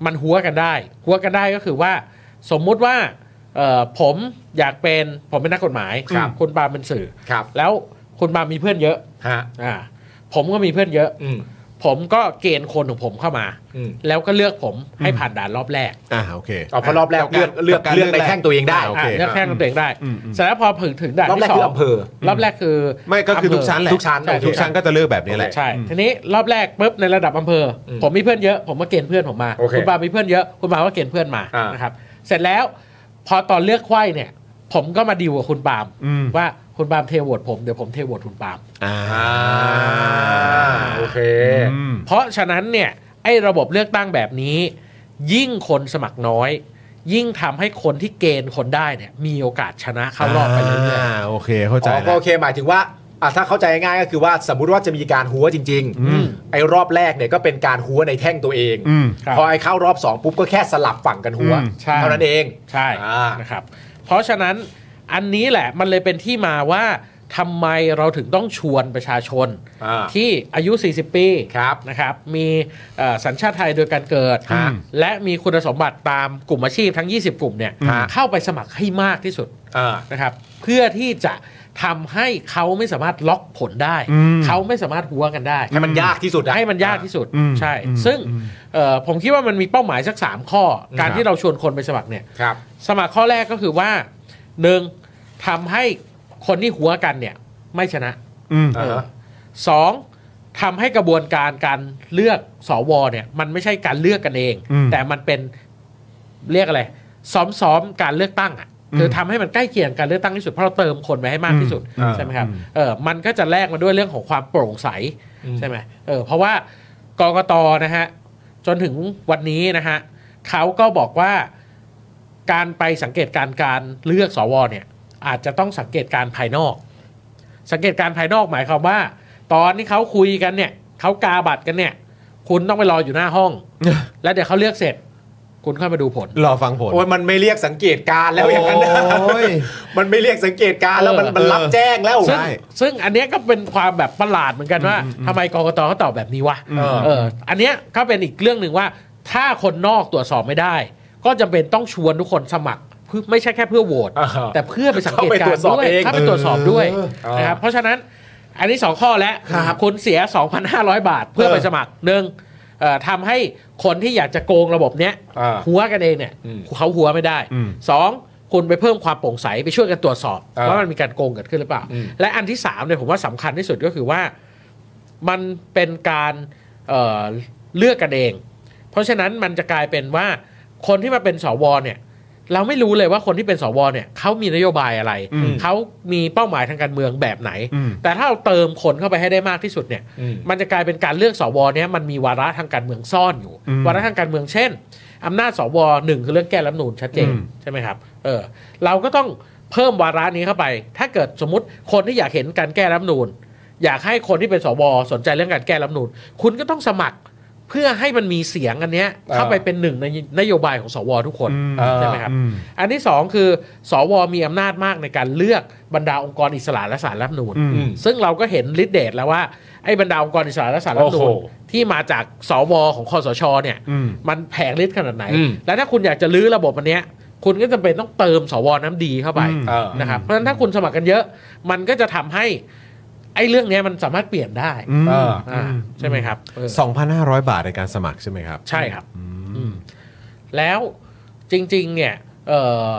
Speaker 4: มันหัวกันได้ หัวกันได้ก็คือว่า สมมุติว่าเออผมอยากเป็นผมเป็นนักกฎหมาย
Speaker 3: ครับ
Speaker 4: คุณปาล์มเป็นสื่อ
Speaker 3: ครับ
Speaker 4: แล้วคุณปาล์มมีเพื่อนเยอะ
Speaker 3: ฮะ
Speaker 4: อ่าผมก็มีเพื่อนเยอะ
Speaker 3: อืม
Speaker 4: ผมก็เกณฑ์คนของผมเข้ามา
Speaker 3: อืม
Speaker 4: แล้วก็เลือกผมให้ผ่านด่านรอบแรก
Speaker 1: อ่าโอเค
Speaker 3: เอาเพราะรอบแรกเลือกเลือก
Speaker 1: การเลื
Speaker 3: เลื
Speaker 1: อ
Speaker 3: อกกในแท่งตัวเองได้
Speaker 1: อ่าโอ
Speaker 4: อ่ะเลือกแค่ของตัวเองได้
Speaker 1: อืมอืม
Speaker 4: เสร็จแล้วพอถึงถึงด่าน
Speaker 3: รอบแรก
Speaker 4: ที่
Speaker 3: คื
Speaker 4: ส
Speaker 3: อ
Speaker 4: อง
Speaker 3: อำเภอ
Speaker 4: รอบแรกคือ
Speaker 1: ไม่ก็คือทุกชั้นแหละ
Speaker 3: ทุกชั้น
Speaker 1: ใช่
Speaker 3: โอเค
Speaker 1: ทุกชั้นก็จะเลือกแบบนี้แหละ
Speaker 4: ใช่ทีนี้รอบแรกปุ๊บในระดับอำเภออ
Speaker 3: ม
Speaker 4: ผมมีเพื่อนเยอะผมก็เกณฑ์เพื่อนผมมา
Speaker 3: โอเค
Speaker 4: คุณปามีเพื่อนเยอะคุณปาก็เกณฑ์เพื่อนมา
Speaker 3: อ่าน
Speaker 4: นะครับเสร็จแล้วพอตอนเลือกไขว้เนี่ย ผมก็มาดีลกับคุณปาล์ม
Speaker 1: อืม
Speaker 4: ว่าคุณปาล์มเทโหวตผมเดี๋ยวผมเทโหวตคุณปาล์ม
Speaker 1: อ่า
Speaker 3: อ่าโอเค
Speaker 1: อืม
Speaker 4: เพราะฉะนั้นเนี่ยไอ้ระบบเลือกตั้งแบบนี้ ยิ่งคนสมัครน้อย ยิ่งทำให้คนที่เกณฑ์คนได้เนี่ยมีโอกาสชนะเข้ารอบไปเรื่อยๆ
Speaker 1: อ่าโอเคเข้าใจ
Speaker 3: อ๋อก็
Speaker 1: แล้ว
Speaker 3: โอเคหมายถึงว่าอ่ะถ้าเข้าใจง่ายๆก็คือว่าสมมุติว่าจะมีการหัวจริง
Speaker 1: อืม
Speaker 3: ไอ้รอบแรกเนี่ยก็เป็นการหัวในแท่งตัวเอง
Speaker 1: อืม
Speaker 4: ครับ
Speaker 3: พอไอ้เข้ารอบสองปุ๊บก็แค่สลับฝั่งกันหัว
Speaker 1: อืม
Speaker 4: ใช่
Speaker 3: เท่านั้นเอง
Speaker 4: ใช่
Speaker 3: อ่าน
Speaker 4: นะครับ เพราะฉะนั้นอันนี้แหละมันเลยเป็นที่มาว่าทำไมเราถึงต้องชวนประชาชน
Speaker 3: อ่า
Speaker 4: ที่อายุ 40 ปี
Speaker 3: ครับ
Speaker 4: นะครับ มีเอ่อสัญชาติไทยโดยการเกิด
Speaker 3: ฮะ
Speaker 4: และมีคุณสมบัติตามกลุ่มอาชีพทั้ง 20 กลุ่มเนี่ย
Speaker 3: ฮะ
Speaker 4: เข้าไปสมัครให้มากที่สุด
Speaker 3: อ่า
Speaker 4: นะครับ เพื่อที่จะทำให้เขาไม่สามารถล็อกผลได้
Speaker 1: อืม
Speaker 4: เขาไม่สามารถหัวกันได้
Speaker 3: ให้มันยากที่สุดอะ
Speaker 4: ให้มันยากที่สุด
Speaker 1: อืม
Speaker 4: ใช่
Speaker 1: อืม
Speaker 4: ซึ่ง
Speaker 1: อืม
Speaker 4: เอ่อผมคิดว่ามันมีเป้าหมายสัก 3 ข้อ การ
Speaker 3: ครับ
Speaker 4: ที่เราชวนคนไปสมัครเนี่ย
Speaker 3: ครับ
Speaker 4: สมัครข้อแรกก็คือว่าหนึ่งทำให้คนที่หัวกันเนี่ยไม่ชนะ
Speaker 1: อืม
Speaker 3: อ่าฮะ
Speaker 4: สองทำให้กระบวนการการเลือกสวเนี่ยมันไม่ใช่การเลือกกันเอง
Speaker 1: อืม
Speaker 4: แต่มันเป็นเรียกอะไร ซ้อมๆการเลือกตั้งอ่ะ
Speaker 1: อืม
Speaker 4: คือทำให้มันใกล้เคียงการเลือกตั้งที่สุดเพราะเราเติมคนไปให้มากที่สุด
Speaker 3: อืม
Speaker 4: ใช่ไหมครับ
Speaker 1: อืม
Speaker 4: เออมันก็จะแลกมาด้วยเรื่องของความโปร่งใสใช่ไหมเออเพราะว่ากกตนะฮะจนถึงวันนี้นะฮะเขาก็บอกว่า การไปสังเกตการณ์การเลือกสวเนี่ย อาจจะต้องสังเกตการณ์ภายนอก สังเกตการณ์ภายนอกหมายความว่า ตอนที่เขาคุยกันเนี่ยเขากาบัตรกันเนี่ย คุณต้องไปรออยู่หน้าห้อง แล้วเดี๋ยวเขาเลือกเสร็จ คุณค่อยมาดูผล
Speaker 1: รอฟังผล
Speaker 3: โอ้ยมันไม่เรียกสังเกตการณ์แล้วอย่างนั้นนะ
Speaker 1: โอ้ย
Speaker 3: มันไม่เรียกสังเกตการณ์แล้วมัน
Speaker 4: เออ
Speaker 3: มันรับแจ้งแล้ว
Speaker 4: ซึ่ง
Speaker 1: ใช่
Speaker 4: ซึ่งอันเนี้ยก็เป็นความแบบประหลาดเหมือนกันว่าทำไมกรกตเขาตอบแบบนี้วะ
Speaker 3: เออ
Speaker 4: เออ อันเนี้ยก็เป็นอีกเรื่องหนึ่งว่า ถ้าคนนอกตรวจสอบไม่ได้ ก็จำเป็นต้องชวนทุกคนสมัครเพื่อไม่ใช่แค่เพื่อโหวต
Speaker 3: อ่าฮะ
Speaker 4: แต่เพื่อไปสังเกตการณ์ด้วย
Speaker 3: เข้าไปตรวจสอบเอง
Speaker 4: เข้าไปตรวจสอบด้วย
Speaker 3: เออ
Speaker 4: นะครับเพราะฉะนั้นอันนี้ 2 ข้อแล้วคุณเสีย 2,500 บาท เพื่อไปสมัครหนึ่งเอ่อทำให้คนที่อยากจะโกงระบบเนี้ย
Speaker 3: อ่า
Speaker 4: หัวกันเองเนี่ย
Speaker 3: อืม
Speaker 4: เขาหัวไม่ได้
Speaker 1: อืม
Speaker 4: สองคุณไปเพิ่มความโปร่งใสไปช่วยกันตรวจสอบ
Speaker 3: เออ
Speaker 4: ว่ามันมีการโกงเกิดขึ้นหรือเปล่า
Speaker 3: อืม
Speaker 4: และอันที่สามเนี่ยผมว่าสำคัญที่สุดก็คือว่ามันเป็นการเอ่อเลือกกันเอง เพราะฉะนั้นมันจะกลายเป็นว่าคนที่มาเป็นสวเนี่ย เราไม่รู้เลยว่าคนที่เป็นสวเนี่ยเขามีนโยบายอะไร เขามีเป้าหมายทางการเมืองแบบไหน แต่ถ้าเราเติมคนเข้าไปให้ได้มากที่สุดเนี่ย มันจะกลายเป็นการเลือกสวเนี่ยมันมีวาระทางการเมืองซ่อนอยู่ วาระทางการเมืองเช่นอำนาจสวหนึ่งคือเรื่องแก้รัฐธรรมนูญชัดเจนใช่ไหมครับเออเราก็ต้องเพิ่มวาระนี้เข้าไป ถ้าเกิดสมมติคนที่อยากเห็นการแก้รัฐธรรมนูญ อยากให้คนที่เป็นสวสนใจเรื่องการแก้รัฐธรรมนูญคุณก็ต้องสมัครเพื่อให้มันมีเสียงอันเนี้ยเข้าไปเป็นหนึ่งในนโยบายของสวทุกคนใช่ไหมครับ อันที่สองคือสวมีอำนาจมากในการเลือกบรรดาองค์กรอิสระและสารรัฐธรรมนูญซึ่งเราก็เห็นฤทธิเดชแล้วว่าไอ้บรรดาองค์กรอิสระและสารรัฐธรรมนูญ
Speaker 3: โอ้โห
Speaker 4: ที่มาจากสวของคอสชเนี่ยมันแผงฤทธิ์ขนาดไหน
Speaker 5: อืม
Speaker 4: แล้วถ้าคุณอยากจะลื้อระบบอันเนี้ยคุณก็จะเป็นต้องเติมสวน้ำดีเข้าไป
Speaker 3: เออ
Speaker 4: นะครับเพราะฉะนั้นถ้าคุณสมัครกันเยอะ มันก็จะทำให้ไอ้เรื่องเนี้ยมันสามารถเปลี่ยนได้
Speaker 3: เออ
Speaker 4: อ่าใช่ไหมครับเออ
Speaker 1: 2,500 บาทในการสมัครใช่ไหมครับ
Speaker 4: ใช่ครับอืมแล้วจริง ๆ เนี่ยเอ่อ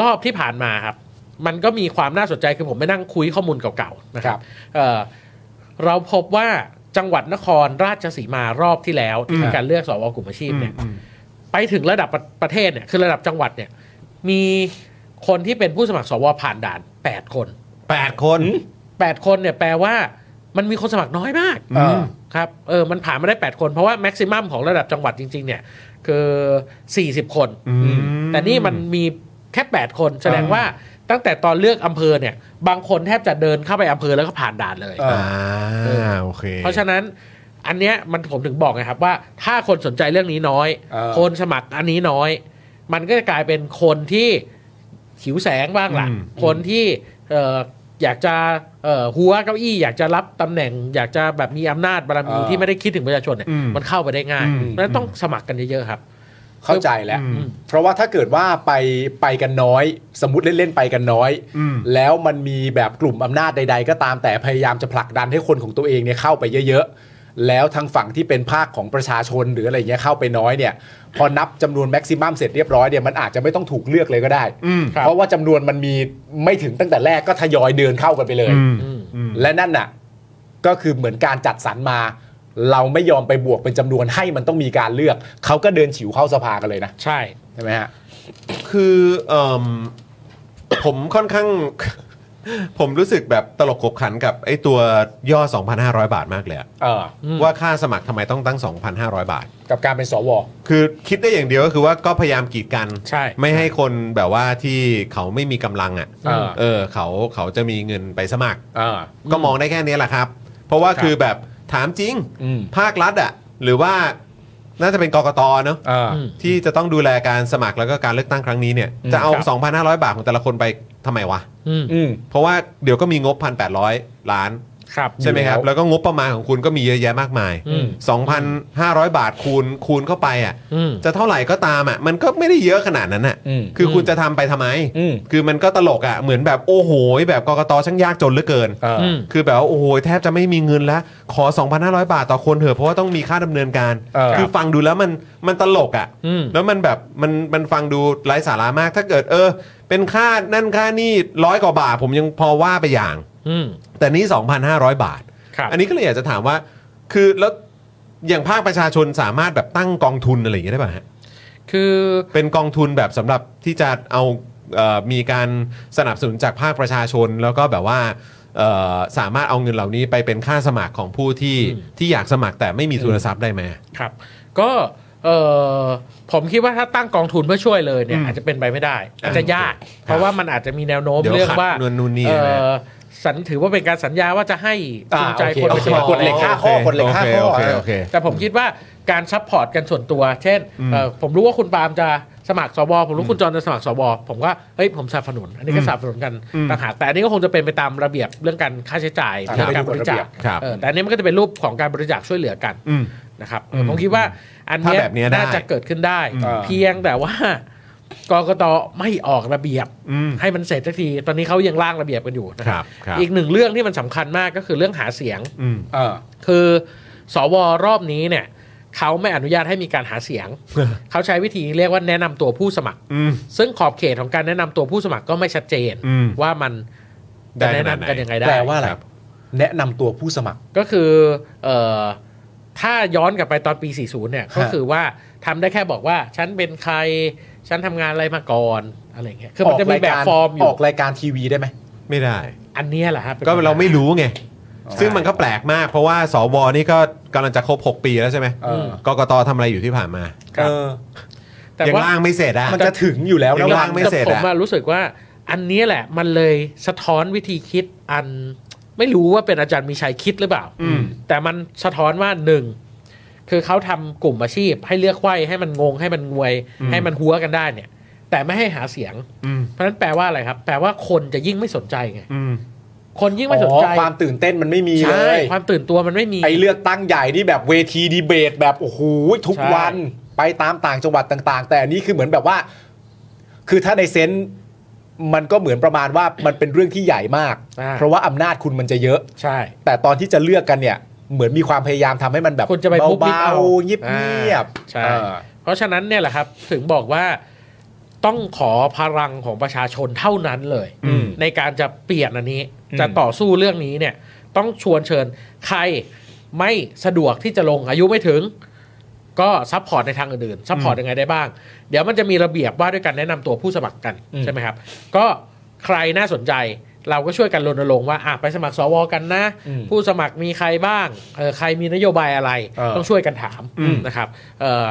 Speaker 4: รอบที่ผ่านมาครับ มันก็มีความน่าสนใจคือผมไปนั่งคุยข้อมูลเก่าๆนะครับเอ่อเราพบว่าจังหวัดนครราชสีมารอบที่แล้วที่มีการเลือกสวกลุ่มอาชีพเนี่ยไปถึงระดับประประเทศเนี่ยคือระดับจังหวัดเนี่ย มีคนที่เป็นผู้สมัครสวผ่านด่าน 8 คน
Speaker 1: 8 คน
Speaker 4: 8 คนเนี่ยแปลว่ามันมีคนสมัครน้อยมาก
Speaker 3: เออ
Speaker 4: ครับ เออ มันผ่านมาได้ 8 คน เพราะว่าแม็กซิมัมของระดับจังหวัดจริง ๆ เนี่ย คือ 40 คน แต่นี่มันมีแค่ 8 คน แสดงว่าตั้งแต่ตอนเลือกอำเภอเนี่ย บางคนแทบจะเดินเข้าไปอำเภอแล้วก็ผ่านด่านเลย
Speaker 3: เอ
Speaker 1: อ่าโอเค
Speaker 4: เพราะฉะนั้นอันเนี้ยมันผมถึงบอกไงครับว่าถ้าคนสนใจเรื่องนี้น้อย
Speaker 3: เออ
Speaker 4: คนสมัครอันนี้น้อย มันก็จะกลายเป็นคนที่หิวแสงบ้างละ่ะ
Speaker 1: อืม
Speaker 4: คนที่เอ่ออยากจะเอ่อหัวเก้าอี้ อยากจะรับตำแหน่ง อยากจะแบบมีอำนาจบารมี
Speaker 3: เออ
Speaker 4: ที่ไม่ได้คิดถึงประชาชนเนี่ยมันเข้าไปได้ง่ายเพราะฉะนั้นต้องสมัครกันเยอะๆครับ
Speaker 3: เข้าใจแล้ว
Speaker 4: อืม
Speaker 3: เพราะว่าถ้าเกิดว่าไปไปกันน้อย สมมติเล่นๆไปกันน้อย แล้วมันมีแบบกลุ่มอำนาจใด ๆ ก็ตามแต่พยายามจะผลักดันให้คนของตัวเองเนี่ยเข้าไปเยอะๆ แล้วทางฝั่งที่เป็นภาคของประชาชนหรืออะไรเงี้ยเข้าไปน้อยเนี่ย พอนับจำนวนแม็กซิมัมเสร็จเรียบร้อยเนี่ยมันอาจจะไม่ต้องถูกเลือกเลยก็ได้ เพราะว่าจำนวนมันมีไม่ถึงตั้งแต่แรกก็ทยอยเดินเข้ากันไปเลย
Speaker 4: อืม
Speaker 3: และนั่นน่ะก็คือเหมือนการจัดสรรมา เราไม่ยอมไปบวกเป็นจำนวนให้มันต้องมีการเลือก เขาก็เดินฉิวเข้าสภากันเลยนะ
Speaker 4: ใช่
Speaker 3: ใช่ไหมฮะ
Speaker 1: คือเอิ่มผมค่อนข้าง *laughs* ผมรู้สึกแบบตลกขบขันกับไอ้ตัวย่อ 2,500 บาทมากเลยอะ
Speaker 3: เออ
Speaker 4: อืม
Speaker 1: ว่าค่าสมัครทำไมต้องตั้ง 2,500 บาท
Speaker 3: กับการเป็นสว
Speaker 1: คือคิดได้อย่างเดียวก็คือว่าก็พยายามกีดกัน
Speaker 4: ใช่
Speaker 1: ไม่ให้คนแบบว่าที่เขาไม่มีกำลังอ่ะ
Speaker 3: เออ
Speaker 1: เออเขาเขาจะมีเงินไปสมัคร
Speaker 3: เออ
Speaker 1: ก็มองได้แค่นี้แหละครับ เพราะว่าคือแบบถามจริง
Speaker 3: อืม
Speaker 1: ภาครัฐอ่ะ หรือว่าน่าจะเป็นกกตเนอะ
Speaker 3: เออ
Speaker 4: อืม
Speaker 1: ที่จะต้องดูแลการสมัครแล้วก็การเลือกตั้งครั้งนี้เนี่ย
Speaker 3: อืม
Speaker 1: จะเอา
Speaker 4: ครับ
Speaker 1: 2,500 บาทของแต่ละคนไปทำไมวะ
Speaker 4: อืม
Speaker 3: อืม
Speaker 1: เพราะว่าเดี๋ยวก็มีงบ 1,800 ล้าน
Speaker 4: ครับ
Speaker 1: ใช่ไหมครับ แล้วก็งบประมาณของคุณก็มีเยอะแยะมากมาย
Speaker 4: อืม
Speaker 1: 2,500 บาทคูณคูณเข้าไปอ่ะ
Speaker 4: อืม
Speaker 1: จะเท่าไหร่ก็ตามอ่ะมันก็ไม่ได้เยอะขนาดนั้นอ่ะ
Speaker 3: อืม
Speaker 1: คือคุณจะทำไปทำไม
Speaker 3: อืม
Speaker 1: คือมันก็ตลกอ่ะเหมือนแบบโอ้โหแบบกกตช่างยากจนเหลือเกิน
Speaker 3: เอออ
Speaker 4: ม
Speaker 1: คือแบบว่าโอ้โหแทบจะไม่มีเงินแล้ว ขอ 2,500 บาทต่อคนเถอะเพราะว่าต้องมีค่าดำเนินการ
Speaker 3: เออ
Speaker 1: คือฟังดูแล้วมันมันตลกอ่ะ
Speaker 4: อืม
Speaker 1: แล้วมันแบบมันมันฟังดูไร้สาระมากถ้าเกิดเออ เป็นค่านั่นค่านี่ร้อยกว่าบาท ผมยังพอว่าไปอย่าง
Speaker 4: อืม
Speaker 1: แต่นี่ 2,500 บาท
Speaker 4: ครับ
Speaker 1: อันนี้ก็เลยอยากจะถามว่า คือแล้วอย่างภาคประชาชนสามารถแบบตั้งกองทุนอะไรอย่างเงี้ยได้ป่ะฮะ
Speaker 4: คือ
Speaker 1: เป็นกองทุนแบบสำหรับที่จะเอาเอ่อมีการสนับสนุนจากภาคประชาชน แล้วก็แบบว่าเอ่อสามารถเอาเงินเหล่านี้ไปเป็นค่าสมัครของผู้ที่ที่อยากสมัครแต่ไม่มีทุนทรัพย์ได้ไหม
Speaker 4: ครับก็เออผมคิดว่าถ้าตั้งกองทุนเพื่อช่วยเลยเนี่ยอาจจะเป็นไปไม่ได้ อาจจะยาก เพราะว่ามันอาจจะมีแนวโน้ม
Speaker 1: เดี๋ยว
Speaker 4: เรื่องว่า
Speaker 1: ขัดนู่นนู่นนี่
Speaker 4: เอ่อ
Speaker 1: ใช่ไหม
Speaker 4: สัญถือว่าเป็นการสัญญาว่าจะให้
Speaker 3: อ่า
Speaker 4: จูงใจ
Speaker 3: โอเค
Speaker 4: คนไปสมัคร
Speaker 3: โอเคกฎเหล็กห้าข้อกฎเหล็กห้าข้อ
Speaker 1: โอเคโอเคโอเค
Speaker 4: แต่ผมคิดว่าการซัพพอร์ตกันส่วนตัว เช่นเอ่อผมรู้ว่าคุณปาล์มจะสมัครสวผมรู้คุณจอนจะสมัครสวผมก็เฮ้ยผมสนับสนุน อันนี้ก็สนับสนุนกันต่างหากแต่อันนี้ก็คงจะเป็นไปตามระเบียบเรื่องการค่าใช้จ่าย
Speaker 3: ครับ
Speaker 4: เรื่องการบริจาค
Speaker 1: ครับ
Speaker 4: เออแต่อันนี้มันก็จะเป็นรูปของการบริจาคช่วยเหลือกัน
Speaker 1: อืม
Speaker 4: นะครับเออผมคิดว่าอันเนี้ย
Speaker 1: ถ้าแบบเนี้ยได้
Speaker 4: น่าจะเกิดขึ้นได้
Speaker 3: อ่า
Speaker 4: เพียงแต่ว่ากกตไม่ออกระเบียบให้มันเสร็จสักที ตอนนี้เขายังร่างระเบียบกันอยู่นะ
Speaker 1: ค
Speaker 4: ค
Speaker 1: รั
Speaker 4: รั
Speaker 1: บบ ครับ
Speaker 4: อีกหนึ่งเรื่องที่มันสำคัญมากก็คือเรื่องหาเสียง
Speaker 1: อืม
Speaker 3: เออ
Speaker 4: คือสวรอบนี้เนี่ยเขาไม่อนุญาตให้มีการหาเสียง
Speaker 1: *laughs*
Speaker 4: เขาใช้วิธีเรียกว่าแนะนำตัวผู้สมัคร
Speaker 1: อืม
Speaker 4: ซึ่งขอบเขตของการแนะนำตัวผู้สมัครก็ไม่ชัดเจน
Speaker 1: อืม
Speaker 4: ว่ามันจะแนะนำกันยังไงได้
Speaker 3: แปลว่าอะไร
Speaker 1: ครับ
Speaker 3: แนะนำตัวผู้สมัคร
Speaker 4: ก็คือเอ่อถ้าย้อนกลับไปตอนปี 40 เนี่ย ก็คือว่าทำได้แค่บอกว่า ฉันเป็นใคร ฉันทำงานอะไรมาก่อนอะไรเงี้ยคือมันจะมีแบบฟอร์มอ
Speaker 3: อยู่ อกรายการทีวีได้ไหม
Speaker 1: ไม่ได้
Speaker 4: อันเนี้ยแหละครับ
Speaker 1: ก็เราไม่รู้ไง ซึ่งมันก็แปลกมาก เพราะว่าสวนี่ก็กำลังจะครบ 6 ปีแล้วใช่ไหม
Speaker 3: เออ
Speaker 1: กกตทำอะไรอยู่ที่ผ่านมา
Speaker 3: เออ
Speaker 4: แต่
Speaker 1: ยัง
Speaker 4: ว่า
Speaker 1: ล่างไม่เสร็จอ่ะ
Speaker 3: มันจะถึงอยู่แล้ว
Speaker 1: ยัง
Speaker 3: นะวั
Speaker 1: ล่าง
Speaker 3: น
Speaker 1: ไม่เสร็จ
Speaker 4: แต่ผม
Speaker 1: อะ
Speaker 4: อะรู้สึกว่าอันเนี้ยแหละมันเลยสะท้อนวิธีคิดอันไม่รู้ว่าเป็นอาจารย์มีชัยคิดหรือเปล่าแต่มันสะท้อนว่าหนึ่งคือเขาทำกลุ่มอาชีพ ให้เลือกไขว้ให้มันงงให้มันงวย ให้มันหัวกันได้เนี่ย แต่ไม่ให้หาเสียง เพราะฉะนั้นแปลว่าอะไรครับ แปลว่าคนจะยิ่งไม่สนใจไงคนยิ่งไม่สนใจ
Speaker 3: อ๋อความตื่นเต้นมันไม่มีเล
Speaker 4: ใช่
Speaker 3: ย
Speaker 4: ความตื่นตัวมันไม่มี
Speaker 3: ไอเลือกตั้งใหญ่นี่แบบเวทีดีเบตแบบโอ้โหทุก
Speaker 4: ใช่
Speaker 3: วันไปตามต่างจังหวัดต่าง ๆ แต่อันนี้คือเหมือนแบบว่า คือถ้าในเซนส์มันก็เหมือนประมาณว่ามันเป็นเรื่องที่ใหญ่มาก เพราะว่าอำนาจคุณมันจะเยอะ
Speaker 4: ใช่
Speaker 3: แต่ตอนที่จะเลือกกันเนี่ย เหมือนมีความพยายามทำให้มันแบบ
Speaker 4: คุณจะไปปุ๊บปิ๊บ
Speaker 3: เบา
Speaker 4: เอา
Speaker 3: ๆเงียบ
Speaker 4: อ่
Speaker 3: เงียบ
Speaker 4: าใช่ เพราะฉะนั้นเนี่ยแหละครับถึงบอกว่าต้องขอพลังของประชาชนเท่านั้นเลย ในการจะเปลี่ยนอันนี้ จะต่อสู้เรื่องนี้เนี่ย ต้องชวนเชิญใครไม่สะดวกที่จะลงอายุไม่ถึง ก็ซัพพอร์ตในทางอื่นๆซัพพอร์ตยังไงได้บ้าง เดี๋ยวมันจะมีระเบียบว่าด้วยการแนะนำตัวผู้สมัครกันใช่ไหมครับ ก็ใครน่าสนใจเราก็ช่วยกันรณรงค์ว่าอ่ะไปสมัครสวกันนะ ผู้สมัครมีใครบ้างเออใครมีนโยบายอะไร ต้องช่วยกันถามนะครับเอ่อ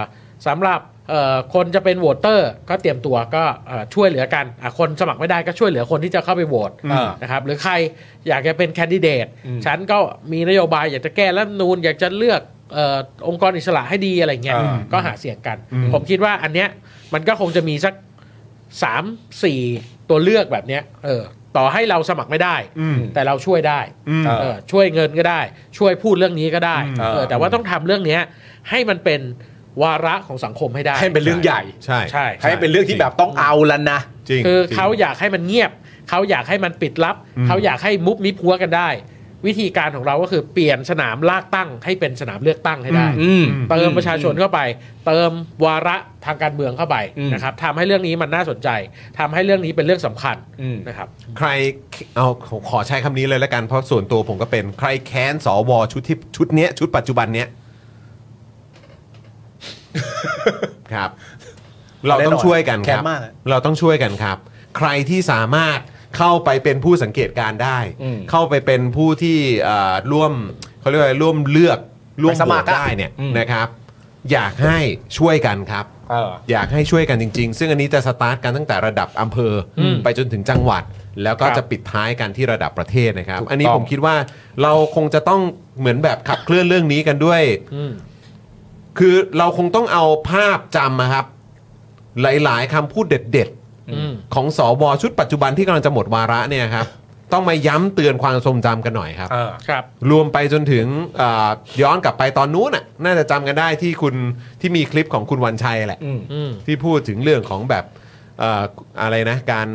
Speaker 4: สำหรับเอ่อคนจะเป็นโหวตเตอร์ ก็เตรียมตัวก็เอ่อช่วยเหลือกันอ่ะคนสมัครไม่ได้ก็ช่วยเหลือคนที่จะเข้าไปโหวต
Speaker 3: อ่า
Speaker 4: นะครับหรือใครอยากจะเป็นแคนดิเดตฉันก็มีนโยบายอยากจะแก้รัฐธรรมนูนอยากจะเลือกเออองค์กรอิสระให้ดีอะไรเงี้ย
Speaker 3: อ่า
Speaker 4: ก็หาเสียงกัน ผมคิดว่าอันเนี้ยมันก็คงจะมีสักสามสี่ตัวเลือกแบบเนี้ยเออต่อให้เราสมัครไม่ได้ แต่เราช่วยได้เออช่วยเงินก็ได้ ช่วยพูดเรื่องนี้ก็ได้เออแต่ว่าต้องทำเรื่องเนี้ยให้มันเป็นวาระของสังคมให้ได้
Speaker 3: ให้เป็นเรื่องใหญ่
Speaker 1: ใช่
Speaker 4: ใช่
Speaker 3: ให้เป็นเรื่องที่แบบต้องเอาแล้วนะ
Speaker 1: จริง
Speaker 4: คือ
Speaker 1: จริง
Speaker 4: เขาอยากให้มันเงียบ เขาอยากให้มันปิดลับ เขาอยากให้มุบมิบพัวกันได้ วิธีการของเราก็คือเปลี่ยนสนามลากตั้ง ให้เป็นสนามเลือกตั้งให้ได้ เติมประชาชนเข้าไป เติมวาระทางการเมืองเข้าไป
Speaker 3: อืม
Speaker 4: นะครับทำให้เรื่องนี้มันน่าสนใจทำให้เรื่องนี้เป็นเรื่องสำคัญนะครับ
Speaker 1: ใครเอาผมขอใช้คำนี้เลยละกันเพราะส่วนตัวผมก็เป็นใครแค้นสวชุดที่ชุดเนี้ยชุดปัจจุบันเนี้ย ครับ เราต้องช่วยกันค
Speaker 3: แค้
Speaker 1: รับ
Speaker 3: นมากอะ
Speaker 1: เราต้องช่วยกันครับ ใครที่สามารถเข้าไปเป็นผู้สังเกตการณ์ได้ เข้าไปเป็นผู้ที่เอ่อร่วมเขาเรียกว่าร่วมเลือกร่วม
Speaker 3: ไปสมัคร
Speaker 1: โหวต
Speaker 3: อะ
Speaker 1: ได้เนี่ย
Speaker 3: อืม
Speaker 1: นะครับ อยากให้ช่วยกันครับ
Speaker 3: เออ
Speaker 1: อยากให้ช่วยกันจริง ๆ ซึ่งอันนี้จะสตาร์ทกันตั้งแต่ระดับอำเภออ
Speaker 4: ม
Speaker 1: ไปจนถึงจังหวัด แล้วก็
Speaker 4: ครับ
Speaker 1: จะปิดท้ายกันที่ระดับประเทศนะครับ
Speaker 3: ถูกต้อง
Speaker 1: อันนี้ผมคิดว่าเราคงจะต้องเหมือนแบบขับเคลื่อนเรื่องนี้กันด้วย
Speaker 4: อืม
Speaker 1: คือเราคงต้องเอาภาพจำนะครับ หลาย ๆคำพูดเด็ด
Speaker 4: อืม
Speaker 1: ๆ ของสวชุดปัจจุบันที่กำลังจะหมดวาระเนี่ยครับ ต้องมาย้ำเตือนความทรงจำกันหน่อยครับ
Speaker 3: เออ
Speaker 4: ครับ
Speaker 1: รวมไปจนถึงเอ่อย้อนกลับไปตอนนู้นน่ะน่าจะจำกันได้ที่คุณที่มีคลิปของคุณวันชัยแหละ
Speaker 4: อืม
Speaker 1: ที่พูดถึงเรื่องของแบบเอ่ออะไรนะการ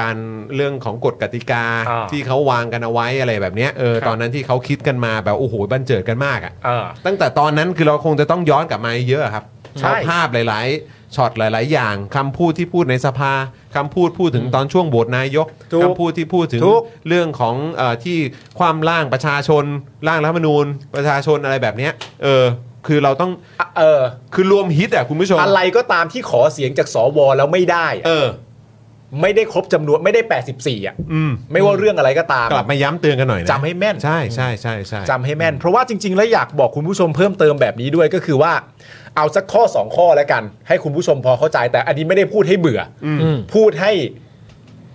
Speaker 1: การเรื่องของกฎกติกา
Speaker 3: อ่า
Speaker 1: ที่เขาวางกันเอาไว้อะไรแบบเนี้ยเออ
Speaker 4: ครับ
Speaker 1: ตอนนั้นที่เขาคิดกันมาแบบโอ้โหบันเจิดกันมากอะ
Speaker 3: เออ
Speaker 1: ตั้งแต่ตอนนั้นคือเราคงจะต้องย้อนกลับมาเยอะครับ
Speaker 3: ใช่
Speaker 1: เอาภาพหลาย ๆช็อตหลาย ๆ อย่างคำพูดที่พูดในสภาคำพูดพูดถึงตอนช่วงโหวตนายก
Speaker 3: ถูก
Speaker 1: คำพูดที่พูดถึง
Speaker 3: ถูก
Speaker 1: เรื่องของเออที่ความร่างประชาชนร่างรัฐธรรมนูญ ประชาชนอะไรแบบเนี้ยเออคือเราต้อง
Speaker 3: เออ
Speaker 1: คือรวมฮิตอ่ะคุณผู้ชม
Speaker 3: อะไรก็ตามที่ขอเสียงจากสวแล้วไม่ได้อะ
Speaker 1: เออ
Speaker 3: ไม่ได้ครบจำนวนไม่ได้ 84อ่ะ
Speaker 1: อืม
Speaker 3: ไม่ว่าเรื่องอะไรก็ตาม
Speaker 1: กลับมาย้ำเตือนกันหน่อยนะ
Speaker 3: จำให้แม่น
Speaker 1: ใช่ใช่ใช่ใช่
Speaker 3: จำให้แม่น เพราะว่าจริง ๆ แล้วอยากบอกคุณผู้ชมเพิ่มเติมแบบนี้ด้วยก็คือว่า เอาสักข้อ 2 ข้อแล้วกัน ให้คุณผู้ชมพอเข้าใจ แต่อันนี้ไม่ได้พูดให้เบื่ออ
Speaker 4: อืม
Speaker 3: พูดให้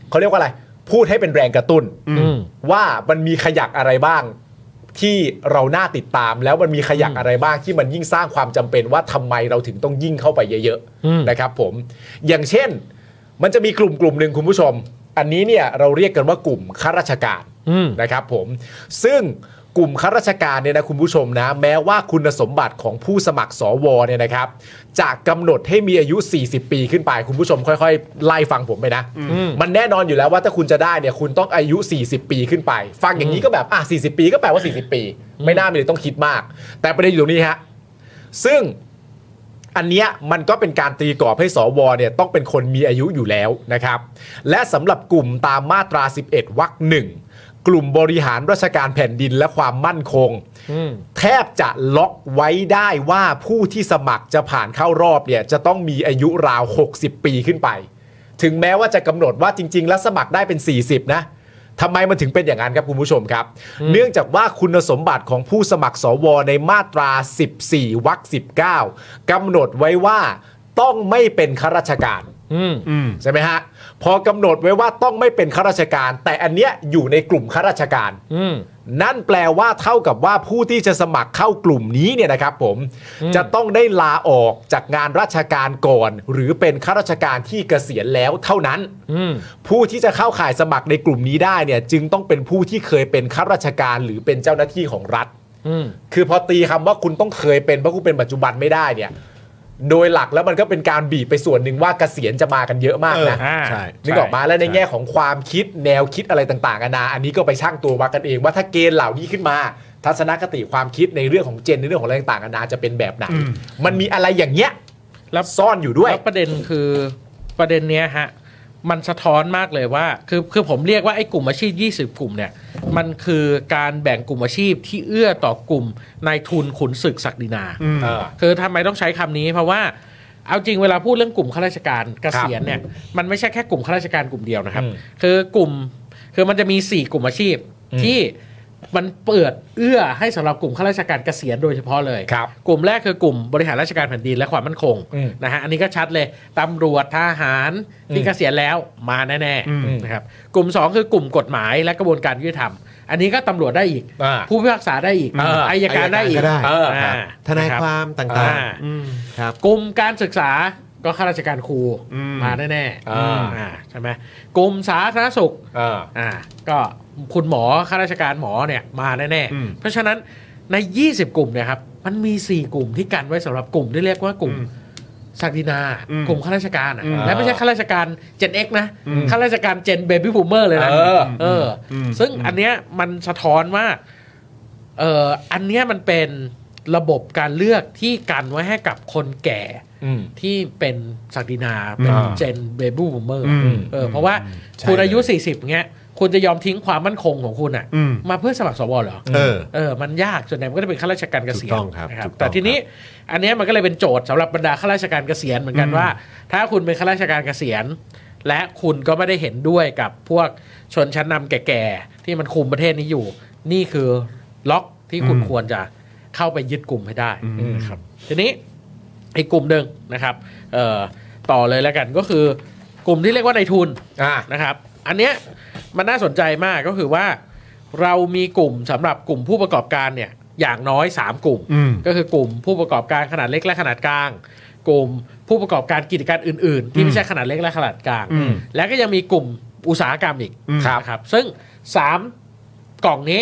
Speaker 3: เขาเรียกว่าอะไร พูดให้เป็นแรงกระตุ้น
Speaker 4: อืม
Speaker 3: ว่ามันมีขยักอะไรบ้างที่เราน่าติดตาม แล้วมันมีขยักอะไรบ้างที่มันยิ่งสร้างความจำเป็นว่าทำไมเราถึงต้องยิ่งเข้าไปเยอะ
Speaker 4: อืม
Speaker 3: ๆนะครับผมอย่างเช่นมันจะมีกลุ่มกลุ่มหนึ่งคุณผู้ชม อันนี้เนี่ยเราเรียกกันว่ากลุ่มข้าราชการ
Speaker 4: อืม
Speaker 3: นะครับผมซึ่งกลุ่มข้าราชการเนี่ยนะคุณผู้ชมนะ แม้ว่าคุณสมบัติของผู้สมัครสวเนี่ยนะครับจะกำหนดให้มีอายุ 40 ปีขึ้นไป คุณผู้ชมค่อยๆ ไล่ฟังผมไปนะ
Speaker 4: ม
Speaker 3: มันแน่นอนอยู่แล้วว่าถ้าคุณจะได้เนี่ยคุณต้องอายุ 40 ปีขึ้นไป ฟังอย่างนี้ก็แบบอ่ะ40 ปีก็แปลว่า 40 ปี ไม่น่ามีเลยต้องคิดมาก แต่ประเด็นอยู่ตรงนี้ฮะซึ่ง อันเนี้ยมันก็เป็นการตีกรอบให้สวเนี่ยต้องเป็นคนมีอายุอยู่แล้วนะครับ และสำหรับกลุ่มตามมาตรา 11วรรคหนึ่ง กลุ่มบริหารราชการแผ่นดินและความมั่นคง
Speaker 4: อืม
Speaker 3: แทบจะล็อกไว้ได้ว่าผู้ที่สมัครจะผ่านเข้ารอบเนี่ยจะต้องมีอายุราว 60 ปีขึ้นไป ถึงแม้ว่าจะกำหนดว่าจริง ๆ แล้วสมัครได้เป็น 40 นะทำไมมันถึงเป็นอย่างนั้นครับคุณผู้ชมครับ เนื่องจากว่าคุณสมบัติของผู้สมัครสวในมาตรา 14วรรค19กำหนดไว้ว่าต้องไม่เป็นข้าราชการ
Speaker 4: อืม
Speaker 3: ใช่ไหมฮะ พอกำหนดไว้ว่าต้องไม่เป็นข้าราชการ แต่อันเนี้ยอยู่ในกลุ่มข้าราชการ
Speaker 4: อืม
Speaker 3: นั่นแปลว่าเท่ากับว่าผู้ที่จะสมัครเข้ากลุ่มนี้เนี่ยนะครับผม จะต้องได้ลาออกจากงานราชการก่อน หรือเป็นข้าราชการที่เกษียณแล้วเท่านั้น
Speaker 4: อืม
Speaker 3: ผู้ที่จะเข้าข่ายสมัครในกลุ่มนี้ได้เนี่ยจึงต้องเป็นผู้ที่เคยเป็นข้าราชการหรือเป็นเจ้าหน้าที่ของรัฐ
Speaker 4: อืม
Speaker 3: คือพอตีคำว่าคุณต้องเคยเป็นเพราะคุณเป็นปัจจุบันไม่ได้เนี่ย โดยหลักแล้วมันก็เป็นการบีบไปส่วนหนึ่งว่าเกษียณจะมากันเยอะมากนะ
Speaker 4: เอออ่าใช่
Speaker 3: นึกออกมาแล้วในแง่ของความคิดแนวคิดอะไรต่างๆนานาอันนี้ก็ไปช่างตัววัดกันเองว่าถ้าเกณฑ์เหล่านี้ขึ้นมา ทัศนคติความคิดในเรื่องของเจนในเรื่องของอะไรต่างๆนานาจะเป็นแบบไหนมันมีอะไรอย่างเงี้ย
Speaker 4: แล้ว
Speaker 3: ซ่อนอยู่ด้วย
Speaker 4: แล้วประเด็นคือประเด็นเนี้ยฮะมันสะท้อนมากเลยว่าคือคือผมเรียกว่าไอ้กลุ่มอาชีพ 20 กลุ่มเนี่ยมันคือการแบ่งกลุ่มอาชีพที่เอื้อต่อกลุ่มนายทุนขุนศึกศักดินา คือทำไมต้องใช้คำนี้เพราะว่าเอาจริงเวลาพูดเรื่องกลุ่มข้าราชการเกษียณเนี่ยมันไม่ใช่แค่กลุ่มข้าราชการกลุ่มเดียวนะครับ คือกลุ่มคือมันจะมี 4 กลุ่มอาชีพที่มันเปิดเอื้อให้สำหรับกลุ่มข้าราชการเกษียณโดยเฉพาะเลย
Speaker 3: ครับ
Speaker 4: กลุ่มแรกคือกลุ่มบริหารราชการแผ่นดินและความมั่นคง
Speaker 3: อืม
Speaker 4: นะฮะอันนี้ก็ชัดเลยตำรวจทหารที่
Speaker 3: อืม
Speaker 4: เกษียณแล้วมาแน่
Speaker 3: อืม
Speaker 4: ๆนะครับกลุ่ม 2 คือกลุ่มกฎหมายและกระบวนการยุติธรรม อันนี้ก็ตำรวจได้อีก
Speaker 3: อ่า
Speaker 4: ผู้พิพากษาได้อีก
Speaker 3: อ่า
Speaker 4: อายการได้อีก
Speaker 1: ก็
Speaker 3: เออ
Speaker 4: อ่า
Speaker 1: ทนาย
Speaker 4: ะรับ
Speaker 1: ความต่าง
Speaker 4: อ่า
Speaker 1: ๆอืมครับ
Speaker 4: กลุ่มการศึกษาก็ข้าราชการครู
Speaker 1: อืม
Speaker 4: มาแน่ๆ
Speaker 3: อ่า
Speaker 4: อ่าใช่ไหมกลุ่มสาธารณสุข
Speaker 3: อ่า
Speaker 4: อ่าก็คุณหมอข้าราชการหมอเนี่ยมาแน่
Speaker 1: อืม
Speaker 4: ๆ เพราะฉะนั้นใน 20 กลุ่มเนี่ยครับมันมี 4 กลุ่มที่กันไว้สำหรับกลุ่มที่เรียกว่ากลุ่มศักดินา
Speaker 1: อืม
Speaker 4: กลุ่มข้าราชการอ่ะ
Speaker 1: อืม
Speaker 4: และไม่ใช่ข้าราชการ Gen X นะ
Speaker 1: อืม
Speaker 4: ข้าราชการ Gen Baby Boomer เลยนะ
Speaker 3: เออ
Speaker 4: เอออ
Speaker 1: ม
Speaker 4: ซึ่งอันเนี้ยมันสะท้อนว่าเอออันเนี้ยมันเป็นระบบการเลือกที่กันไว้ให้กับคนแก่
Speaker 3: อืม
Speaker 4: ที่เป็นศักดินา เป็น
Speaker 3: อ่า
Speaker 4: เจนเบบูบูมเมอร์
Speaker 1: อืม
Speaker 4: เออเพราะว่า
Speaker 3: ใช่
Speaker 4: คุณอายุ
Speaker 3: เลย
Speaker 4: 40เงี้ยคุณจะยอมทิ้งความมั่นคงของคุณอ่ะ
Speaker 1: อืม
Speaker 4: มาเพื่อสมัครสวเหรอ
Speaker 1: เออ
Speaker 4: เออมันยากส่วนใหญ่มันก็จะเป็นข้าราชการเกษีย
Speaker 1: ถูก
Speaker 4: ณ
Speaker 1: ต้องครับ
Speaker 4: นะ
Speaker 1: ถูกต้อง
Speaker 4: แต่ทีนี้อันเนี้ยมันก็เลยเป็นโจทย์สำหรับบรรดาข้าราชการเกษียณเหมือนกัน
Speaker 1: อืม
Speaker 4: ว่า ถ้าคุณเป็นข้าราชการเกษียณ และคุณก็ไม่ได้เห็นด้วยกับพวกชนชั้นนำแก่ๆที่มันคุมประเทศนี้อยู่ นี่คือล็อกที่คุณควรจะเข้าไปยึดกลุ่มให้ได้นะครับ ทีนี้ อีกกลุ่มหนึ่งนะครับเอ่อต่อเลยแล้วกันก็คือกลุ่มที่เรียกว่าในายทุน
Speaker 3: อ่า
Speaker 4: นะครับ อันเนี้ยมันน่าสนใจมากก็คือว่า เรามีกลุ่มสำหรับกลุ่มผู้ประกอบการเนี่ยอย่างน้อย 3 กลุ่ม
Speaker 1: อืม
Speaker 4: ก็คือกลุ่มผู้ประกอบการขนาดเล็กและขนาดกลาง กลุ่มผู้ประกอบการกิจการอื่น ๆ ที่ไม่ใช่ขนาดเล็กและขนาดกลาง
Speaker 1: อืม
Speaker 4: และก็ยังมีกลุ่มอุตสาหกรรมอีก
Speaker 1: อืม
Speaker 4: นะครับ ซึ่ง 3 กล่องนี้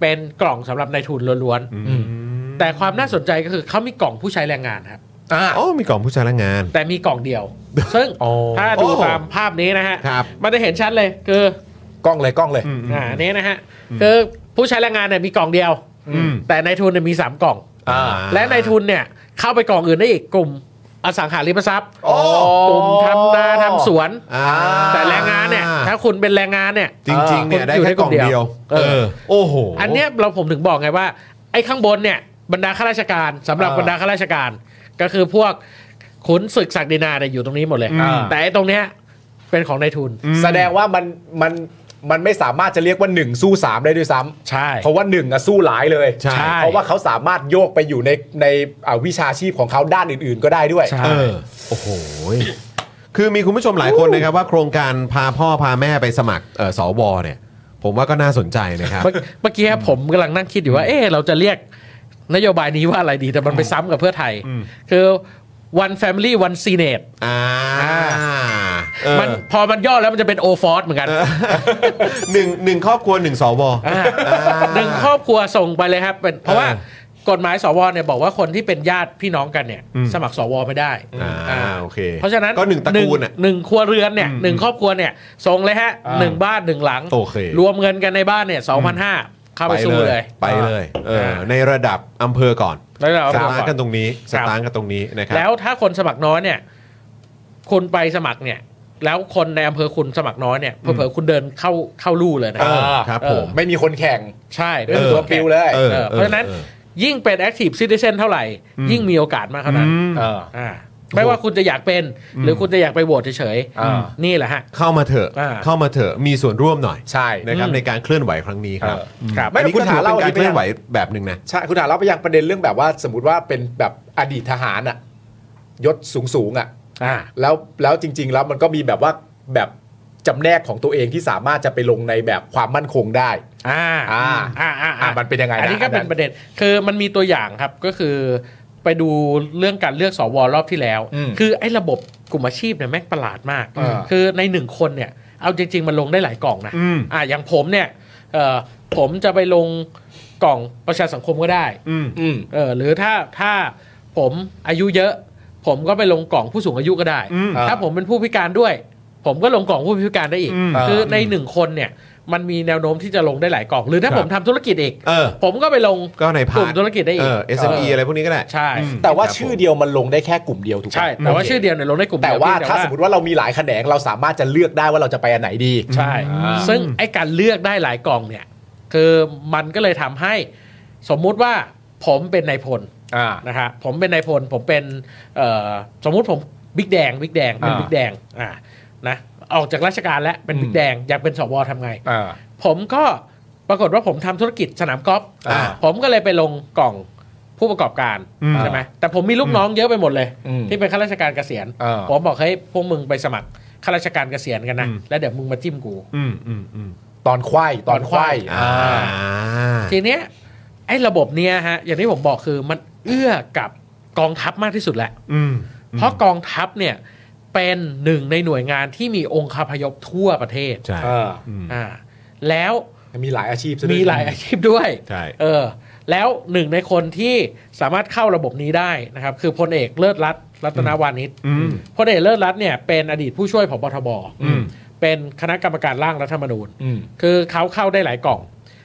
Speaker 4: เป็นกล่องสำหรับนายทุนล้วน
Speaker 1: อืม
Speaker 4: ๆแต่ความน่าสนใจก็คือเขามีกล่องผู้ใช้แรงงานครับ
Speaker 3: อ่า
Speaker 1: อ๋อมีกล่องผู้ใช้แรงงาน
Speaker 4: แต่มีกล่องเดียว ซึ่ง
Speaker 3: อ๋อ
Speaker 4: ถ้าดู
Speaker 1: โอ้
Speaker 4: ตามภาพนี้นะฮะ
Speaker 1: ครับ
Speaker 4: มันจะเห็นชัดเลยคือก
Speaker 3: ล้องเลยกล้องเลย
Speaker 1: อืม
Speaker 4: อ่าอันนี้นะฮะ คือผู้ใช้แรงงานเนี่ยมีกล่องเดียว
Speaker 1: อืม
Speaker 4: แต่นายทุนเนี่ยมี 3 กล่อง
Speaker 3: อ่า
Speaker 4: และนายทุนเนี่ยเข้าไปกล่องอื่นได้อีกกลุ่มอสังหาริมทรัพย์
Speaker 1: โอ้
Speaker 4: กลุ่มทำนาทำสวน
Speaker 1: อ่า
Speaker 4: แต่แรงงานเนี่ย ถ้าคุณเป็นแรงงานเนี่ย
Speaker 1: จริงๆเนี่ย
Speaker 4: คน
Speaker 1: ได้
Speaker 4: อยู่
Speaker 1: แค่
Speaker 4: ใน
Speaker 1: ก
Speaker 4: กล่
Speaker 1: ล่อ
Speaker 4: อง งเดียว
Speaker 1: เดียว เอ
Speaker 4: เออ
Speaker 1: อ โอ้โห
Speaker 4: อันเนี้ยเราผมถึงบอกไงว่า ไอ้ข้างบนเนี่ยบรรดาข้าราชการสำหรับ
Speaker 3: เออบ
Speaker 4: รรดาข้าราชการ ก็คือพวกขุนศึกศักดินาเนี่ยอยู่ตรงนี้หมดเลย
Speaker 3: อ่า
Speaker 4: แต่ไอ้ตรงเนี้ยเป็นของนายทุน
Speaker 3: แสดงว่ามันมันมันไม่สามารถจะเรียกว่า 1 สู้ 3 ได้ด้วยซ้ำ
Speaker 4: ใช่
Speaker 3: เพราะว่า1อ่ะสู้หลายเลย
Speaker 1: ใช่
Speaker 3: เพราะว่าเขาสามารถโยกไปอยู่ในในอ่าวิชาชีพของเขาด้านอื่น ๆ ก็ได้ด้วย
Speaker 4: ใช่
Speaker 1: เออโอ้โหยคือมีคุณผู้ชมหลายคนนะครับว่าโครงการพาพ่อพาแม่ไปสมัครเอ่อสวเนี่ย ผมว่าก็น่าสนใจนะครับ
Speaker 4: เมื่อเมื่อกี้ผมกำลังนั่งคิดอยู่ว่า เอ๊ะเราจะเรียกนโยบายนี้ว่าอะไรดีแต่มันไปซ้ำกับเพื่อไทย คือ one family one senate
Speaker 1: อ่าเออ
Speaker 4: มันพอมันย่อแล้วมันจะเป็นโอฟอสเหมือนกัน
Speaker 1: หนึ่งหนึ่งครอบครัวหนึ่งสว
Speaker 4: าหนึ่งครอบครัวส่งไปเลยครับเป็นเพราะว่ากฎหมายสวเนี่ยบอกว่าคนที่เป็นญาติพี่น้องกันเนี่ย
Speaker 1: อืม
Speaker 4: สมัครสวไม่ได้
Speaker 1: อ่า
Speaker 4: อ่า
Speaker 1: โอเค
Speaker 4: เพราะฉะนั้น
Speaker 1: ก็หนึ่งตระกูลอ่ะ
Speaker 4: หนึ่งหนึ่งครัวเรือนเนี่ย
Speaker 1: อืม
Speaker 4: หนึ่งครอบครัวเนี่ยส่งเลยฮะ
Speaker 3: อ่า
Speaker 4: หนึ่งบ้านหนึ่งหลัง
Speaker 1: โอเค
Speaker 4: รวมเงินกันในบ้านเนี่ยสองพันห้าเข้าไปสู้เลย
Speaker 1: ไปเลยเออ
Speaker 4: อ่า
Speaker 1: ในระดับอำเภอก่อน
Speaker 4: แล้วเรา
Speaker 1: ส
Speaker 4: เอา
Speaker 1: ตา
Speaker 4: ไป
Speaker 1: ร์ท
Speaker 4: ก่อน
Speaker 1: กันตรงนี้
Speaker 4: ค
Speaker 1: ส
Speaker 4: รับ
Speaker 1: ตาร์ทกันตรงนี้นะครับ
Speaker 4: แล้วถ้าคนสมัครน้อยเนี่ย คนไปสมัครเนี่ย แล้วคนในอำเภอคุณสมัครน้อยเนี่ยเผลอๆคุณเดินเข้าเข้าลู่เลยนะ
Speaker 1: เออครับผม
Speaker 3: ไม่มีคนแข่ง
Speaker 4: ใช่
Speaker 3: เออตัวปิวเลย
Speaker 4: เออ
Speaker 1: เออ
Speaker 4: เพราะฉะนั้น
Speaker 1: เออ
Speaker 4: ยิ่งเป็น active citizen เท่าไหร่ ยิ่งมีโอกาสมากเท่านั้น
Speaker 1: อืม
Speaker 3: เออ
Speaker 4: อ่าไม่ว่าคุณจะอยากเป็น หรือคุณจะอยากไปโหวตเฉย
Speaker 3: อ่า
Speaker 4: ๆนี่แหละฮะ
Speaker 1: เข้ามาเถอะ
Speaker 4: อ่า
Speaker 1: เข้ามาเถอะมีส่วนร่วมหน่อย
Speaker 3: ใช่
Speaker 1: นะครับ
Speaker 4: อืม
Speaker 1: ในการเคลื่อนไหวครั้งนี้ครับ
Speaker 3: เอออื
Speaker 4: ครับ
Speaker 1: อันนี้ก็
Speaker 3: คุณ
Speaker 1: ถื
Speaker 3: ถา
Speaker 1: อ
Speaker 3: เล่า
Speaker 1: เป็นการ
Speaker 3: ไป
Speaker 1: เคลื่อน
Speaker 3: ยัง
Speaker 1: ไหวแบบหนึ่งนะ
Speaker 3: ใช่คุณถาเล่าไปยังประเด็นเรื่องแบบว่า สมมติว่าเป็นแบบอดีตทหารอะยศสูงสูงๆอะ
Speaker 4: อ่า
Speaker 3: แล้วแล้วจริง ๆ แล้วมันก็มีแบบว่าแบบจำแนกของตัวเองที่สามารถจะไปลงในแบบความมั่นคงได้
Speaker 4: อ่า
Speaker 3: อ่า
Speaker 4: อ่าอ่า
Speaker 3: อ่ามันเป็นยังไงนะ
Speaker 4: อันนี้ก็เป็
Speaker 3: อันนั้น น
Speaker 4: ประเด็นคือมันมีตัวอย่างครับก็คือไปดูเรื่องการเลือกสวรอบที่แล้ว
Speaker 3: อืม
Speaker 4: คือไอ้ระบบกลุ่มอาชีพเนี่ยแม่งประหลาดมาก
Speaker 3: อ่า
Speaker 4: คือในหนึ่งคนเนี่ย เอาจริง ๆ มันลงได้หลายกล่องนะ
Speaker 1: อืม
Speaker 4: อ่าอย่างผมเนี่ยเอ่อผมจะไปลงกล่องประชาสังคมก็ได้
Speaker 1: อืม
Speaker 3: อืม
Speaker 4: เออหรือถ้าถ้าผมอายุเยอะ ผมก็ไปลงกล่องผู้สูงอายุก็ได้
Speaker 1: อืม
Speaker 4: ถ้าผมเป็นผู้พิการด้วย ผมก็ลงกล่องผู้พิการได้อีก
Speaker 1: อืม
Speaker 4: คือ
Speaker 3: เออ
Speaker 4: ในหนึ่งคนเนี่ยมันมีแนวโน้มที่จะลงได้หลายกล่อง หรือถ้า
Speaker 1: ครับ
Speaker 4: ผมทำธุรกิจเอง
Speaker 1: เออ
Speaker 4: ผมก็ไปลง
Speaker 1: ก็ใน
Speaker 4: ก
Speaker 1: พา
Speaker 4: ลุ่
Speaker 1: ร์
Speaker 4: ม
Speaker 1: ท
Speaker 4: ธุรกิจได้อี
Speaker 1: เอก อ SME อะไรพวกนี้ก็ได้
Speaker 4: ใช่
Speaker 1: อืม
Speaker 3: แต่ว่าชื่อเดียวมันลงได้แค่กลุ่มเดียวถูกไหม
Speaker 4: ใช่ แต่ว่าชื่อเดียวเนี่ยลงได้กลุ่ม
Speaker 3: แต่
Speaker 4: เดีย
Speaker 3: ว่า
Speaker 4: เพียง
Speaker 3: ถ้าสมมติว่าเรามีหลายแขนงเราสามารถจะเลือกได้ว่าเราจะไปอันไหนดี
Speaker 4: ใช่ ซึ่งไอ้การเลือกได้หลายกล่องเนี่ยคือมันก็เลยทำให้สมมุติว่าผมเป็นนายพล
Speaker 3: อ่า
Speaker 4: นะครับผมเป็นนายพลผมเป็นเอ่อสมมุติผมบิ๊กแดงบิ๊กแดงเป็น
Speaker 3: อ่า
Speaker 4: บิ๊กแดงอ่านะออกจากราชการแล้วเป็นบิ๊กแดงอยากเป็นสวทำไง
Speaker 3: อ่า
Speaker 4: ผมก็ปรากฏว่าผมทำธุรกิจสนามกอล์ฟ
Speaker 3: อ่า
Speaker 4: ผมก็เลยไปลงกล่องผู้ประกอบการ
Speaker 1: อืม
Speaker 4: ใช่ไหมแต่ผมมีลูกน้องเยอะไปหมดเลย
Speaker 3: อืม
Speaker 4: ที่เป็นข้าราชการเกษียณ
Speaker 3: อ่า
Speaker 4: ผมบอกเฮ้ยพวกมึงไปสมัครข้าราชการเกษียณกันนะแล้วเดี๋ยวมึงมาจิ้มกู
Speaker 1: อืมอืมอืม
Speaker 3: ตอนควายตอนควาย
Speaker 1: อ่า
Speaker 4: ทีเนี้ยไอ้ระบบเนี้ยฮะอย่างที่ผมบอกคือมันเอื้อกับกองทัพมากที่สุดแหละ
Speaker 1: อืม
Speaker 4: เพราะกองทัพเนี่ยเป็นหนึ่งในหน่วยงานที่มีองค์คาพยพทั่วประเทศ
Speaker 1: ใช่
Speaker 3: อ่า
Speaker 4: อ่าแล้ว
Speaker 3: มีหลายอาชีพซะด้ว
Speaker 4: มีหลายอาชีพด้วย
Speaker 1: ใช่
Speaker 4: เออแล้วหนึ่งในคนที่สามารถเข้าระบบนี้ได้นะครับ คือพลเอกเลิศรัตน์รัตนวานิช
Speaker 1: อืม
Speaker 4: พลเอกเลิศรัตน์เนี่ยเป็นอดีตผู้ช่วยผบทบ
Speaker 1: อืม
Speaker 4: เป็นคณะกรรมการร่างรัฐธรรมนูญ
Speaker 3: อืม
Speaker 4: คือเขาเข้าได้หลายกล่อง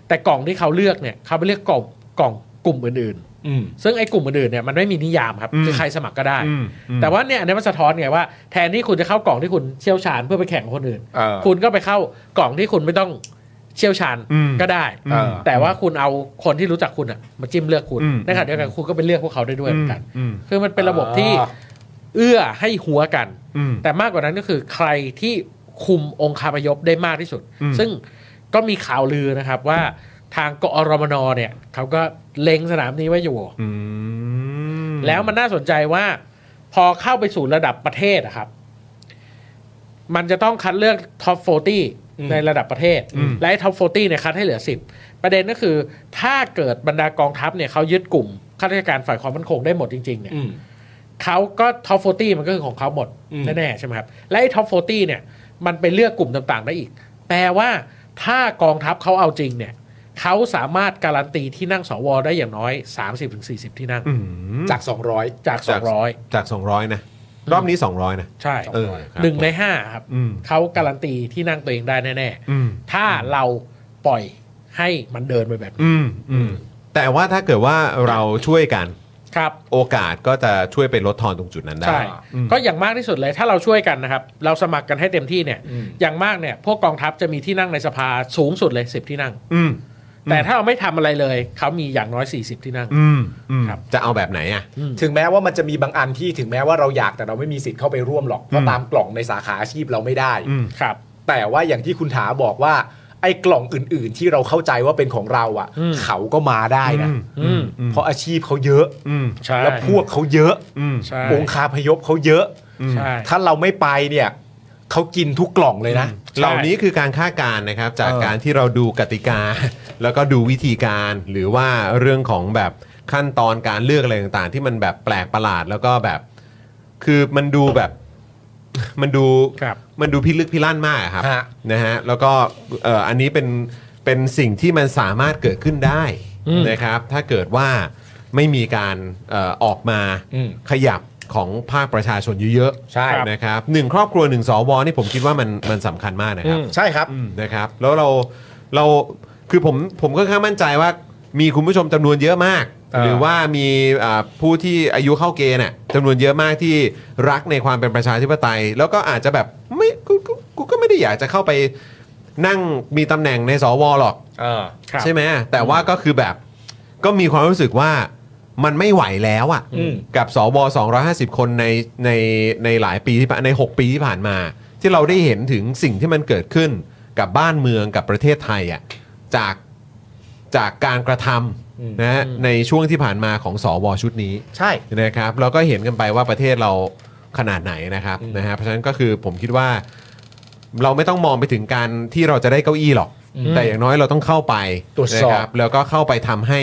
Speaker 4: แต่กล่องที่เขาเลือกเนี่ยเขาไปเลือกกล่องกล่องกลุ่มอื่น
Speaker 3: อืม
Speaker 4: ๆ ซึ่งไอ้กลุ่มอื่นๆเนี่ยมันไม่มีนิยามครับ
Speaker 1: อืม
Speaker 4: คือใครสมัครก็ได้
Speaker 1: อืมอืม
Speaker 4: แต่ว่าเนี่ยอันนี้มันสะท้อนไงว่าแทนที่คุณจะเข้ากล่องที่คุณเชี่ยวชาญเพื่อไปแข่งกับคนอื่น
Speaker 3: เออ
Speaker 4: คุณก็ไปเข้ากล่องที่คุณไม่ต้องเชี่ยวชาญ
Speaker 1: อืม
Speaker 4: ก็ได้
Speaker 3: เออ
Speaker 4: แต่ว่าคุณเอาคนที่รู้จักคุณอะมาจิ้มเลือกคุณ
Speaker 1: อืม
Speaker 4: ในขณะเดียวกันคุณก็ไปเลือกพวกเขาได้ด้วยเหมือนกัน
Speaker 1: อืม
Speaker 4: คือมันเป็นระบบ
Speaker 3: อ่า
Speaker 4: ที่เอื้อให้หัวกัน
Speaker 1: อืม
Speaker 4: แต่มากกว่านั้นก็คือใครที่คุมองคาพยพได้มากที่สุด
Speaker 1: อืม
Speaker 4: ซึ่งก็มีข่าวลือนะครับว่าทางกอรมนเนี่ยเขาก็เล็งสนามนี้ไว้อยู่
Speaker 1: อืม
Speaker 4: แล้วมันน่าสนใจว่า พอเข้าไปสู่ระดับประเทศอะครับ มันจะต้องคัดเลือกท็อป 40 ในระดับประเทศ และท็อป 40 เนี่ยคัดให้เหลือ 10 ประเด็นก็คือ ถ้าเกิดบรรดากองทัพเนี่ยเขายึดกลุ่มข้าราชการฝ่ายความมั่นคงได้หมดจริงๆเนี่ย
Speaker 3: อืม
Speaker 4: เขาก็ท็อป 40 มันก็คือของเขาหมด
Speaker 3: อืม
Speaker 4: แน่ๆใช่ไหมครับ และไอ้ท็อป 40 เนี่ย มันไปเลือกกลุ่มต่างๆ ได้อีก แปลว่าถ้ากองทัพเขาเอาจริงเนี่ยเขาสามารถการันตีที่นั่งสวได้อย่างน้อย 30-40 ที่นั่ง
Speaker 1: อืม
Speaker 3: จาก 200
Speaker 4: จาก 200
Speaker 1: จาก 200 นะ รอบนี้ 200 นะ
Speaker 4: ใช่
Speaker 1: เออครับ
Speaker 4: หนึ่งในห้าครับ
Speaker 1: อืม
Speaker 4: เขาการันตีที่นั่งตัวเองได้แน่
Speaker 1: อืม
Speaker 4: ๆ ถ้าเราปล่อยให้มันเดินไปแบบนี้
Speaker 1: อืมอืมแต่ว่าถ้าเกิดว่าเราช่วยกัน
Speaker 4: ครับ
Speaker 1: โอกาสก็จะช่วยไปลดทอนตรงจุดนั้นได้
Speaker 4: ใช่ ก็อย่างมากที่สุดเลย ถ้าเราช่วยกันนะครับ เราสมัครกันให้เต็มที่เนี่ย อย่างมากเนี่ย พวกกองทัพจะมีที่นั่งในสภาสูงสุดเลย 10 ที่นั่ง
Speaker 1: อืม
Speaker 4: แต่ถ้าเราไม่ทำอะไรเลย เขามีอย่างน้อย 40 ที่นั่ง
Speaker 1: อืมอืม
Speaker 4: ครับ
Speaker 1: จะเอาแบบไหนอ่ะ
Speaker 3: ถึงแม้ว่ามันจะมีบางอันที่ถึงแม้ว่าเราอยากแต่เราไม่มีสิทธิ์เข้าไปร่วมหรอกเพราะตามกล่องในสาขาอาชีพเราไม่ได้
Speaker 1: อืม
Speaker 4: ครับ
Speaker 3: แต่ว่าอย่างที่คุณถาบอกว่า ไอ้กล่องอื่น ๆ ที่เราเข้าใจว่าเป็นของเราอ่ะ
Speaker 4: อืม
Speaker 3: เขาก็มาได้นะ
Speaker 1: อืม
Speaker 4: อืม
Speaker 3: เพราะอาชีพเขาเยอะ
Speaker 1: อืม
Speaker 4: ใช่
Speaker 3: และพวกเขาเยอะ
Speaker 1: อืม
Speaker 4: ใช่
Speaker 3: องคาพยพเขาเยอะ
Speaker 4: ใช่
Speaker 3: ถ้าเราไม่ไปเนี่ยเขากินทุกกล่องเลยนะ
Speaker 1: เหล่านี้คือการคาดการณ์นะครับ จาก
Speaker 3: เออ
Speaker 1: การที่เราดูกติกา *laughs* แล้วก็ดูวิธีการหรือว่าเรื่องของแบบขั้นตอนการเลือกอะไรต่างๆ ที่มันแบบแปลกประหลาดแล้วก็แบบ คือมันดูแบบ *laughs* มันดู
Speaker 4: ครับ
Speaker 1: มันดูพิลึกพิลั่นมากอะครับ
Speaker 3: ฮะ
Speaker 1: นะฮะแล้วก็เอ่ออันนี้เป็นเป็นสิ่งที่มันสามารถเกิดขึ้นได้
Speaker 4: อืม
Speaker 1: นะครับ ถ้าเกิดว่าไม่มีการเอ่อออกมา
Speaker 3: อืม
Speaker 1: ขยับของภาคประชาชนเยอะๆ
Speaker 3: ใช่
Speaker 4: ครับ
Speaker 1: นะครับหนึ่งครอบครัวหนึ่งสวนี่ผมคิดว่ามันมันสำคัญมากนะครับ
Speaker 4: อืม
Speaker 3: ใช่ครับ
Speaker 1: อืมนะครับ แล้วเราเราคือผมผมก็ค่อนข้างมั่นใจว่ามีคุณผู้ชมจำนวนเยอะมาก
Speaker 3: เออ
Speaker 1: หรือว่ามีอ่าผู้ที่อายุเข้าเกณฑ์น่ะจำนวนเยอะมากที่รักในความเป็นประชาธิปไตย แล้วก็อาจจะแบบไม่ก็ กูก็ไม่ได้อยากจะเข้าไปนั่งมีตำแหน่งในสวหรอก
Speaker 3: อ่า
Speaker 4: ครับ
Speaker 1: ใช่ไหมแต่ว่าก็คือแบบก็มีความรู้สึกว่ามันไม่ไหวแล้วอะ่ะ
Speaker 3: อืม
Speaker 1: กับสว250 คนในในในหลายปีที่ผ่านใน 6 ปีที่ผ่านมา ที่เราได้เห็นถึงสิ่งที่มันเกิดขึ้นกับบ้านเมืองกับประเทศไทยอะ่ะจากจากการกระทำนะฮะในช่วงที่ผ่านมาของสวชุดนี้
Speaker 3: ใช่
Speaker 1: นะครับเราก็เห็นกันไปว่าประเทศเราขนาดไหนนะครับนะฮะเพราะฉะนั้นก็คือผมคิดว่าเราไม่ต้องมองไปถึงการที่เราจะได้เก้าอี้หรอก แต่อย่างน้อยเราต้องเข้าไป
Speaker 3: ตรวจสอบ
Speaker 1: นะคแล้วก็เข้าไปทำให้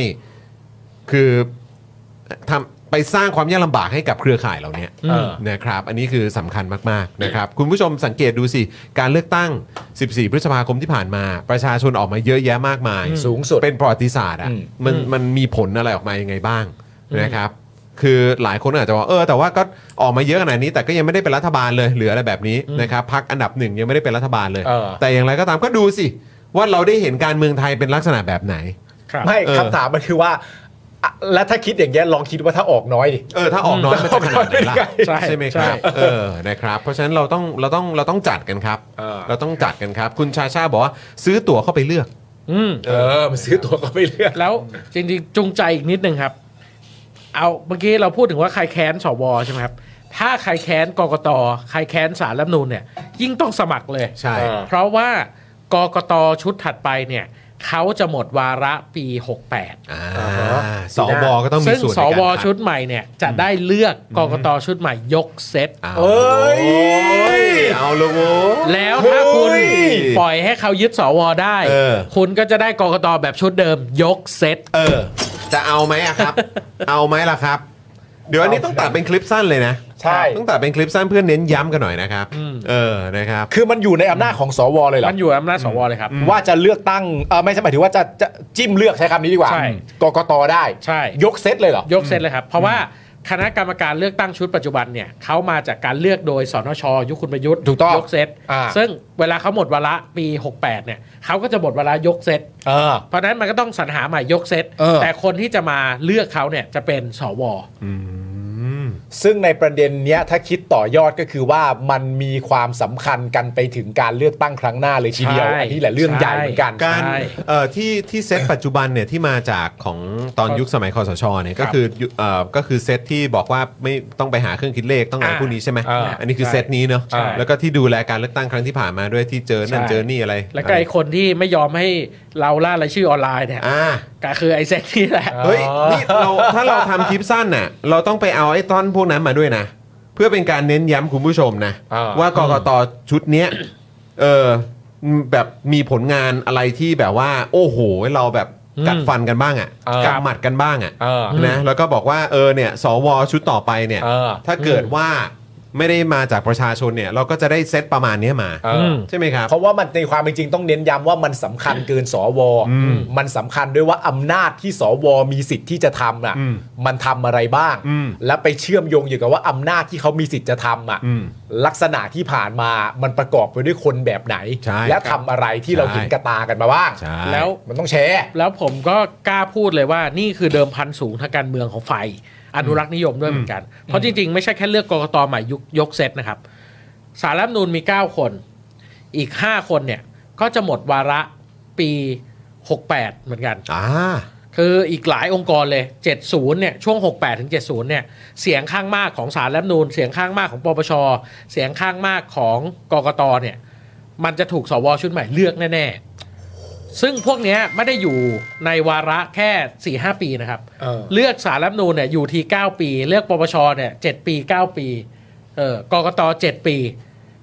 Speaker 1: คือทำไปสร้างความยากลำบากให้กับเครือข่ายเหล่านี้
Speaker 3: เออ
Speaker 1: นะครับ อันนี้คือสำคัญมากๆนะครับ คุณผู้ชมสังเกตดูสิ การเลือกตั้ง 14 พฤษภาคมที่ผ่านมา ประชาชนออกมาเยอะแยะมากมาย
Speaker 3: สูงสุด
Speaker 1: เป็นประวัติศาสตร์อ่ะ
Speaker 3: อืม
Speaker 1: มันมันมีผลอะไรออกมายังไงบ้างนะครับ คือหลายคนอาจจะว่าเออ แต่ว่าก็ออกมาเยอะขนาดนี้แต่ก็ยังไม่ได้เป็นรัฐบาลเลยหรืออะไรแบบนี้นะครับพักอันดับหนึ่งยังไม่ได้เป็นรัฐบาลเลย
Speaker 3: เออ
Speaker 1: แต่อย่างไรก็ตามก็ดูสิ ว่าเราได้เห็นการเมืองไทยเป็นลักษณะแบบไหน
Speaker 4: ครับ
Speaker 3: ไม่
Speaker 1: เออ
Speaker 3: คำถามมันคือว่าอ่ะแล้วถ้าคิดอย่างเงี้ยลองคิดว่าถ้าออกน้อยดิ
Speaker 1: เออถ้าออกน้อยมันจะขนาดไหนล่ะ
Speaker 4: ใช่
Speaker 1: ใช่ไหมครับ
Speaker 4: ใช่
Speaker 1: เออนะครับเพราะฉะนั้นเราต้องเราต้องเราต้องจัดกันครับ
Speaker 3: เออ
Speaker 1: เราต้องจัดกันครับ คุณชาชาบอกว่าซื้อตั๋วเข้าไปเลือก
Speaker 4: อืม
Speaker 3: เออมันซื้อตัวก็ไม่เลือก
Speaker 4: แล้วจริงๆจูงใจอีกนิดนึงครับ เอาเมื่อกี้เราพูดถึงว่าใครแค้นสวใช่ไหมครับ ถ้าใครแค้นกกตใครแค้นสารรัฐธรรมนูนเนี่ย ยิ่งต้องสมัครเลย
Speaker 1: ใช่
Speaker 3: เออ
Speaker 4: เพราะว่ากกตชุดถัดไปเนี่ยเขาจะหมดวาระปี 68
Speaker 1: อ่า
Speaker 3: อ่าฮะ
Speaker 1: สวก็ต้องมี
Speaker 4: ซึ่ง
Speaker 1: ส่วนใน
Speaker 4: ส
Speaker 1: การ
Speaker 4: ว
Speaker 1: คัด
Speaker 4: ชุดใหม่เนี่ยจะได้เลือกกกตชุดใหม่ยกเซต
Speaker 1: เอา
Speaker 3: เอ้ย
Speaker 1: เอาละโว้ย
Speaker 4: แล้วถ้าคุณปล่อยให้เขายึดสวได้
Speaker 1: เออ
Speaker 4: คุณก็จะได้กกตแบบชุดเดิมยกเซต
Speaker 1: เออ จะเอาไหมอะ
Speaker 4: *laughs*
Speaker 1: ครับ เอาไหมล่ะครับ เดี๋ยวอันนี้ต้องตัดเป็นคลิปสั้นเลยนะ
Speaker 3: ใช่
Speaker 1: ต้องตัดเป็นคลิปสั้นเพื่อเน้นย้ำกันหน่อยนะครับ เออ นะครับ
Speaker 3: คือมันอยู่ในอำนาจของสวเลยเหรอ
Speaker 4: มันอยู่อำนาจสวเลยครับ
Speaker 3: ว่าจะเลือกตั้งเออไม่ใช่หมายถึงว่าจะจะจิ้มเลือกใช้คำนี้ดีกว่า
Speaker 4: ใช่
Speaker 3: กกตได้
Speaker 4: ใช่
Speaker 3: ยกเซตเลยเหรอ
Speaker 4: ยกเซตเลยครับ เพราะว่าคณะกรรมการเลือกตั้งชุดปัจจุบันเนี่ยเขามาจากการเลือกโดยสนช ยุคคุณประยุทธ์
Speaker 3: ถูกต้อง
Speaker 4: ยกเซต
Speaker 3: อ่า
Speaker 4: ซึ่งเวลาเขาหมดวาระปี 68 เนี่ยเขาก็จะหมดวาระยกเซต
Speaker 3: เออ
Speaker 4: เพราะฉะนั้นมันก็ต้องสรรหาใหม่ยกเซต
Speaker 3: เออ
Speaker 4: แต่คนที่จะมาเลือกเขาเนี่ยจะเป็นสว
Speaker 3: ซึ่งในประเด็นเนี้ยถ้าคิดต่อยอดก็คือว่ามันมีความสำคัญกันไปถึงการเลือกตั้งครั้งหน้าเลยทีเดียว
Speaker 4: ใช่
Speaker 3: อันนี้แหละเรื่องใหญ่เหมือนกัน
Speaker 4: ใช่
Speaker 1: การเอ่อที่ที่เซตปัจจุบันเนี่ยที่มาจากของตอนยุคสมัยคอสชเนี่ยก็คือยุเอ่อก็คือเซตที่บอกว่าไม่ต้องไปหาเครื่องคิดเลขต้องอะไร
Speaker 4: อ่า
Speaker 1: พวกนี้ใช่ไหม
Speaker 3: อ่า
Speaker 1: อันนี้คือเซตนี้เนาะ
Speaker 4: ใช่
Speaker 1: แล้วก็ที่ดูแลการเลือกตั้งครั้งที่ผ่านมาด้วยที่เจอนั่น
Speaker 4: ใช่
Speaker 1: เจอนี่อะไร
Speaker 4: แล้วก็ไอคนที่ไม่ยอมให้เราล่ารายชื่อออนไลน์เนี่ย
Speaker 1: อ่า
Speaker 4: ก็คือไอเซตนี่แหละ
Speaker 1: เฮ้ยนี่เราถ้าเราทำคลิปสั้นน่ะเราต้องไปเอาไอ้ต้นพวกนั้นมาด้วยนะ เพื่อเป็นการเน้นย้ำคุณผู้ชมนะ
Speaker 3: อ่า
Speaker 1: ว่ากกตชุดเนี้ยเออแบบมีผลงานอะไรที่แบบว่า โอ้โห เราแบบกัดฟันกันบ้างอ่ะ
Speaker 3: เออ
Speaker 1: กัดหมัดกันบ้างอ่ะ
Speaker 3: เออ
Speaker 1: นะแล้วก็บอกว่าเออเนี่ย สวชุดต่อไปเนี่ย
Speaker 3: เออ
Speaker 1: ถ้าเกิดว่าไม่ได้มาจากประชาชนเนี่ย เราก็จะได้เซตประมาณเนี้ยมา
Speaker 3: เออ
Speaker 1: ใช่ไหมครับ
Speaker 3: เพราะว่ามันในความเป็นจริงต้องเน้นย้ำว่ามันสำคัญเกินสวมันสำคัญด้วยว่าอำนาจที่สวมีสิทธิ์ที่จะทำอ่ะ
Speaker 1: อืม
Speaker 3: มันทำอะไรบ้าง
Speaker 1: อืม
Speaker 3: และไปเชื่อมโยงอยู่กับว่าอำนาจที่เขามีสิทธิ์จะทำอ่ะ
Speaker 1: อืม
Speaker 3: ลักษณะที่ผ่านมามันประกอบไปด้วยคนแบบไหน
Speaker 1: ใช่
Speaker 3: และทำอะไรที่เรา
Speaker 1: ใช่
Speaker 3: เห็นกระตากันมาบ้าง
Speaker 1: ใช่
Speaker 4: แล้ว
Speaker 3: มันต้องแชร์
Speaker 4: แล้วผมก็กล้าพูดเลยว่านี่คือเดิมพันสูงทางการเมืองของฝ่ายอนุรักษ์นิยมด้วยเหมือนกัน เพราะจริงๆ ไม่ใช่แค่เลือกกรกตใหม่ยุคยกเซตนะครับ สารรัฐธรรมนูนมี 9 คน อีก 5 คนเนี่ย ก็จะหมดวาระปี 68 เหมือนกัน
Speaker 1: อ่า
Speaker 4: คืออีกหลายองค์กรเลย 70 เนี่ย ช่วง 68 ถึง 70 เนี่ย เสียงข้างมากของสารรัฐธรรมนูนเสียงข้างมากของปปช เสียงข้างมากของกกต เนี่ย มันจะถูกสวชุดใหม่เลือกแน่ๆ ซึ่งพวกเนี้ยไม่ได้อยู่ในวาระแค่ 4-5 ปีนะครับ
Speaker 3: เออ
Speaker 4: เลือกสารรัฐธรรมนูนเนี่ยอยู่ที 9 ปี เลือกปปช เนี่ย 7 ปี 9 ปี เออกกต 7 ปี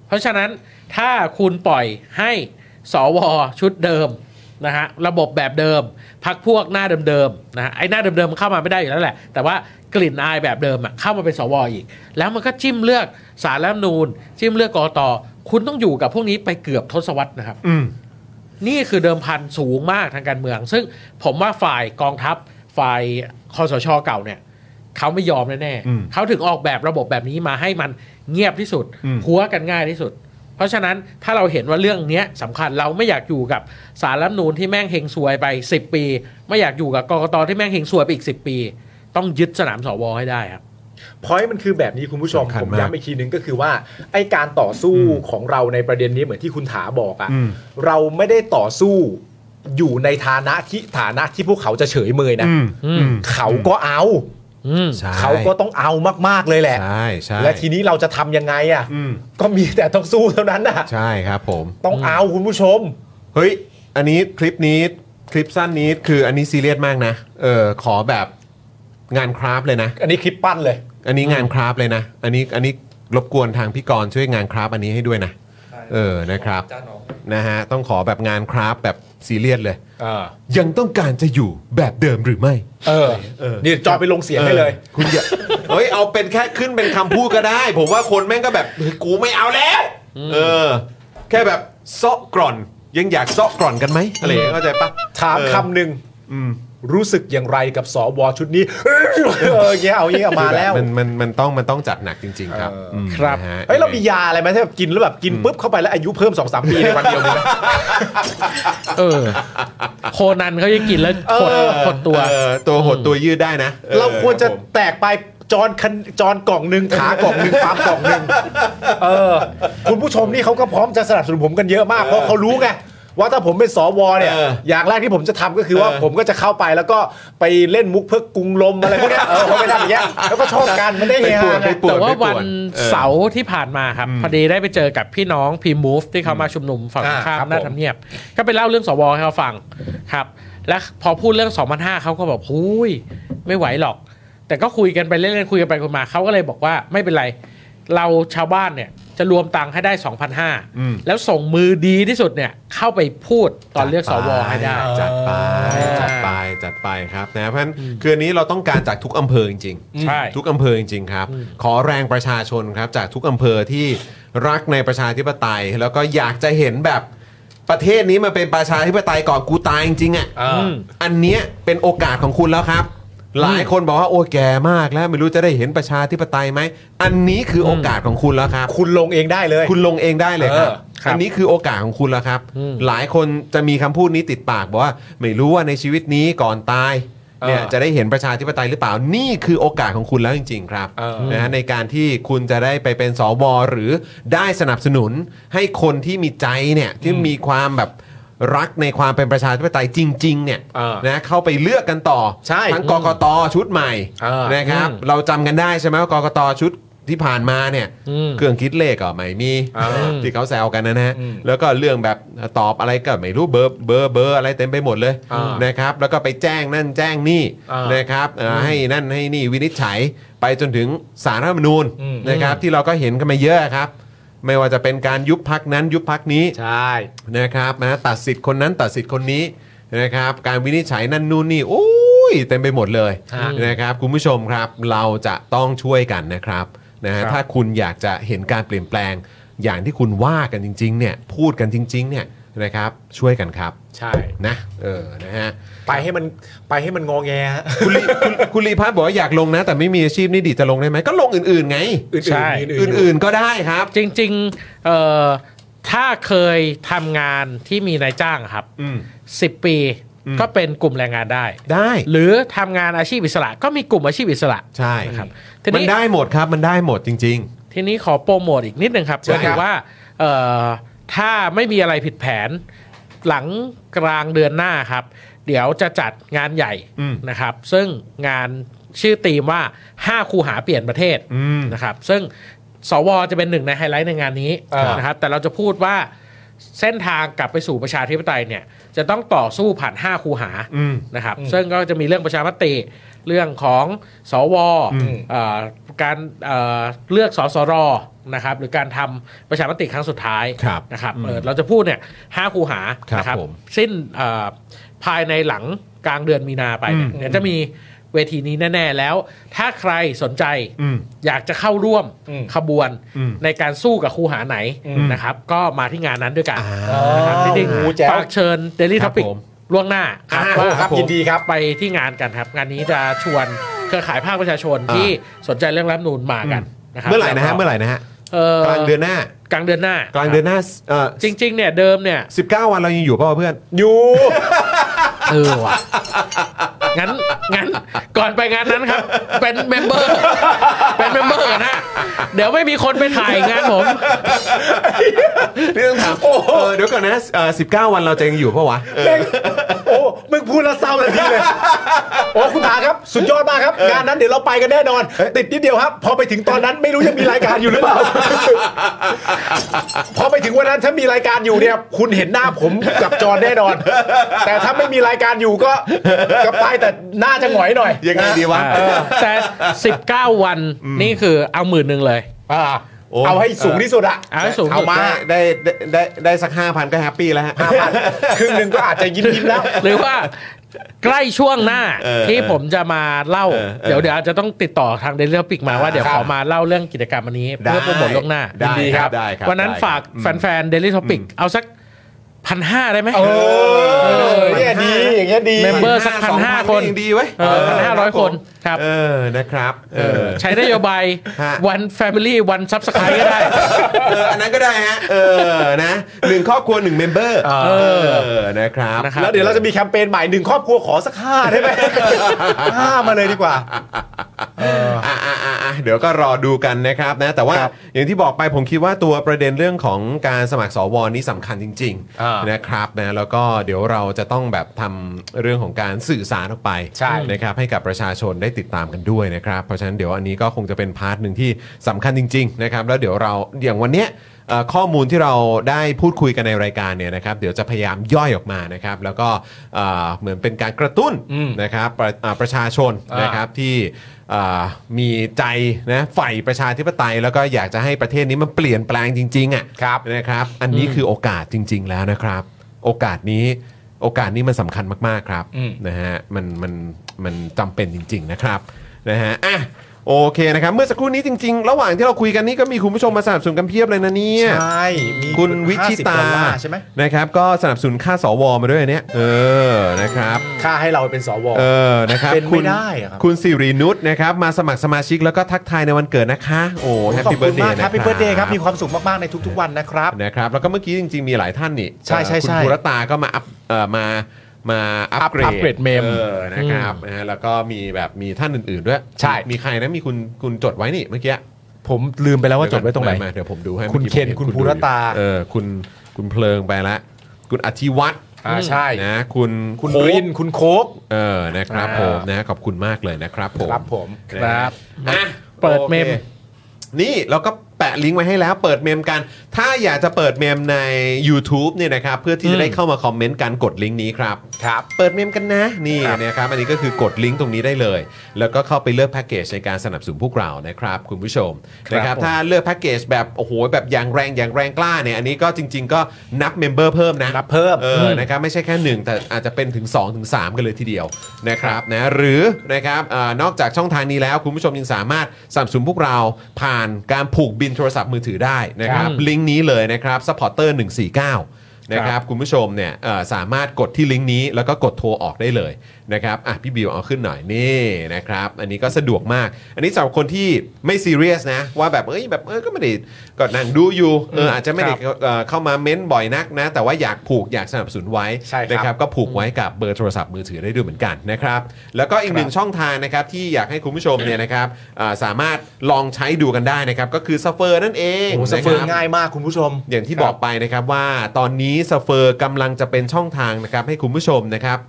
Speaker 4: เพราะฉะนั้นถ้าคุณปล่อยให้สวชุดเดิมนะฮะระบบแบบเดิมพักพวกหน้าเดิมๆนะฮะไอ้หน้าเดิมๆมันเข้ามาไม่ได้อยู่แล้วแหละ แต่ว่ากลิ่นอายแบบเดิมอะเข้ามาเป็นสวอีก แล้วมันก็จิ้มเลือกสารรัฐธรรมนูนจิ้มเลือกกอตอคุณต้องอยู่กับพวกนี้ไปเกือบทศวรรษนะครับ
Speaker 1: อืม
Speaker 4: นี่คือเดิมพันสูงมากทางการเมือง ซึ่งผมว่าฝ่ายกองทัพฝ่ายคอสชเก่าเนี่ยเขาไม่ยอมแน่
Speaker 1: อืม
Speaker 4: ๆเขาถึงออกแบบระบบแบบนี้มาให้มันเงียบที่สุด
Speaker 1: อืม
Speaker 4: หัวกันง่ายที่สุด เพราะฉะนั้นถ้าเราเห็นว่าเรื่องเนี้ยสำคัญเราไม่อยากอยู่กับสารรัฐธรรมนูนที่แม่งเฮงซวยไป 10 ปี ไม่อยากอยู่กับกกตที่แม่งเฮงซวยไปอีก 10 ปี ต้องยึดสนามสวให้ได้ครับ
Speaker 3: พอยมันคือแบบนี้คุณผู้ชม
Speaker 1: สำคัญ
Speaker 3: ผม
Speaker 1: มาก
Speaker 3: ย้ำอีกทีนึงก็คือว่าไอการต่อสู้ของเราในประเด็นนี้เหมือนที่คุณถาบอกอะ่ะ
Speaker 1: อืม
Speaker 3: เราไม่ได้ต่อสู้อยู่ในฐานะที่ฐานะที่พวกเขาจะเฉยเมยนะ
Speaker 1: อืม
Speaker 4: อืม
Speaker 3: เขาก็เอา
Speaker 4: อืม
Speaker 1: ใช่
Speaker 3: เขาก็ต้องเอามากๆเลยแหละ
Speaker 1: ใช่ใช่
Speaker 3: และทีนี้เราจะทำยังไงอะ่ะ
Speaker 1: อืม
Speaker 3: ก็มีแต่ต้องสู้เท่านั้นน่ะ
Speaker 1: ใช่ครับผม
Speaker 3: ต้องเอาคุณผู้ชม
Speaker 1: เฮ้ย อันนี้คลิปนี้คลิปสั้นนี้คืออันนี้ซีเรียสมากนะ เออขอแบบงานคราฟต์เลยนะ
Speaker 3: อันนี้คลิปปั้นเลย
Speaker 1: อันนี้งานคราฟต์เลยนะ อันนี้อันนี้รบกวนทางพี่กรณ์ช่วยงานคราฟต์อันนี้ให้ด้วยนะ เออนะครับ
Speaker 6: จ้าหนอง
Speaker 1: นะฮะต้องขอแบบงานคราฟต์แบบซีเรียสเลยยังต้องการจะอยู่แบบเดิมหรือไม่
Speaker 3: เออ
Speaker 1: เออ
Speaker 3: นี่จอยไปลงเสียงได้เลย
Speaker 1: ออคุณอย่า *laughs* เฮ้ยเอาเป็นแค่ขึ้นเป็นคำพูดก็ได้ ผมว่าคนแม่งก็แบบเฮ้ยกูไม่เอาแล้ว เออ แค่แบบซอกกร่อนยังอยากซอกกร่อนกันไหมอะไรอย่างเงี้ยเข้าใจปะ
Speaker 3: ถาม
Speaker 1: เออ
Speaker 3: คำหนึ่งรู้สึกอย่างไรกับสวชุดนี้ เอออย่างเงี้ยเอาอย่างเงี้ยเอามาแล้ว
Speaker 1: มันมันมันต้องมันต้องจัดหนักจริง ๆ ครับม
Speaker 4: ครับ
Speaker 1: นะฮะ
Speaker 3: เฮ้ยเรามียาอะไรไหมที่แบบกินแล้วแบบกินปุ๊บเข้าไปแล้วอายุเพิ่ม2อสปีในวันเดียวเลย
Speaker 4: เออ โคนันเขาจะกินแล้วกดกดตัว
Speaker 1: เออตัวหดตัวยืดได้นะออ
Speaker 3: เราควรจะ
Speaker 1: บผม
Speaker 3: แตกไปจอนคันจอนกล่องหนึ่งขากล่องหนึ่งปามกล่องหนึ่งเออ คุณผู้ชมนี่เขาก็พร้อมจะสนับสนุนผมกันเยอะมากเพราะเขารู้ไงว่าถ้าผมเป็นสวเนี่ยอย่างแรกที่ผมจะทำก็คือว่าผมก็จะเข้าไปแล้วก็ไปเล่นมุกเพื่อกรุงลมอะไรพวกเนี้ยเออเขาไปทำอย่างเงี้ยแล้วก็ชอบกันมันได้เฮ
Speaker 1: ไปปว
Speaker 3: ฮา
Speaker 1: ด
Speaker 3: ไง
Speaker 1: ไปปวด
Speaker 4: แต่ว่า
Speaker 1: ไปป
Speaker 4: วัน
Speaker 1: ดออ
Speaker 4: เสาร์ที่ผ่านมาครับ พอดีได้ไปเจอกับพี่น้องพีมูฟที่เขามาชุมนุมฝั่ง
Speaker 3: อ่า
Speaker 4: ข้าม
Speaker 3: ครับ
Speaker 4: หน้า
Speaker 3: ผม
Speaker 4: ทำเนียบ ก็ไปเล่าเรื่องสวให้เขาฟังครับ และพอพูดเรื่อง2005เขาก็บอกหุยไม่ไหวหรอก แต่ก็คุยกันไปเล่นๆคุยกันไปคุยมาเขาก็เลยบอกว่าไม่เป็นไร เราชาวบ้านเนี่ยจะรวมตังค์ให้ได้2,005แล้วส่งมือดีที่สุดเนี่ยเข้าไปพูดตอนเลือกสวให้ได้
Speaker 1: จัดไปจัดไปจัดไปครับนะเพราะฉะนั้นคืออันนี้เราต้องการจากทุกอำเภอจริงๆ
Speaker 4: ใช่
Speaker 1: ทุกอำเภอจริงๆครับ ขอแรงประชาชนครับจากทุกอำเภอที่รักในประชาธิปไตย แล้วก็อยากจะเห็นแบบประเทศนี้มาเป็นประชาธิปไตยก่อนกูตายจริงๆอ่ะ
Speaker 4: ม
Speaker 1: อันเนี้ยเป็นโอกาสของคุณแล้วครับ หลายคนบอกว่าโอ้แก่มากแล้วไม่รู้จะได้เห็นประชาธิปไตยไหมอันนี้คือโอกาสของคุณแล้วครับ
Speaker 3: คุณลงเองได้เลย
Speaker 1: คุณลงเองได้เลยครับ
Speaker 3: เออครับ
Speaker 1: อันนี้คือโอกาสของคุณแล้วครับ หลายคนจะมีคำพูดนี้ติดปากบอกว่า ไม่รู้ว่าในชีวิตนี้ก่อนตายเนี่ยจะได้เห็นประชาธิปไตยหรือเปล่า นี่คือโอกาสของคุณแล้วจริง ๆ ครับนะฮะในการที่คุณจะได้ไปเป็นสวหรือได้สนับสนุนให้คนที่มีใจเนี่ยที่มีความแบบรักในความเป็นประชาธิปไตยจริง ๆ เนี่ย
Speaker 3: เออ
Speaker 1: นะเข้าไปเลือกกันต่อ
Speaker 3: ใช่
Speaker 1: ทั้งกกตชุดใหม่
Speaker 3: เออ
Speaker 1: นะครับ เราจำกันได้ใช่ไหมว่ากกตชุดที่ผ่านมาเนี่ย
Speaker 4: อืม
Speaker 1: เครื่องคิดเลขก็ไม่มีที่เขาแซวกันนะฮะแล้วก็เรื่องแบบตอบอะไรก็ไม่รู้เบอร์เบอร์เบอร์อะไรเต็มไปหมดเลย
Speaker 3: อ่าน
Speaker 1: นะครับ แล้วก็ไปแจ้งนั่นแจ้งนี่นะครับเอ่ออให้นั่นให้นี่วินิจฉัยไปจนถึงสารรัฐธรรมนูญนะครับที่เราก็เห็นกันมาเยอะครับ ไม่ว่าจะเป็นการยุบพักนั้นยุบพักนี้
Speaker 3: ใช่
Speaker 1: นะครับนะตัดสิทธิ์คนนั้นตัดสิทธิ์คนนี้นะครับการวินิจฉัยนั่นนู่นนี่โอ้ยเต็มไปหมดเลยนะครับคุณผู้ชมครับเราจะต้องช่วยกันนะครับนะฮะถ้าคุณอยากจะเห็นการเปลี่ยนแปลง อย่างที่คุณว่ากันจริงๆเนี่ยพูดกันจริงๆเนี่ยนะครับช่วยกันครับ
Speaker 3: ใช่
Speaker 1: นะเออนะฮะ
Speaker 3: ไปให้มันไปให้มันงอแงฮะ
Speaker 1: คุณลี *laughs* คุณคุณลีพัฒน์บอกว่าอยากลงนะ แต่ไม่มีอาชีพนี่ดีจะลงได้ไหมก็ลงอื่นๆไง
Speaker 3: อื่น
Speaker 4: ใช่
Speaker 3: ๆมีอื่น
Speaker 1: อื่นๆก็ได้ครับ
Speaker 4: จริงๆเอ่อถ้าเคยทำงานที่มีนายจ้างครับ
Speaker 1: อืม
Speaker 4: สิบปี
Speaker 1: อืม
Speaker 4: ก็เป็นกลุ่มแรงงานได้
Speaker 1: ได้
Speaker 4: หรือทำงานอาชีพอิสระก็มีกลุ่มอาชีพอิสระ
Speaker 1: ใช่
Speaker 4: ครับทีนี้
Speaker 1: มันได้หมดครับมันได้หมดจริง ๆ
Speaker 4: ทีนี้ขอโปรโมทอีกนิดนึงครับ
Speaker 1: ใช่
Speaker 4: ก็
Speaker 1: ค
Speaker 4: คื
Speaker 1: รั
Speaker 4: อบ ว่าเอ่อถ้าไม่มีอะไรผิดแผน หลังกลางเดือนหน้าครับ เดี๋ยวจะจัดงานใหญ่นะครับ ซึ่งงานชื่อธีมว่า 5 คูหาเปลี่ยนประเทศนะครับ ซึ่งสวจะเป็นหนึ่งในไฮไลท์ในงานนี้นะครับ แต่เราจะพูดว่าเส้นทางกลับไปสู่ประชาธิปไตยเนี่ยจะต้องต่อสู้ผ่าน 5 คูหานะครับ ซึ่งก็จะมีเรื่องประชามติเรื่องของสวเอ่อการเอ่อเลือกสสรนะครับหรือการทำประชามติครั้งสุดท้าย
Speaker 1: ครับ
Speaker 4: นะครับเอ่อเราจะพูดเนี่ยห้าคูหา
Speaker 1: ครับ
Speaker 4: นะครับ
Speaker 1: ผม
Speaker 4: สิ้นเอ่อภายในหลังกลางเดือนมีนาไปเนี่ยเดี๋ยวจะมีเวทีนี้แน่ ๆ แล้ว ถ้าใครสนใจอยากจะเข้าร่วมขบวนในการสู้กับคูหาไหนนะครับก็มาที่งานนั้นด้วยกันนะครับจริงๆฝากเชิญ Daily
Speaker 1: ครับ
Speaker 4: Topic
Speaker 1: ผม
Speaker 4: ล่วงหน้าครับ
Speaker 3: ๆ
Speaker 4: ว่า
Speaker 3: ครับยินดีครับ
Speaker 4: ไปที่งานกันครับ งานนี้จะชวนเครือข่ายภาคประชาชนที่สนใจเรื่องรัฐธรรมนูนมากันนะครับ
Speaker 1: เมื่อไหร่นะฮะเมื่อไหร่นะฮะ
Speaker 4: เอ่อก
Speaker 1: ลางเดือนหน้า
Speaker 4: กลางเดือนหน้าก
Speaker 1: ลางเดือนหน้าเอ่อ
Speaker 4: จริง ๆ เนี่ยเดิมเนี่ย
Speaker 1: สิบเก้าวันเรายังอยู่เปล่าวะเพื่อน
Speaker 3: อยู่
Speaker 4: เออว่ะ งั้นงั้นก่อนไปงานนั้นครับ เป็นเมมเบอร์ เป็นเมมเบอร์กันนะเดี๋ยวไม่มีคนไปถ่ายงานผม
Speaker 1: นี่ต้องถามเออเดี๋ยวก่อนนะเอ่อ19 วันเราจะยังอยู่ปะวะเออ
Speaker 3: โอ้มึงพูดแล้วเศร้าเลยพี่เลยโอ้คุณถาครับ สุดยอดมากครับ งานนั้นเดี๋ยวเราไปกันแน่นอน ติดนิดเดียวครับ พอไปถึงตอนนั้นไม่รู้ยังมีรายการอยู่หรือเปล่า พอไปถึงวันนั้นถ้ามีรายการอยู่เนี่ย คุณเห็นหน้าผมกับจอแน่นอน แต่ถ้าไม่มีรายการอยู่ก็ก็ไปแต่หน้าจะหงอยหน่อย
Speaker 1: ยังไงดีวะ
Speaker 4: เออแต่ 19 วันนี่คือเอาหมื่นหนึ่งเลย
Speaker 3: อ่า
Speaker 1: โอ้
Speaker 3: เอาให้สูงที่สุดอะ
Speaker 4: เอาให้สูง
Speaker 1: เอา
Speaker 4: สุด
Speaker 1: มาได้ได้ได้ได้สัก 5,000 ก็แฮปปี้แล้วฮะ
Speaker 3: ห้าพันครึ่งหนึ่งก็อาจจะยิ้มยิ้มๆแล้ว
Speaker 4: หรือว่าใกล้ช่วงหน้า
Speaker 1: เออ
Speaker 4: ที่ผมจะมาเล่า
Speaker 1: เออเออ
Speaker 4: เดี๋ยวเดี๋ยวอาจจะต้องติดต่อทางเดลิเวอรี่มาว่าเดี๋ยว
Speaker 1: ครับ
Speaker 4: ขอมาเล่าเรื่องกิจกรรมอันนี้
Speaker 1: ได้
Speaker 4: เพื่อโปรโมทล่วงหน้า
Speaker 1: ได้
Speaker 4: ยิน
Speaker 1: ครับได้ครับ
Speaker 4: วันนั้น
Speaker 1: ได้ครับ
Speaker 4: ฝาก
Speaker 1: อืม
Speaker 4: แฟนๆเดลิทอปิกเอาสักพันห้าได้ไหม
Speaker 3: เออเนี่ยดีอย่างเงี้ยดี
Speaker 4: เมมเบอร์สัก
Speaker 1: 1,500
Speaker 4: 1,500คน
Speaker 1: ยังดีไว้ย
Speaker 4: เออ1,500คนครับ
Speaker 1: เออนะครับเอ
Speaker 4: เอ
Speaker 1: อ
Speaker 4: อใช้นโยบาย
Speaker 1: ฮะ
Speaker 4: one family one subscribe ก็ได้
Speaker 1: เอออันนั้นก็ได้ฮะเออนะหนึ่งครอบครัวหนึ่งเมมเบอร์เออนะครับ
Speaker 4: นะครับ
Speaker 3: แล้วเดี๋ยวเราจะมีแคมเปญใหม่หนึ่งครอบครัวขอสักห้าได้ไหม ห้ามาเลยดีกว่า
Speaker 1: อ่ะอ่ะอ่ะอ่ะเดี๋ยวก็รอดูกันนะครับนะแต่ว่าอย่างที่บอกไปผมคิดว่าตัวประเด็นเรื่องของการสมัครสวนี้สำคัญจริง
Speaker 3: อ่า
Speaker 1: ๆนะครับนะแล้วก็เดี๋ยวเราจะต้องแบบทำเรื่องของการสื่อสารออกไป
Speaker 3: ใช่
Speaker 1: นะครับให้กับประชาชนได้ติดตามกันด้วยนะครับเพราะฉะนั้นเดี๋ยวอันนี้ก็คงจะเป็นพาร์ทหนึ่งที่สำคัญจริงๆนะครับแล้วเดี๋ยวเราอย่างวันเนี้ยเอ่อข้อมูลที่เราได้พูดคุยกันในรายการเนี่ยนะครับเดี๋ยวจะพยายามย่อยออกมานะครับแล้วก็เอ่อเหมือนเป็นการกระตุ้นนะครับประอ่าประชาชน
Speaker 3: อ่าน
Speaker 1: นะครับ นะครับที่เอ่อมีใจนะใฝ่ประชาธิปไตย แล้วก็อยากจะให้ประเทศนี้มันเปลี่ยนแปลงจริงๆอะ
Speaker 3: ครับ
Speaker 1: นะครับ อันนี้คือโอกาสจริง ๆ แล้วนะครับ โอกาสนี้โอกาสนี้มันสำคัญมากๆครับนะฮะมันมันมันจำเป็นจริง ๆ นะครับนะฮะอ่ะโอเคนะครับเมื่อสักครู่นี้จริง ๆ ระหว่างที่เราคุยกันนี่ก็มีคุณผู้ชมมาสนับสนุนกันเพียบเลยนะเนี่ย
Speaker 3: ใช่มี
Speaker 1: คุณวิชิ
Speaker 3: 50ด
Speaker 1: ตา
Speaker 3: อลลร์ใช่ไหม
Speaker 1: นะครับก็สนับสนุนค่าสวมาด้วยเนี่ยเออนะครับ
Speaker 3: ค่าให้เราเป็นสว
Speaker 1: เออ นะครับ
Speaker 3: เป็น
Speaker 1: คุณ
Speaker 3: ไม่ได้อะครับ
Speaker 1: คุณสิรินุชนะครับ มาสมัครสมาชิกแล้วก็ทักทายในวันเกิดนะคะ โอ้แฮป
Speaker 3: ขอบ
Speaker 1: ปี้เบิ
Speaker 3: คุ
Speaker 1: ร์ด
Speaker 3: ณ
Speaker 1: เด
Speaker 3: มา
Speaker 1: ย์
Speaker 3: ก
Speaker 1: นะครับบ
Speaker 3: ครั h a p p ี b เบิร์ a เดย์ครับ มีความสุขมาก ๆ ในทุก ๆ วันนะครับ
Speaker 1: นะครับ แล้วก็เมื่อกี้จริง ๆ มีหลายท่านนี่
Speaker 3: ใช่ใช่
Speaker 1: เอ่อ
Speaker 3: ใช่
Speaker 1: คุณภูรตาก็มาอัพเอ่อมา มาอัพเกรด
Speaker 4: อัปเกรดเมม
Speaker 1: ออนะครับนะฮะแล้วก็มีแบบมีท่านอื่น ๆ ด้วย
Speaker 3: ใช่
Speaker 1: มีใครนะ มีคุณคุณจดไว้นี่เมื่อกี้
Speaker 3: ผมลืมไปแล้วว่าจดไว้ตรงไหน
Speaker 1: มาเดี๋ยวผมดูให้
Speaker 3: คุณ
Speaker 1: มื่อ
Speaker 3: เคน
Speaker 1: ผมห็
Speaker 3: คุณ
Speaker 1: ดู
Speaker 3: ภูรตา
Speaker 1: อยู่เออคุณคุณเพลิงไปละคุณอธิวัตร
Speaker 3: อ่าใช่
Speaker 1: นะคุณ
Speaker 3: คุณ
Speaker 1: โค้ก
Speaker 3: ริน คุณโค้ก
Speaker 1: เออ นะครับ
Speaker 3: อ่า
Speaker 1: ผมนะขอบคุณมากเลยนะครับผม
Speaker 3: ครับผม
Speaker 4: ครับ
Speaker 1: นะอ่ะ
Speaker 4: เปิด
Speaker 1: โอค
Speaker 4: เมม
Speaker 1: นี่เราก็แปะลิงก์ไว้ให้แล้วเปิดเมมกัน ถ้าอยากจะเปิดเมมใน YouTube เนี่ยนะครับ เพื่อที่จะได้เข้ามาคอมเมนต์กันกดลิงก์นี้ครับ
Speaker 3: ครับ
Speaker 1: เปิดเมมกันนะนี่นะครับอันนี้ก็คือกดลิงก์ตรงนี้ได้เลย แล้วก็เข้าไปเลือกแพ็กเกจในการสนับสนุนพวกเรานะครับ คุณผู้ชมนะครับถ้าเลือกแพ็กเกจแบบโอ้โหแบบอย่างแรงอย่างแรงกล้าเนี่ยอันนี้ก็จริง ๆ ก็นับเมมเบอร์เพิ่มนะ
Speaker 3: นับเพิ่ม
Speaker 1: เออนะครับไม่ใช่แค่หนึ่งแต่อาจจะเป็นถึง2ถึง3กันเลยทีเดียวนะครับนะหรือนะครับเออนอกจากช่องทางนี้แล้วคุณผู้ชมยังสามารถสนับสนุนพวกเราผ่านการผูกบินโทรศัพท์มือถือได้นะครับ
Speaker 4: ครับ
Speaker 1: ลิงก์นี้เลยนะครับ supporter 149 นะครับคุณผู้ชมเนี่ยเอ่อสามารถกดที่ลิงก์นี้แล้วก็กดโทรออกได้เลยนะครับอ่ะพี่บิวเอาขึ้นหน่อยนี่นะครับ อันนี้ก็สะดวกมาก อันนี้สำหรับคนที่ไม่ซีเรียสนะ ว่าแบบเอ้ยแบบเออก็ไม่ได้ก็นั่งดูอยู่เอออาจจะไม่ได้เอ่อเข้ามาเม้นบ่อยนักนะ แต่ว่าอยากผูกอยากสนับสนุนไว้
Speaker 3: ใช่ครับ
Speaker 1: นะครับ นะครับก็ผูกไว้กับเบอร์โทรศัพท์มือถือได้ด้วยเหมือนกันนะครับ แล้วก็อีกหนึ่งช่องทางนะครับที่อยากให้คุณผู้ชมเนี่ยนะครับอ่าสามารถลองใช้ดูกันได้นะครับ ก็คือซัฟเฟอร์นั่นเอง
Speaker 3: โอ้โหส
Speaker 1: นะคบ
Speaker 3: เฟิร์ง่ายมากคุณผู้ชม
Speaker 1: อย่างที่บอกไปนะครับว่าตอนนี้สเฟอร์กำลังจะเป็นช่องทางนะครับให้คุณผู้ชมนะครับ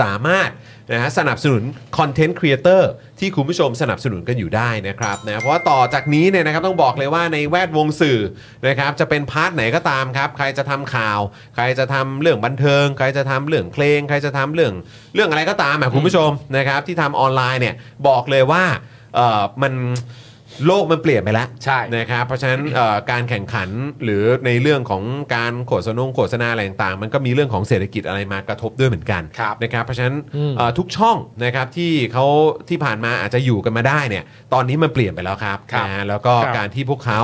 Speaker 1: สามารถนะฮะสนับสนุนคอนเทนต์ครีเอเตอร์ที่คุณผู้ชมสนับสนุนกันอยู่ได้นะครับนะเพราะว่าต่อจากนี้เนี่ยนะครับต้องบอกเลยว่าในแวดวงสื่อนะครับจะเป็นพาร์ทไหนก็ตามครับ ใครจะทำข่าว ใครจะทำเรื่องบันเทิง ใครจะทำเรื่องเพลง ใครจะทำเรื่องเรื่องอะไรก็ตามอ่ะคุณผู้ชมนะครับที่ทำออนไลน์เนี่ยบอกเลยว่าเออมันโลกมันเปลี่ยนไปแล้ว
Speaker 3: ใช่
Speaker 1: นะครับเพราะฉะนั้นเอ่อการแข่งขันหรือในเรื่องของการโฆษณาโฆษณาอะไรต่างๆมันก็มีเรื่องของเศรษฐกิจอะไรมากระทบด้วยเหมือนกัน
Speaker 3: ครับ
Speaker 1: นะครับเพราะฉะนั้นเอ่อทุกช่องนะครับที่เขาที่ผ่านมาอาจจะอยู่กันมาได้เนี่ยตอนนี้มันเปลี่ยนไปแล้วครับ
Speaker 3: ครับ
Speaker 1: นะฮะแล้วก็
Speaker 4: ครับ
Speaker 1: การที่พวกเขา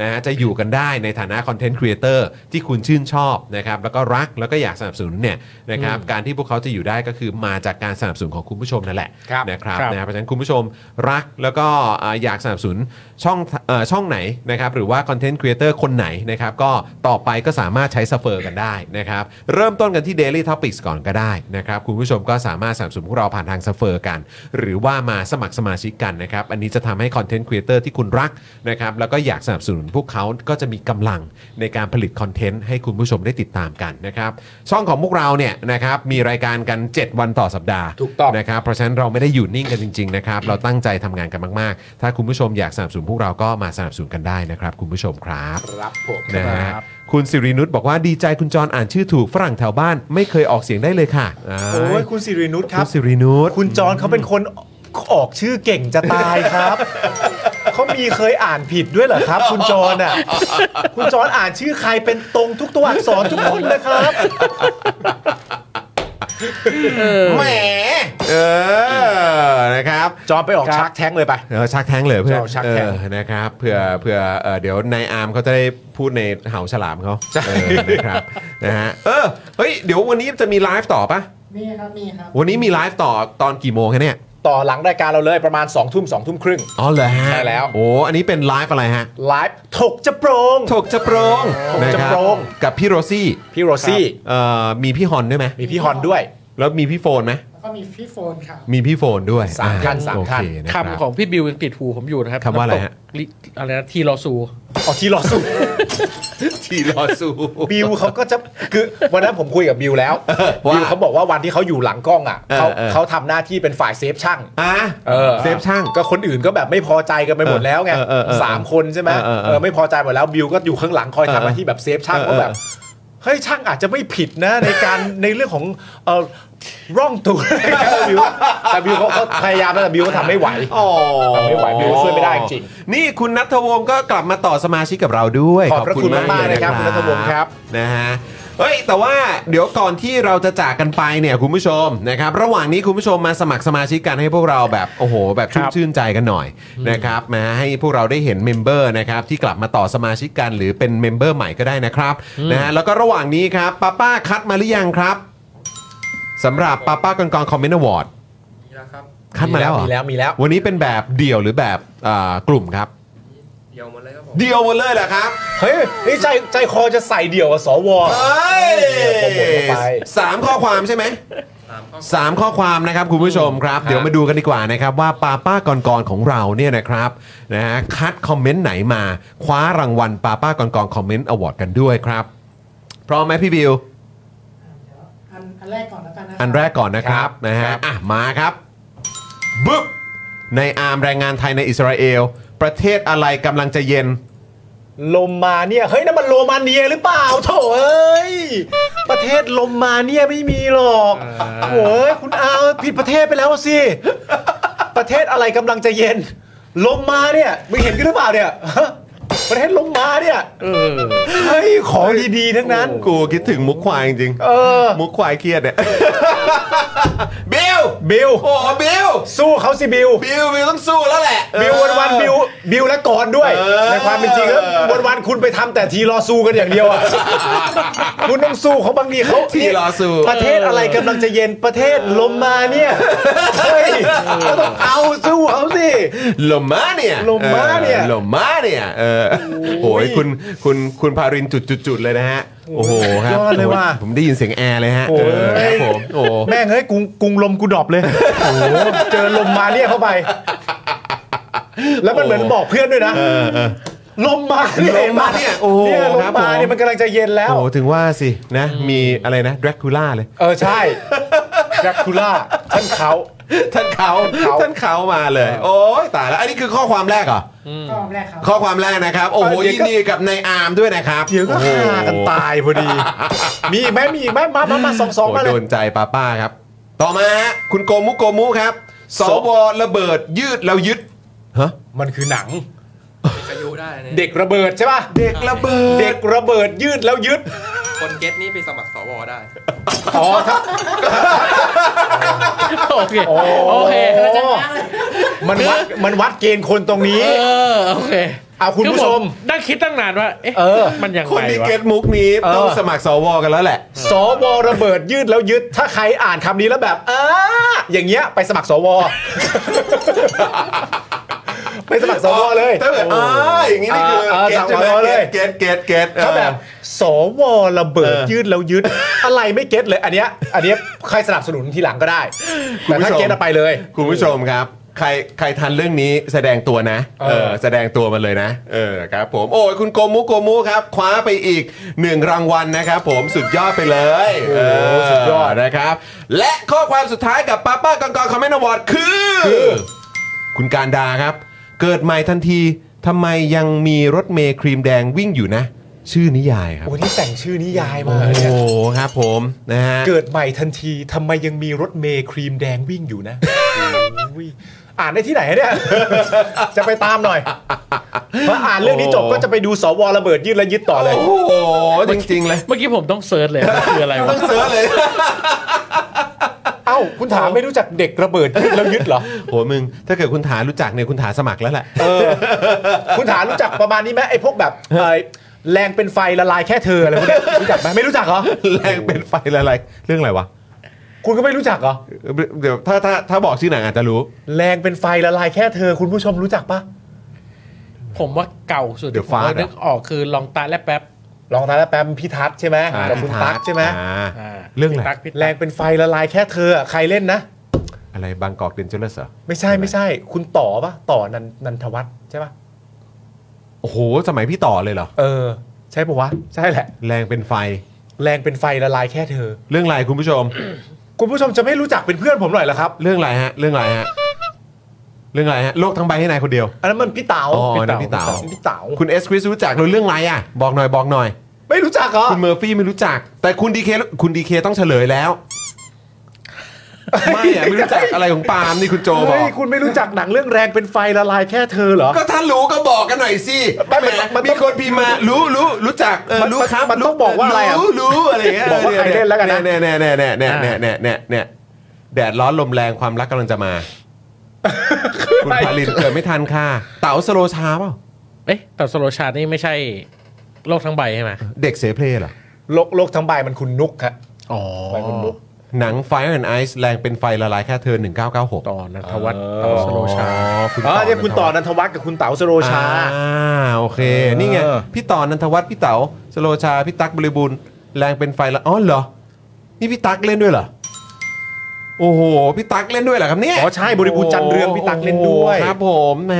Speaker 1: นะฮะจะอยู่กันได้ในฐานะคอนเทนต์ครีเอเตอร์ที่คุณชื่นชอบนะครับแล้วก็รักแล้วก็อยากสนับสนุนเนี่ยนะครับการที่พวกเขาจะอยู่ได้ก็คือมาจากการสนับสนุนของคุณผู้ชมนั่นแหละ
Speaker 3: ครับ
Speaker 1: นะครับ
Speaker 4: ครับ
Speaker 1: นะครับเพราะฉะนั้นคุณผู้ชมรักแล้วก็อ่าอยากสนับส บสนุนช่องเอ่อช่องไหนนะครับหรือว่าคอนเทนต์ครีเอเตอร์คนไหนนะครับก็ต่อไปก็สามารถใช้สเฟอร์กันได้นะครับเริ่มต้นกันที่ Daily Topics ก่อนก็ได้นะครับคุณผู้ชมก็สามารถสนับสนุนพวกเราผ่านทางสเฟอร์กัน หรือว่ามาสมัครสมาชิกกันนะครับอันนี้จะทำให้คอนเทนต์ครีเอเตอร์ที่คุณรักนะครับแล้วก็อยากสนับสนุนพวกเขาก็จะมีกำลังในการผลิตคอนเทนต์ให้คุณผู้ชมได้ติดตามกันนะครับช่องของพวกเราเนี่ยนะครับมีรายการกัน 7 วันต่อสัปดาห์
Speaker 3: ถูกต้อง
Speaker 1: นะครับเพราะฉะนั้นเราไม่ได้อยู่นิ่งกันจริงๆนะครับเราตั้งใจทำงานกันมากๆ ถ้าคุณผู้ชมอยากสนับสนุนพวกเราก็มาสนับสนุนกันได้นะครับ คุณผู้ชมครับ
Speaker 3: ครับผม
Speaker 1: นะฮะคุณสิรินุชบอกว่าดีใจคุณจรอ่านชื่อถูกฝรั่งแถวบ้านไม่เคยออกเสียงได้เลยค่ะา
Speaker 5: โอ้ยคุณสิรินุชค
Speaker 1: คุ
Speaker 5: รับ
Speaker 1: ณสิรินุช
Speaker 5: คุณจอนเขาเป็นคนออกชื่อเก่งจะตายครับ
Speaker 3: *laughs*
Speaker 5: เขามีเคยอ่านผิดด้วยเหรอครับ คุณจอน
Speaker 3: *laughs*
Speaker 5: อ่ะ คุณจอนอ่านชื่อใครเป็นตรงทุกตัวอักษรทุกคนเลยครับ
Speaker 1: แหมเออนะครับ
Speaker 3: จอนไปออกชักแท้งเลยไป
Speaker 1: เออชักแท้งเลยเพื่อน
Speaker 3: เอาชักแท้ง
Speaker 1: เออนะครับเผื่อเผื่อเอ่อเดี๋ยวนายอาร์มเขาจะได้พูดในเห่าฉลามเขาเออนะครับนะฮะเออเฮ้ยเดี๋ยววันนี้จะมีไลฟ์ต่อปะ
Speaker 7: มีครับ มีครับ
Speaker 1: วันนี้มีไลฟ์ต่อตอนกี่โมงคะเนี่ย
Speaker 3: ต่อหลังรายการเราเลยประมาณ2องทุ่มสองทุ่มครึ่ง
Speaker 1: อ๋อเหรอฮะ
Speaker 3: ใช่แล้ว
Speaker 1: โอ้ อันนี้เป็นไลฟ์อะไรฮะ
Speaker 3: ไลฟ์ถกจะโปรง
Speaker 1: ถกจะโปรง
Speaker 3: ถก
Speaker 1: นคบ
Speaker 3: จะโปรง
Speaker 1: กับพี่โรซี่
Speaker 3: พี่โรซี่
Speaker 1: เอ่อมีพี่ฮอนด้วยไหม
Speaker 3: มีพี่ฮอนด้วย
Speaker 1: แล้วมีพี่โฟนไหม
Speaker 7: แล้วก็มีพี่โฟนครับ
Speaker 1: มีพี่โฟนด้วย
Speaker 3: สามท่าน
Speaker 1: อ่
Speaker 3: สาม
Speaker 1: โอ
Speaker 3: ท่าน
Speaker 1: เคนะครับ
Speaker 4: คำของพี่บิวยังติดหูผมอยู่นะครับ
Speaker 1: คำว่าอะไรฮะ
Speaker 4: น้ำตกลิอะไรนะทีรอซู *laughs*
Speaker 3: ออกที่รอสู้
Speaker 1: ทีรอซู
Speaker 3: *laughs* บิวเขาก็จะคือวันนั้นผมคุยกับบิวแล้ว
Speaker 1: ว่า
Speaker 3: บิวเขาบอกว่าวันที่เขาอยู่หลังกล้องอ่ะ
Speaker 1: เออ
Speaker 3: เขา
Speaker 1: เออ
Speaker 3: เขาทำหน้าที่เป็นฝ่ายเซฟช่าง
Speaker 1: อ่ะ
Speaker 3: เออ
Speaker 1: เซฟช่าง
Speaker 3: ก็คนอื่นก็แบบไม่พอใจกันไปหมดแล้วไง
Speaker 1: เออเออเออ
Speaker 3: สามคนใช่ไหม
Speaker 1: เออเออ
Speaker 3: เออไม่พอใจหมดแล้วบิวก็อยู่ข้างหลังคอยทำหน้าที่แบบเซฟช่าง
Speaker 1: เออเอ
Speaker 3: ก็
Speaker 1: อ
Speaker 3: แบบเฮ้ยช่างอาจจะไม่ผิดนะในการ *laughs* ในเรื่องของเออร่องตัวบิว *laughs* แต่บิวเขาเขาพยายามแล้วแต่บิวก็ทำไม่ไหว
Speaker 1: อ๋อ
Speaker 3: ไม่ไหวบิวช่วยไม่ได้จริง
Speaker 1: นี่คุณนัทวงศ์ก็กลับมาต่อสมาชิกกับเราด้วย
Speaker 3: ขอบพระคุณมากๆนะครับคุณนัทวงศ์ครับ
Speaker 1: นะฮะเอ้ยแต่ว่าเดี๋ยวก่อนที่เราจะจากกันไปเนี่ยคุณผู้ชมนะครับระหว่างนี้คุณผู้ชมมาสมัครสมาชิกกันให้พวกเราแบบโอ้โห แบบชุ่ม
Speaker 4: ครับ
Speaker 1: ชื่นใจกันหน่อยนะครับมาให้พวกเราได้เห็นเมมเบอร์นะครับที่กลับมาต่อสมาชิกกันหรือเป็นเมมเบอร์ใหม่ก็ได้นะครับนะฮะแล้วก็ระหว่างนี้ครับป้าป้าคัดมาหรือยังครับสำหรับป้าป้ากองกองคอมเมนต์อวอร์ด
Speaker 6: มีแล้วครับ
Speaker 1: คัดมาแล้วเหรอ
Speaker 3: มีแล้วมีแล้ว
Speaker 1: วันนี้เป็นแบบเดี่ยวหรือแบบอ่ากลุ่มครับ
Speaker 6: เดี๋ยวหมาเลยครับผม
Speaker 1: เดี่ยวหมดเลยเหรอครับ
Speaker 3: เฮ้ยนี่ใจใจคอจะใส่เดี่ยวกับสว
Speaker 1: เอ้ย
Speaker 3: เดี๋ยวผมหมดเข้าไป
Speaker 1: สามข้อความใช่ไหม
Speaker 6: สามข้อ
Speaker 1: สามข้อความนะครับคุณผู้ชมครับ เดี๋ยวมาดูกันดีกว่านะครับว่าป้าป้ากรกรของเราเนี่ยนะครับนะฮะคัดคอมเมนต์ไหนมา คว้ารางวัลป้าป้ากรกรคอมเมนต์อวอร์ดกันด้วยครับพร้อมไหมพี่บิว
Speaker 7: อันอันแรกก่อนแล้วกันนะคบ
Speaker 1: อันแรกก่อนนะครับนะฮะอ่ะมาครับบึ๊บในอาร์มแรงงานไทยในอิสราเอล ประเทศอะไรกำลังจะเย็น
Speaker 3: ลมมาเนี่ยเฮ้ยนั่นมันโรมาเนียหรือเปล่าโถเอ้ยประเทศลมมาเนี่ยไม่มีหรอกโถ่เอ้ยคุณอาวผิดประเทศไปแล้วสิ ประเทศอะไรกำลังจะเย็น ลมมาเนี่ยมึงเห็นกันหรือเปล่าเนี่ยฮะประเทศลมมาเนี่ย
Speaker 4: เออ
Speaker 3: เฮ้ยของดีๆทั้งนั้น
Speaker 1: กูคิดถึงมุกควายจริง
Speaker 3: เออ
Speaker 1: มุกควายเครียด *laughs* เนี่ยบิล
Speaker 3: บิล
Speaker 1: โอ้โหบิล
Speaker 3: สู้เขาสิบิล
Speaker 1: บิลบิลต้องสู้แล้วแหละ
Speaker 3: บิลวันวันๆบิลบิลและก่อนด้วย
Speaker 1: เออ
Speaker 3: ในความเป็นจริงแล้ววันวันๆคุณไปทำแต่ทีรอซูกันอย่างเดียวอ่ะ คุณต้องสู้เขาบางทีเขา
Speaker 1: ทีรอสู้
Speaker 3: ประเทศอะไรกำลังจะเย็นประเทศลมมา *laughs* เนี่ยเฮ้ยก็ต้องเอาสู้เอาสิ
Speaker 1: ลมมาเนี่ย
Speaker 3: ลมมาเนี่ย
Speaker 1: ออลมมาเนี่ยเออโอ้ยคุณคุณคุณพารินจุดจุดจุดเลยนะฮะโอ้โหครับ
Speaker 3: ยอดเลยว่ะ
Speaker 1: โอ้โหผมได้ยินเสียงแอร์เลยฮะ
Speaker 3: โอ้
Speaker 1: เอย อครับผมโอ้โห
Speaker 3: แม่งเฮ้ยกรุงกรุงลมกูดรอปเลยโอ้โหเจอลมมาเนี่ยเข้าไป แล้วมันเหมือนบอกเพื่อนด้วยนะ
Speaker 1: เออเออ
Speaker 3: ลมมาเนี่ย
Speaker 1: ลมมาเนี่ยโอ้โห
Speaker 3: เนี่ยลม
Speaker 1: ครับผม
Speaker 3: มาเนี่ยมันกำลังจะเย็นแล้ว
Speaker 1: โอ้โหถึงว่าสินะมีอะไรนะดร a คูล่าเลย
Speaker 3: เออใช่แดร็กคูล่าท่านเขา
Speaker 1: ท่านเขา
Speaker 3: เขา
Speaker 1: ท่านเขามาเลย โอ้ยตายแล้วอันนี้คือข้อความแรกเหรอ
Speaker 7: ก็อันแรกครับ
Speaker 1: ข้อความแรกนะครับ โอ้โห
Speaker 3: เดี๋ยว
Speaker 1: ยิน
Speaker 3: ก็
Speaker 1: ดีกับนายอาร์มด้วยนะครับ
Speaker 3: เดี๋ยวก็
Speaker 1: โอ้โ
Speaker 3: ฆ่ากันตายพอดี มีอีกไหมมีอีกไหมมามามาสองสอง
Speaker 1: โอ้
Speaker 3: มาเล
Speaker 1: โด
Speaker 3: ย
Speaker 1: นใจป้าป้าครับ ต่อมาฮะคุณโกมุโกมุครับส
Speaker 3: ส
Speaker 1: ว
Speaker 3: ว
Speaker 1: ระเบิดยืดเรายึดฮะ
Speaker 3: มันคือหนัง
Speaker 6: อายุได้นะ
Speaker 3: เด็กระเบิดใช่ป่ะ
Speaker 1: เด็กระเบิด
Speaker 3: เด็กระเบิดยืดแล้วยึด
Speaker 6: คนเก็ตนี่ไปสมัครสวได้
Speaker 3: อ๋อถ้า
Speaker 4: โอเค โอเค
Speaker 3: มันวัดมันวัดเกณฑ์คนตรงนี้
Speaker 4: เออ โอเค
Speaker 3: เอาคุณผู้ชม
Speaker 4: อผนั่งคิดตั้งนานว่า เอ๊ะ
Speaker 3: เออ
Speaker 4: มันยัง
Speaker 1: คน
Speaker 4: ไง
Speaker 1: ที่
Speaker 4: วะ
Speaker 1: เก็ตมุกนี้
Speaker 3: เออ
Speaker 1: ต้องสมัครสวกันแล้วแหละ
Speaker 3: สวระเบิดยืดแล้วยึด ถ้าใครอ่านคำนี้ *laughs* แล้วแบบอ้าอย่างเงี้ยไปสมัครสว ไปสมัครสวเลย
Speaker 1: ถ้าแบบอ่าอย่างงี้นี่คือ
Speaker 3: เออ
Speaker 1: เก็ตใช่ไหม
Speaker 3: สวเลย
Speaker 1: เก็ตเก็ตเก็ตเก็ต
Speaker 3: ถ้าแบบสวระเบิด
Speaker 1: เออ
Speaker 3: ยืดแล้วยืด อะไรไม่เก็ตเลย อันเนี้ยอันเนี้ยใครสนับสนุนทีหลังก็ได้ แต่
Speaker 1: คุณผู้
Speaker 3: ถ้า
Speaker 1: ชม
Speaker 3: เก็ตอะไปเลย
Speaker 1: คุณผู้ชมครับ ใครใครทันเรื่องนี้แสดงตัวนะ เออ แสดงตัวมาเลยนะ เออครับผมโอ้ยคุณโกมุโกมุครับ คว้าไปอีกหนึ่งรางวัลนะครับผมสุดยอดไปเลยเออสุดยอดนะครับ และข้อความสุดท้ายกับป้าป้ากองกองคอมเมนต์อวอร์ดคือ คุณการดาครับ เกิดใหม่ทันทีทำไมยังมีรถเมย์ครีมแดงวิ่งอยู่นะ ชื่อนิยายครับ
Speaker 3: โอ้ที่แต่งชื่อนิยายมา
Speaker 1: โอ้
Speaker 3: เนี่ย
Speaker 1: โหครับผมนะฮะ
Speaker 3: เกิดใหม่ทันทีทำไมยังมีรถเมย์ครีมแดงวิ่งอยู่นะ โอ้ยอ่านได้ที่ไหนเนี่ย *laughs* จะไปตามหน่อยพออ่านเรื่องนี้จบ
Speaker 1: โอ้
Speaker 3: ก็จะไปดูสวระเบิดยืดและยึดต่อเลย
Speaker 1: โอ้โหจริงๆเลย
Speaker 4: เมื่อกี้ผมต้องเซิร์ชเลยว่าคืออะไร
Speaker 1: ต้
Speaker 4: วะ
Speaker 1: องเสิร์ชเลย
Speaker 3: เอ้า คุณถามไม่รู้จักเด็กระเบิดยืดแล้วยึดเหรอ
Speaker 1: โหมึง ถ้าเกิดคุณถารู้จักเนี่ยคุณถาสมัครแล้วแหละ
Speaker 3: เออคุณถามรู้จักประมาณนี้ไหมไอ้พวกแบบเอ่อแรงเป็นไฟละลายแค่เธออะไรพวกเนี้ยรู้จักไหมไม่รู้จักเหรอ
Speaker 1: แรงเป็นไฟอะไร เรื่องอะไรวะ
Speaker 3: คุณก็ไม่รู้จักเหรอ
Speaker 1: เดี๋ยวถ้าถ้าถ้าบอกชื่อหนังอาจจะรู้
Speaker 3: แรงเป็นไฟละลายแค่เธอ คุณผู้ชมรู้จักปะ
Speaker 4: ผมว่าเก่าสุด
Speaker 1: เดี๋ยวฟาดอะ
Speaker 4: ผมนึกออกคือลองตาและแป๊บ
Speaker 3: ลองตาแล้วแปมพี่ทัศน์ใช่ไหม
Speaker 1: อ่า
Speaker 3: กับคุณตั๊กใช่ไหม
Speaker 1: อ่า
Speaker 4: อ่า
Speaker 1: เรื่องอะไร
Speaker 4: พี่ตั๊กพี่
Speaker 3: แร
Speaker 4: ตั๊
Speaker 3: ง
Speaker 4: ก
Speaker 3: เป็นไฟละลายแค่เธออะใครเล่นนะ
Speaker 1: อะไรบางกอกเดนเจอร์เหรอ
Speaker 3: ไม่ใช่ไม่ใช่ คุณต่อปะต่อนันนันทวัฒน์ใช่ปะ
Speaker 1: โอ้โห สมัยพี่ต่อเลยเหรอ
Speaker 3: เออ ใช่ปะวะใช่แหละ
Speaker 1: แรงเป็นไฟ
Speaker 3: แรงเป็นไฟละลายแค่เธอ
Speaker 1: เรื่องอะไรคุณผู้ชม
Speaker 3: คุณผู้ชมจะไม่รู้จักเป็นเพื่อนผมหน่อยเหรอครับ
Speaker 1: เรื่องอะไรฮะ เรื่องอะไรฮะ เรื่องอะไรฮะ โลกทั้งใบให้นายคนเดียว
Speaker 3: อันนั้นมันพี่เต๋า
Speaker 1: อ๋อนั่นพี่เต๋า
Speaker 3: พี่เต๋า
Speaker 1: คุณเอสคริสรู้จักแล้วเรื่องอะไรอ่ะ บอกหน่อยบอกหน่อย
Speaker 3: ไม่รู้จักเหรอ
Speaker 1: คุณเมอร์ฟี่ไม่รู้จัก แต่คุณดีเคคุณดีเคต้องเฉลยแล้ว ไม่อะไม่รู้จักอะไรของปาล์มนี่คุณโจบอ
Speaker 3: เฮ้
Speaker 1: ก
Speaker 3: ยคุณไม่รู้จักหนังเรื่องแรงเป็นไฟละลายแค่เธอเหรอ
Speaker 1: ก็ถ้ารู้ก็บอกกันหน่อยสิ
Speaker 3: ไม่ไม่
Speaker 1: แห
Speaker 3: มัน
Speaker 1: มี
Speaker 3: ต้อง
Speaker 1: คนพิมพ์มารู้รู้รู้จักเออ
Speaker 3: มัน
Speaker 1: รู้ครับ
Speaker 3: มันต้องบอกว่าอะไรอะ
Speaker 1: รู้รู้อะไรย่งเงี้ย
Speaker 3: บอกว่าใครเล่นแล้วกันนะ
Speaker 1: เนี่ยเนี่ยเนี่ยเนี่ยเนี่ยเนี่ยเนี่ยเนี่ยเนี่ยแดดร้อนลมแรงความรักกำลังจะมา คุณพาลินเกิดไม่ทันค่ะ เต๋าสโลชาเปล่า
Speaker 4: เอ๊ะแต่สโลชานี่ไม่ใช่โลกทั้งใบใช่ไหม
Speaker 1: เด็กเสเพลเหรอ
Speaker 3: โลกโลกทั้งใบมันคุณนุกครับ
Speaker 4: อ๋อ
Speaker 3: ใบคุณนุก
Speaker 1: หนัง Fire and Ice แรงเป็นไฟละลายแค่เธอ 1996
Speaker 4: ต่อนัทวัฒน์ต่อสโลชา
Speaker 3: อ๋อเนี่ยคุณต่อนันทวัฒน์กับคุณเต๋าสโรชา
Speaker 1: อ่โอเค นี่ไง
Speaker 3: เออ
Speaker 1: พี่ต่อนันทวัฒน์พี่เต๋าสโลชา พี่ตั๊กบริบูรณ์แรงเป็นไฟละอ๋อเหรอ นี่พี่ตั๊กเล่นด้วยเหรอ โอ้โห พี่ตั๊กเล่นด้วยเหรอครับเนี่ย
Speaker 3: อ๋อใช่บริบูรณ์จันทร์เรืองพี่ตั๊กเล่นด้วย
Speaker 1: โอ้โหครับผมแหม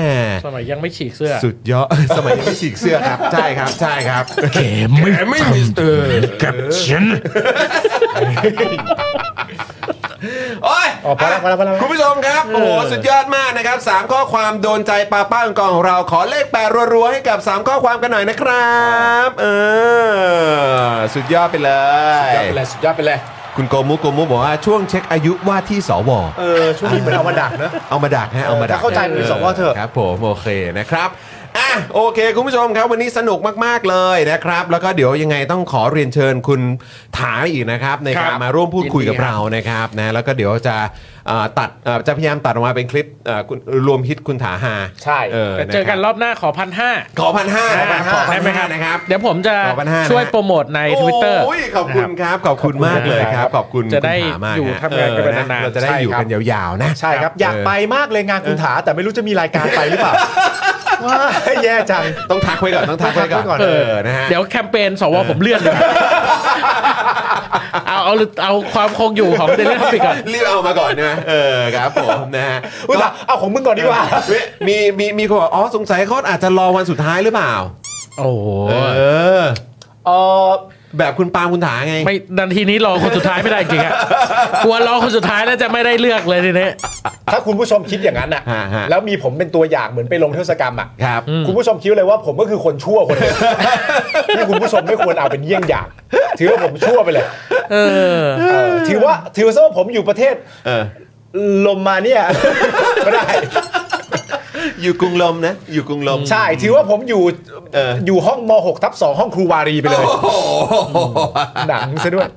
Speaker 4: สมัยยังไม่ฉีกเสื้อ
Speaker 1: สุดยอด *laughs* สมัยยังไม่ฉีกเสื้อครับ ใช่ครับ ใช่ครับ
Speaker 8: แกไม่ไม่มีเตอร์กับฉัน
Speaker 1: โอ้ย
Speaker 3: อ๋อพอแล้วพอแล้วพอแล้ว
Speaker 1: คุณผู้ชมครับ โอ้โห สุดยอดมากนะครับสามข้อความโดนใจป้าป้าองกองของเราขอเลขแปดรัวๆให้กับสามข้อความกันหน่อยนะครับ เออ สุดยอดไปเลย
Speaker 3: ยอดไปเลยสุดยอดไปเลย
Speaker 1: คุณโกมุโกมุบอกว่าช่วงเช็คอายุว่าที่สว
Speaker 3: เออช่วงนี้เหมือนเอามาดักเนอะ
Speaker 1: เอามาดักฮะเอามาดัก
Speaker 3: ถ้าเข้าใจมันเป็นสวเถอะ
Speaker 1: ครับผมโอเคนะครับอ่ะโอเค คุณผู้ชมครับวันนี้สนุกมาก ๆ เลยนะครับ แล้วก็เดี๋ยวยังไงต้องขอเรียนเชิญคุณถาอีกนะครับ ในการ
Speaker 4: ครับ
Speaker 1: มาร่วมพูดคุยกับ
Speaker 4: ยินดีครับ
Speaker 1: เรานะครับนะแล้วก็เดี๋ยวจะเอ่อตัดเอ่อจะพยายามตัดออกมาเป็นคลิปเอ่อคุณรวมฮิตคุณถาหา
Speaker 3: ใช่
Speaker 4: แต่เจอกันรอบหน้าขอพันห้า
Speaker 1: ขอพันห้า
Speaker 4: ได้
Speaker 1: ขอ
Speaker 4: ได้
Speaker 1: พัน
Speaker 4: ไหมค
Speaker 1: ห้า
Speaker 4: รับ
Speaker 1: นะครับ
Speaker 4: เดี๋ยวผมจะ
Speaker 1: ขอพันห้านะ
Speaker 4: ช่วยโปรโมทใน Twitter
Speaker 1: โอ้ยขอบคุณครับ ขอบคุณมากเลยครับ ขอบคุณ
Speaker 4: จะได้
Speaker 1: คุณถามาก
Speaker 4: อยู่
Speaker 1: ฮะ
Speaker 4: ทำงานกันไป
Speaker 1: เออะ
Speaker 4: นานๆ
Speaker 1: เราจะได้อยู่กันยาวๆนะ
Speaker 3: ใช่ครับ อยาก
Speaker 1: เออ
Speaker 3: ไปมากเลยงานคุณถาแต่ไม่รู้จะมีรายการไปหรือเปล่าว้ายแย่จัง
Speaker 1: ต้องทักไว้ก่อนต้องทักไว้
Speaker 3: ต้องทักไว้ก่
Speaker 1: ก่อ
Speaker 3: อน น
Speaker 1: เออนะฮะ
Speaker 4: เดี๋ยวแคมเปญสวผมเลื่อนเลยเอาเอาเอาความคงอยู่ของเดลิทอปิกก่อน
Speaker 1: รีบเอามาก่อนใช่ไหมเออครับผมนะฮะ
Speaker 3: อุยตส่าห์เอาของมึงก่อนดีกว่า
Speaker 1: เว้ยมีมีมีคนบอกอ๋อสงสัยเขาอาจจะรอวันสุดท้ายหรือเปล่า
Speaker 4: โอ้โห
Speaker 1: เออ
Speaker 3: เออ
Speaker 1: แบบคุณปาล์มคุณถาไง
Speaker 4: ไม่ดันทีนี้รอคนสุดท้ายไม่ได้จริงอะกลัวรอคนสุดท้ายแล้วจะไม่ได้เลือกเลยทีนี้
Speaker 3: ถ้าคุณผู้ชมคิดอย่างนั้นอ่ะ
Speaker 1: ฮะฮะ
Speaker 3: แล้วมีผมเป็นตัวอย่างเหมือนไปลงเทศกรรมอ่ะ
Speaker 1: ครับ
Speaker 3: คุณผู้ชมคิดเลยว่าผมก็คือคนชั่วคนหนึง ที่คุณผู้ชมไม่ควรเอาเป็นเยี่ยงอย่าง ถือว่าผมชั่วไปเลย
Speaker 4: เออ
Speaker 3: เออถือว่าถือซะว่าผมอยู่ประเทศ
Speaker 1: เออ
Speaker 3: โลมาเนี่ย ไม่ได้
Speaker 1: อยู่กรุงลมนะ อยู่กรุงลม
Speaker 3: ใช่ ถือว่าผมอยู่
Speaker 1: เออ
Speaker 3: อยู่ห้องม .6 ทับ2ห้องครูวารีไปเลย
Speaker 1: โอ้โห
Speaker 3: หนังซะด้วย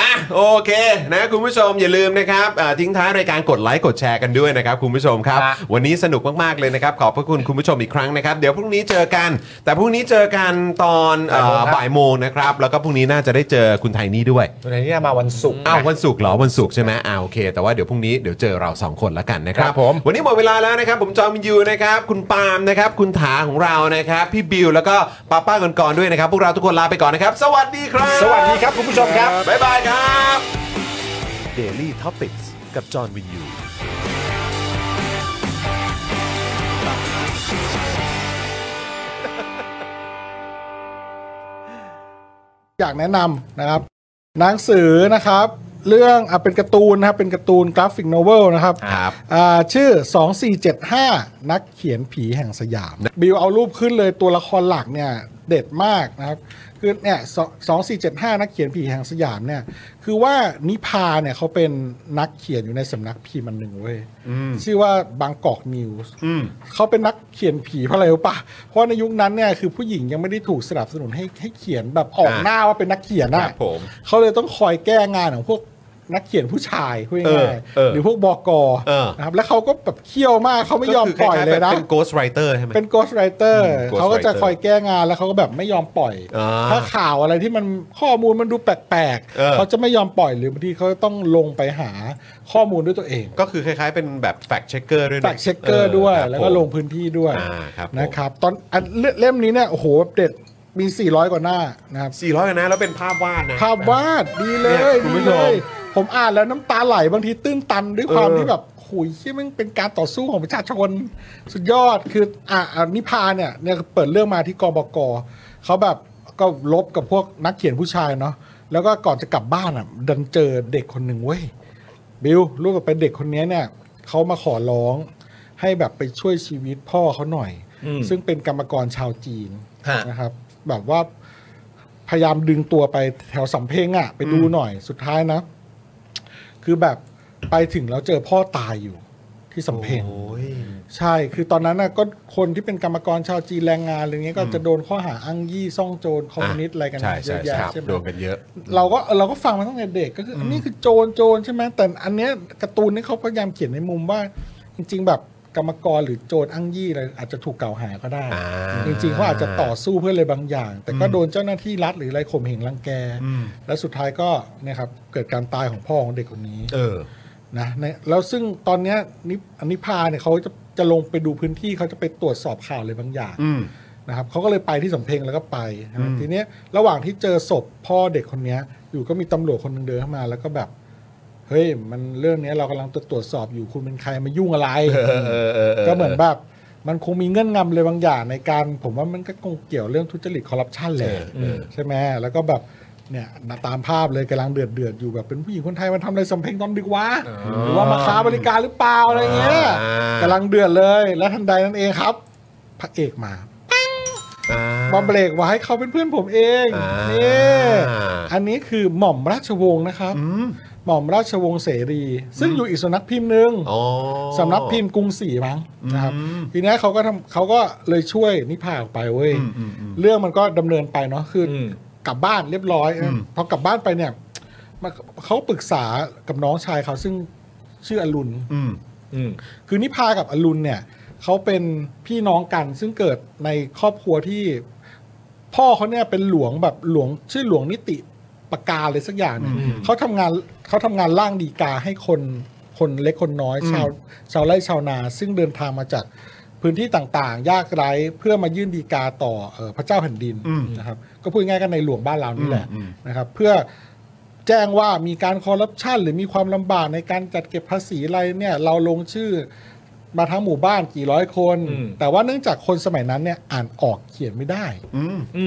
Speaker 1: อ่ะโอเคนะคุณผู้ชมอย่าลืมนะครับอ่าทิ้งท้ายรายการกดไลค์กดแชร์กันด้วยนะครับคุณผู้ชมครับ
Speaker 3: ครับ
Speaker 1: วันนี้สนุกมากๆเลยนะครับ ขอบพระคุณคุณผู้ชมอีกครั้งนะครับ เดี๋ยวพรุ่งนี้เจอกัน แต่พรุ่งนี้เจอกันตอนเอ่อบ่ายโมงนะครับ แล้วก็พรุ่งนี้น่าจะได้เจอคุณไทนี่ด้วย
Speaker 3: วันนี้มาวันศุกร์
Speaker 1: อ้าววันศุกร์เหรอวันศุกร์ใช่ไหมอ้าวโอเค แต่ว่าเดี๋ยวพรุ่งนี้เดี๋ยวเจอเราสองคนละกันนะครับ
Speaker 3: ครับผม
Speaker 1: วันนี้หมดเวลาแล้วนะครับ ผมจอมยูนะครับ คุณปาล์มนะครับ คุณถาของเรานะครับ พี่บิวแล้วก็ป้าป้าก่อนก่อนๆด้วยนะครับ พวกเราทุกคนลาไปก่อนนะครับ สวัสดีครับ
Speaker 3: สวัสดีครับคุณผู้ชมครับ
Speaker 1: บ๊ายบายครับ
Speaker 8: Daily t o p i c กกับจอห์นวินยู
Speaker 2: อยากแนะนำนะครับ หนังสือนะครับ เรื่องอ่ะเป็นการ์ตูนนะครับ เป็นการ์ตูนกราฟิกโนเวลนะครับ
Speaker 1: ครับ
Speaker 2: อ่าชื่อ 2475 นักเขียนผีแห่งสยาม บิวเอารูปขึ้นเลยตัวละครหลักเนี่ย เด็ดมากนะครับ คือเนี่ยสองสี่เจ็ดห้านักเขียนผีแห่งสยามเนี่ย คือว่านิพาเนี่ยเขาเป็นนักเขียนอยู่ในสำนักพิมพ์อันหนึ่งเว้ยชื่อว่าบางกอกนิวส์เขาเป็นนักเขียนผีเพราะอะไรรู้ปะเพราะในยุคนั้นเนี่ยคือผู้หญิงยังไม่ได้ถูกสนับสนุนให้ให้เขียนแบบออก
Speaker 1: อ่า
Speaker 2: หน้าว่าเป็นนักเขียน
Speaker 1: ค
Speaker 2: นะ
Speaker 1: รับผม
Speaker 2: เขาเลยต้องคอยแก้งานของพวกนักเขียนผู้ชายพูด
Speaker 1: เออ
Speaker 2: ง่าย
Speaker 1: เออ
Speaker 2: ๆหรือพวกบอกอ
Speaker 1: เออ
Speaker 2: นะครับแล้วเขาก็แบบเคี่ยวมากเขาไม่ยอมปล่อยเลยนะ
Speaker 1: เป็น ghost writer ใช่ไหม
Speaker 2: เป็น ghost writer
Speaker 1: อืม Ghost
Speaker 2: เขาก็จะ
Speaker 1: Writer
Speaker 2: คอยแก้งานแล้วเขาก็แบบไม่ยอมปล่อย
Speaker 1: อ่า
Speaker 2: ถ้าข่าวอะไรที่มันข้อมูลมันดูแปลก
Speaker 1: เออ
Speaker 2: เขาจะไม่ยอมปล่อยหรือบางทีเขาต้องลงไปหาข้อมูลด้วยตัวเอง
Speaker 1: ก็คือคล้ายๆ เป็นแบบ fact checker ด้วยนะ
Speaker 2: แฟกเช็คเกอร์ด้วย
Speaker 1: คบ
Speaker 2: แล้วก็
Speaker 1: ผม
Speaker 2: ลงพื้นที่ด้วย
Speaker 1: อ่าครับผม
Speaker 2: นะครับตอนอันเล่มนี้เนี่ยโอ้โหเด็ดมี 400 กว่าหน้านะครับ
Speaker 1: 400กันนะแล้วเป็นภาพวาดนะ
Speaker 2: ภาพวาดดีเล
Speaker 1: เนี่ย
Speaker 2: ย
Speaker 1: คุณผู้
Speaker 2: ดี
Speaker 1: ช
Speaker 2: เล
Speaker 1: ม
Speaker 2: ย ผมอ่านแล้วน้ำตาไหลบางทีตื้นตันด้วยความ
Speaker 1: เออ
Speaker 2: ที่แบบหุยที่มันเป็นการต่อสู้ของประชาชนสุดยอดคืออ่ะอ่ะนิพาเนี่ยเนี่ยเปิดเรื่องมาที่กบกเขาแบบก็ลบกับพวกนักเขียนผู้ชายเนาะแล้วก็ก่อนจะกลับบ้านอ่ะดันเจอเด็กคนหนึ่งเว้ยบิวรู้ว่าเป็นเด็กคนนี้เนี่ยเขามาขอร้องให้แบบไปช่วยชีวิตพ่อเขาหน่อย ซึ่งเป็นกรรมกรชาวจีน
Speaker 3: ฮะ
Speaker 2: นะครับ แบบว่า พยายามดึงตัวไปแถวสำเพ็งอะไปดูหน่อยสุดท้ายนะ คือแบบไปถึงแล้วเจอพ่อตายอยู่ที่สำเพ็งใช่ คือตอนนั้นนะก็คนที่เป็นกรรมกรชาวจีนแรงงานอะไรเงี้ยก็จะโดนข้อหาอ้างยี่ซ่องโจรคอมมิวนิสต์อะไรกัน
Speaker 1: ใช่
Speaker 2: เย
Speaker 1: ใช่
Speaker 2: อะแยะ
Speaker 1: ครับ
Speaker 2: ใช่ไหม
Speaker 1: โดนกันเยอะ
Speaker 2: เราก็เราก็ฟังมาตั้งแต่เด็กก็คืออันนี้คือโจรโจรใช่ไหมแต่อันเนี้ยการ์ตูนนี่เขาพยายามเขียนในมุมว่า จริง ๆ แบบกรรมกรหรือโจรอ้างยี่อะไรอาจจะถูกกล่าวหาก็ได้
Speaker 1: อ่า
Speaker 2: จริงๆเขาอาจจะต่อสู้เพื่ออะไรบางอย่าง แต่ก็โดนเจ้าหน้าที่รัฐหรืออะไรข่มเหงรังแก แล้วสุดท้ายก็เนี่ยครับเกิดการตายของพ่อของเด็กคนนี้
Speaker 1: เออ
Speaker 2: นะในแล้วซึ่งตอนเนี้ยนิอนิพาเนี่ยเขาจะจะลงไปดูพื้นที่เขาจะไปตรวจสอบข่าวอะไรบางอย่าง
Speaker 1: อืม
Speaker 2: นะครับเขาก็เลยไปที่สำเพ็งแล้วก็ไปนะครับทีเนี้ยระหว่างที่เจอศพพ่อเด็กคนเนี้ย อยู่ก็มีตำรวจคนหนึงเดินเข้ามา แล้วก็แบบ เฮ้ยมันเรื่องเนี้ยเรากำลังจะตรวจสอบอยู่คุณเป็นใครมายุ่งอะไร ก็เหมือนแบบมันคงมีเงื่อนงำอะไรบางอย่างในการผมว่ามันก็คงเกี่ยวเรื่องทุจริตคอร์รัปชันแหละใช่ไหมแล้วก็แบบเนี่ยตามภาพเลยกำลังเดือดเดือดๆอยู่แบบเป็นผู้หญิงคนไทยมันทำอะไรสำเพ็งตอนดึกวะหรือว่ามาค้าบริการหรือเปล่าอะไรเงี้ย
Speaker 1: อ่าก
Speaker 2: กำลังเดือดเลย แล้วทันใดนั้นเองครับพระเอกมา
Speaker 1: อ่
Speaker 2: มาเบรกไว้เขาเป็นเพื่อนผมเอง
Speaker 1: อ่า
Speaker 2: นี่อันนี้คือหม่อมราชวงศ์นะครับ หม่อมราชวงศ์เสรี ซึ่งอยู่อีกสำนักพิมพ์หนึ่ง
Speaker 1: อ๋อ
Speaker 2: สำนักพิมพ์กรุงศรีมั้งนะครับทีนี้เขาก็ทำเขาก็เลยช่วยนิพาออกไปเว้ยเรื่องมันก็ดำเนินไปเนาะคืออกลับบ้านเรียบร้อยพอกลับบ้านไปเนี่ยมาเขาปรึกษากับน้องชายเขาซึ่งชื่ออรุณ คือนิพากับอรุณเนี่ยเขาเป็นพี่น้องกันซึ่งเกิดในครอบครัวที่ พ่อเขาเนี่ยเป็นหลวงแบบหลวงชื่อหลวงนิติปากกาเลยสักอย่างหนึงเขาทำงานเขาทำงานล่างดีกาให้คนคนเล็กคนน้อยชาวชาวไร่ชาวนา ซึ่งเดินทางมาจากพื้นที่ต่างๆ ยากไร้เพื่อมายื่นดีกาต่อเอ่อพระเจ้าแผ่นดินนะครับก็พูดง่ายๆกันในหลวงบ้านเรานี่แหละนะครับ เพื่อ แจ้งว่ามีการคอร์รัปชันหรือมีความลำบากในการจัดเก็บภาษีอะไรเนี่ยเราลงชื่อมาทั้งหมู่บ้านกี่ร้อยคน แต่ว่าเนื่องจากคนสมัยนั้นเนี่ยอ่านออกเขียนไม่ได้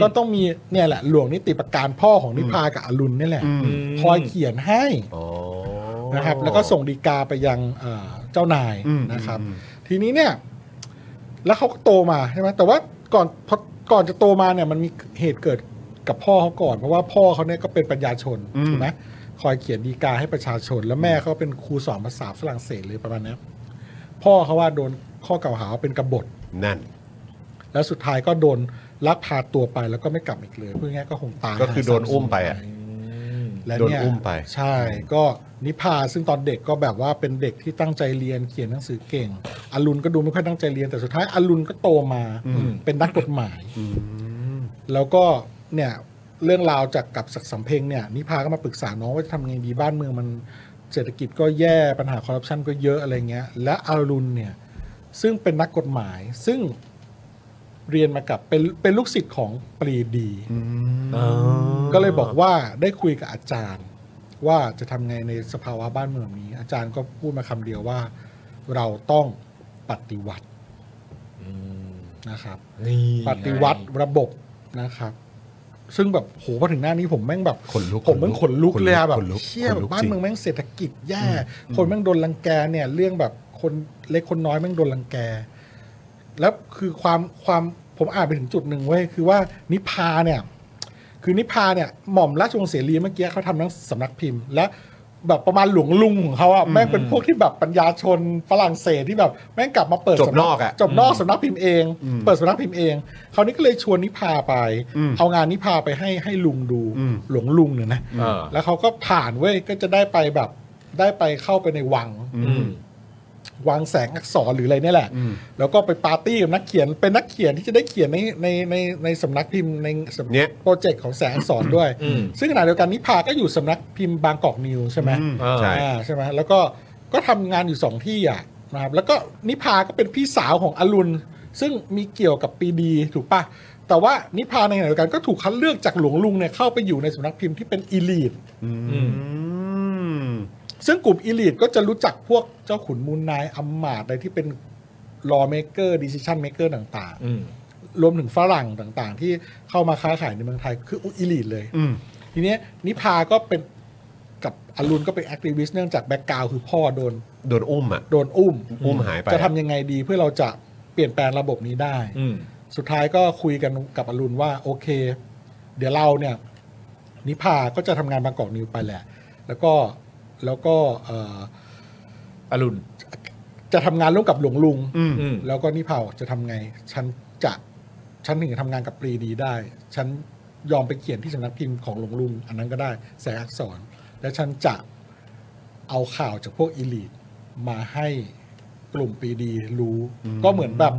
Speaker 2: ก็ต้องมีเนี่ยแหละหลวงนิติประการพ่อของนิพากับอรุณเนี่ยแหละ คอยเขียนให้
Speaker 1: อ๋อ
Speaker 2: นะครับแล้วก็ส่งดีกาไปยังเอ่อเจ้านายนะครับ ทีนี้เนี่ย แล้วเขาก็โตมาใช่ไหมแต่ว่าก่อนพอก่อนจะโตมาเนี่ยมันมีเหตุเกิดกับพ่อเขาก่อน เพราะว่าพ่อเขาเนี่ยก็เป็นปัญญาชนถูกไหมคอยเขียนดีกาให้ประชาชน แล้วแม่เขาเป็นครูสอนภาษาฝรั่งเศสเลยประมาณเนี้ยพ่อเขาว่าโดนข้อกล่าวหาว่าเป็นกบฏ
Speaker 1: นั่น
Speaker 2: แล้วสุดท้ายก็โดน ลักพาตัวไปแล้วก็ไม่กลับอีกเลยพูดง่ายๆก็คงตาย
Speaker 1: ก็คือโดนอุ้มไปอะ
Speaker 2: และ
Speaker 1: โดน
Speaker 2: เนี่ย
Speaker 1: อุ้มไป
Speaker 2: ใช่ก็นิพาซึ่งตอนเด็กก็แบบว่าเป็นเด็กที่ตั้งใจเรียนเขียนหนังสือเก่งอรุณก็ดูไม่ค่อยตั้งใจเรียนแต่สุดท้ายอรุณก็โตมาเป็นนักกฎหมาย แล้วก็เนี่ยเรื่องราวจากกับศักดิ์สำเพ็งเนี่ยนิพาก็มาปรึกษาน้องว่าจะทำไงดีบ้านเมืองมันเศรษฐกิจก็แย่ปัญหาคอร์รัปชันก็เยอะอะไรเงี้ย และอารุณเนี่ยซึ่งเป็นนักกฎหมายซึ่งเรียนมากับเป็นเป็นลูกศิษย์ของปรีดี ก็เลยบอกว่าได้คุยกับอาจารย์ ว่าจะทำไงในสภาวะบ้านเมืองแบบนี้ อาจารย์ก็พูดมาคำเดียวว่า เราต้องปฏิวัตินะครับ
Speaker 3: นี่
Speaker 2: ปฏิวัติระบบนะครับ ซึ่งแบบโหพอถึงหน้านี้ผมแม่งแบบ
Speaker 1: ขนลุก
Speaker 2: ผมแม่งขนลุก
Speaker 1: ขนลุก
Speaker 2: เลยอะแบบ
Speaker 1: ขนลุก
Speaker 2: เชี่ย
Speaker 1: ขนลุกจริง
Speaker 2: บ้านเมืองแม่งเศรษฐกิจแย่คนแม่งโดนรังแกเนี่ย เรื่องแบบคนเล็กคนน้อยแม่งโดนรังแก แล้วคือความความผมอ่านไปถึงจุดหนึ่งเว้ยคือว่านิพาเนี่ย คือนิพาเนี่ยหม่อมราชวงศ์เสรีเมื่อกี้เขาทำหนังสำนักพิมพ์ และแบบประมาณหลวงลุงของเขาอะแม่งเป็นพวกที่แบบปัญญาชนฝรั่งเศสที่แบบแม่งกลับมาเปิด
Speaker 1: จบ
Speaker 2: สำนั
Speaker 1: นอกอะ
Speaker 2: จบนอกสำนักพิมพ์เอง เปิดสำนักพิมพ์เองคราวนี้ก็เลยชวนนิพาไป เอางานนิพาไปให้ให้ลุงดูหลวงลุงเนี่ยนะ
Speaker 1: เออ
Speaker 2: แล้วเขาก็ผ่านเว้ยก็จะได้ไปแบบได้ไปเข้าไปในวัง วังแสงอักษรหรืออะไรเนี่ยแหละ แล้วก็ไปปาร์ตี้กับนักเขียนเป็นนักเขียนที่จะได้เขียนในในในในสำนักพิมพ์ในสำ
Speaker 1: เนี่ย
Speaker 2: โปรเจกต์ของแสงอักษรด้วย ซึ่งขณะเดียวกันนิพาก็อยู่สำนักพิมพ์บางกอกนิวใช่ไหม
Speaker 1: ใช่
Speaker 2: อ่าใช่ไหมแล้วก็ก็ทำงานอยู่สองที่อ่ะนะครับแล้วก็นิพาก็เป็นพี่สาวของอรุณ ซึ่งมีเกี่ยวกับปรีดีถูกปะแต่ว่านิพาในขณะเดียวกันก็ถูกคัดเลือกจากหลวงลุงเนี่ยเข้าไปอยู่ในสำนักพิมพ์ที่เป็นอีลีทซึ่งกลุ่มอีลีทก็จะรู้จักพวกเจ้าขุนมูลนายอำมาตย์อะไรที่เป็นลอเมเกอร์ดิส i ชันเมเกอร์ต่างๆ รวมถึงฝรั่งต่างๆ ที่เข้ามาค้าขายในเมืองไทยคืออีลีทเลย ทีเนี้ยนิพาก็เป็นกับอรุณก็เป็นแอคทิวิสต์เนื่องจากแบ็กกราวคือพ่อโดน
Speaker 1: โดนอุ้มอ่ะ
Speaker 2: โดนอุ้ม
Speaker 1: อุ้มหายไป
Speaker 2: จะทำยังไงดีเพื่อเราจะเปลี่ยนแปลงระบบนี้ได้ สุดท้ายก็คุยกันกับอรุณว่าโอเค เดี๋ยวเราเนี่ย นิพาก็จะทำงานบางกอกนิวไปแหละ แล้วก็แล้วก็เอ่อ
Speaker 3: อรุณ
Speaker 2: จะทำงานร่วมกับหลวงลุง
Speaker 3: อืม
Speaker 2: แล้วก็นิพาจะทำไง ฉันจะฉันถึงจะทำงานกับปรีดีได้ ฉันยอมไปเขียนที่สำนักพิมพ์ของหลวงลุงอันนั้นก็ได้แสงอักษร และฉันจะเอาข่าวจากพวกอีลีทมาให้กลุ่มปรีดีรู้ ก็เหมือนแบบ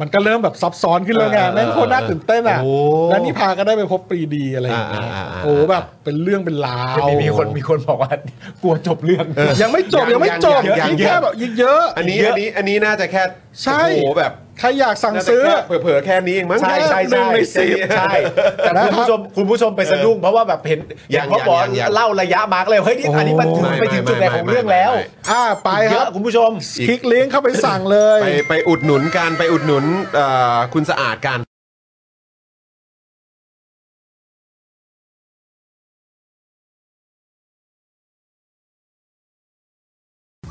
Speaker 2: มันก็เริ่มแบบซับซ้อนขึ้นแล้วไง
Speaker 1: เออเออ
Speaker 2: แม่งโคตรน่าตื่นเต้นอ่ะ
Speaker 1: โอ้
Speaker 2: แล้วนิพาก็ได้ไปพบปรีดีอะไรอย่างเงี้ย
Speaker 1: อ่าอ่าอ่า
Speaker 2: โอ้แบบเป็นเรื่องเป็นราว
Speaker 3: มีมีคนมีคนบอกว่ากลัวจบเรื่อง
Speaker 2: ยังไม่จบยังไม่จบ
Speaker 1: ยังยังยัง
Speaker 2: ยิ่งแค่แบบยิ่งเยอะ
Speaker 1: อันนี้อันนี้อันนี้น่าจะแค่
Speaker 2: ใช่
Speaker 1: โอ้โหแบบ
Speaker 2: ใครอยากสั่งซื้อ
Speaker 1: น่าจะแค่เผลอๆแค่นี้เองมั้ง
Speaker 3: ใช่ใช่
Speaker 2: หนึ่
Speaker 3: ใช่
Speaker 2: งในสิบ
Speaker 3: ใช่แต่
Speaker 2: นะ
Speaker 3: คุณ
Speaker 2: ครั
Speaker 3: ผู้
Speaker 2: บ
Speaker 3: ชมคุณผู้ชมไปสะดุ้งเพราะว่าแบบเห็น
Speaker 1: ยั
Speaker 3: เห็
Speaker 1: ง
Speaker 3: นพ่อ
Speaker 1: ยัง
Speaker 3: บอล
Speaker 1: ยังยัง
Speaker 3: เล่าระยะมาร์กเลยเฮ้ยนี่อันนี้มันถึงไปถึงจุดไหนของเรื่องแล้ว
Speaker 2: อ่าไป
Speaker 3: เย
Speaker 2: ครั
Speaker 3: อะ
Speaker 2: บ
Speaker 3: คุณผู้ชม
Speaker 2: คลิกลิงก์เข้าไปสั่งเลย
Speaker 1: ไปไปอุดหนุนกันไปอุดหนุนเอ่อคุณสะอาดกัน